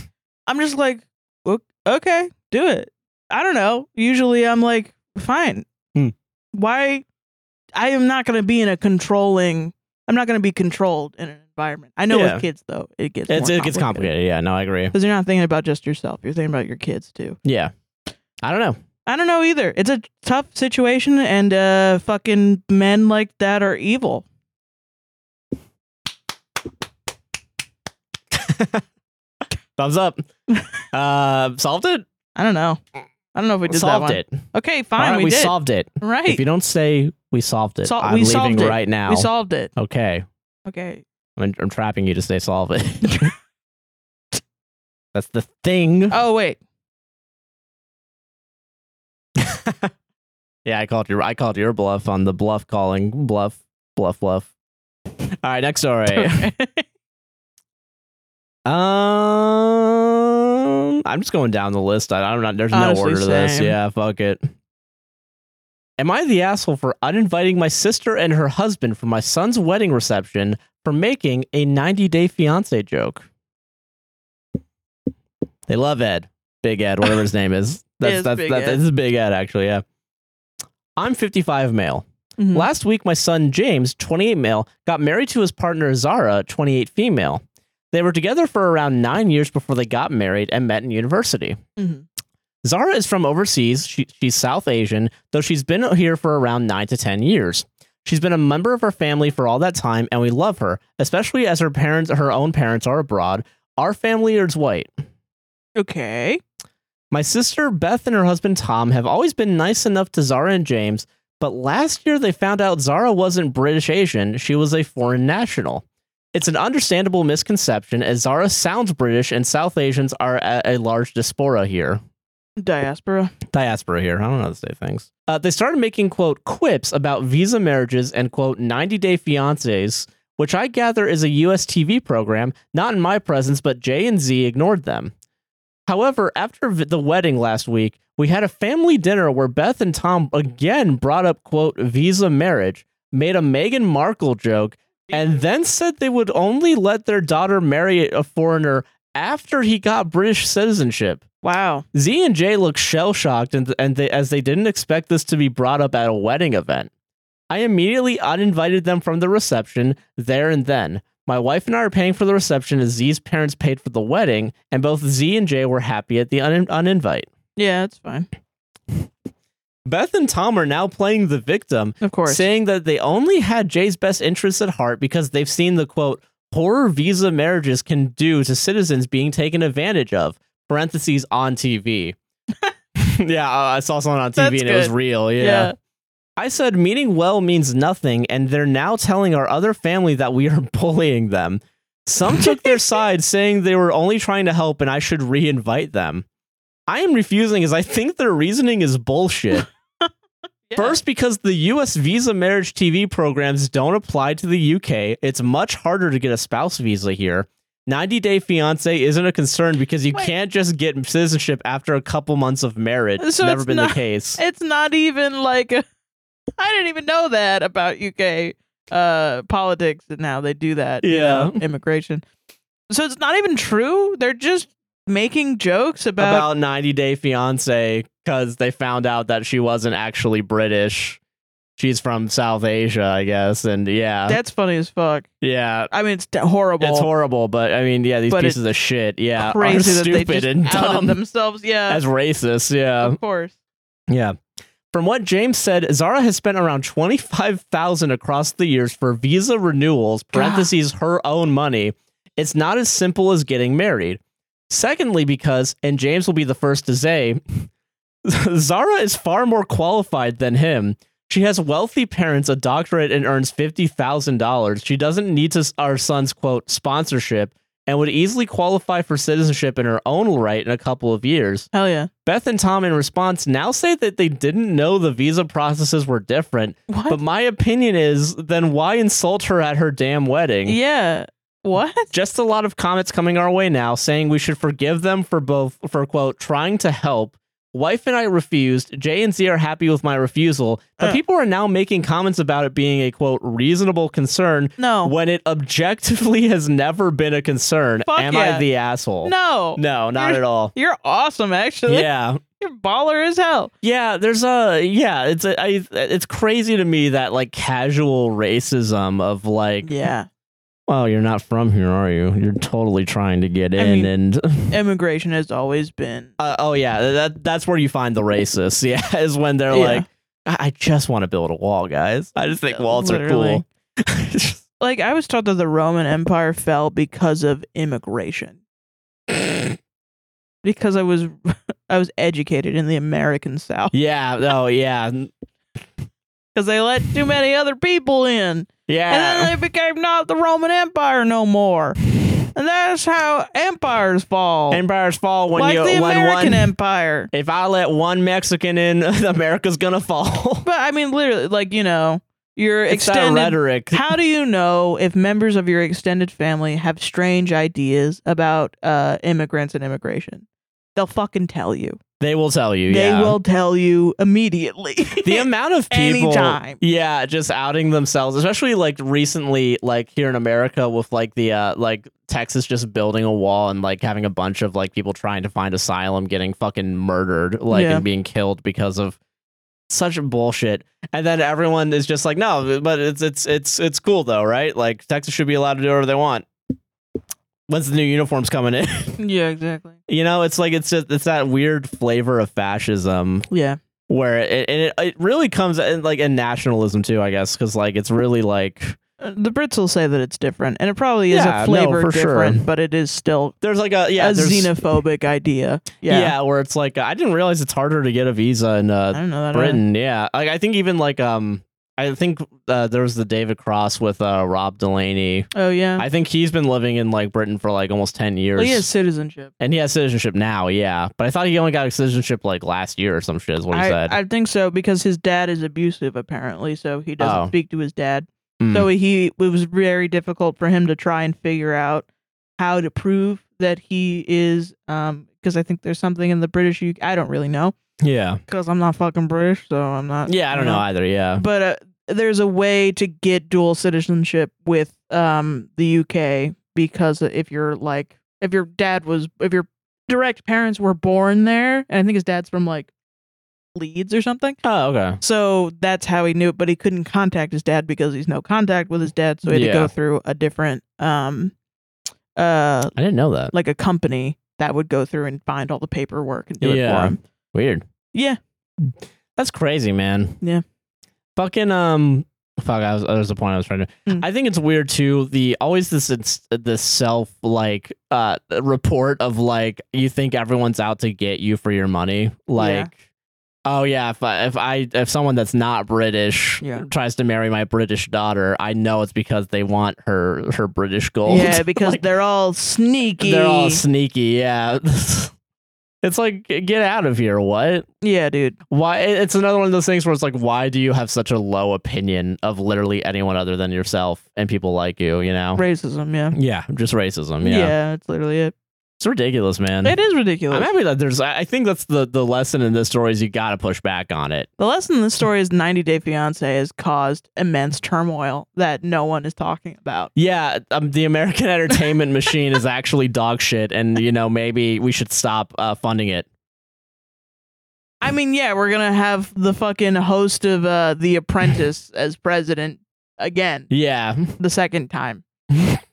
Speaker 2: I'm just like, "O- okay, do it. I don't know. Usually, I'm like, fine.
Speaker 1: Hmm.
Speaker 2: Why? I am not gonna be in a controlling. I'm not gonna be controlled in an environment. I know
Speaker 1: Yeah.
Speaker 2: with kids though, it gets
Speaker 1: It's,
Speaker 2: more
Speaker 1: it gets complicated. Yeah. No, I agree.
Speaker 2: because you're not thinking about just yourself. You're thinking about your kids too.
Speaker 1: Yeah. I don't know.
Speaker 2: I don't know either. It's a tough situation, and uh, fucking men like that are evil.
Speaker 1: Thumbs up. uh, solved it.
Speaker 2: I don't know. I don't know if we did that
Speaker 1: solved
Speaker 2: one.
Speaker 1: it.
Speaker 2: Okay,
Speaker 1: All
Speaker 2: fine.
Speaker 1: right,
Speaker 2: we,
Speaker 1: we,
Speaker 2: did.
Speaker 1: solved it.
Speaker 2: right.
Speaker 1: If you don't say we solved it,
Speaker 2: Sol-
Speaker 1: I'm
Speaker 2: we
Speaker 1: leaving
Speaker 2: solved it.
Speaker 1: right now.
Speaker 2: we solved it.
Speaker 1: okay,
Speaker 2: Okay.
Speaker 1: I'm, I'm trapping you to say solve it. That's the thing.
Speaker 2: Oh wait.
Speaker 1: Yeah, I called your I called your bluff on the bluff calling bluff bluff bluff. All right, next story. Um, I'm just going down the list. I, I'm not. There's no
Speaker 2: Honestly,
Speaker 1: order to this.
Speaker 2: same.
Speaker 1: Yeah, fuck it. Am I the asshole for uninviting my sister and her husband for my son's wedding reception for making a 90 day fiance joke? They love Ed. Big Ed, whatever his name is. That's
Speaker 2: is
Speaker 1: that's
Speaker 2: Big
Speaker 1: that's
Speaker 2: Ed.
Speaker 1: this is Big Ed actually, yeah. I'm 55 male.
Speaker 2: Mhm.
Speaker 1: Last week, my son James, 28 male, got married to his partner Zara, 28 female. They were together for around nine years before they got married and met in university.
Speaker 2: Mhm.
Speaker 1: Zara is from overseas. She, she's South Asian, though she's been here for around nine to 10 years. She's been a member of her family for all that time, and we love her, especially as her parents, her own parents, are abroad. Our family is white.
Speaker 2: Okay.
Speaker 1: My sister Beth and her husband Tom have always been nice enough to Zara and James, but last year they found out Zara wasn't British Asian, she was a foreign national. It's an understandable misconception as Zara sounds British and South Asians are a, a large diaspora here.
Speaker 2: Diaspora.
Speaker 1: Diaspora here. I don't know how to say things. Uh, they started making, quote, quips about visa marriages and, quote, 90 day fiancés, which I gather is a US TV program, not in my presence, but J and Z ignored them. However, after v- the wedding last week, we had a family dinner where Beth and Tom again brought up, quote, visa marriage, made a Meghan Markle joke, and then said they would only let their daughter marry a foreigner after he got British citizenship.
Speaker 2: Wow.
Speaker 1: Z and J look shell shocked, and, and they, as they didn't expect this to be brought up at a wedding event. I immediately uninvited them from the reception there and then. My wife and I are paying for the reception as Z's parents paid for the wedding, and both Z and J were happy at the un- uninvite.
Speaker 2: Yeah, it's fine.
Speaker 1: Beth and Tom are now playing the victim,
Speaker 2: Of course.
Speaker 1: saying that they only had Jay's best interests at heart because they've seen the quote horror visa marriages can do to citizens being taken advantage of parentheses on TV. yeah, I I saw someone on TV
Speaker 2: That's
Speaker 1: and it was
Speaker 2: good.
Speaker 1: real. Yeah.
Speaker 2: Yeah.
Speaker 1: I said meaning well means nothing, and they're now telling our other family that we are bullying them. Some took their side, saying they were only trying to help and I should reinvite them. I am refusing as I think their reasoning is bullshit.
Speaker 2: Yeah.
Speaker 1: First, because the US visa marriage TV programs don't apply to the UK, it's much harder to get a spouse visa here. 90 Day Fiance isn't a concern because you
Speaker 2: Wait.
Speaker 1: can't just get citizenship after a couple months of marriage. It's
Speaker 2: So
Speaker 1: never
Speaker 2: it's
Speaker 1: been the
Speaker 2: not-
Speaker 1: case.
Speaker 2: It's not even like I I didn't even know that about UK uh politics and now they do that. you
Speaker 1: Yeah.
Speaker 2: know, immigration. So it's not even true. They're just making jokes about,
Speaker 1: about 90 Day Fiance because they found out that she wasn't actually British. She's from South Asia, I guess. And yeah,
Speaker 2: that's funny as fuck.
Speaker 1: yeah.
Speaker 2: I mean it's d- horrible.
Speaker 1: It's horrible, but I mean, yeah, these
Speaker 2: But
Speaker 1: pieces of shit, yeah, are
Speaker 2: Crazy that
Speaker 1: stupid
Speaker 2: they just
Speaker 1: and
Speaker 2: outed
Speaker 1: dumb
Speaker 2: themselves. Yeah.
Speaker 1: as um, racist, yeah.
Speaker 2: of course.
Speaker 1: Yeah. From what James said, Zara has spent around 25,000 across the years for visa renewals, parentheses her own money. It's not as simple as getting married. Secondly, because and James will be the first to say, Zara is far more qualified than him. She has wealthy parents, a doctorate, and earns $50,000. She doesn't need to s- our son's quote sponsorship and would easily qualify for citizenship in her own right in a couple of years.
Speaker 2: Hell yeah.
Speaker 1: Beth and Tom, in response, now say that they didn't know the visa processes were different.
Speaker 2: What?
Speaker 1: But my opinion is then why insult her at her damn wedding?
Speaker 2: yeah. What?
Speaker 1: Just a lot of comments coming our way now saying we should forgive them for both, for quote, trying to help. Wife and I refused. J and Z are happy with my refusal. But
Speaker 2: Uh.
Speaker 1: people are now making comments about it being a quote, reasonable concern
Speaker 2: No.
Speaker 1: when it objectively has never been a concern.
Speaker 2: Fuck
Speaker 1: Am I
Speaker 2: yeah.
Speaker 1: the asshole?
Speaker 2: No.
Speaker 1: No, not
Speaker 2: You're-
Speaker 1: at all.
Speaker 2: You're awesome actually.
Speaker 1: Yeah.
Speaker 2: You're baller as hell.
Speaker 1: Yeah, there's a yeah. It's a, I, it's crazy to me that like casual racism of like,
Speaker 2: Yeah.
Speaker 1: well, you're not from here, are you? You're totally trying to get in,
Speaker 2: I mean-
Speaker 1: and
Speaker 2: Immigration has always been
Speaker 1: uh, oh yeah, that that's where you find the racists. Yeah, is when they're
Speaker 2: Yeah. Uh,
Speaker 1: like, I, I just want to build a wall, guys. I just think walls
Speaker 2: Literally.
Speaker 1: are cool.
Speaker 2: like I was taught that the Roman Empire fell because of immigration. because I was I was educated in the American South
Speaker 1: yeah. Oh yeah.
Speaker 2: because they let too many other people in, and
Speaker 1: Yeah.
Speaker 2: then they became not the Roman Empire no more. And that's how empires fall,
Speaker 1: Empires fall when
Speaker 2: like
Speaker 1: you
Speaker 2: the
Speaker 1: when
Speaker 2: American
Speaker 1: one.
Speaker 2: Empire.
Speaker 1: if I let one Mexican in, America's gonna fall.
Speaker 2: But I mean, literally, like you know, your
Speaker 1: it's that
Speaker 2: extended
Speaker 1: rhetoric.
Speaker 2: How do you know if members of your extended family have strange ideas about uh, immigrants and immigration? They'll fucking tell you.
Speaker 1: They will tell you.
Speaker 2: They
Speaker 1: yeah.
Speaker 2: will tell you immediately.
Speaker 1: the amount of people
Speaker 2: Anytime.
Speaker 1: yeah just outing themselves especially like recently like here in america with like the uh like texas just building a wall and like having a bunch of like people trying to find asylum getting fucking murdered like
Speaker 2: Yeah.
Speaker 1: and being killed because of such bullshit and then everyone is just like no but it's it's it's it's cool though right like texas should be allowed to do whatever they want When's the new uniforms coming in?
Speaker 2: yeah, exactly.
Speaker 1: you know, it's like it's just it's that weird flavor of fascism
Speaker 2: Yeah.
Speaker 1: where it and it, it really comes in like in nationalism too, I guess, because like it's really like
Speaker 2: Uh, The Brits will say that it's different, and it probably is
Speaker 1: Yeah,
Speaker 2: a
Speaker 1: no,
Speaker 2: flavor
Speaker 1: for sure.
Speaker 2: different, but it is still
Speaker 1: there's like a yeah
Speaker 2: a
Speaker 1: there's-
Speaker 2: xenophobic idea.
Speaker 1: yeah.
Speaker 2: Yeah.
Speaker 1: where it's like I didn't realize it's harder to get a visa in
Speaker 2: I
Speaker 1: uh,
Speaker 2: don't know that.
Speaker 1: Britain. Yeah, like I think even like um I think uh, there was the David Cross with uh, Rob Delaney.
Speaker 2: Oh yeah.
Speaker 1: I think he's been living in like Britain for like almost ten years.
Speaker 2: Well, he has citizenship.
Speaker 1: And he has citizenship now, yeah. But I thought he only got citizenship like last year or some shit is what he
Speaker 2: I,
Speaker 1: said.
Speaker 2: I think so because his dad is abusive apparently, so he doesn't
Speaker 1: Oh.
Speaker 2: speak to his dad.
Speaker 1: Mm.
Speaker 2: So he it was very difficult for him to try and figure out how to prove that he is um because I think there's something in the British you I don't really know
Speaker 1: yeah,
Speaker 2: because I'm not fucking British, so I'm not.
Speaker 1: yeah. I don't know either. Yeah,
Speaker 2: But uh, there's a way to get dual citizenship with um the UK because if you're like if your dad was if your direct parents were born there, and I think his dad's from like Leeds or something.
Speaker 1: oh okay.
Speaker 2: So that's how he knew it, but he couldn't contact his dad because he's no contact with his dad, so he had to
Speaker 1: Yeah.
Speaker 2: go through a different um uh
Speaker 1: I didn't know that.
Speaker 2: like a company that would go through and find all the paperwork and do it
Speaker 1: Yeah.
Speaker 2: for him.
Speaker 1: Weird.
Speaker 2: Yeah.
Speaker 1: That's crazy, man.
Speaker 2: Yeah.
Speaker 1: Fucking um fuck, I was that was the point I was trying to.
Speaker 2: Mm.
Speaker 1: I think it's weird too the always this ins- this self like uh report of like you think everyone's out to get you for your money like Oh yeah, if I, if I if someone that's not British
Speaker 2: Yeah.
Speaker 1: tries to marry my British daughter, I know it's because they want her her British gold.
Speaker 2: Yeah, because
Speaker 1: Oh, Like,
Speaker 2: they're all sneaky.
Speaker 1: they're all sneaky. Yeah, it's like get out of here. What?
Speaker 2: yeah, dude.
Speaker 1: why it- it's another one of those things where it's like why do you have such a low opinion of literally anyone other than yourself and people like you you know
Speaker 2: Racism, yeah.
Speaker 1: yeah just racism yeah,
Speaker 2: it's literally it.
Speaker 1: it's ridiculous man
Speaker 2: It is ridiculous.
Speaker 1: i'm happy that there's i I think that's the the lesson in this story is you gotta push back on it
Speaker 2: the lesson in this story is 90 Day Fiance has caused immense turmoil that no one is talking about.
Speaker 1: yeah um, the american entertainment machine is actually dog shit and you know maybe we should stop uh, funding it Mm.
Speaker 2: I mean, yeah, we're gonna have the fucking host of uh, The Apprentice as president again,
Speaker 1: yeah
Speaker 2: the second time.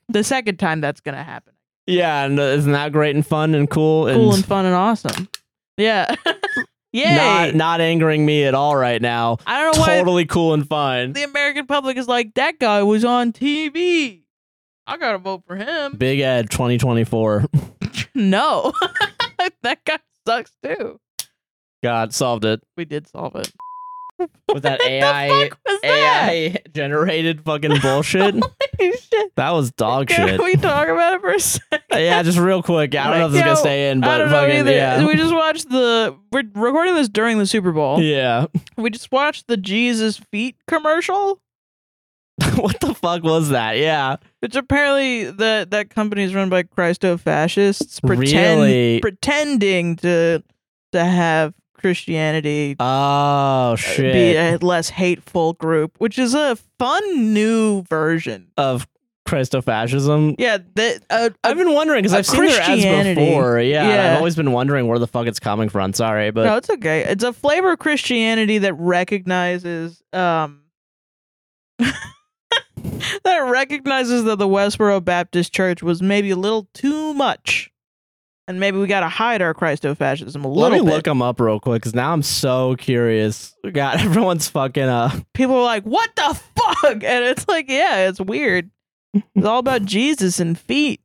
Speaker 2: the second time that's gonna happen.
Speaker 1: yeah and uh, isn't that great and fun and cool and,
Speaker 2: Cool and fun and awesome. Yeah, yay!
Speaker 1: not not angering me at all right now
Speaker 2: I don't know why
Speaker 1: totally cool and fun
Speaker 2: the American public is like that guy was on TV. I gotta vote for him.
Speaker 1: Big Ed 2024.
Speaker 2: No, that guy sucks too.
Speaker 1: God solved it
Speaker 2: We did solve it.
Speaker 1: with that
Speaker 2: the
Speaker 1: AI
Speaker 2: fuck was that?
Speaker 1: AI generated fucking bullshit.
Speaker 2: Holy shit.
Speaker 1: that was dog
Speaker 2: Can
Speaker 1: shit.
Speaker 2: we talk about it for a second?
Speaker 1: yeah, just real quick. I don't know if this is
Speaker 2: Yo,
Speaker 1: gonna stay in,
Speaker 2: I
Speaker 1: but
Speaker 2: don't know
Speaker 1: fucking
Speaker 2: either.
Speaker 1: yeah,
Speaker 2: We just watched the. We're recording this during the Super Bowl.
Speaker 1: yeah.
Speaker 2: We just watched the Jesus feet commercial,
Speaker 1: what the fuck was that? Yeah,
Speaker 2: which apparently the that company is run by Christo fascists, pretend
Speaker 1: really.
Speaker 2: pretending to to have Christianity
Speaker 1: Oh
Speaker 2: Uh, be
Speaker 1: shit!
Speaker 2: a less hateful group, which is a fun new version.
Speaker 1: of Christofascism.
Speaker 2: Yeah, that uh,
Speaker 1: I've been wondering because
Speaker 2: of
Speaker 1: I've seen their ads
Speaker 2: Christianity.
Speaker 1: before. Yeah, and
Speaker 2: Yeah.
Speaker 1: I've always been wondering where the fuck it's coming from. Sorry, but
Speaker 2: no, it's okay. It's a flavor of Christianity that recognizes um that recognizes that the Westboro Baptist Church was maybe a little too much, and maybe we got to hide our Christofascism a
Speaker 1: let me
Speaker 2: little bit.
Speaker 1: look them up real quick because now I'm so curious. God, everyone's fucking uh
Speaker 2: People are like, "What the fuck?" And it's like, yeah, it's weird. It's all about Jesus and feet.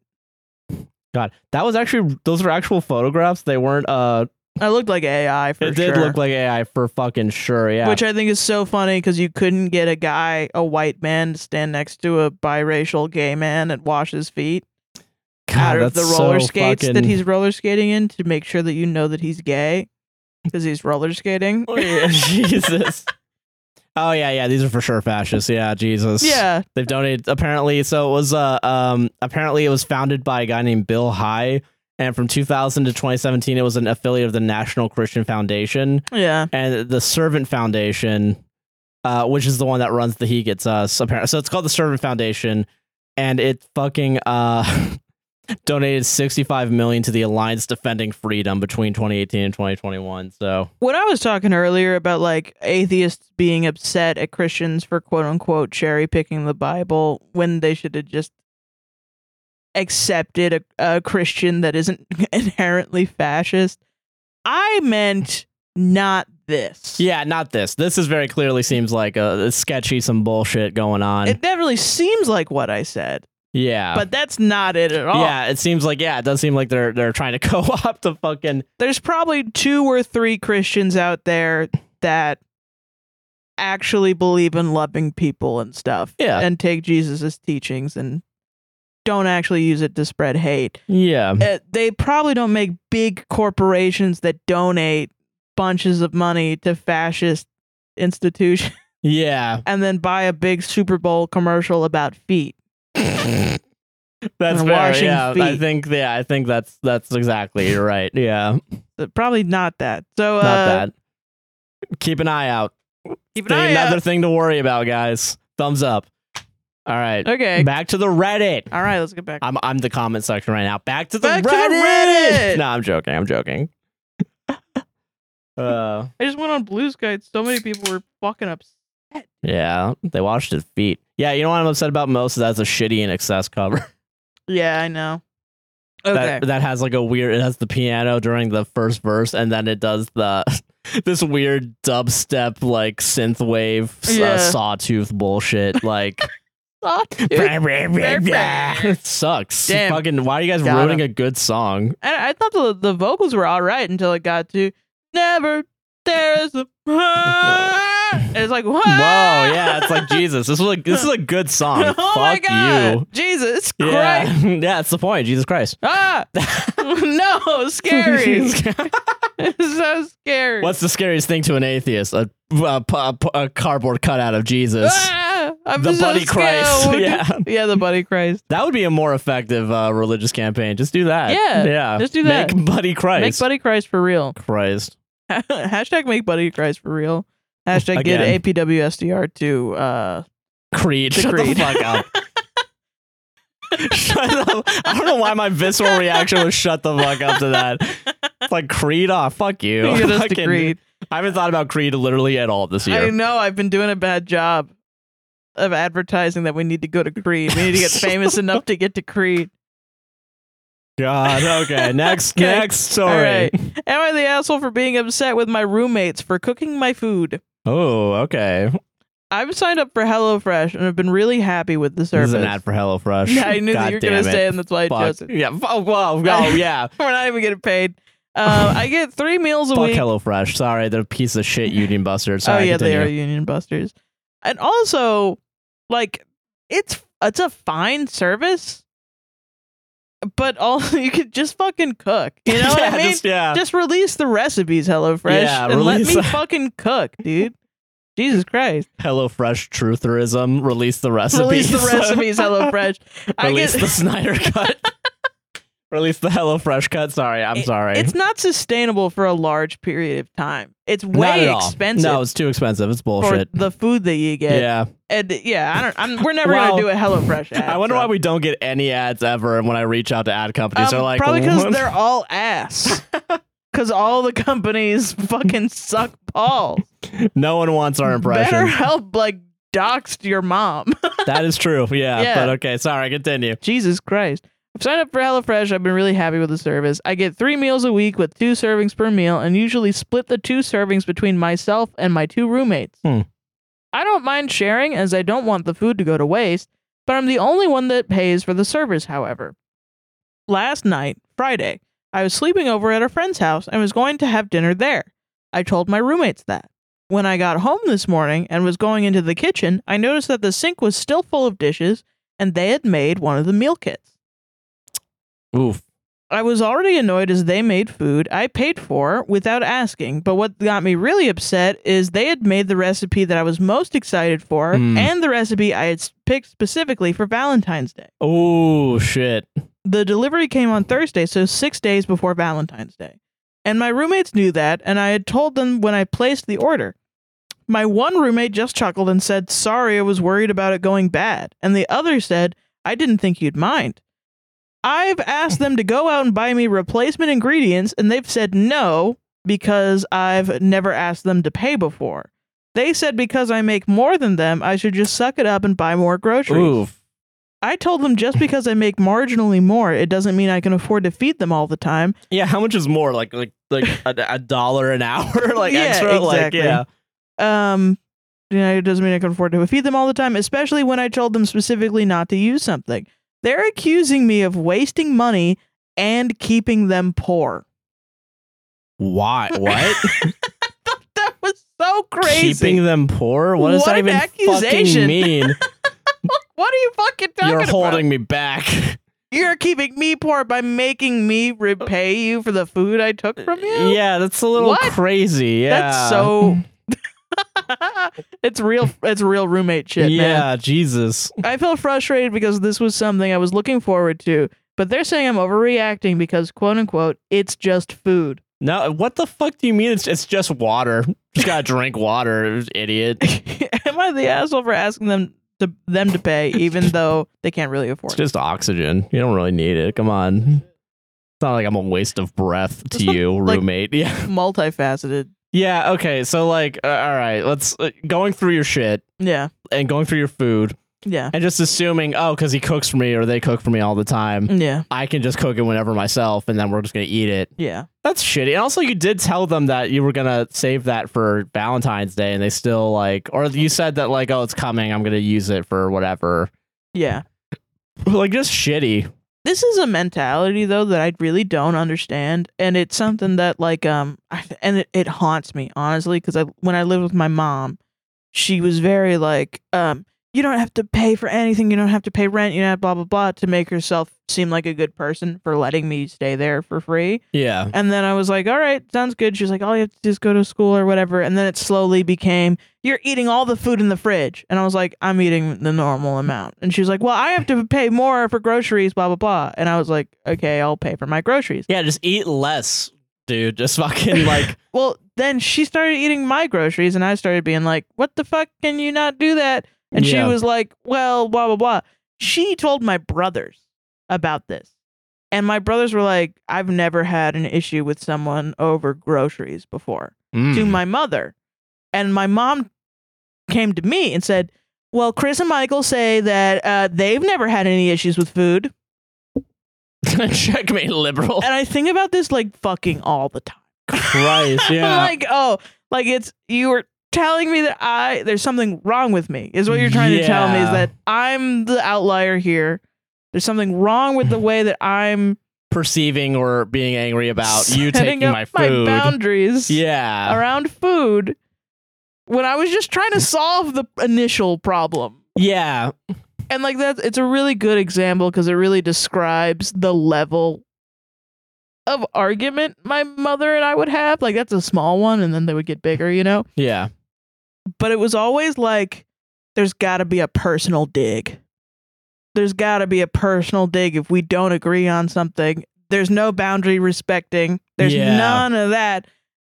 Speaker 1: God, that was actually those were actual photographs. They weren't. Uh,
Speaker 2: I looked like AI for
Speaker 1: it
Speaker 2: sure.
Speaker 1: did look like AI for fucking sure. Yeah,
Speaker 2: Which I think is so funny because you couldn't get a guy, a white man, to stand next to a biracial gay man and wash his feet
Speaker 1: God,
Speaker 2: out of the
Speaker 1: that's
Speaker 2: roller
Speaker 1: so
Speaker 2: skates that
Speaker 1: fucking-
Speaker 2: he's roller skating in to make sure that you know that he's gay because he's roller skating.
Speaker 1: Oh, yeah, Jesus. Oh yeah, yeah. These are for sure fascists. Yeah, Jesus.
Speaker 2: yeah,
Speaker 1: they've donated. Apparently, so it was. Uh, um, apparently it was founded by a guy named Bill High, And from 2000 to 2017, it was an affiliate of the National Christian Foundation
Speaker 2: Yeah.
Speaker 1: and the Servant Foundation, uh, which is the one that runs the He Gets Us. Apparently, so it's called the Servant Foundation, and it fucking uh, donated 65 million to the Alliance Defending Freedom between 2018 and 2021. So
Speaker 2: When I was talking earlier about like atheists being upset at Christians for quote unquote cherry picking the Bible when they should have just accepted a, a Christian that isn't inherently fascist, I meant not this.
Speaker 1: yeah, not this. This is very clearly seems like a, a sketchy, some bullshit going on.
Speaker 2: It definitely seems like what I said,
Speaker 1: yeah,
Speaker 2: but Oh. that's not it at all.
Speaker 1: yeah, it seems like yeah, it does seem like they're they're trying to co-opt the fucking
Speaker 2: there's probably two or three Christians out there that actually believe in loving people and stuff
Speaker 1: Yeah.
Speaker 2: and take Jesus' teachings and don't actually use it to spread hate.
Speaker 1: yeah.
Speaker 2: Uh, they probably don't make big corporations that donate bunches of money to fascist institutions
Speaker 1: Yeah.
Speaker 2: and then buy a big Super Bowl commercial about feet.
Speaker 1: that's
Speaker 2: And
Speaker 1: fair.
Speaker 2: washing
Speaker 1: yeah, I
Speaker 2: feet.
Speaker 1: think yeah, I think that's that's exactly you're right. Yeah,
Speaker 2: Uh, Probably not that. So
Speaker 1: not
Speaker 2: uh,
Speaker 1: that. Keep an eye out.
Speaker 2: keep an
Speaker 1: Thing-
Speaker 2: eye
Speaker 1: another
Speaker 2: out.
Speaker 1: thing to worry about, guys. Thumbs up. All right,
Speaker 2: Okay.
Speaker 1: back to the Reddit.
Speaker 2: All right, let's get back.
Speaker 1: I'm I'm the comment section right now. Back to the
Speaker 2: Back
Speaker 1: Reddit.
Speaker 2: to the Reddit!
Speaker 1: No, I'm joking. I'm joking. uh,
Speaker 2: I just went on Blue Sky. and So many people were fucking upset.
Speaker 1: yeah, they washed his feet. Yeah, you know what I'm upset about most is that's a shitty in excess cover.
Speaker 2: Yeah, I know. Okay.
Speaker 1: that that has like a weird it has the piano during the first verse and then it does the this weird dubstep like synthwave
Speaker 2: Yeah.
Speaker 1: uh, sawtooth bullshit like
Speaker 2: I,
Speaker 1: blah, blah, blah, blah. it sucks
Speaker 2: Damn.
Speaker 1: fucking why are you guys
Speaker 2: Got
Speaker 1: ruining a good song
Speaker 2: I thought the the vocals were all right until it got to never there's a it's like whoa
Speaker 1: whoa yeah it's like jesus this is a, this is a good song
Speaker 2: oh
Speaker 1: fuck
Speaker 2: my god
Speaker 1: you
Speaker 2: Jesus
Speaker 1: yeah
Speaker 2: Christ
Speaker 1: yeah that's the point jesus christ
Speaker 2: ah no scary it's so scary
Speaker 1: what's the scariest thing to an atheist a, a, a, a cardboard cutout of jesus
Speaker 2: ah, I'm
Speaker 1: the
Speaker 2: so
Speaker 1: buddy Christ.
Speaker 2: scared.
Speaker 1: Yeah.
Speaker 2: yeah the buddy Christ
Speaker 1: That would be a more effective uh, religious campaign. Just do that.
Speaker 2: Yeah,
Speaker 1: Yeah.
Speaker 2: just do that.
Speaker 1: Make Buddy
Speaker 2: make
Speaker 1: Christ.
Speaker 2: buddy Christ for real
Speaker 1: Christ.
Speaker 2: hashtag make buddy Christ for real hashtag
Speaker 1: Again.
Speaker 2: get APWSDR to uh
Speaker 1: Creed.
Speaker 2: The
Speaker 1: Shut
Speaker 2: Creed.
Speaker 1: the fuck up. shut up. I don't know why my visceral reaction was shut the fuck up to that. It's like Creed off. Fuck you.
Speaker 2: get us to
Speaker 1: Fucking-
Speaker 2: Creed.
Speaker 1: I haven't thought about Creed literally at all this
Speaker 2: I
Speaker 1: year.
Speaker 2: know I've been doing a bad job of advertising that we need to go to Creed. We need to get famous enough to get to Creed.
Speaker 1: God. Okay. Next.
Speaker 2: Okay.
Speaker 1: Next story.
Speaker 2: All right. Am I the asshole for being upset with my roommates for cooking my food?
Speaker 1: Oh. Okay.
Speaker 2: I've signed up for HelloFresh and have been really happy with the
Speaker 1: This
Speaker 2: service.
Speaker 1: is an ad for HelloFresh.
Speaker 2: Yeah, I knew
Speaker 1: God
Speaker 2: that you were
Speaker 1: damn
Speaker 2: gonna
Speaker 1: it.
Speaker 2: say, it, and that's why I chose
Speaker 1: Fuck.
Speaker 2: it.
Speaker 1: Yeah. Oh, wow. wow, yeah.
Speaker 2: We're not even getting paid. Uh, I get three meals a
Speaker 1: Fuck
Speaker 2: week.
Speaker 1: HelloFresh. Sorry, they're a piece of shit union busters.
Speaker 2: oh
Speaker 1: Sorry,
Speaker 2: yeah,
Speaker 1: continue.
Speaker 2: they are union busters. And also, like, it's it's a fine service, but also you could just fucking cook. You know what
Speaker 1: yeah,
Speaker 2: I mean? Just,
Speaker 1: Just, yeah.
Speaker 2: release the recipes, HelloFresh,
Speaker 1: Yeah,
Speaker 2: and let
Speaker 1: release
Speaker 2: me
Speaker 1: that.
Speaker 2: fucking cook, dude. Jesus Christ!
Speaker 1: HelloFresh trutherism. Release the recipes.
Speaker 2: Release the recipes, HelloFresh. I
Speaker 1: release
Speaker 2: get
Speaker 1: the Snyder cut. release the HelloFresh cut. Sorry, I'm
Speaker 2: It-
Speaker 1: sorry.
Speaker 2: it's not sustainable for a large period of time. It's way
Speaker 1: Not at all.
Speaker 2: expensive
Speaker 1: No, it's too expensive. It's
Speaker 2: for
Speaker 1: bullshit.
Speaker 2: the food that you get.
Speaker 1: Yeah.
Speaker 2: And yeah, I don't. I'm, we're never
Speaker 1: Well,
Speaker 2: gonna do a HelloFresh ad.
Speaker 1: I wonder
Speaker 2: so.
Speaker 1: why we don't get any ads ever. And when I reach out to ad companies,
Speaker 2: Um,
Speaker 1: they're like,
Speaker 2: probably
Speaker 1: "What?"
Speaker 2: because they're all ass. Because all the companies fucking suck balls.
Speaker 1: no one wants our
Speaker 2: Better
Speaker 1: impression.
Speaker 2: help like doxed your mom.
Speaker 1: that is true. Yeah,
Speaker 2: Yeah.
Speaker 1: But okay, sorry. Continue.
Speaker 2: Jesus Christ. I've signed up for HelloFresh. I've been really happy with the service. I get three meals a week with two servings per meal and usually split the two servings between myself and my two roommates.
Speaker 1: Hmm.
Speaker 2: I don't mind sharing as I don't want the food to go to waste, but I'm the only one that pays for the service, however. Last night, Friday, I was sleeping over at a friend's house and was going to have dinner there. I told my roommates that. When I got home this morning and was going into the kitchen, I noticed that the sink was still full of dishes and they had made one of the meal kits.
Speaker 1: Oof.
Speaker 2: I was already annoyed as they made food I paid for without asking, but what got me really upset is they had made the recipe that I was most excited for
Speaker 1: Mm.
Speaker 2: and the recipe I had s- picked specifically for Valentine's Day.
Speaker 1: Oh shit.
Speaker 2: the delivery came on Thursday, so six days before Valentine's Day. And my roommates knew that, and I had told them when I placed the order. My one roommate just chuckled and said, Sorry, I was worried about it going bad. And the other said, I didn't think you'd mind. I've asked them to go out and buy me replacement ingredients, and they've said no because I've never asked them to pay before. They said because I make more than them, I should just suck it up and buy more groceries.
Speaker 1: Ooh,
Speaker 2: I told them just because I make marginally more, it doesn't mean I can afford to feed them all the time.
Speaker 1: yeah. How much is more? Like like like a, a dollar an hour, like
Speaker 2: Yeah,
Speaker 1: extra. Like
Speaker 2: exactly.
Speaker 1: yeah,
Speaker 2: Um, you know, it doesn't mean I can afford to feed them all the time, especially when I told them specifically not to use something. They're accusing me of wasting money and keeping them poor.
Speaker 1: why? What?
Speaker 2: That was so crazy.
Speaker 1: Keeping them poor? What does
Speaker 2: What
Speaker 1: that
Speaker 2: an
Speaker 1: even fucking
Speaker 2: accusation.
Speaker 1: mean?
Speaker 2: what are you fucking talking
Speaker 1: You're
Speaker 2: about?
Speaker 1: holding me back.
Speaker 2: You're keeping me poor by making me repay you for the food I took from you.
Speaker 1: Yeah, that's a little
Speaker 2: What?
Speaker 1: crazy. Yeah,
Speaker 2: That's so. it's real. It's real roommate shit,
Speaker 1: yeah,
Speaker 2: man.
Speaker 1: Jesus.
Speaker 2: I felt frustrated because this was something I was looking forward to, but they're saying I'm overreacting because, quote unquote, it's just food.
Speaker 1: No, what the fuck do you mean? It's it's just water. Just gotta drink water, idiot.
Speaker 2: Am I the asshole for asking them to them to pay, even though they can't really
Speaker 1: It's
Speaker 2: afford it?
Speaker 1: just oxygen. You don't really need it. Come on. It's not like I'm a waste of breath to
Speaker 2: It's not
Speaker 1: you,
Speaker 2: like-
Speaker 1: roommate. Yeah.
Speaker 2: Multifaceted.
Speaker 1: Yeah. Okay. So like, uh, all right. Let's uh, going through your shit
Speaker 2: Yeah,
Speaker 1: and going through your food
Speaker 2: yeah,
Speaker 1: and just assuming, oh, because he cooks for me or they cook for me all the time,
Speaker 2: yeah,
Speaker 1: I can just cook it whenever myself, and then we're just gonna eat it.
Speaker 2: yeah.
Speaker 1: That's shitty. And also, you did tell them that you were gonna save that for Valentine's Day, and they still like, or you said that like, oh, it's coming. I'm gonna use it for whatever.
Speaker 2: Yeah.
Speaker 1: Like, just shitty.
Speaker 2: This is a mentality though that I really don't understand, and it's something that like um, I, and it, it haunts me honestly because I when I lived with my mom, she was very like um, you don't have to pay for anything, you don't have to pay rent, you know, blah blah blah, to make herself seem like a good person for letting me stay there for free.
Speaker 1: Yeah.
Speaker 2: And then I was like, all right, sounds good. She was like, all you have to do is go to school or whatever. And then it slowly became, you're eating all the food in the fridge. And I was like, I'm eating the normal amount. And she was like, well, I have to pay more for groceries, blah, blah, blah. And I was like, okay, I'll pay for my groceries.
Speaker 1: Yeah. Just eat less, dude. Just fucking like.
Speaker 2: Well, then she started eating my groceries and I started being like, what the fuck can you not do that? And
Speaker 1: Yeah.
Speaker 2: she was like, well, blah, blah, blah. She told my brothers about this. And my brothers were like, I've never had an issue with someone over groceries before. to
Speaker 1: mm.
Speaker 2: my mother. And my mom came to me and said, Well, Chris and Michael say that uh, they've never had any issues with food.
Speaker 1: Checkmate, liberal.
Speaker 2: And I think about this like fucking all the time.
Speaker 1: Christ.
Speaker 2: I'm like, oh, like it's you were telling me that I there's something wrong with me, is what you're trying to tell me is
Speaker 1: Yeah.
Speaker 2: that I'm the outlier here. There's something wrong with the way that I'm
Speaker 1: Perceiving or being angry about you
Speaker 2: setting
Speaker 1: taking
Speaker 2: up
Speaker 1: my food.
Speaker 2: boundaries.
Speaker 1: yeah.
Speaker 2: around food when I was just trying to solve the initial problem.
Speaker 1: Yeah.
Speaker 2: And like that it's a really good example because it really describes the level of argument my mother and I would have. Like that's a small one and then they would get bigger, you know?
Speaker 1: Yeah.
Speaker 2: But it was always like there's got to be a personal dig. There's got to be a personal dig if we don't agree on something. There's no boundary respecting. There's
Speaker 1: Yeah.
Speaker 2: none of that.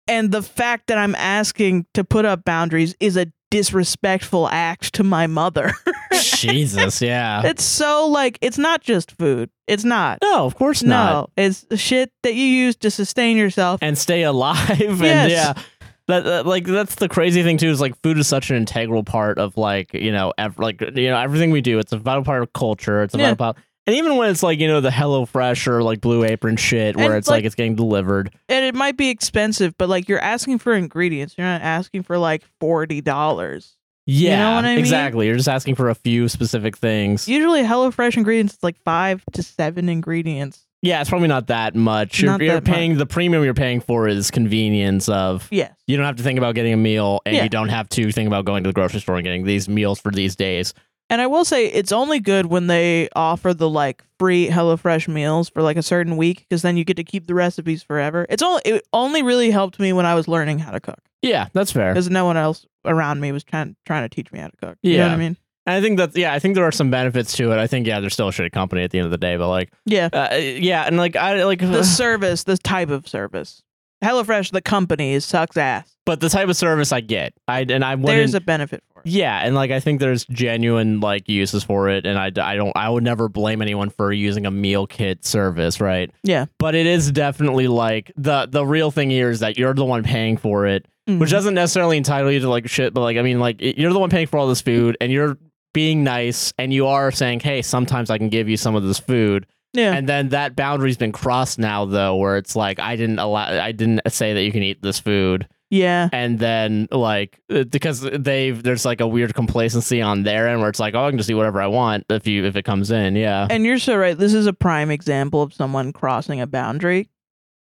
Speaker 2: And the fact that I'm asking to put up boundaries is a disrespectful act to my mother.
Speaker 1: Jesus. Yeah.
Speaker 2: it's so like it's not just food. It's not.
Speaker 1: No, of course not.
Speaker 2: No, it's shit that you use to sustain yourself.
Speaker 1: and stay alive and
Speaker 2: Yes.
Speaker 1: yeah that, that- like that's the crazy thing too is like food is such an integral part of like you know ev- like you know everything we do it's a vital part of culture it's a
Speaker 2: Yeah.
Speaker 1: vital part and even when it's like you know the hello fresh or like blue apron shit where
Speaker 2: And,
Speaker 1: it's like,
Speaker 2: like-
Speaker 1: it's getting delivered
Speaker 2: and it might be expensive, but like you're asking for ingredients. You're not asking for like forty dollars.
Speaker 1: yeah
Speaker 2: what I mean?
Speaker 1: exactly you're just asking for a few specific things
Speaker 2: Usually, HelloFresh ingredients is like five to seven ingredients.
Speaker 1: yeah it's probably not that much you're,
Speaker 2: Not
Speaker 1: you're
Speaker 2: that
Speaker 1: paying the premium you're paying for is convenience of
Speaker 2: Yes.
Speaker 1: you don't have to think about getting a meal and
Speaker 2: Yeah.
Speaker 1: you don't have to think about going to the grocery store and getting these meals for these days
Speaker 2: And I will say it's only good when they offer the like free HelloFresh meals for like a certain week because then you get to keep the recipes forever. It's only it only really helped me when I was learning how to cook
Speaker 1: yeah that's fair
Speaker 2: because no one else around me was trying trying to teach me how to cook. You know what
Speaker 1: Yeah.
Speaker 2: I mean?
Speaker 1: I think that yeah, I think there are some benefits to it. I think yeah, there's still a shitty company at the end of the day, but like
Speaker 2: Yeah.
Speaker 1: uh, yeah, and like I like
Speaker 2: The service, the type of service. HelloFresh, the company, sucks ass.
Speaker 1: but the type of service I get, I and I wouldn't.
Speaker 2: There's a benefit for it.
Speaker 1: yeah, and like I think there's genuine like uses for it, and I, I don't I would never blame anyone for using a meal kit service, right?
Speaker 2: Yeah.
Speaker 1: But it is definitely like the the real thing here is that you're the one paying for it, which
Speaker 2: Mhm.
Speaker 1: doesn't necessarily entitle you to like shit, but like I mean, like it- you're the one paying for all this food, and you're being nice, and you are saying, hey, sometimes I can give you some of this food,
Speaker 2: yeah.
Speaker 1: and then that boundary's been crossed now though, where it's like I didn't allow, I didn't say that you can eat this food,
Speaker 2: yeah.
Speaker 1: and then like uh, because they've there's like a weird complacency on their end where it's like, oh, I can just eat whatever I want if you if it comes in, yeah,
Speaker 2: And you're so right. This is a prime example of someone crossing a boundary.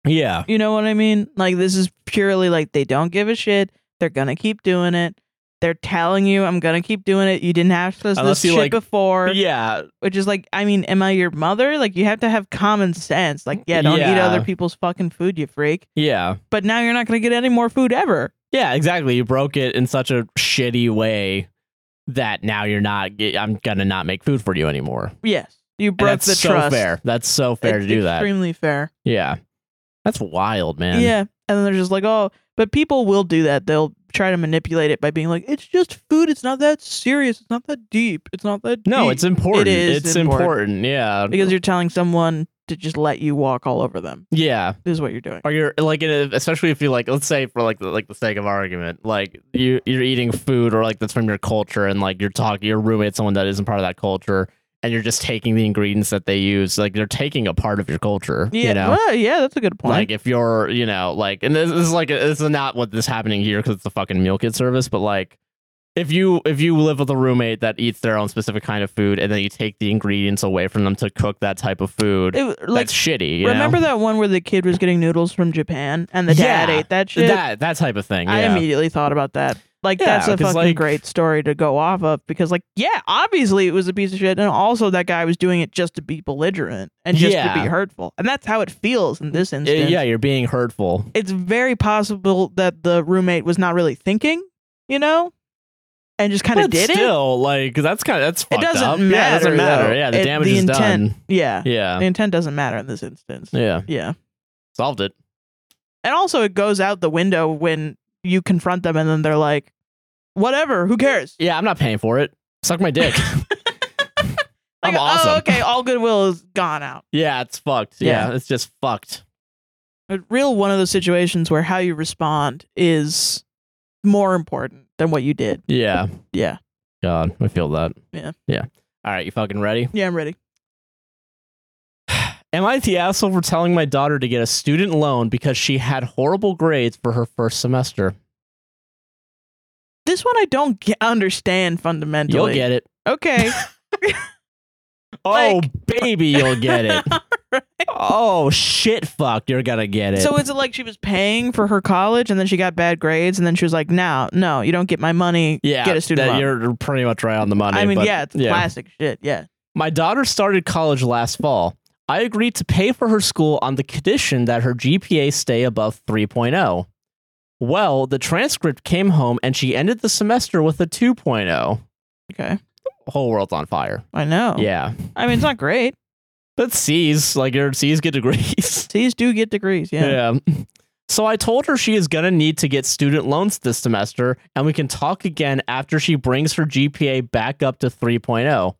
Speaker 1: yeah,
Speaker 2: You know what I mean? Like this is purely like they don't give a shit. They're gonna keep doing it. They're telling you, "I'm gonna keep doing it." You didn't ask us this
Speaker 1: Unless you,
Speaker 2: shit
Speaker 1: like-
Speaker 2: before,
Speaker 1: yeah,
Speaker 2: which is like, I mean, am I your mother? Like you have to have common sense. Like, yeah, don't eat
Speaker 1: Yeah.
Speaker 2: other people's fucking food, you freak.
Speaker 1: yeah.
Speaker 2: But now you're not gonna get any more food ever.
Speaker 1: Yeah, exactly. You broke it in such a shitty way that now you're not. I'm gonna not make food for you anymore.
Speaker 2: Yes, you
Speaker 1: And
Speaker 2: broke
Speaker 1: that's
Speaker 2: the
Speaker 1: so
Speaker 2: trust.
Speaker 1: fair. That's so fair
Speaker 2: It's
Speaker 1: to do that.
Speaker 2: Extremely fair.
Speaker 1: Yeah, that's wild, man.
Speaker 2: Yeah. And then they're just like, oh, but people will do that. They'll try to manipulate it by being like, it's just food. It's not that serious. It's not that deep. It's not that
Speaker 1: No,
Speaker 2: deep."
Speaker 1: it's important.
Speaker 2: It is
Speaker 1: it's
Speaker 2: important.
Speaker 1: important. Yeah.
Speaker 2: because you're telling someone to just let you walk all over them,
Speaker 1: yeah.
Speaker 2: is what you're doing.
Speaker 1: Or you're like, in a, especially if you like, let's say for like, the, like the sake of argument, like you you're eating food or like that's from your culture, and like you're talking, your roommate, someone that isn't part of that culture, and you're just taking the ingredients that they use, like they're taking a part of your culture.
Speaker 2: Yeah.
Speaker 1: You know?
Speaker 2: well, yeah, that's a good point.
Speaker 1: Like if you're, you know, like, and this, this is like, this is not what this happening here because it's the fucking meal kit service, but like, if you if you live with a roommate that eats their own specific kind of food, and then you take the ingredients away from them to cook that type of food,
Speaker 2: It- like
Speaker 1: that's shitty. You
Speaker 2: remember
Speaker 1: know?
Speaker 2: that one where the kid was getting noodles from Japan and the dad
Speaker 1: Yeah.
Speaker 2: ate that shit?
Speaker 1: that that type of thing.
Speaker 2: I
Speaker 1: yeah.
Speaker 2: immediately thought about that. Like
Speaker 1: Yeah,
Speaker 2: that's a
Speaker 1: 'cause,
Speaker 2: fucking
Speaker 1: like-
Speaker 2: great story to go off of because like yeah, obviously it was a piece of shit and also that guy was doing it just to be belligerent and just to
Speaker 1: Yeah.
Speaker 2: be hurtful. And that's how it feels in this
Speaker 1: Uh,
Speaker 2: instance.
Speaker 1: yeah, you're being hurtful.
Speaker 2: It's very possible that the roommate was not really thinking, you know? And just kind of
Speaker 1: But
Speaker 2: did it.
Speaker 1: still, like that's kind of that's
Speaker 2: It
Speaker 1: fucked
Speaker 2: doesn't
Speaker 1: up.
Speaker 2: matter.
Speaker 1: Yeah, it doesn't matter.
Speaker 2: though.
Speaker 1: Yeah, the
Speaker 2: It-
Speaker 1: damage
Speaker 2: the
Speaker 1: is
Speaker 2: intent,
Speaker 1: done.
Speaker 2: Yeah.
Speaker 1: Yeah,
Speaker 2: The intent doesn't matter in this instance.
Speaker 1: yeah,
Speaker 2: yeah.
Speaker 1: solved it.
Speaker 2: And also it goes out the window when you confront them and then they're like, Whatever, who cares?
Speaker 1: Yeah, I'm not paying for it. Suck my dick. I'm
Speaker 2: Like,
Speaker 1: awesome.
Speaker 2: Oh, okay. All goodwill is gone out.
Speaker 1: Yeah, it's fucked. Yeah, it's just fucked.
Speaker 2: A real one of those situations where how you respond is more important than what you did.
Speaker 1: Yeah.
Speaker 2: Yeah.
Speaker 1: God, I feel that.
Speaker 2: Yeah.
Speaker 1: Yeah. All right, you fucking ready?
Speaker 2: Yeah, I'm ready.
Speaker 1: Am I the asshole for telling my daughter to get a student loan because she had horrible grades for her first semester?
Speaker 2: This one I don't ge- understand fundamentally.
Speaker 1: You'll get it.
Speaker 2: Okay.
Speaker 1: oh,
Speaker 2: Like-
Speaker 1: baby, you'll get it. Oh, shit, fuck, you're gonna get it.
Speaker 2: so is it like she was paying for her college and then she got bad grades and then she was like, "No, no, you don't get my money.
Speaker 1: yeah,
Speaker 2: get a student
Speaker 1: that
Speaker 2: loan."
Speaker 1: you're pretty much right on the money.
Speaker 2: I mean,
Speaker 1: but-
Speaker 2: yeah, it's classic shit. Yeah.
Speaker 1: My daughter started college last fall. I agreed to pay for her school on the condition that her GPA stay above 3.0. Well, the transcript came home and she ended the semester with a 2.0.
Speaker 2: Okay.
Speaker 1: Whole world's on fire.
Speaker 2: I know.
Speaker 1: Yeah.
Speaker 2: I mean, it's not great.
Speaker 1: But C's, like your C's get degrees.
Speaker 2: C's do get degrees. Yeah.
Speaker 1: So I told her she is going to need to get student loans this semester and we can talk again after she brings her GPA back up to 3.0.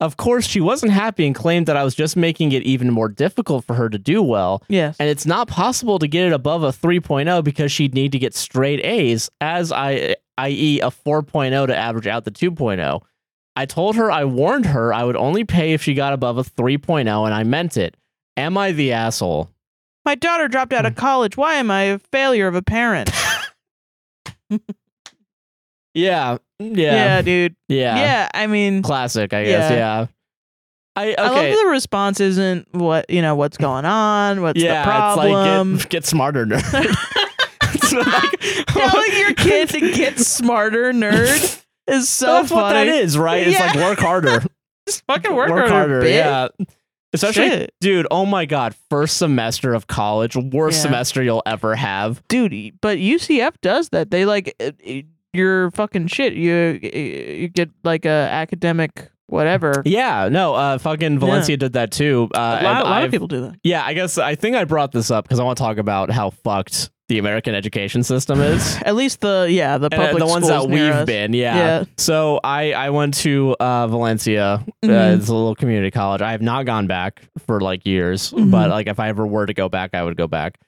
Speaker 1: Of course, she wasn't happy and claimed that I was just making it even more difficult for her to do well.
Speaker 2: Yes.
Speaker 1: And it's not possible to get it above a 3.0 because she'd need to get straight A's, as I, i.e., a 4.0 to average out the 2.0. I told her I warned her I would only pay if she got above a 3.0, and I meant it. Am I the asshole?
Speaker 2: My daughter dropped
Speaker 1: Mm.
Speaker 2: out of college. Why am I a failure of a parent?
Speaker 1: Yeah. Mm,
Speaker 2: Yeah,
Speaker 1: Yeah.
Speaker 2: dude.
Speaker 1: Yeah.
Speaker 2: Yeah. I mean,
Speaker 1: Classic, I guess.
Speaker 2: Yeah.
Speaker 1: Yeah. I okay.
Speaker 2: I love that the response isn't what you know what's going on, what's
Speaker 1: yeah,
Speaker 2: the problem.
Speaker 1: it's like get, get smarter, nerd. It's like-
Speaker 2: Telling your kid to get smarter, nerd, is so
Speaker 1: That's
Speaker 2: funny.
Speaker 1: what that is, right? It's like
Speaker 2: Yeah.
Speaker 1: work harder.
Speaker 2: Just fucking work, harder, bitch.
Speaker 1: Yeah. Especially,
Speaker 2: Shit.
Speaker 1: dude. Oh my god, first semester of college, worst
Speaker 2: Yeah.
Speaker 1: semester you'll ever have.
Speaker 2: duty. But UCF does that. They like uh, uh, your fucking shit. You you get like a academic whatever.
Speaker 1: Yeah, no, uh, fucking Valencia did that too. Uh,
Speaker 2: a
Speaker 1: and
Speaker 2: lot, a lot
Speaker 1: I've-
Speaker 2: of people do that.
Speaker 1: Yeah, I guess I think I brought this up because I want to talk about how fucked the American education system is.
Speaker 2: At least the yeah the
Speaker 1: And, uh,
Speaker 2: public
Speaker 1: the ones
Speaker 2: schools
Speaker 1: that
Speaker 2: near
Speaker 1: we've
Speaker 2: us.
Speaker 1: been, yeah. So I I went to uh, Valencia. Uh,
Speaker 2: Mhm.
Speaker 1: it's a little community college. I have not gone back for like years,
Speaker 2: Mhm.
Speaker 1: but like if I ever were to go back, I would go back.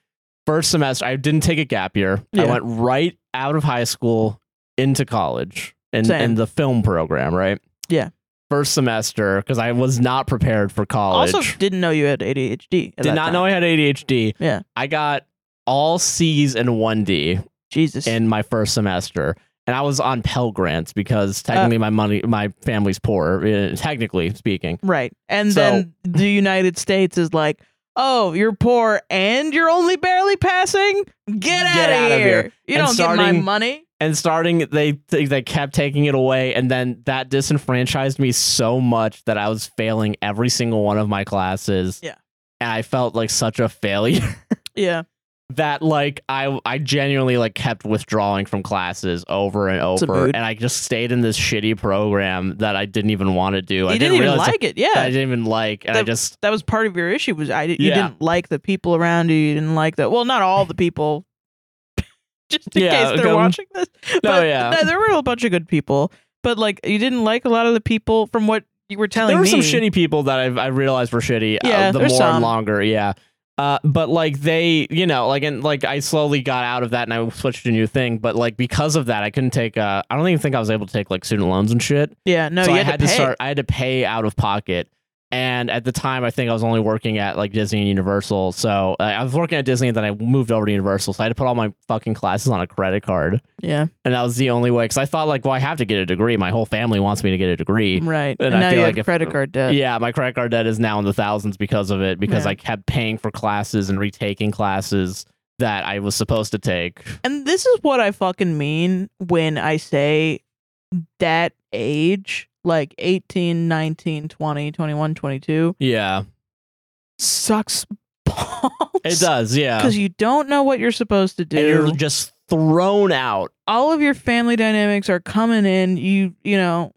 Speaker 1: First semester, I didn't take a gap year. I
Speaker 2: Yeah.
Speaker 1: went right out of high school into college and
Speaker 2: Same.
Speaker 1: in the film program, right?
Speaker 2: Yeah.
Speaker 1: First semester because I was not prepared for college.
Speaker 2: Also, didn't know you had ADHD. At
Speaker 1: Did
Speaker 2: that
Speaker 1: not
Speaker 2: time.
Speaker 1: know I had ADHD.
Speaker 2: Yeah.
Speaker 1: I got all C's and one D
Speaker 2: Jesus.
Speaker 1: in my first semester. And I was on Pell Grants because
Speaker 2: Uh.
Speaker 1: technically my money, my family's poor, eh, technically speaking.
Speaker 2: right. And
Speaker 1: So-
Speaker 2: then the United States is like, oh, you're poor and you're only barely passing. Get, out of here. You
Speaker 1: And
Speaker 2: don't get my
Speaker 1: starting-
Speaker 2: money.
Speaker 1: And starting, they they kept taking it away, and then that disenfranchised me so much that I was failing every single one of my classes.
Speaker 2: Yeah.
Speaker 1: and I felt like such a failure
Speaker 2: Yeah.
Speaker 1: that like I I genuinely like kept withdrawing from classes over and
Speaker 2: It's a
Speaker 1: over,
Speaker 2: mood.
Speaker 1: and I just stayed in this shitty program that I didn't even want to do. I
Speaker 2: you didn't, even
Speaker 1: realize
Speaker 2: like it. Yeah.
Speaker 1: that I didn't even like, and I
Speaker 2: That-
Speaker 1: just
Speaker 2: that was part of your issue was I did, you
Speaker 1: Yeah.
Speaker 2: didn't like the people around you. You didn't like the well, not all the people. just in
Speaker 1: Yeah,
Speaker 2: case they're
Speaker 1: um,
Speaker 2: watching this. but
Speaker 1: yeah.
Speaker 2: no, there were a bunch of good people, but like you didn't like a lot of the people from what you were telling
Speaker 1: there were
Speaker 2: me.
Speaker 1: some shitty people that I've, I realized were shitty
Speaker 2: Yeah,
Speaker 1: uh, the more
Speaker 2: there's
Speaker 1: and
Speaker 2: some.
Speaker 1: longer yeah uh, but like they you know like and like i slowly got out of that and i switched to a new thing but like because of that i couldn't take uh, i don't even think i was able to take like student loans and shit
Speaker 2: Yeah, no,
Speaker 1: so
Speaker 2: you
Speaker 1: i
Speaker 2: had,
Speaker 1: had
Speaker 2: to, pay.
Speaker 1: start i had to pay out of pocket and at the time i think i was only working at like disney and universal so uh, i was working at disney and then i moved over to universal so i had to put all my fucking classes on a credit card
Speaker 2: Yeah,
Speaker 1: and that was the only way because i thought like well i have to get a degree my whole family wants me to get a degree
Speaker 2: right.
Speaker 1: And
Speaker 2: And,
Speaker 1: I
Speaker 2: now
Speaker 1: feel
Speaker 2: you
Speaker 1: like
Speaker 2: have
Speaker 1: if-
Speaker 2: credit card debt.
Speaker 1: yeah, my credit card debt is now in the thousands because of it because
Speaker 2: Yeah.
Speaker 1: I kept paying for classes and retaking classes that I was supposed to take.
Speaker 2: And this is what I fucking mean when I say that age, like 18, 19, 20, 21, 22,
Speaker 1: Yeah,
Speaker 2: sucks balls.
Speaker 1: it does. Yeah,
Speaker 2: Because you don't know what you're supposed to do.
Speaker 1: and you're just thrown out.
Speaker 2: all of your family dynamics are coming in you you know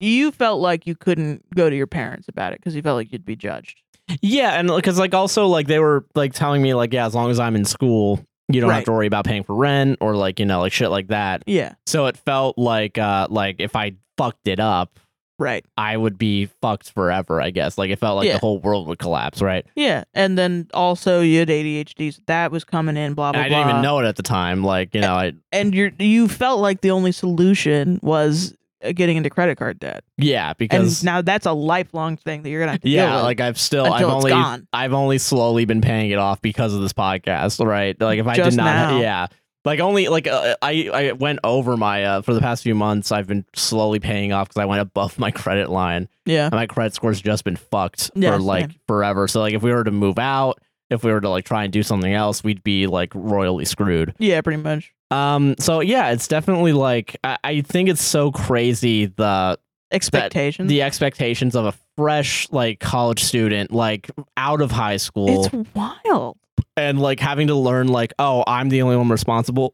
Speaker 2: you felt like you couldn't go to your parents about it because you felt like you'd be judged
Speaker 1: Yeah, and because like also like they were like telling me like yeah, as long as I'm in school, you don't have
Speaker 2: Right.
Speaker 1: to worry about paying for rent or like you know like shit like that.
Speaker 2: yeah
Speaker 1: So it felt like uh like if I fucked it up,
Speaker 2: right
Speaker 1: I would be fucked forever. I guess like it felt like
Speaker 2: Yeah.
Speaker 1: the whole world would collapse, right?
Speaker 2: yeah and then also you had adhd so that was coming in blah
Speaker 1: And
Speaker 2: blah
Speaker 1: I didn't
Speaker 2: blah
Speaker 1: even know it at the time. Like you know, I
Speaker 2: and you you felt like the only solution was uh, getting into credit card debt
Speaker 1: yeah because
Speaker 2: and now that's a lifelong thing that you're gonna have to deal
Speaker 1: Yeah,
Speaker 2: with
Speaker 1: like I've still
Speaker 2: until
Speaker 1: I've
Speaker 2: it's
Speaker 1: only
Speaker 2: gone
Speaker 1: I've only slowly been paying it off because of this podcast, right? Like if I did
Speaker 2: Just
Speaker 1: not
Speaker 2: now.
Speaker 1: yeah. Like only like uh, I I went over my uh, for the past few months I've been slowly paying off cuz I went above my credit line.
Speaker 2: yeah
Speaker 1: And my credit score's just been fucked
Speaker 2: Yeah,
Speaker 1: for
Speaker 2: same.
Speaker 1: like forever. So like if we were to move out, if we were to like try and do something else, we'd be like royally screwed.
Speaker 2: yeah pretty much
Speaker 1: Um so yeah, it's definitely like I, I think it's so crazy the
Speaker 2: expectations
Speaker 1: the expectations of a fresh like college student like out of high school
Speaker 2: it's wild
Speaker 1: and like having to learn like oh i'm the only one responsible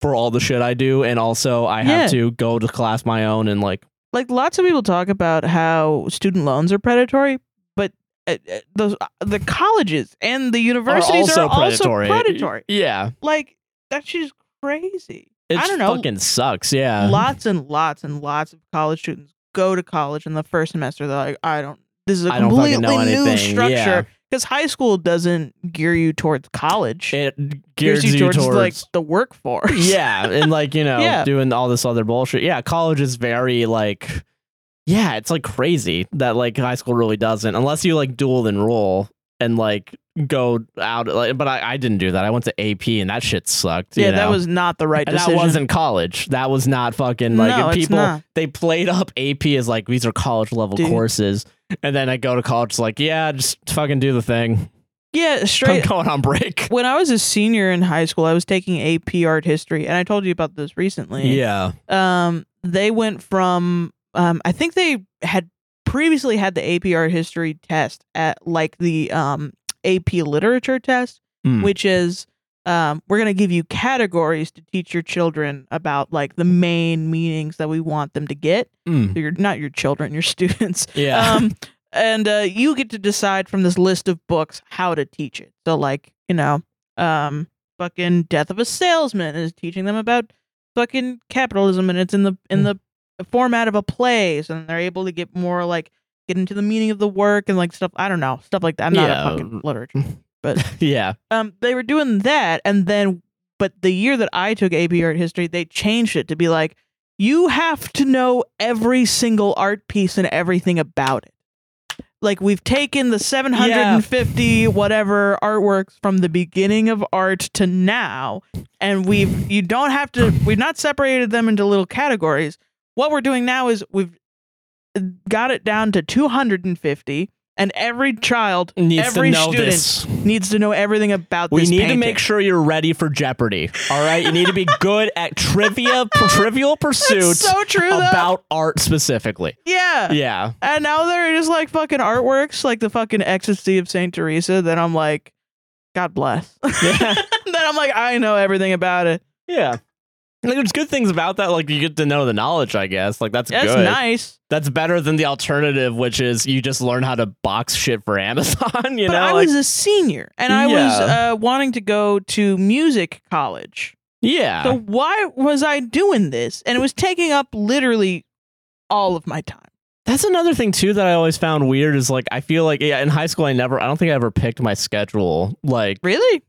Speaker 1: for all the shit i do and also i have to go to class my own and like
Speaker 2: like lots of people talk about how student loans are predatory, but uh, uh, the the colleges and the universities
Speaker 1: are also
Speaker 2: are
Speaker 1: predatory
Speaker 2: also predatory.
Speaker 1: yeah
Speaker 2: Like that shit is crazy.
Speaker 1: it
Speaker 2: I don't know.
Speaker 1: fucking sucks yeah
Speaker 2: Lots and lots and lots of college students go to college in the first semester. They're like, I don't. This is a
Speaker 1: I don't fucking
Speaker 2: completely
Speaker 1: know
Speaker 2: new
Speaker 1: anything, yeah.
Speaker 2: structure because high school doesn't gear you towards college.
Speaker 1: it gears you
Speaker 2: towards,
Speaker 1: towards,
Speaker 2: like the workforce.
Speaker 1: yeah and like you know
Speaker 2: Yeah.
Speaker 1: doing all this other bullshit yeah college is very like yeah it's like crazy that like high school really doesn't unless you like dual enroll and like go out like but i, I didn't do that i went to ap and that shit sucked you
Speaker 2: yeah. That
Speaker 1: know?
Speaker 2: was not the right
Speaker 1: and
Speaker 2: decision.
Speaker 1: that wasn't college that was not fucking like
Speaker 2: No,
Speaker 1: and
Speaker 2: it's
Speaker 1: people
Speaker 2: not.
Speaker 1: they played up ap as like these are college level
Speaker 2: Dude.
Speaker 1: courses and then i go to college it's like yeah just fucking do the thing
Speaker 2: Yeah,
Speaker 1: i'm
Speaker 2: straight
Speaker 1: going on break
Speaker 2: when I was a senior in high school, I was taking AP Art History, and I told you about this recently.
Speaker 1: yeah
Speaker 2: Um, they went from um, I think they had previously had the AP Art History test at like the um AP Literature test,
Speaker 1: Mm.
Speaker 2: which is um, we're going to give you categories to teach your children about like the main meanings that we want them to get.
Speaker 1: Mm.
Speaker 2: So you're not your children, your students.
Speaker 1: Yeah.
Speaker 2: Um, and uh, you get to decide from this list of books how to teach it. So, like, you know, um, fucking Death of a Salesman is teaching them about fucking capitalism, and it's in the
Speaker 1: Hmm.
Speaker 2: in the format of a play, so they're able to get more like get into the meaning of the work and like stuff. I don't know, stuff like that. I'm not
Speaker 1: Yeah.
Speaker 2: a fucking literature.
Speaker 1: yeah.
Speaker 2: Um, they were doing that, and then, but the year that I took AP Art History, they changed it to be like, you have to know every single art piece and everything about it. Like we've taken the 750 whatever artworks from the beginning of art to now, and we've you don't have to we've not separated them into little categories. What we're doing now is we've got it down to 250, and every child
Speaker 1: Needs
Speaker 2: Every
Speaker 1: to know
Speaker 2: student
Speaker 1: this.
Speaker 2: needs to know everything about
Speaker 1: We
Speaker 2: this
Speaker 1: need
Speaker 2: painting.
Speaker 1: to make sure you're ready for Jeopardy. All right, you need to be good at trivia, trivial
Speaker 2: That's
Speaker 1: pursuits
Speaker 2: so true though.
Speaker 1: about art specifically.
Speaker 2: yeah.
Speaker 1: Yeah,
Speaker 2: And now they're just like fucking artworks, like the fucking ecstasy of Saint Teresa. Then I'm like, God bless.
Speaker 1: yeah,
Speaker 2: then I'm like, I know everything about it.
Speaker 1: yeah. Like, there's good things about that. Like you get to know the knowledge, I guess. Like that's
Speaker 2: That's
Speaker 1: good.
Speaker 2: nice.
Speaker 1: That's better than the alternative, which is you just learn how to box shit for Amazon. You
Speaker 2: but
Speaker 1: know,
Speaker 2: I
Speaker 1: like
Speaker 2: was a senior, and I
Speaker 1: Yeah.
Speaker 2: was uh, wanting to go to music college.
Speaker 1: yeah,
Speaker 2: So why was I doing this? And it was taking up literally all of my time.
Speaker 1: That's another thing too that I always found weird is like I feel like yeah in high school I never I don't think I ever picked my schedule like
Speaker 2: Really?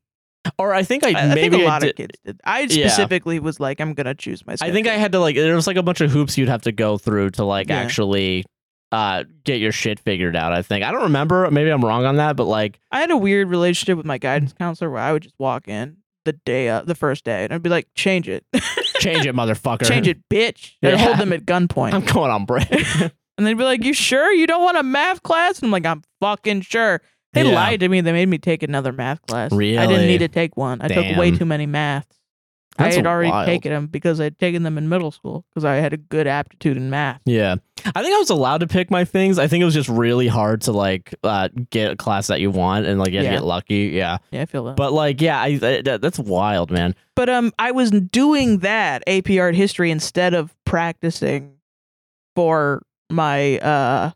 Speaker 1: or I think I,
Speaker 2: I, I
Speaker 1: maybe
Speaker 2: think a lot
Speaker 1: I did,
Speaker 2: of kids did. I
Speaker 1: Yeah.
Speaker 2: specifically was like, I'm gonna choose my.
Speaker 1: I think I
Speaker 2: schedule.
Speaker 1: had to like there was like a bunch of hoops you'd have to go through to like
Speaker 2: Yeah.
Speaker 1: actually uh get your shit figured out I think I don't remember maybe I'm wrong on that but like
Speaker 2: I had a weird relationship with my guidance counselor where I would just walk in the day uh, the first day and I'd be like, change it,
Speaker 1: change it motherfucker
Speaker 2: change it, bitch. And I'd
Speaker 1: Yeah.
Speaker 2: hold them at gunpoint.
Speaker 1: I'm going on break
Speaker 2: and they'd be like, you sure you don't want a math class? And I'm like, I'm fucking sure. They
Speaker 1: Yeah.
Speaker 2: lied to me. They made me take another math class. I
Speaker 1: Really?
Speaker 2: didn't need to take one. I took way
Speaker 1: Damn.
Speaker 2: too many maths.
Speaker 1: That's
Speaker 2: I had already
Speaker 1: wild.
Speaker 2: taken them because I'd taken them in middle school because I had a good aptitude in math.
Speaker 1: yeah I think I was allowed to pick my things I think it was just really hard to like uh get a class that you want and like you had
Speaker 2: Yeah.
Speaker 1: to get lucky yeah
Speaker 2: Yeah, I feel that.
Speaker 1: but like yeah I, I that- that's wild man
Speaker 2: but um I was doing that AP art history instead of practicing for my uh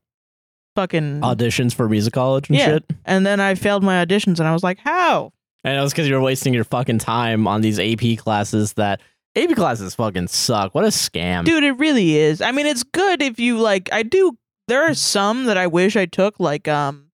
Speaker 2: fucking
Speaker 1: auditions for music college and
Speaker 2: Mm-hmm. Yeah.
Speaker 1: shit
Speaker 2: and then I failed my auditions and I was like, "How?"
Speaker 1: And it was because you were wasting your fucking time on these AP classes that AP classes fucking suck. What a scam.
Speaker 2: Dude, it really is. I mean, it's good if you like I do there are some that I wish I took like um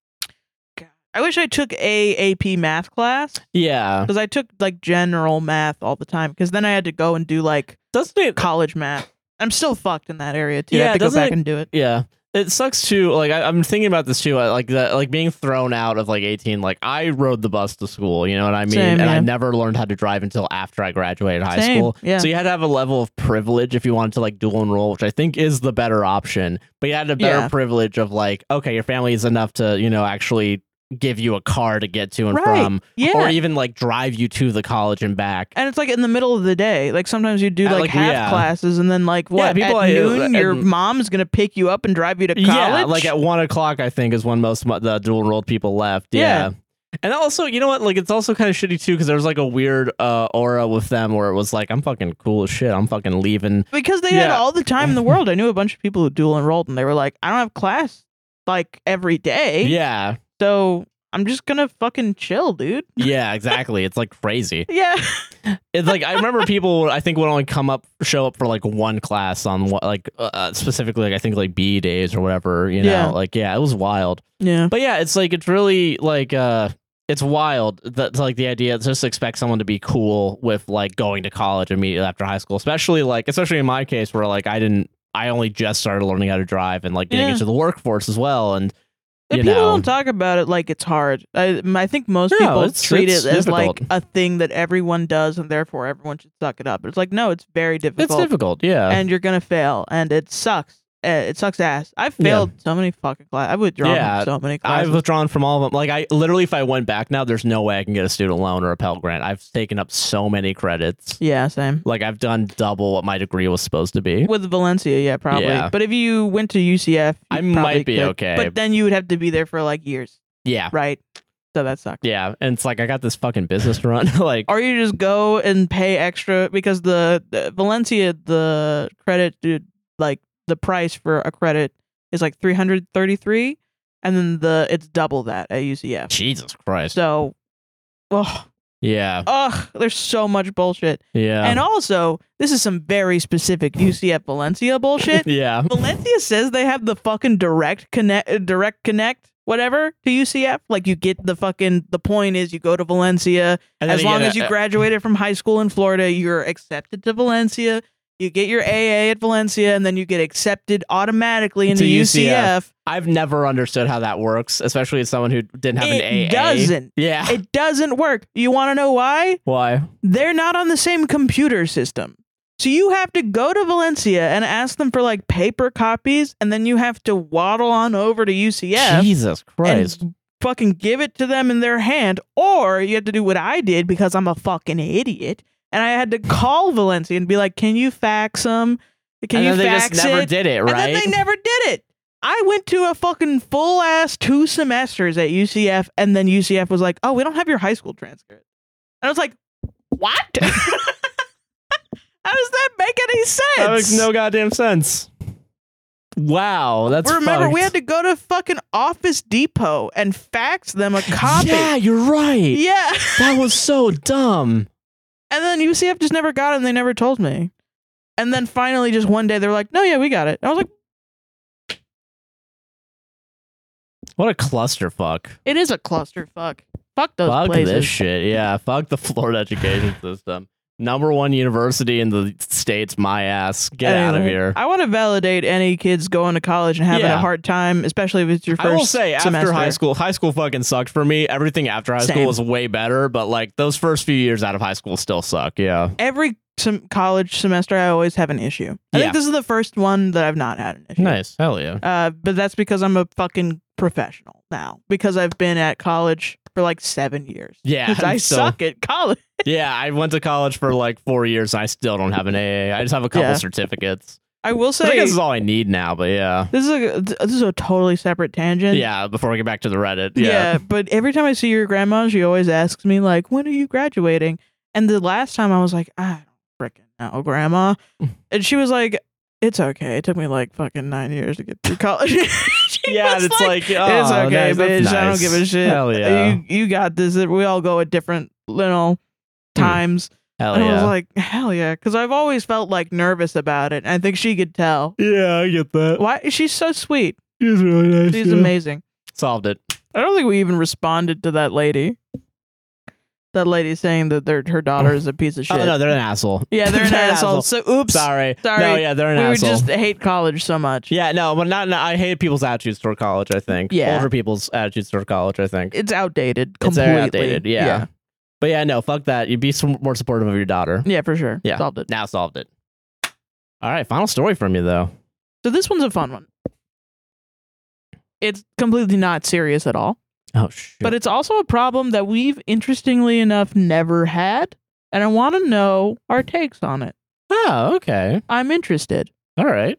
Speaker 2: God, I wish I took a AP math class
Speaker 1: Yeah.
Speaker 2: because I took like general math all the time because then I had to go and do like
Speaker 1: Doesn't it?
Speaker 2: college math. I'm still fucked in that area too. I
Speaker 1: Yeah,
Speaker 2: have to go
Speaker 1: doesn't
Speaker 2: back
Speaker 1: it-
Speaker 2: and do it.
Speaker 1: Yeah. It sucks too. Like I, I'm thinking about this too. I, like the like being thrown out of like 18. Like I rode the bus to school. You know what I mean?
Speaker 2: Same,
Speaker 1: and I
Speaker 2: yeah.
Speaker 1: never learned how to drive until after I graduated high
Speaker 2: Same,
Speaker 1: school.
Speaker 2: yeah.
Speaker 1: So you had to have a level of privilege if you wanted to like dual enroll, which I think is the better option. But you had a better
Speaker 2: Yeah.
Speaker 1: privilege of like, okay, your family is enough to you know actually give you a car to get to and
Speaker 2: Right.
Speaker 1: from.
Speaker 2: Yeah.
Speaker 1: or even like drive you to the college and back.
Speaker 2: and it's like in the middle of the day. Like sometimes you do
Speaker 1: At,
Speaker 2: like,
Speaker 1: like,
Speaker 2: half
Speaker 1: yeah.
Speaker 2: classes, and then like what
Speaker 1: people
Speaker 2: at
Speaker 1: I-
Speaker 2: noon, your
Speaker 1: and-
Speaker 2: mom's gonna pick you up and drive you to college.
Speaker 1: Yeah, like at one o'clock, I think is when most of the dual enrolled people left. Yeah.
Speaker 2: Yeah.
Speaker 1: And also, you know what? Like, it's also kind of shitty too because there was like a weird uh, aura with them where it was like, "I'm fucking cool as shit. I'm fucking leaving."
Speaker 2: because they had
Speaker 1: Yeah.
Speaker 2: all the time in the world. I knew a bunch of people who dual enrolled, and they were like, I don't have class like every day,
Speaker 1: Yeah,
Speaker 2: so I'm just gonna fucking chill, dude.
Speaker 1: yeah, exactly. it's like crazy.
Speaker 2: Yeah,
Speaker 1: It's like I remember people. I think would only come up, show up for like one class on what, like uh, uh, specifically, like I think like B days or whatever. You know,
Speaker 2: Yeah.
Speaker 1: like yeah, it was wild.
Speaker 2: yeah,
Speaker 1: But yeah, it's like it's really like uh it's wild that like the idea just expect someone to be cool with like going to college immediately after high school, especially like especially in my case where like I didn't I only just started learning how to drive and like getting
Speaker 2: Yeah.
Speaker 1: into the workforce as well and
Speaker 2: And
Speaker 1: you
Speaker 2: people
Speaker 1: know
Speaker 2: don't talk about it like it's hard. I I think most
Speaker 1: No,
Speaker 2: people
Speaker 1: it's-
Speaker 2: treat
Speaker 1: it's
Speaker 2: it as like
Speaker 1: difficult.
Speaker 2: a thing that everyone does, and therefore everyone should suck it up. It's like no, it's very
Speaker 1: it's difficult, yeah.
Speaker 2: and you're gonna fail, and it sucks. Uh, It sucks ass. I failed so many fucking classes. I've withdrawn
Speaker 1: Yeah,
Speaker 2: from so many
Speaker 1: I've
Speaker 2: classes.
Speaker 1: withdrawn from all of them. Like I literally if I went back now, there's no way I can get a student loan or a Pell Grant. I've taken up so many credits.
Speaker 2: yeah, same
Speaker 1: Like I've done double what my degree was supposed to be.
Speaker 2: with Valencia. Yeah, probably.
Speaker 1: Yeah.
Speaker 2: But if you went to UCF, you
Speaker 1: I
Speaker 2: probably
Speaker 1: might be
Speaker 2: could.
Speaker 1: okay.
Speaker 2: But then you would have to be there for like years,
Speaker 1: Yeah.
Speaker 2: right? So that sucks.
Speaker 1: Yeah, and it's like I got this fucking business to run. like,
Speaker 2: Or you just go and pay extra because the, the Valencia the credit dude like the price for a credit is like three hundred thirty three, and then the it's double that at UCF.
Speaker 1: Jesus Christ.
Speaker 2: So, ugh,
Speaker 1: yeah,
Speaker 2: ugh, there's so much bullshit.
Speaker 1: yeah,
Speaker 2: And also, this is some very specific UCF Valencia bullshit.
Speaker 1: yeah.
Speaker 2: Valencia says they have the fucking direct connect, uh, direct connect, whatever to UCF. Like you get the fucking. The point is, you go to Valencia.
Speaker 1: And then uh,
Speaker 2: As long
Speaker 1: get
Speaker 2: as
Speaker 1: a-
Speaker 2: you graduated from high school in Florida, you're accepted to Valencia. You get your AA at Valencia, and then you get accepted automatically into
Speaker 1: To
Speaker 2: UCF.
Speaker 1: UCF. I've never understood how that works, especially as someone who didn't have an AA.
Speaker 2: It doesn't.
Speaker 1: Yeah.
Speaker 2: It doesn't work. You want to know why?
Speaker 1: Why?
Speaker 2: they're not on the same computer system. So you have to go to Valencia and ask them for like paper copies, and then you have to waddle on over to UCF
Speaker 1: Jesus Christ.
Speaker 2: and fucking give it to them in their hand, or you have to do what I did because I'm a fucking idiot, and I had to call Valencia and be like, "Can you fax them? Can
Speaker 1: and
Speaker 2: you
Speaker 1: then they
Speaker 2: fax
Speaker 1: just never
Speaker 2: it?"
Speaker 1: did it,
Speaker 2: And then
Speaker 1: right?
Speaker 2: they never did it. I went to a fucking full ass two semesters at UCF, and then UCF was like, "Oh, we don't have your high school transcript," and I was like, "What? How does that make any sense?"
Speaker 1: that makes no goddamn sense. Wow, that's
Speaker 2: Remember, we had
Speaker 1: fucked.
Speaker 2: to go to fucking Office Depot and fax them a copy.
Speaker 1: Yeah, you're right.
Speaker 2: Yeah.
Speaker 1: That was so dumb.
Speaker 2: and then UCF just never got it, and they never told me. And then finally, just one day, they're like, "No, yeah, we got it." And I was like,
Speaker 1: What a clusterfuck.
Speaker 2: "It is a clusterfuck. Fuck those
Speaker 1: fuck
Speaker 2: places."
Speaker 1: this shit. Yeah, fuck the Florida education system. Number one university in the states. My ass. Get out of
Speaker 2: Anyway,
Speaker 1: here.
Speaker 2: I want to validate any kids going to college and having
Speaker 1: Yeah.
Speaker 2: a hard time, especially if it's your first.
Speaker 1: I will say after
Speaker 2: semester.
Speaker 1: high school, high school fucking sucked for me. Everything after high school
Speaker 2: Same.
Speaker 1: was way better, but like those first few years out of high school still suck. Yeah.
Speaker 2: every sem- college semester, I always have an issue. I
Speaker 1: Yeah.
Speaker 2: think this is the first one that I've not had an issue.
Speaker 1: Nice. Hell yeah.
Speaker 2: Uh, but that's because I'm a fucking professional now. Because I've been at college for like seven years.
Speaker 1: Yeah.
Speaker 2: 'Cause I
Speaker 1: so-
Speaker 2: suck at college.
Speaker 1: Yeah, I went to college for like four years and I still don't have an AA. I just have a couple
Speaker 2: Yeah.
Speaker 1: certificates.
Speaker 2: I will
Speaker 1: I
Speaker 2: say
Speaker 1: think this is all I need now, but yeah.
Speaker 2: this is a this is a totally separate tangent.
Speaker 1: Yeah, before we get back to the Reddit.
Speaker 2: Yeah.
Speaker 1: Yeah.
Speaker 2: but every time I see your grandma, she always asks me like, "When are you graduating?" And the last time I was like, "I don't freaking know, grandma," and she was like, "It's okay. It took me like fucking nine years to get through college." She
Speaker 1: Yeah,
Speaker 2: was
Speaker 1: and it's like,
Speaker 2: "It's
Speaker 1: "Aw,
Speaker 2: okay,
Speaker 1: nice,
Speaker 2: bitch.
Speaker 1: that's
Speaker 2: I don't
Speaker 1: nice."
Speaker 2: give a shit.
Speaker 1: Hell yeah.
Speaker 2: you you got this. We all go at different little."
Speaker 1: Hmm.
Speaker 2: Times
Speaker 1: Hell
Speaker 2: and I was
Speaker 1: yeah.
Speaker 2: like, hell yeah, because I've always felt like nervous about it. I think she could tell.
Speaker 1: yeah, I get that.
Speaker 2: Why she's so sweet.
Speaker 1: She's really nice.
Speaker 2: She's amazing.
Speaker 1: Solved it.
Speaker 2: I don't think we even responded to that lady. That lady saying that their her daughter is a piece of shit.
Speaker 1: Oh no, they're an asshole.
Speaker 2: Yeah, they're an asshole. So oops.
Speaker 1: Sorry.
Speaker 2: Sorry.
Speaker 1: No, yeah, they're an
Speaker 2: we would
Speaker 1: asshole.
Speaker 2: just hate college so much.
Speaker 1: yeah, no, but not. no, I hate people's attitudes toward college. I think
Speaker 2: Yeah.
Speaker 1: older people's attitudes toward college. I think
Speaker 2: It's outdated.
Speaker 1: it's
Speaker 2: Completely.
Speaker 1: very outdated. Yeah. but yeah, no, fuck that. You'd be some, more supportive of your daughter.
Speaker 2: Yeah, for sure.
Speaker 1: Yeah.
Speaker 2: Solved it.
Speaker 1: Now solved it. All right, final story from you though.
Speaker 2: So this one's a fun one. It's completely not serious at all.
Speaker 1: Oh shit.
Speaker 2: But it's also a problem that we've interestingly enough never had. And I want to know our takes on it.
Speaker 1: oh okay.
Speaker 2: I'm interested.
Speaker 1: All right.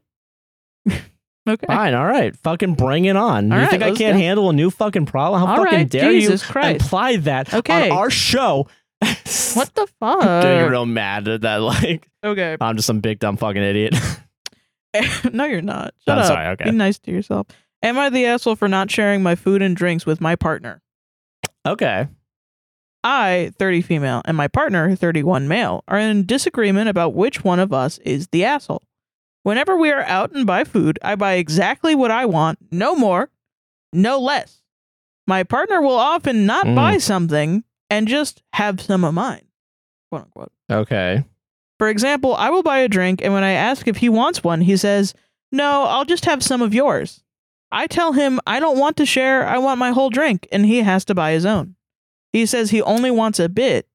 Speaker 2: Okay.
Speaker 1: Fine. All right. Fucking bring it on.
Speaker 2: All
Speaker 1: you
Speaker 2: right,
Speaker 1: think I
Speaker 2: let's
Speaker 1: can't
Speaker 2: go.
Speaker 1: handle a new fucking problem? How
Speaker 2: All
Speaker 1: fucking
Speaker 2: right,
Speaker 1: dare
Speaker 2: Jesus
Speaker 1: you
Speaker 2: Christ.
Speaker 1: apply that
Speaker 2: Okay.
Speaker 1: on our show?
Speaker 2: What the fuck?
Speaker 1: Dude, you're real mad at that. Like,
Speaker 2: okay.
Speaker 1: I'm just some big dumb fucking idiot.
Speaker 2: no, you're not.
Speaker 1: No, I'm
Speaker 2: Shut up.
Speaker 1: sorry, okay.
Speaker 2: Be nice to yourself. Am I the asshole for not sharing my food and drinks with my partner?
Speaker 1: okay.
Speaker 2: I, 30 female, and my partner, 31 male, are in disagreement about which one of us is the asshole. Whenever we are out and buy food, I buy exactly what I want, no more, no less. My partner will often not
Speaker 1: Mm.
Speaker 2: buy something and just have some of mine. Quote unquote.
Speaker 1: Okay.
Speaker 2: For example, I will buy a drink, and when I ask if he wants one, he says, No, I'll just have some of yours. I tell him I don't want to share, I want my whole drink, and he has to buy his own. He says he only wants a bit,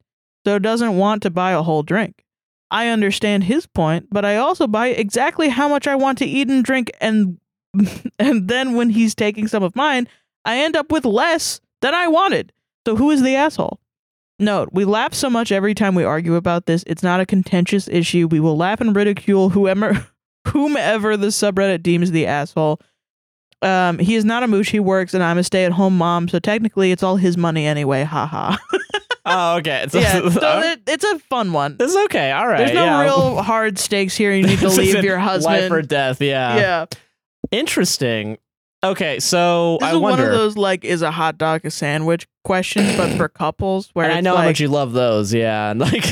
Speaker 2: so doesn't want to buy a whole drink. I understand his point, but I also buy exactly how much I want to eat and drink, and and then when he's taking some of mine, I end up with less than I wanted. So who is the asshole? Note, we laugh so much every time we argue about this. It's not a contentious issue. We will laugh and ridicule whoever whomever the subreddit deems the asshole. Um, he is not a mooch. He works, and I'm a stay at home mom. So technically, it's all his money anyway. Haha.
Speaker 1: Oh, okay. So,
Speaker 2: yeah. So
Speaker 1: oh,
Speaker 2: it, it's a fun one.
Speaker 1: this is okay. All right.
Speaker 2: There's no
Speaker 1: yeah.
Speaker 2: real hard stakes here. You need to
Speaker 1: This
Speaker 2: leave
Speaker 1: isn't
Speaker 2: your
Speaker 1: Life or
Speaker 2: husband.
Speaker 1: death. Yeah.
Speaker 2: yeah.
Speaker 1: Interesting. Okay, so
Speaker 2: This
Speaker 1: I
Speaker 2: is
Speaker 1: wonder.
Speaker 2: one of those like, is a hot dog a sandwich questions, but for couples where
Speaker 1: and I
Speaker 2: it's
Speaker 1: know how
Speaker 2: like,
Speaker 1: much you love those. Yeah. And like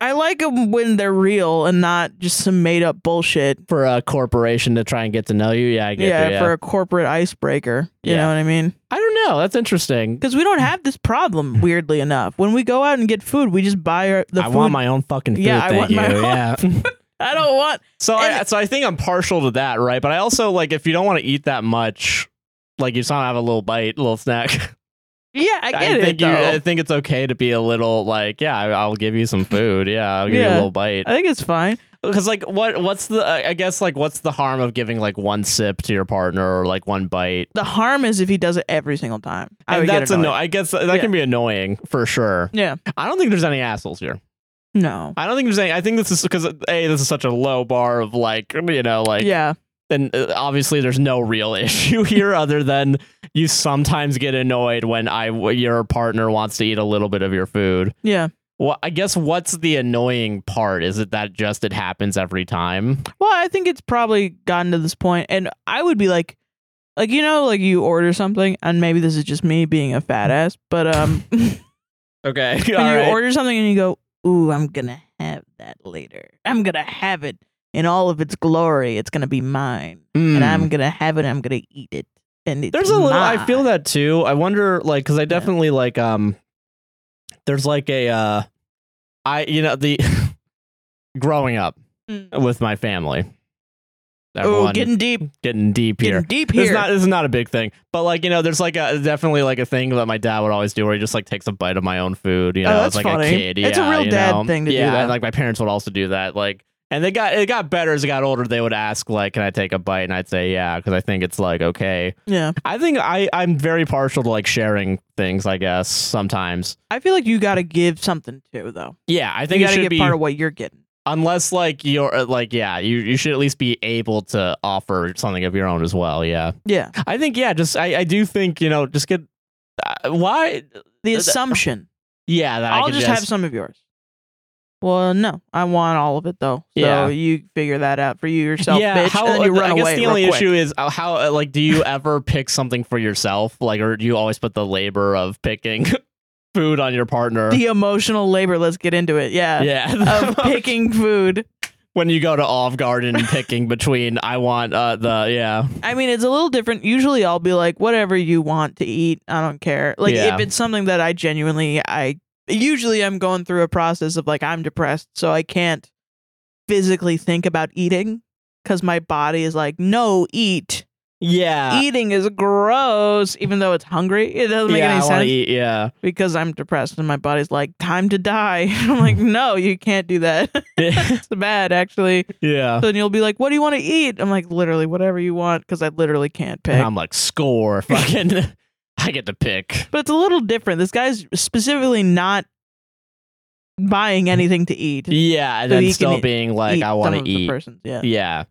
Speaker 2: I like them when they're real and not just some made up bullshit.
Speaker 1: for a corporation to try and get to know you. Yeah, I get
Speaker 2: Yeah,
Speaker 1: you. Yeah.
Speaker 2: for a corporate icebreaker. You
Speaker 1: Yeah. Mm.
Speaker 2: know what I mean?
Speaker 1: I don't know. That's interesting.
Speaker 2: Because we don't have this problem, weirdly enough. When we go out and get food, we just buy our, the
Speaker 1: I
Speaker 2: food.
Speaker 1: want my own fucking food.
Speaker 2: Yeah, I
Speaker 1: thank
Speaker 2: want
Speaker 1: you.
Speaker 2: my own
Speaker 1: yeah.
Speaker 2: I don't want.
Speaker 1: so I
Speaker 2: And-
Speaker 1: so I think I'm partial to that, right? But I also like if you don't want to eat that much, like you just want to have a little bite, a little snack.
Speaker 2: Yeah, I get it.
Speaker 1: think
Speaker 2: though.
Speaker 1: you I think it's okay to be a little like, yeah, I, I'll give you some food. Yeah, I'll give you a
Speaker 2: Yeah.
Speaker 1: little bite.
Speaker 2: I think it's fine.
Speaker 1: because like what what's the i guess like what's the harm of giving like one sip to your partner or like one bite
Speaker 2: The harm is if he does it every single time. I
Speaker 1: and
Speaker 2: would get
Speaker 1: that's
Speaker 2: annoyed.
Speaker 1: anno- i guess that that can be annoying for sure
Speaker 2: Yeah.
Speaker 1: i don't think there's any assholes here
Speaker 2: No.
Speaker 1: i don't think there's any i think this is because a this is such a low bar of like you know like
Speaker 2: yeah.
Speaker 1: and uh, obviously there's no real issue here other than you sometimes get annoyed when i your partner wants to eat a little bit of your food
Speaker 2: Yeah.
Speaker 1: well i guess what's the annoying part is it that just it happens every time
Speaker 2: Well, I think it's probably gotten to this point, and I would be like, like you know, like you order something, and maybe this is just me being a fat ass, but um, when
Speaker 1: okay
Speaker 2: you order something and you go, "Ooh, I'm gonna have that later. I'm gonna have it in all of its glory. It's gonna be mine,
Speaker 1: Hmm.
Speaker 2: and I'm gonna have it. I'm gonna eat it." And it's
Speaker 1: There's a little. I feel
Speaker 2: mine."
Speaker 1: that too. I wonder, like, because I definitely like. Um, there's like a, uh, I you know the, growing up
Speaker 2: Mm.
Speaker 1: with my family,
Speaker 2: Ooh,
Speaker 1: everyone
Speaker 2: getting deep,
Speaker 1: getting deep
Speaker 2: getting
Speaker 1: here.
Speaker 2: deep
Speaker 1: This
Speaker 2: here.
Speaker 1: is not this is not a big thing, but like you know, there's like a definitely like a thing that my dad would always do where he just like takes a bite of my own food. You
Speaker 2: Oh,
Speaker 1: know,
Speaker 2: that's
Speaker 1: as, like
Speaker 2: funny.
Speaker 1: a kid.
Speaker 2: It's a
Speaker 1: yeah,
Speaker 2: real
Speaker 1: you
Speaker 2: dad
Speaker 1: know?
Speaker 2: thing to do
Speaker 1: yeah,
Speaker 2: that.
Speaker 1: and, like my parents would also do that. Like, and they got it got better as it got older. They would ask like, "Can I take a bite?" And I'd say, "Yeah," because I think it's like okay.
Speaker 2: yeah,
Speaker 1: I think I I'm very partial to like sharing things. I guess sometimes.
Speaker 2: I feel like you got to give something too, though.
Speaker 1: Yeah, I
Speaker 2: You
Speaker 1: think it
Speaker 2: got to
Speaker 1: should
Speaker 2: get
Speaker 1: be
Speaker 2: part of what you're getting.
Speaker 1: unless like you're uh, like yeah you you should at least be able to offer something of your own as well. Yeah,
Speaker 2: Yeah,
Speaker 1: I think yeah just I I do think you know just get uh, why
Speaker 2: the
Speaker 1: Uh,
Speaker 2: assumption.
Speaker 1: yeah that I
Speaker 2: I'll
Speaker 1: could
Speaker 2: just, have some of yours. Well, no, I want all of it though. So
Speaker 1: Yeah.
Speaker 2: you figure that out for you yourself,
Speaker 1: yeah,
Speaker 2: bitch,
Speaker 1: how, uh,
Speaker 2: and then you run
Speaker 1: I guess
Speaker 2: away.
Speaker 1: the
Speaker 2: real
Speaker 1: only
Speaker 2: quick.
Speaker 1: issue is uh, how uh, like do you ever pick something for yourself like or do you always put the labor of picking food on your partner?
Speaker 2: the emotional labor. Let's get into it. Yeah,
Speaker 1: yeah,
Speaker 2: of picking food.
Speaker 1: when you go to Olive Garden and picking between I want uh the yeah
Speaker 2: I mean, it's a little different. Usually, I'll be like, whatever you want to eat, I don't care. Like
Speaker 1: Yeah.
Speaker 2: if it's something that I genuinely, I usually I'm going through a process of like I'm depressed, so I can't physically think about eating because my body is like, no, eat.
Speaker 1: yeah
Speaker 2: eating is gross, even though it's hungry. It doesn't make
Speaker 1: yeah
Speaker 2: any
Speaker 1: I wanna
Speaker 2: sense
Speaker 1: eat yeah
Speaker 2: because I'm depressed and my body's like, time to die. I'm like, no, you can't do that. it's bad, actually.
Speaker 1: yeah.
Speaker 2: So then you'll be like, what do you want to eat? I'm like, literally, whatever you want because I literally can't pick.
Speaker 1: And I'm like score fucking I get to pick
Speaker 2: but it's a little different. This guy's specifically not buying anything to eat.
Speaker 1: yeah and
Speaker 2: So
Speaker 1: then
Speaker 2: you
Speaker 1: still
Speaker 2: can
Speaker 1: being like
Speaker 2: Eat
Speaker 1: I
Speaker 2: some
Speaker 1: want
Speaker 2: of
Speaker 1: to
Speaker 2: the
Speaker 1: eat
Speaker 2: person's, yeah.
Speaker 1: yeah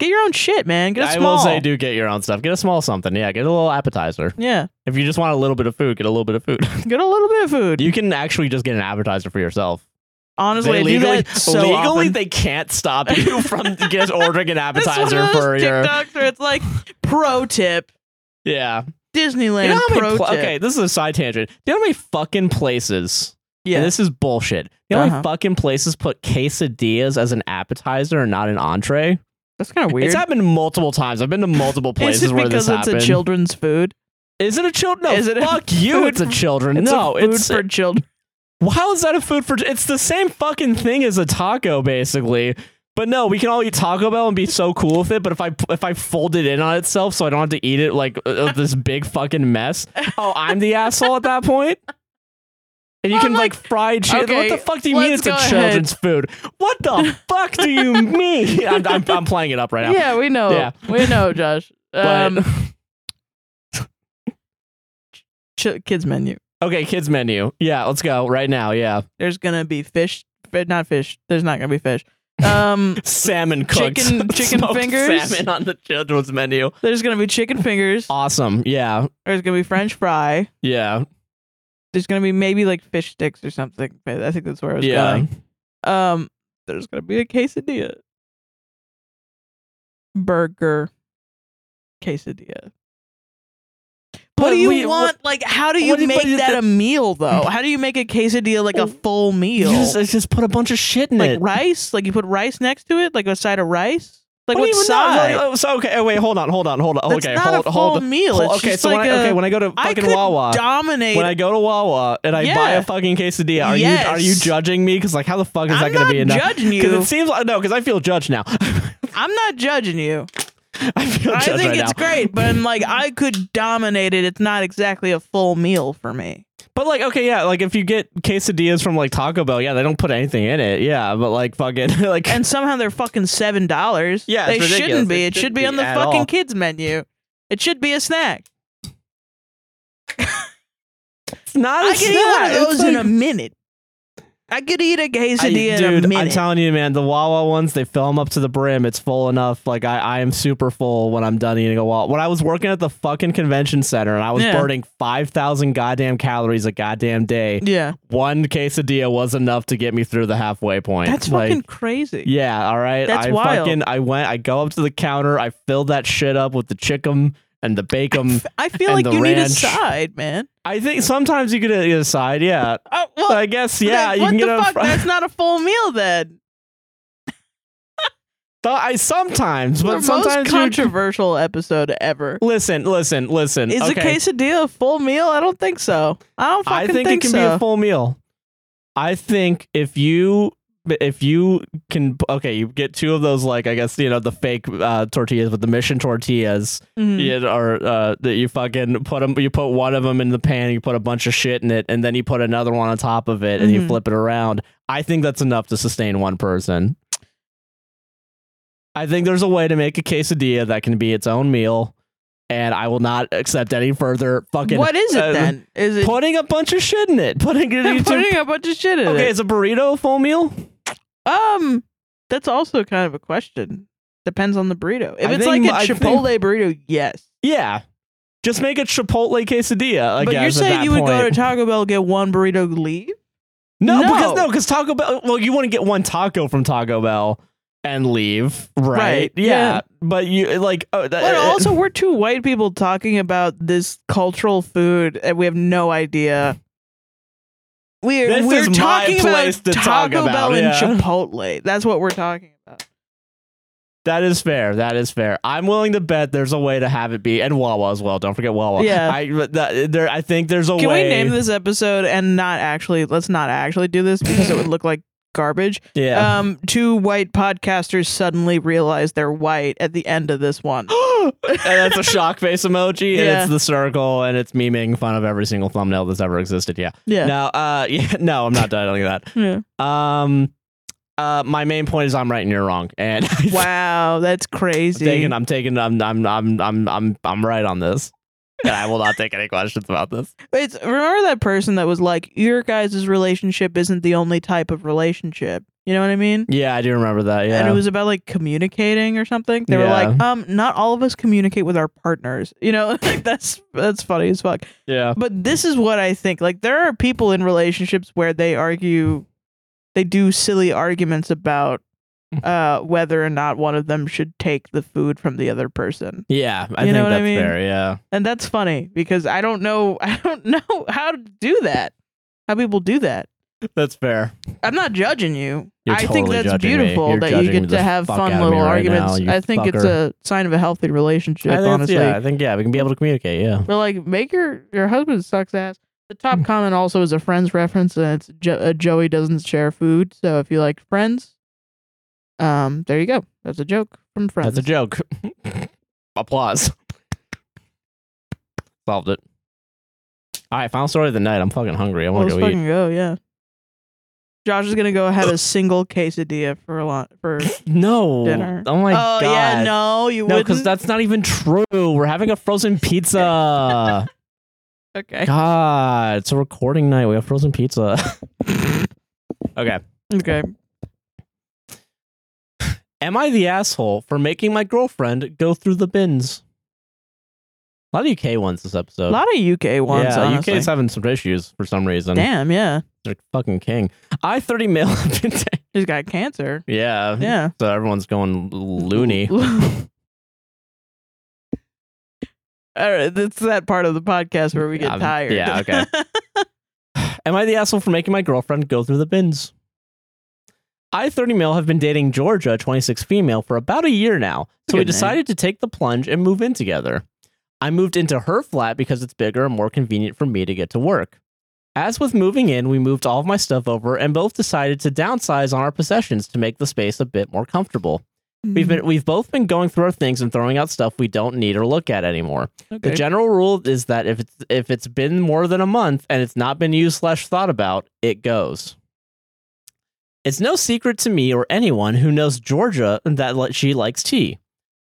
Speaker 2: Get your own shit, man. Get a
Speaker 1: I
Speaker 2: small.
Speaker 1: will say do get your own stuff get a small something yeah get a little appetizer
Speaker 2: Yeah.
Speaker 1: if you just want a little bit of food get a little bit of food
Speaker 2: Get a little bit of food.
Speaker 1: you can actually just get an appetizer for yourself
Speaker 2: Honestly,
Speaker 1: They
Speaker 2: I do
Speaker 1: legally
Speaker 2: that so
Speaker 1: legally
Speaker 2: often.
Speaker 1: they can't stop you from just ordering an
Speaker 2: That's one of
Speaker 1: appetizer
Speaker 2: those
Speaker 1: for your
Speaker 2: TikToks where it's like pro tip
Speaker 1: yeah
Speaker 2: Disneyland
Speaker 1: You know how many
Speaker 2: pro
Speaker 1: pla-
Speaker 2: tip.
Speaker 1: okay, this is a side tangent. Do you know how many fucking places?
Speaker 2: yeah,
Speaker 1: And this is bullshit. You know how
Speaker 2: Uh-huh.
Speaker 1: many fucking places put quesadillas as an appetizer and not an entree?
Speaker 2: that's kind of weird.
Speaker 1: It's happened multiple times. I've been to multiple places
Speaker 2: Is it
Speaker 1: where
Speaker 2: because
Speaker 1: this
Speaker 2: it's
Speaker 1: happened.
Speaker 2: a children's food?
Speaker 1: is it a child? No,
Speaker 2: Is it a
Speaker 1: fuck you.
Speaker 2: food
Speaker 1: It's a
Speaker 2: for-
Speaker 1: children.
Speaker 2: It's
Speaker 1: no,
Speaker 2: a food
Speaker 1: it's
Speaker 2: for children.
Speaker 1: how is that a food for? It's the same fucking thing as a taco, basically. But no, we can all eat Taco Bell and be so cool with it. But if I if I fold it in on itself, so I don't have to eat it like uh, uh, this big fucking mess. Oh, I'm the asshole at that point. And you
Speaker 2: I'm
Speaker 1: can like, fried chicken.
Speaker 2: okay,
Speaker 1: what the fuck do you mean it's
Speaker 2: let's
Speaker 1: a
Speaker 2: go ahead.
Speaker 1: children's food? What the fuck do you mean? I'm, I'm, I'm playing it up right now.
Speaker 2: Yeah, we know.
Speaker 1: Yeah.
Speaker 2: We know, Josh.
Speaker 1: But-
Speaker 2: Um, ch- kids menu.
Speaker 1: okay, kids menu. Yeah, let's go right now. Yeah.
Speaker 2: There's gonna be fish, fi- not fish. There's not gonna be fish. Um,
Speaker 1: Salmon cooked.
Speaker 2: Chicken- chicken
Speaker 1: Smoked
Speaker 2: fingers?
Speaker 1: Salmon on the children's menu.
Speaker 2: there's gonna be chicken fingers.
Speaker 1: Awesome. Yeah.
Speaker 2: There's gonna be French fry.
Speaker 1: Yeah.
Speaker 2: There's gonna be maybe like fish sticks or something. I think that's where I was
Speaker 1: yeah.
Speaker 2: going. Um, there's gonna be a quesadilla, burger, quesadilla. What
Speaker 1: But
Speaker 2: do you
Speaker 1: we-
Speaker 2: want? like, how do you
Speaker 1: what do you-
Speaker 2: make
Speaker 1: but you-
Speaker 2: that a meal though? How do you make a quesadilla like a
Speaker 1: Well,
Speaker 2: full meal?
Speaker 1: You just, it's just put a bunch of shit in
Speaker 2: like
Speaker 1: it.
Speaker 2: rice? Like you put rice next to it? Like a side of rice? Like
Speaker 1: What
Speaker 2: what,
Speaker 1: do you- no,
Speaker 2: side?
Speaker 1: no, no, so okay, oh, wait, hold on, hold on, hold on.
Speaker 2: That's
Speaker 1: oh, okay,
Speaker 2: not
Speaker 1: hold,
Speaker 2: a full
Speaker 1: hold.
Speaker 2: meal.
Speaker 1: hold
Speaker 2: It's
Speaker 1: okay,
Speaker 2: just
Speaker 1: so
Speaker 2: like
Speaker 1: when I, okay,
Speaker 2: a-
Speaker 1: when I go to
Speaker 2: I
Speaker 1: fucking
Speaker 2: could
Speaker 1: Wawa,
Speaker 2: dominate.
Speaker 1: when I go to Wawa and I buy
Speaker 2: Yeah.
Speaker 1: a fucking quesadilla, are you are you
Speaker 2: Yes.
Speaker 1: judging me? Because like, how the fuck is
Speaker 2: I'm
Speaker 1: that gonna
Speaker 2: not
Speaker 1: be enough?
Speaker 2: judging
Speaker 1: Because
Speaker 2: you.
Speaker 1: it seems like no, because I feel judged now.
Speaker 2: I'm not judging you.
Speaker 1: I feel
Speaker 2: I
Speaker 1: judged
Speaker 2: think
Speaker 1: right
Speaker 2: it's
Speaker 1: now.
Speaker 2: great, but I'm like I could dominate it. It's not exactly a full meal for me.
Speaker 1: But like, okay, yeah, like if you get quesadillas from like Taco Bell, yeah, they don't put anything in it, yeah. But like, fucking, like,
Speaker 2: And somehow they're fucking seven dollars.
Speaker 1: Yeah,
Speaker 2: they
Speaker 1: it's ridiculous.
Speaker 2: shouldn't be.
Speaker 1: It
Speaker 2: It, should
Speaker 1: shouldn't
Speaker 2: be on
Speaker 1: be
Speaker 2: the
Speaker 1: at
Speaker 2: fucking
Speaker 1: all.
Speaker 2: kids menu. It should be a snack.
Speaker 1: it's not.
Speaker 2: I
Speaker 1: it's
Speaker 2: could eat one
Speaker 1: not.
Speaker 2: of those
Speaker 1: It's
Speaker 2: in a
Speaker 1: like-
Speaker 2: minute. I could eat a
Speaker 1: I-
Speaker 2: quesadilla in
Speaker 1: dude,
Speaker 2: a
Speaker 1: I'm
Speaker 2: minute.
Speaker 1: telling you, man, the Wawa ones they fill them up to the brim. It's full enough. Like I, I am super full when I'm done eating a Wawa. When I was working at the fucking convention center and I was
Speaker 2: Yeah.
Speaker 1: burning five thousand goddamn calories a goddamn day,
Speaker 2: yeah,
Speaker 1: one quesadilla was enough to get me through the halfway point.
Speaker 2: that's
Speaker 1: like,
Speaker 2: fucking crazy.
Speaker 1: Yeah, all right.
Speaker 2: That's
Speaker 1: I
Speaker 2: wild.
Speaker 1: fucking I went I go up to the counter, I filled that shit up with the chickum and the bacon.
Speaker 2: I feel
Speaker 1: and
Speaker 2: like
Speaker 1: the
Speaker 2: you need a
Speaker 1: ranch.
Speaker 2: side, man.
Speaker 1: I think sometimes you could get a side, yeah.
Speaker 2: Oh, well,
Speaker 1: I guess yeah,
Speaker 2: Then
Speaker 1: you
Speaker 2: what
Speaker 1: can get
Speaker 2: the
Speaker 1: a
Speaker 2: fuck?
Speaker 1: fr-
Speaker 2: That's not a full meal then.
Speaker 1: I sometimes,
Speaker 2: The
Speaker 1: but
Speaker 2: most
Speaker 1: sometimes you-
Speaker 2: controversial episode ever.
Speaker 1: Listen, listen, listen.
Speaker 2: Is
Speaker 1: okay.
Speaker 2: a quesadilla a full meal? I don't think so. I don't
Speaker 1: I
Speaker 2: fucking
Speaker 1: think, it can
Speaker 2: so.
Speaker 1: be a full meal. I think if you if you can okay, you get two of those like I guess you know the fake uh, tortillas with the mission tortillas.
Speaker 2: Mhm.
Speaker 1: Yeah, or uh, that you fucking put 'em- You put one of them in the pan. You put a bunch of shit in it, and then you put another one on top of it, and you
Speaker 2: Mhm.
Speaker 1: flip it around. I think that's enough to sustain one person. I think there's a way to make a quesadilla that can be its own meal, and I will not accept any further fucking.
Speaker 2: What is it
Speaker 1: uh,
Speaker 2: then? Is it
Speaker 1: Putting a bunch of shit in it. Putting it
Speaker 2: they're
Speaker 1: into.
Speaker 2: putting a bunch of shit in
Speaker 1: okay,
Speaker 2: it?
Speaker 1: is a burrito a full meal?
Speaker 2: Um, that's also kind of a question. Depends on the burrito. If
Speaker 1: I
Speaker 2: it's
Speaker 1: think-
Speaker 2: like
Speaker 1: I
Speaker 2: a
Speaker 1: think-
Speaker 2: Chipotle burrito, yes.
Speaker 1: Yeah. Just make a Chipotle quesadilla. I
Speaker 2: but
Speaker 1: guess,
Speaker 2: you're
Speaker 1: at
Speaker 2: saying
Speaker 1: that
Speaker 2: you would
Speaker 1: point. Uh,
Speaker 2: go to Taco Bell, get one burrito, leave?
Speaker 1: No,
Speaker 2: No.
Speaker 1: because no, because Taco Bell. Well, you want to get one taco from Taco Bell and leave, right?
Speaker 2: Right,
Speaker 1: Yeah.
Speaker 2: yeah.
Speaker 1: but you like. Oh, that,
Speaker 2: But
Speaker 1: uh,
Speaker 2: also, we're two white people talking about this cultural food, and we have no idea. We're
Speaker 1: This
Speaker 2: we're
Speaker 1: is my
Speaker 2: talking
Speaker 1: place
Speaker 2: about
Speaker 1: to talk
Speaker 2: Taco
Speaker 1: about,
Speaker 2: Bell
Speaker 1: yeah.
Speaker 2: and Chipotle. That's what we're talking about.
Speaker 1: that is fair. That is fair. I'm willing to bet there's a way to have it be and Wawa as well. Don't forget Wawa.
Speaker 2: Yeah.
Speaker 1: I but that, there. I think there's a
Speaker 2: Can
Speaker 1: way.
Speaker 2: we name this episode and not actually? Let's not actually do this because it would look like garbage.
Speaker 1: Yeah.
Speaker 2: Um, two white podcasters suddenly realize they're white at the end of this one.
Speaker 1: and that's a shock face emoji, and
Speaker 2: Yeah.
Speaker 1: it's the circle, and it's me making fun of every single thumbnail that's ever existed. Yeah.
Speaker 2: Yeah.
Speaker 1: No. Uh. Yeah. No. I'm not dialing that.
Speaker 2: Yeah.
Speaker 1: Um. Uh. My main point is I'm right and you're wrong, and I
Speaker 2: Wow, that's
Speaker 1: I'm
Speaker 2: crazy.
Speaker 1: taking. I'm taking. I'm. I'm. I'm. I'm. I'm. I'm right on this. And I will not take any questions about this.
Speaker 2: It's remember that person that was like, "Your guys' relationship isn't the only type of relationship." You know what I mean?
Speaker 1: Yeah, I do remember that. Yeah.
Speaker 2: And it was about like communicating or something. They were
Speaker 1: Yeah.
Speaker 2: like, "Um, not all of us communicate with our partners." You know, like that's that's funny as fuck.
Speaker 1: yeah.
Speaker 2: But this is what I think. Like there are people in relationships where they argue, they do silly arguments about
Speaker 1: Mm-hmm.
Speaker 2: uh whether or not one of them should take the food from the other person.
Speaker 1: Yeah. I
Speaker 2: You
Speaker 1: think
Speaker 2: know what I
Speaker 1: that's
Speaker 2: mean?
Speaker 1: fair. Yeah.
Speaker 2: And that's funny because I don't know I don't know how to do that. How people do that.
Speaker 1: That's fair.
Speaker 2: I'm not judging you.
Speaker 1: You're
Speaker 2: I think
Speaker 1: totally
Speaker 2: that's
Speaker 1: judging me.
Speaker 2: beautiful
Speaker 1: You're
Speaker 2: that you
Speaker 1: judging
Speaker 2: get
Speaker 1: the
Speaker 2: to have
Speaker 1: fuck
Speaker 2: fun
Speaker 1: out of me
Speaker 2: little
Speaker 1: right
Speaker 2: arguments.
Speaker 1: now, you
Speaker 2: I think it's
Speaker 1: fucker.
Speaker 2: a sign of a healthy relationship,
Speaker 1: I think it's-
Speaker 2: honestly.
Speaker 1: yeah. I think yeah. We can be able to communicate. Yeah.
Speaker 2: But like make your your husband sucks ass. The
Speaker 1: Hmm.
Speaker 2: top comment also is a friends reference and it's jo- uh, Joey doesn't share food. So if you like friends, um there you go. That's a joke from friends.
Speaker 1: That's a joke. Applause. Solved it. All right. Final story of the night. I'm fucking hungry. I
Speaker 2: Well,
Speaker 1: want
Speaker 2: let's
Speaker 1: to go eat.
Speaker 2: fucking go, yeah. Josh is gonna go have a single quesadilla for a lot for.
Speaker 1: No.
Speaker 2: Dinner.
Speaker 1: Oh my
Speaker 2: oh
Speaker 1: god.
Speaker 2: yeah, no, you
Speaker 1: No,
Speaker 2: wouldn't.
Speaker 1: because that's not even true. We're having a frozen pizza.
Speaker 2: okay.
Speaker 1: God, it's a recording night. We have frozen pizza. okay.
Speaker 2: Okay.
Speaker 1: Am I the asshole for making my girlfriend go through the bins? A lot of UK ones this episode.
Speaker 2: A lot of UK ones.
Speaker 1: yeah,
Speaker 2: honestly.
Speaker 1: UK's having some issues for some reason.
Speaker 2: Damn, yeah.
Speaker 1: They're fucking king. I thirty mil.
Speaker 2: He's got cancer.
Speaker 1: yeah.
Speaker 2: Yeah.
Speaker 1: So everyone's going loony.
Speaker 2: All right, it's that part of the podcast where we get
Speaker 1: Um,
Speaker 2: tired.
Speaker 1: yeah, okay. Am I the asshole for making my girlfriend go through the bins? I, 30 male, have been dating Georgia, 26 female, for about a year now, so we
Speaker 2: Good name.
Speaker 1: decided to take the plunge and move in together. I moved into her flat because it's bigger and more convenient for me to get to work. As with moving in, we moved all of my stuff over and both decided to downsize on our possessions to make the space a bit more comfortable. We've
Speaker 2: Mm-hmm.
Speaker 1: been we've both been going through our things and throwing out stuff we don't need or look at anymore. The
Speaker 2: Okay.
Speaker 1: general rule is that if it's if it's been more than a month and it's not been used slash thought about, it goes. It's no secret to me or anyone who knows Georgia that li- she likes tea.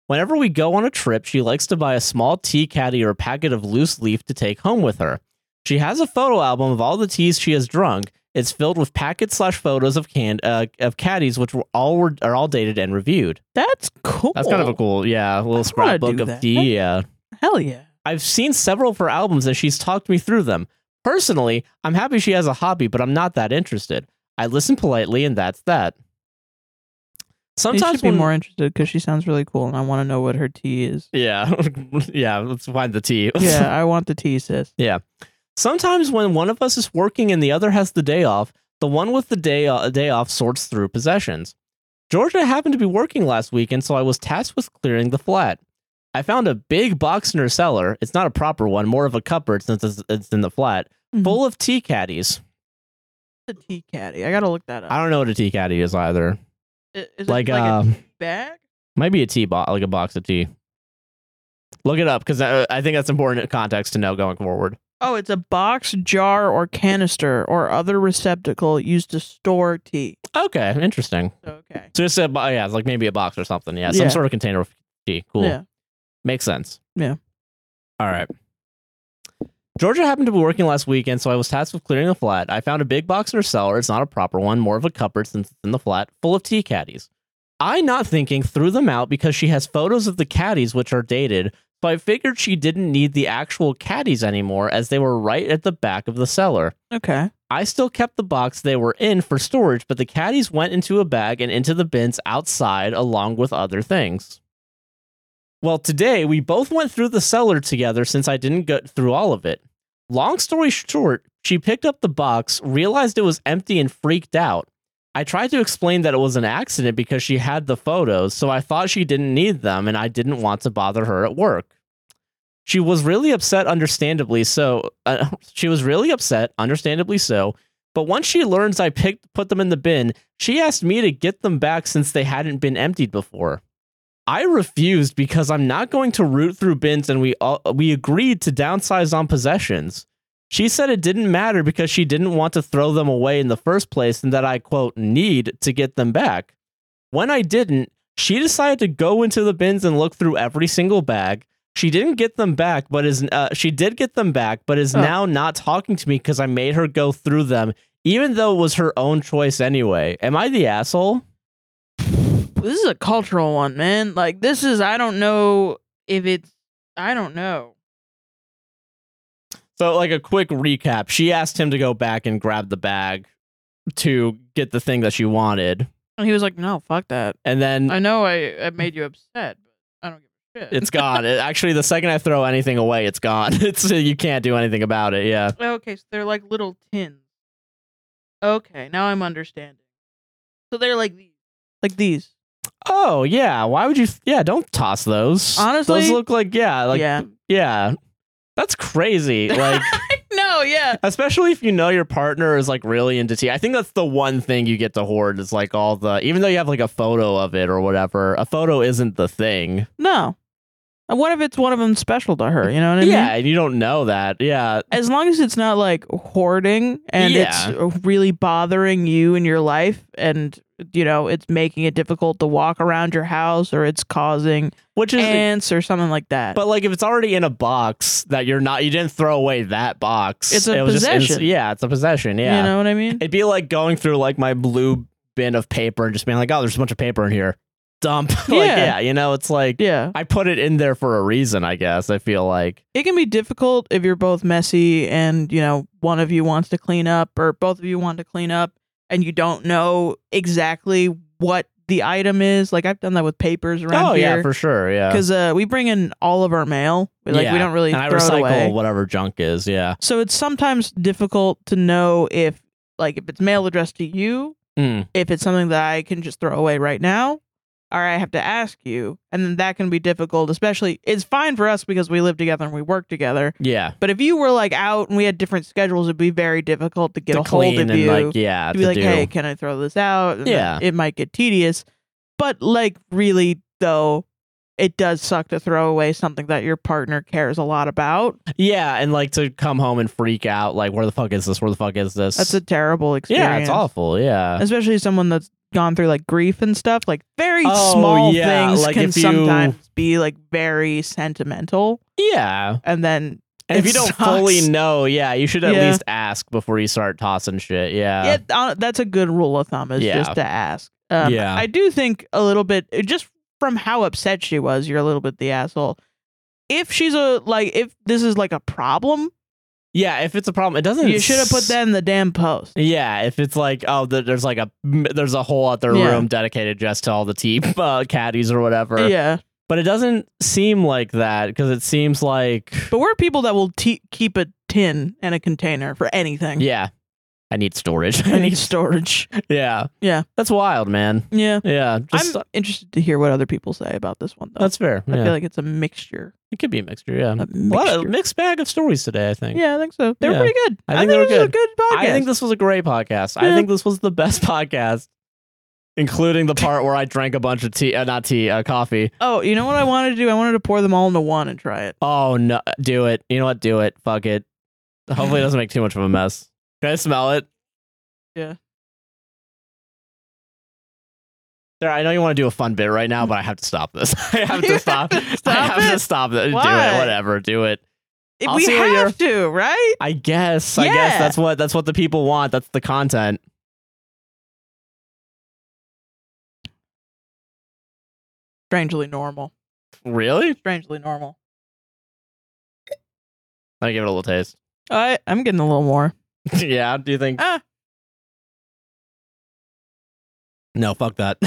Speaker 1: Whenever we go on a trip, she likes to buy a small tea caddy or a packet of loose leaf to take home with her. She has a photo album of all the teas she has drunk. It's filled with packets slash photos of can uh, of caddies, which were all were are all dated and reviewed.
Speaker 2: That's cool.
Speaker 1: That's kind of a cool, yeah, little
Speaker 2: I wanna do
Speaker 1: scrapbook of
Speaker 2: that.
Speaker 1: tea. Yeah.
Speaker 2: hell yeah.
Speaker 1: I've seen several of her albums and she's talked me through them. Personally, I'm happy she has a hobby, but I'm not that interested. I listen politely, and that's that.
Speaker 2: Sometimes
Speaker 1: Sometimes
Speaker 2: should be
Speaker 1: when-
Speaker 2: more interested because she sounds really cool, and I want to know what her tea is.
Speaker 1: yeah, yeah. Let's find the tea.
Speaker 2: yeah, I want the tea, sis.
Speaker 1: Sometimes when one of us is working and the other has the day off, the one with the day, uh, day off sorts through possessions. Georgia happened to be working last weekend, so I was tasked with clearing the flat. I found a big box in her cellar. It's not a proper one, more of a cupboard since it's, it's in the flat,
Speaker 2: Mhm.
Speaker 1: full of tea caddies.
Speaker 2: The tea caddy. I gotta look that up.
Speaker 1: I don't know what a tea caddy is either.
Speaker 2: I- is it
Speaker 1: like,
Speaker 2: a
Speaker 1: uh,
Speaker 2: tea bag?
Speaker 1: might be a tea box, like a box of tea. Look it up because I, I think that's important context to know going forward.
Speaker 2: Oh, it's a box, jar, or canister or other receptacle used to store tea.
Speaker 1: Okay, interesting.
Speaker 2: Okay.
Speaker 1: So it's a bo- yeah, it's like maybe a box or something. Yeah, some
Speaker 2: Yeah.
Speaker 1: sort of container of tea. Cool,
Speaker 2: Yeah.
Speaker 1: makes sense.
Speaker 2: Yeah.
Speaker 1: All right. Georgia happened to be working last weekend, so I was tasked with clearing the flat. I found a big box in her cellar. It's not a proper one, more of a cupboard since it's in the flat, full of tea caddies. I, not thinking, threw them out because she has photos of the caddies which are dated, so I figured she didn't need the actual caddies anymore as they were right at the back of the cellar.
Speaker 2: Okay.
Speaker 1: I still kept the box they were in for storage, but the caddies went into a bag and into the bins outside along with other things. Well, today we both went through the cellar together since I didn't go through all of it. Long story short, she picked up the box, realized it was empty, and freaked out. I tried to explain that it was an accident because she had the photos, so I thought she didn't need them and I didn't want to bother her at work. She was really upset, understandably so. Uh, she was really upset, understandably so. But once she learns I picked put them in the bin, she asked me to get them back since they hadn't been emptied before. I refused because I'm not going to root through bins, and we all, we agreed to downsize on possessions. She said it didn't matter because she didn't want to throw them away in the first place, and that I quote need to get them back. When I didn't, she decided to go into the bins and look through every single bag. She didn't get them back, but is uh, she did get them back, but is
Speaker 2: Huh.
Speaker 1: now not talking to me because I made her go through them, even though it was her own choice anyway. Am I the asshole?
Speaker 2: This is a cultural one, man. Like this is I don't know if it's I don't know.
Speaker 1: So, like a quick recap, she asked him to go back and grab the bag to get the thing that she wanted,
Speaker 2: And he was like, "No, fuck that.
Speaker 1: and then
Speaker 2: I know I, I made you upset, but I don't give a shit."
Speaker 1: it's gone. It- actually, the second I throw anything away, it's gone. It's you can't do anything about it. Yeah,
Speaker 2: Okay, so they're like little tins. Okay, now I'm understanding. So they're like these. Like these.
Speaker 1: Oh yeah, why would you? Yeah, don't toss those.
Speaker 2: Honestly-
Speaker 1: those look like yeah, like yeah,
Speaker 2: yeah.
Speaker 1: that's crazy. Like
Speaker 2: No, yeah.
Speaker 1: especially if you know your partner is like really into tea. I think that's the one thing you get to hoard is like all the even though you have like a photo of it or whatever. A photo isn't the thing.
Speaker 2: No. And What if it's one of them special to her? You know what I mean?
Speaker 1: yeah, and you don't know that. Yeah,
Speaker 2: As long as it's not like hoarding and it's really bothering you in your life and, you know, it's making it difficult to walk around your house or it's causing
Speaker 1: which is.
Speaker 2: ants or something like that.
Speaker 1: but like if it's already in a box that you're not you didn't throw away that box
Speaker 2: It's a
Speaker 1: It was just in-
Speaker 2: possession.
Speaker 1: yeah it's a possession yeah
Speaker 2: You know what I mean?
Speaker 1: It'd be like going through like my blue bin of paper and just being like, oh, there's a bunch of paper in here. dump. like,
Speaker 2: Yeah.
Speaker 1: yeah, you know, it's like
Speaker 2: Yeah.
Speaker 1: I put it in there for a reason, I guess. I feel like
Speaker 2: It can be difficult if you're both messy and, you know, one of you wants to clean up or both of you want to clean up and you don't know exactly what the item is. Like I've done that with papers around
Speaker 1: Oh
Speaker 2: here.
Speaker 1: yeah, for sure. Yeah.
Speaker 2: Cuz uh, we bring in all of our mail. We, like
Speaker 1: Yeah.
Speaker 2: we don't really
Speaker 1: and I
Speaker 2: throw
Speaker 1: recycle
Speaker 2: it away.
Speaker 1: whatever junk is, yeah.
Speaker 2: So it's sometimes difficult to know if like if it's mail addressed to you,
Speaker 1: Mm.
Speaker 2: if it's something that I can just throw away right now, or I have to ask you. And then that can be difficult, especially it's fine for us because we live together and we work together.
Speaker 1: Yeah.
Speaker 2: But if you were like out and we had different schedules, it'd be very difficult to get
Speaker 1: To
Speaker 2: a hold
Speaker 1: clean
Speaker 2: of
Speaker 1: and
Speaker 2: you.
Speaker 1: like yeah,
Speaker 2: to
Speaker 1: to
Speaker 2: be like,
Speaker 1: do.
Speaker 2: hey, can I throw this out? And
Speaker 1: Yeah.
Speaker 2: It might get tedious. But like really though, it does suck to throw away something that your partner cares a lot about.
Speaker 1: Yeah, and like to come home and freak out, like where the fuck is this? Where the fuck is this?
Speaker 2: That's a terrible experience.
Speaker 1: yeah, it's awful. Yeah,
Speaker 2: especially someone that's gone through like grief and stuff like very
Speaker 1: Oh,
Speaker 2: small
Speaker 1: yeah,
Speaker 2: things
Speaker 1: like,
Speaker 2: can
Speaker 1: if you-
Speaker 2: sometimes be like very sentimental
Speaker 1: yeah.
Speaker 2: and then
Speaker 1: And if
Speaker 2: It
Speaker 1: you don't
Speaker 2: sucks.
Speaker 1: fully know, yeah, you should at
Speaker 2: Yeah.
Speaker 1: least ask before you start tossing shit. Yeah,
Speaker 2: yeah, uh, that's a good rule of thumb is
Speaker 1: Yeah.
Speaker 2: just to ask um,
Speaker 1: Yeah.
Speaker 2: i do think a little bit just from how upset she was you're a little bit the asshole if she's a like if this is like a problem
Speaker 1: yeah. If it's a problem, it doesn't.
Speaker 2: you should have put
Speaker 1: s-
Speaker 2: that in the damn post
Speaker 1: Yeah, if it's like oh, th- there's like a there's a whole other
Speaker 2: Yeah.
Speaker 1: room dedicated just to all the tea uh, caddies or whatever.
Speaker 2: yeah
Speaker 1: But it doesn't seem like that because it seems like
Speaker 2: but we're people that will te- keep a tin and a container for anything
Speaker 1: yeah, I need storage.
Speaker 2: i need storage
Speaker 1: yeah,
Speaker 2: Yeah.
Speaker 1: that's wild, man.
Speaker 2: yeah
Speaker 1: Yeah, just, uh,
Speaker 2: I'm uh, interested to hear what other people say about this one, though.
Speaker 1: that's fair.
Speaker 2: I
Speaker 1: Yeah.
Speaker 2: feel like it's a mixture.
Speaker 1: it could be a mixture. Yeah,
Speaker 2: A
Speaker 1: a lot of
Speaker 2: mixture.
Speaker 1: mixed bag of stories today. I think.
Speaker 2: yeah, I think so. They were
Speaker 1: Yeah.
Speaker 2: pretty good.
Speaker 1: I think they were
Speaker 2: this was a good podcast.
Speaker 1: I think this was a great podcast.
Speaker 2: Yeah.
Speaker 1: I think this was the best podcast, including the part where I drank a bunch of tea, uh, not tea, uh, coffee.
Speaker 2: oh, you know what I wanted to do? I wanted to pour them all into one and try it.
Speaker 1: Oh no, do it. You know what? Do it. Fuck it. Hopefully, it doesn't make too much of a mess. Can I smell it?
Speaker 2: Yeah.
Speaker 1: Sarah, I know you want to do a fun bit right now, but I have to stop this. I have to stop. I
Speaker 2: Stop
Speaker 1: have
Speaker 2: it?
Speaker 1: to stop it. Do
Speaker 2: Why?
Speaker 1: it. Whatever. Do it.
Speaker 2: If
Speaker 1: I'll
Speaker 2: we
Speaker 1: see what
Speaker 2: have to, right?
Speaker 1: I guess. I
Speaker 2: Yeah.
Speaker 1: guess that's what that's what the people want. That's the content.
Speaker 2: Strangely normal.
Speaker 1: Really?
Speaker 2: Strangely normal.
Speaker 1: Let me give it a little taste.
Speaker 2: I I'm getting a little more.
Speaker 1: yeah. Do you think?
Speaker 2: Ah.
Speaker 1: No, fuck that.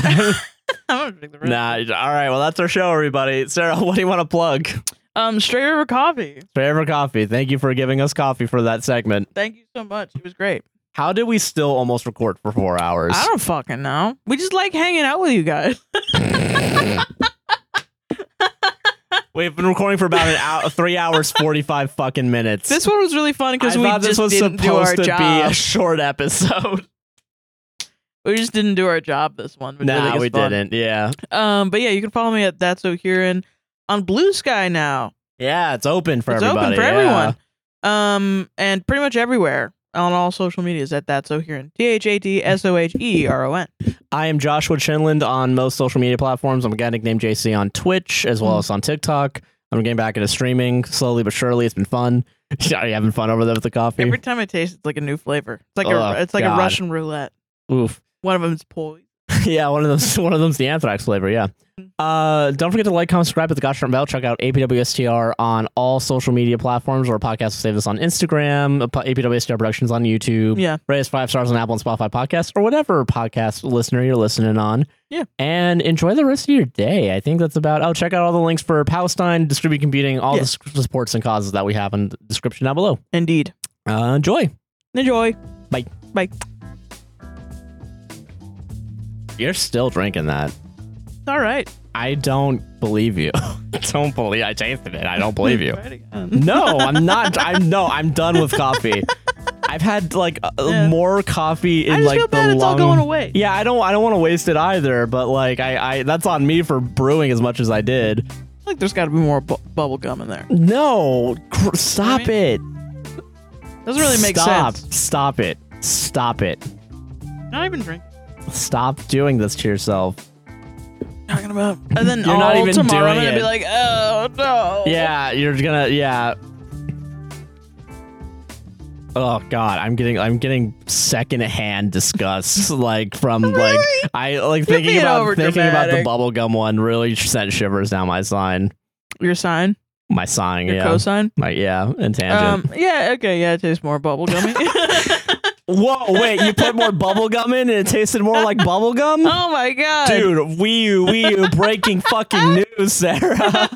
Speaker 2: I'm gonna drink the rest.
Speaker 1: nah. All right. Well, that's our show, everybody. Sarah, what do you want to plug?
Speaker 2: Um, straight over coffee.
Speaker 1: Forever Coffee. Thank you for giving us coffee for that segment.
Speaker 2: Thank you so much. It was great.
Speaker 1: How did we still almost record for four hours?
Speaker 2: I don't fucking know. We just like hanging out with you guys.
Speaker 1: We've been recording for about an hour, three hours, forty-five fucking minutes.
Speaker 2: This one was really
Speaker 1: I
Speaker 2: fun because we
Speaker 1: thought
Speaker 2: just
Speaker 1: this was
Speaker 2: didn't
Speaker 1: supposed
Speaker 2: do
Speaker 1: to
Speaker 2: our job.
Speaker 1: be a short episode.
Speaker 2: We just didn't do our job this one. which I think
Speaker 1: nah,
Speaker 2: is
Speaker 1: we
Speaker 2: fun.
Speaker 1: didn't. Yeah,
Speaker 2: Um, but yeah, you can follow me at That's O'Huron on Blue Sky now.
Speaker 1: yeah, it's open for
Speaker 2: it's
Speaker 1: everybody.
Speaker 2: open for
Speaker 1: yeah.
Speaker 2: everyone. Um, and pretty much everywhere on all social medias at That's O'Huron. T H A T S O H E R O N.
Speaker 1: I am Joshua Chinland on most social media platforms. I'm a guy nicknamed JC on Twitch as well as on TikTok. I'm getting back into streaming slowly but surely. It's been fun. Are you having fun over there with the coffee?
Speaker 2: Every time I taste, it's like a new flavor. It's like
Speaker 1: Oh,
Speaker 2: a it's like a
Speaker 1: God.
Speaker 2: Russian roulette.
Speaker 1: Oof.
Speaker 2: One of them's poise.
Speaker 1: yeah, one of them's one of them's the anthrax flavor. Yeah. Uh, don't forget to like, comment, subscribe at the Gosh Darn Bell. Check out APWSTR on all social media platforms. Our podcast will save us on Instagram, uh, APWSTR Productions on YouTube.
Speaker 2: Yeah.
Speaker 1: Rate us five stars on Apple and Spotify podcasts or whatever podcast listener you're listening on.
Speaker 2: Yeah.
Speaker 1: And enjoy the rest of your day. I think that's about. Oh, check out all the links for Palestine, distributed computing, all
Speaker 2: Yeah.
Speaker 1: the the supports and causes that we have in the description down below.
Speaker 2: Indeed.
Speaker 1: Uh, enjoy.
Speaker 2: Enjoy.
Speaker 1: Bye.
Speaker 2: Bye.
Speaker 1: You're still drinking that.
Speaker 2: All right.
Speaker 1: I don't believe you. don't believe I tasted it. I don't believe you.
Speaker 2: Try it again.
Speaker 1: No, I'm not. I'm no. I'm done with coffee. I've had like a,
Speaker 2: Yeah.
Speaker 1: more coffee in
Speaker 2: I just
Speaker 1: like
Speaker 2: feel
Speaker 1: the
Speaker 2: bad it's all
Speaker 1: lung-
Speaker 2: going away.
Speaker 1: Yeah, I don't. I don't want to waste it either. But like, I, I that's on me for brewing as much as I did.
Speaker 2: I feel like there's got to be more bu- bubble gum in there.
Speaker 1: No, cr- stop
Speaker 2: mean,
Speaker 1: it.
Speaker 2: Doesn't really make
Speaker 1: stop.
Speaker 2: sense.
Speaker 1: Stop it. Stop it.
Speaker 2: Not even drinking.
Speaker 1: Stop doing this to yourself.
Speaker 2: Talking about. And then
Speaker 1: You're
Speaker 2: all
Speaker 1: not even
Speaker 2: tomorrow I'm
Speaker 1: doing
Speaker 2: gonna be
Speaker 1: it.
Speaker 2: like, oh no.
Speaker 1: Yeah, you're gonna. Yeah. oh god, I'm getting I'm getting secondhand disgust like from like I like thinking
Speaker 2: being
Speaker 1: about thinking about the
Speaker 2: overdramatic.
Speaker 1: bubblegum one really sent shivers down my spine.
Speaker 2: Your sign,
Speaker 1: My sign,
Speaker 2: your
Speaker 1: yeah.
Speaker 2: cosine.
Speaker 1: My yeah, and tangent.
Speaker 2: Um, yeah, okay, yeah, it tastes more bubblegummy.
Speaker 1: Whoa, wait, you put more bubblegum in and it tasted more like bubblegum?
Speaker 2: oh my god.
Speaker 1: Dude, we we breaking fucking news, Sarah.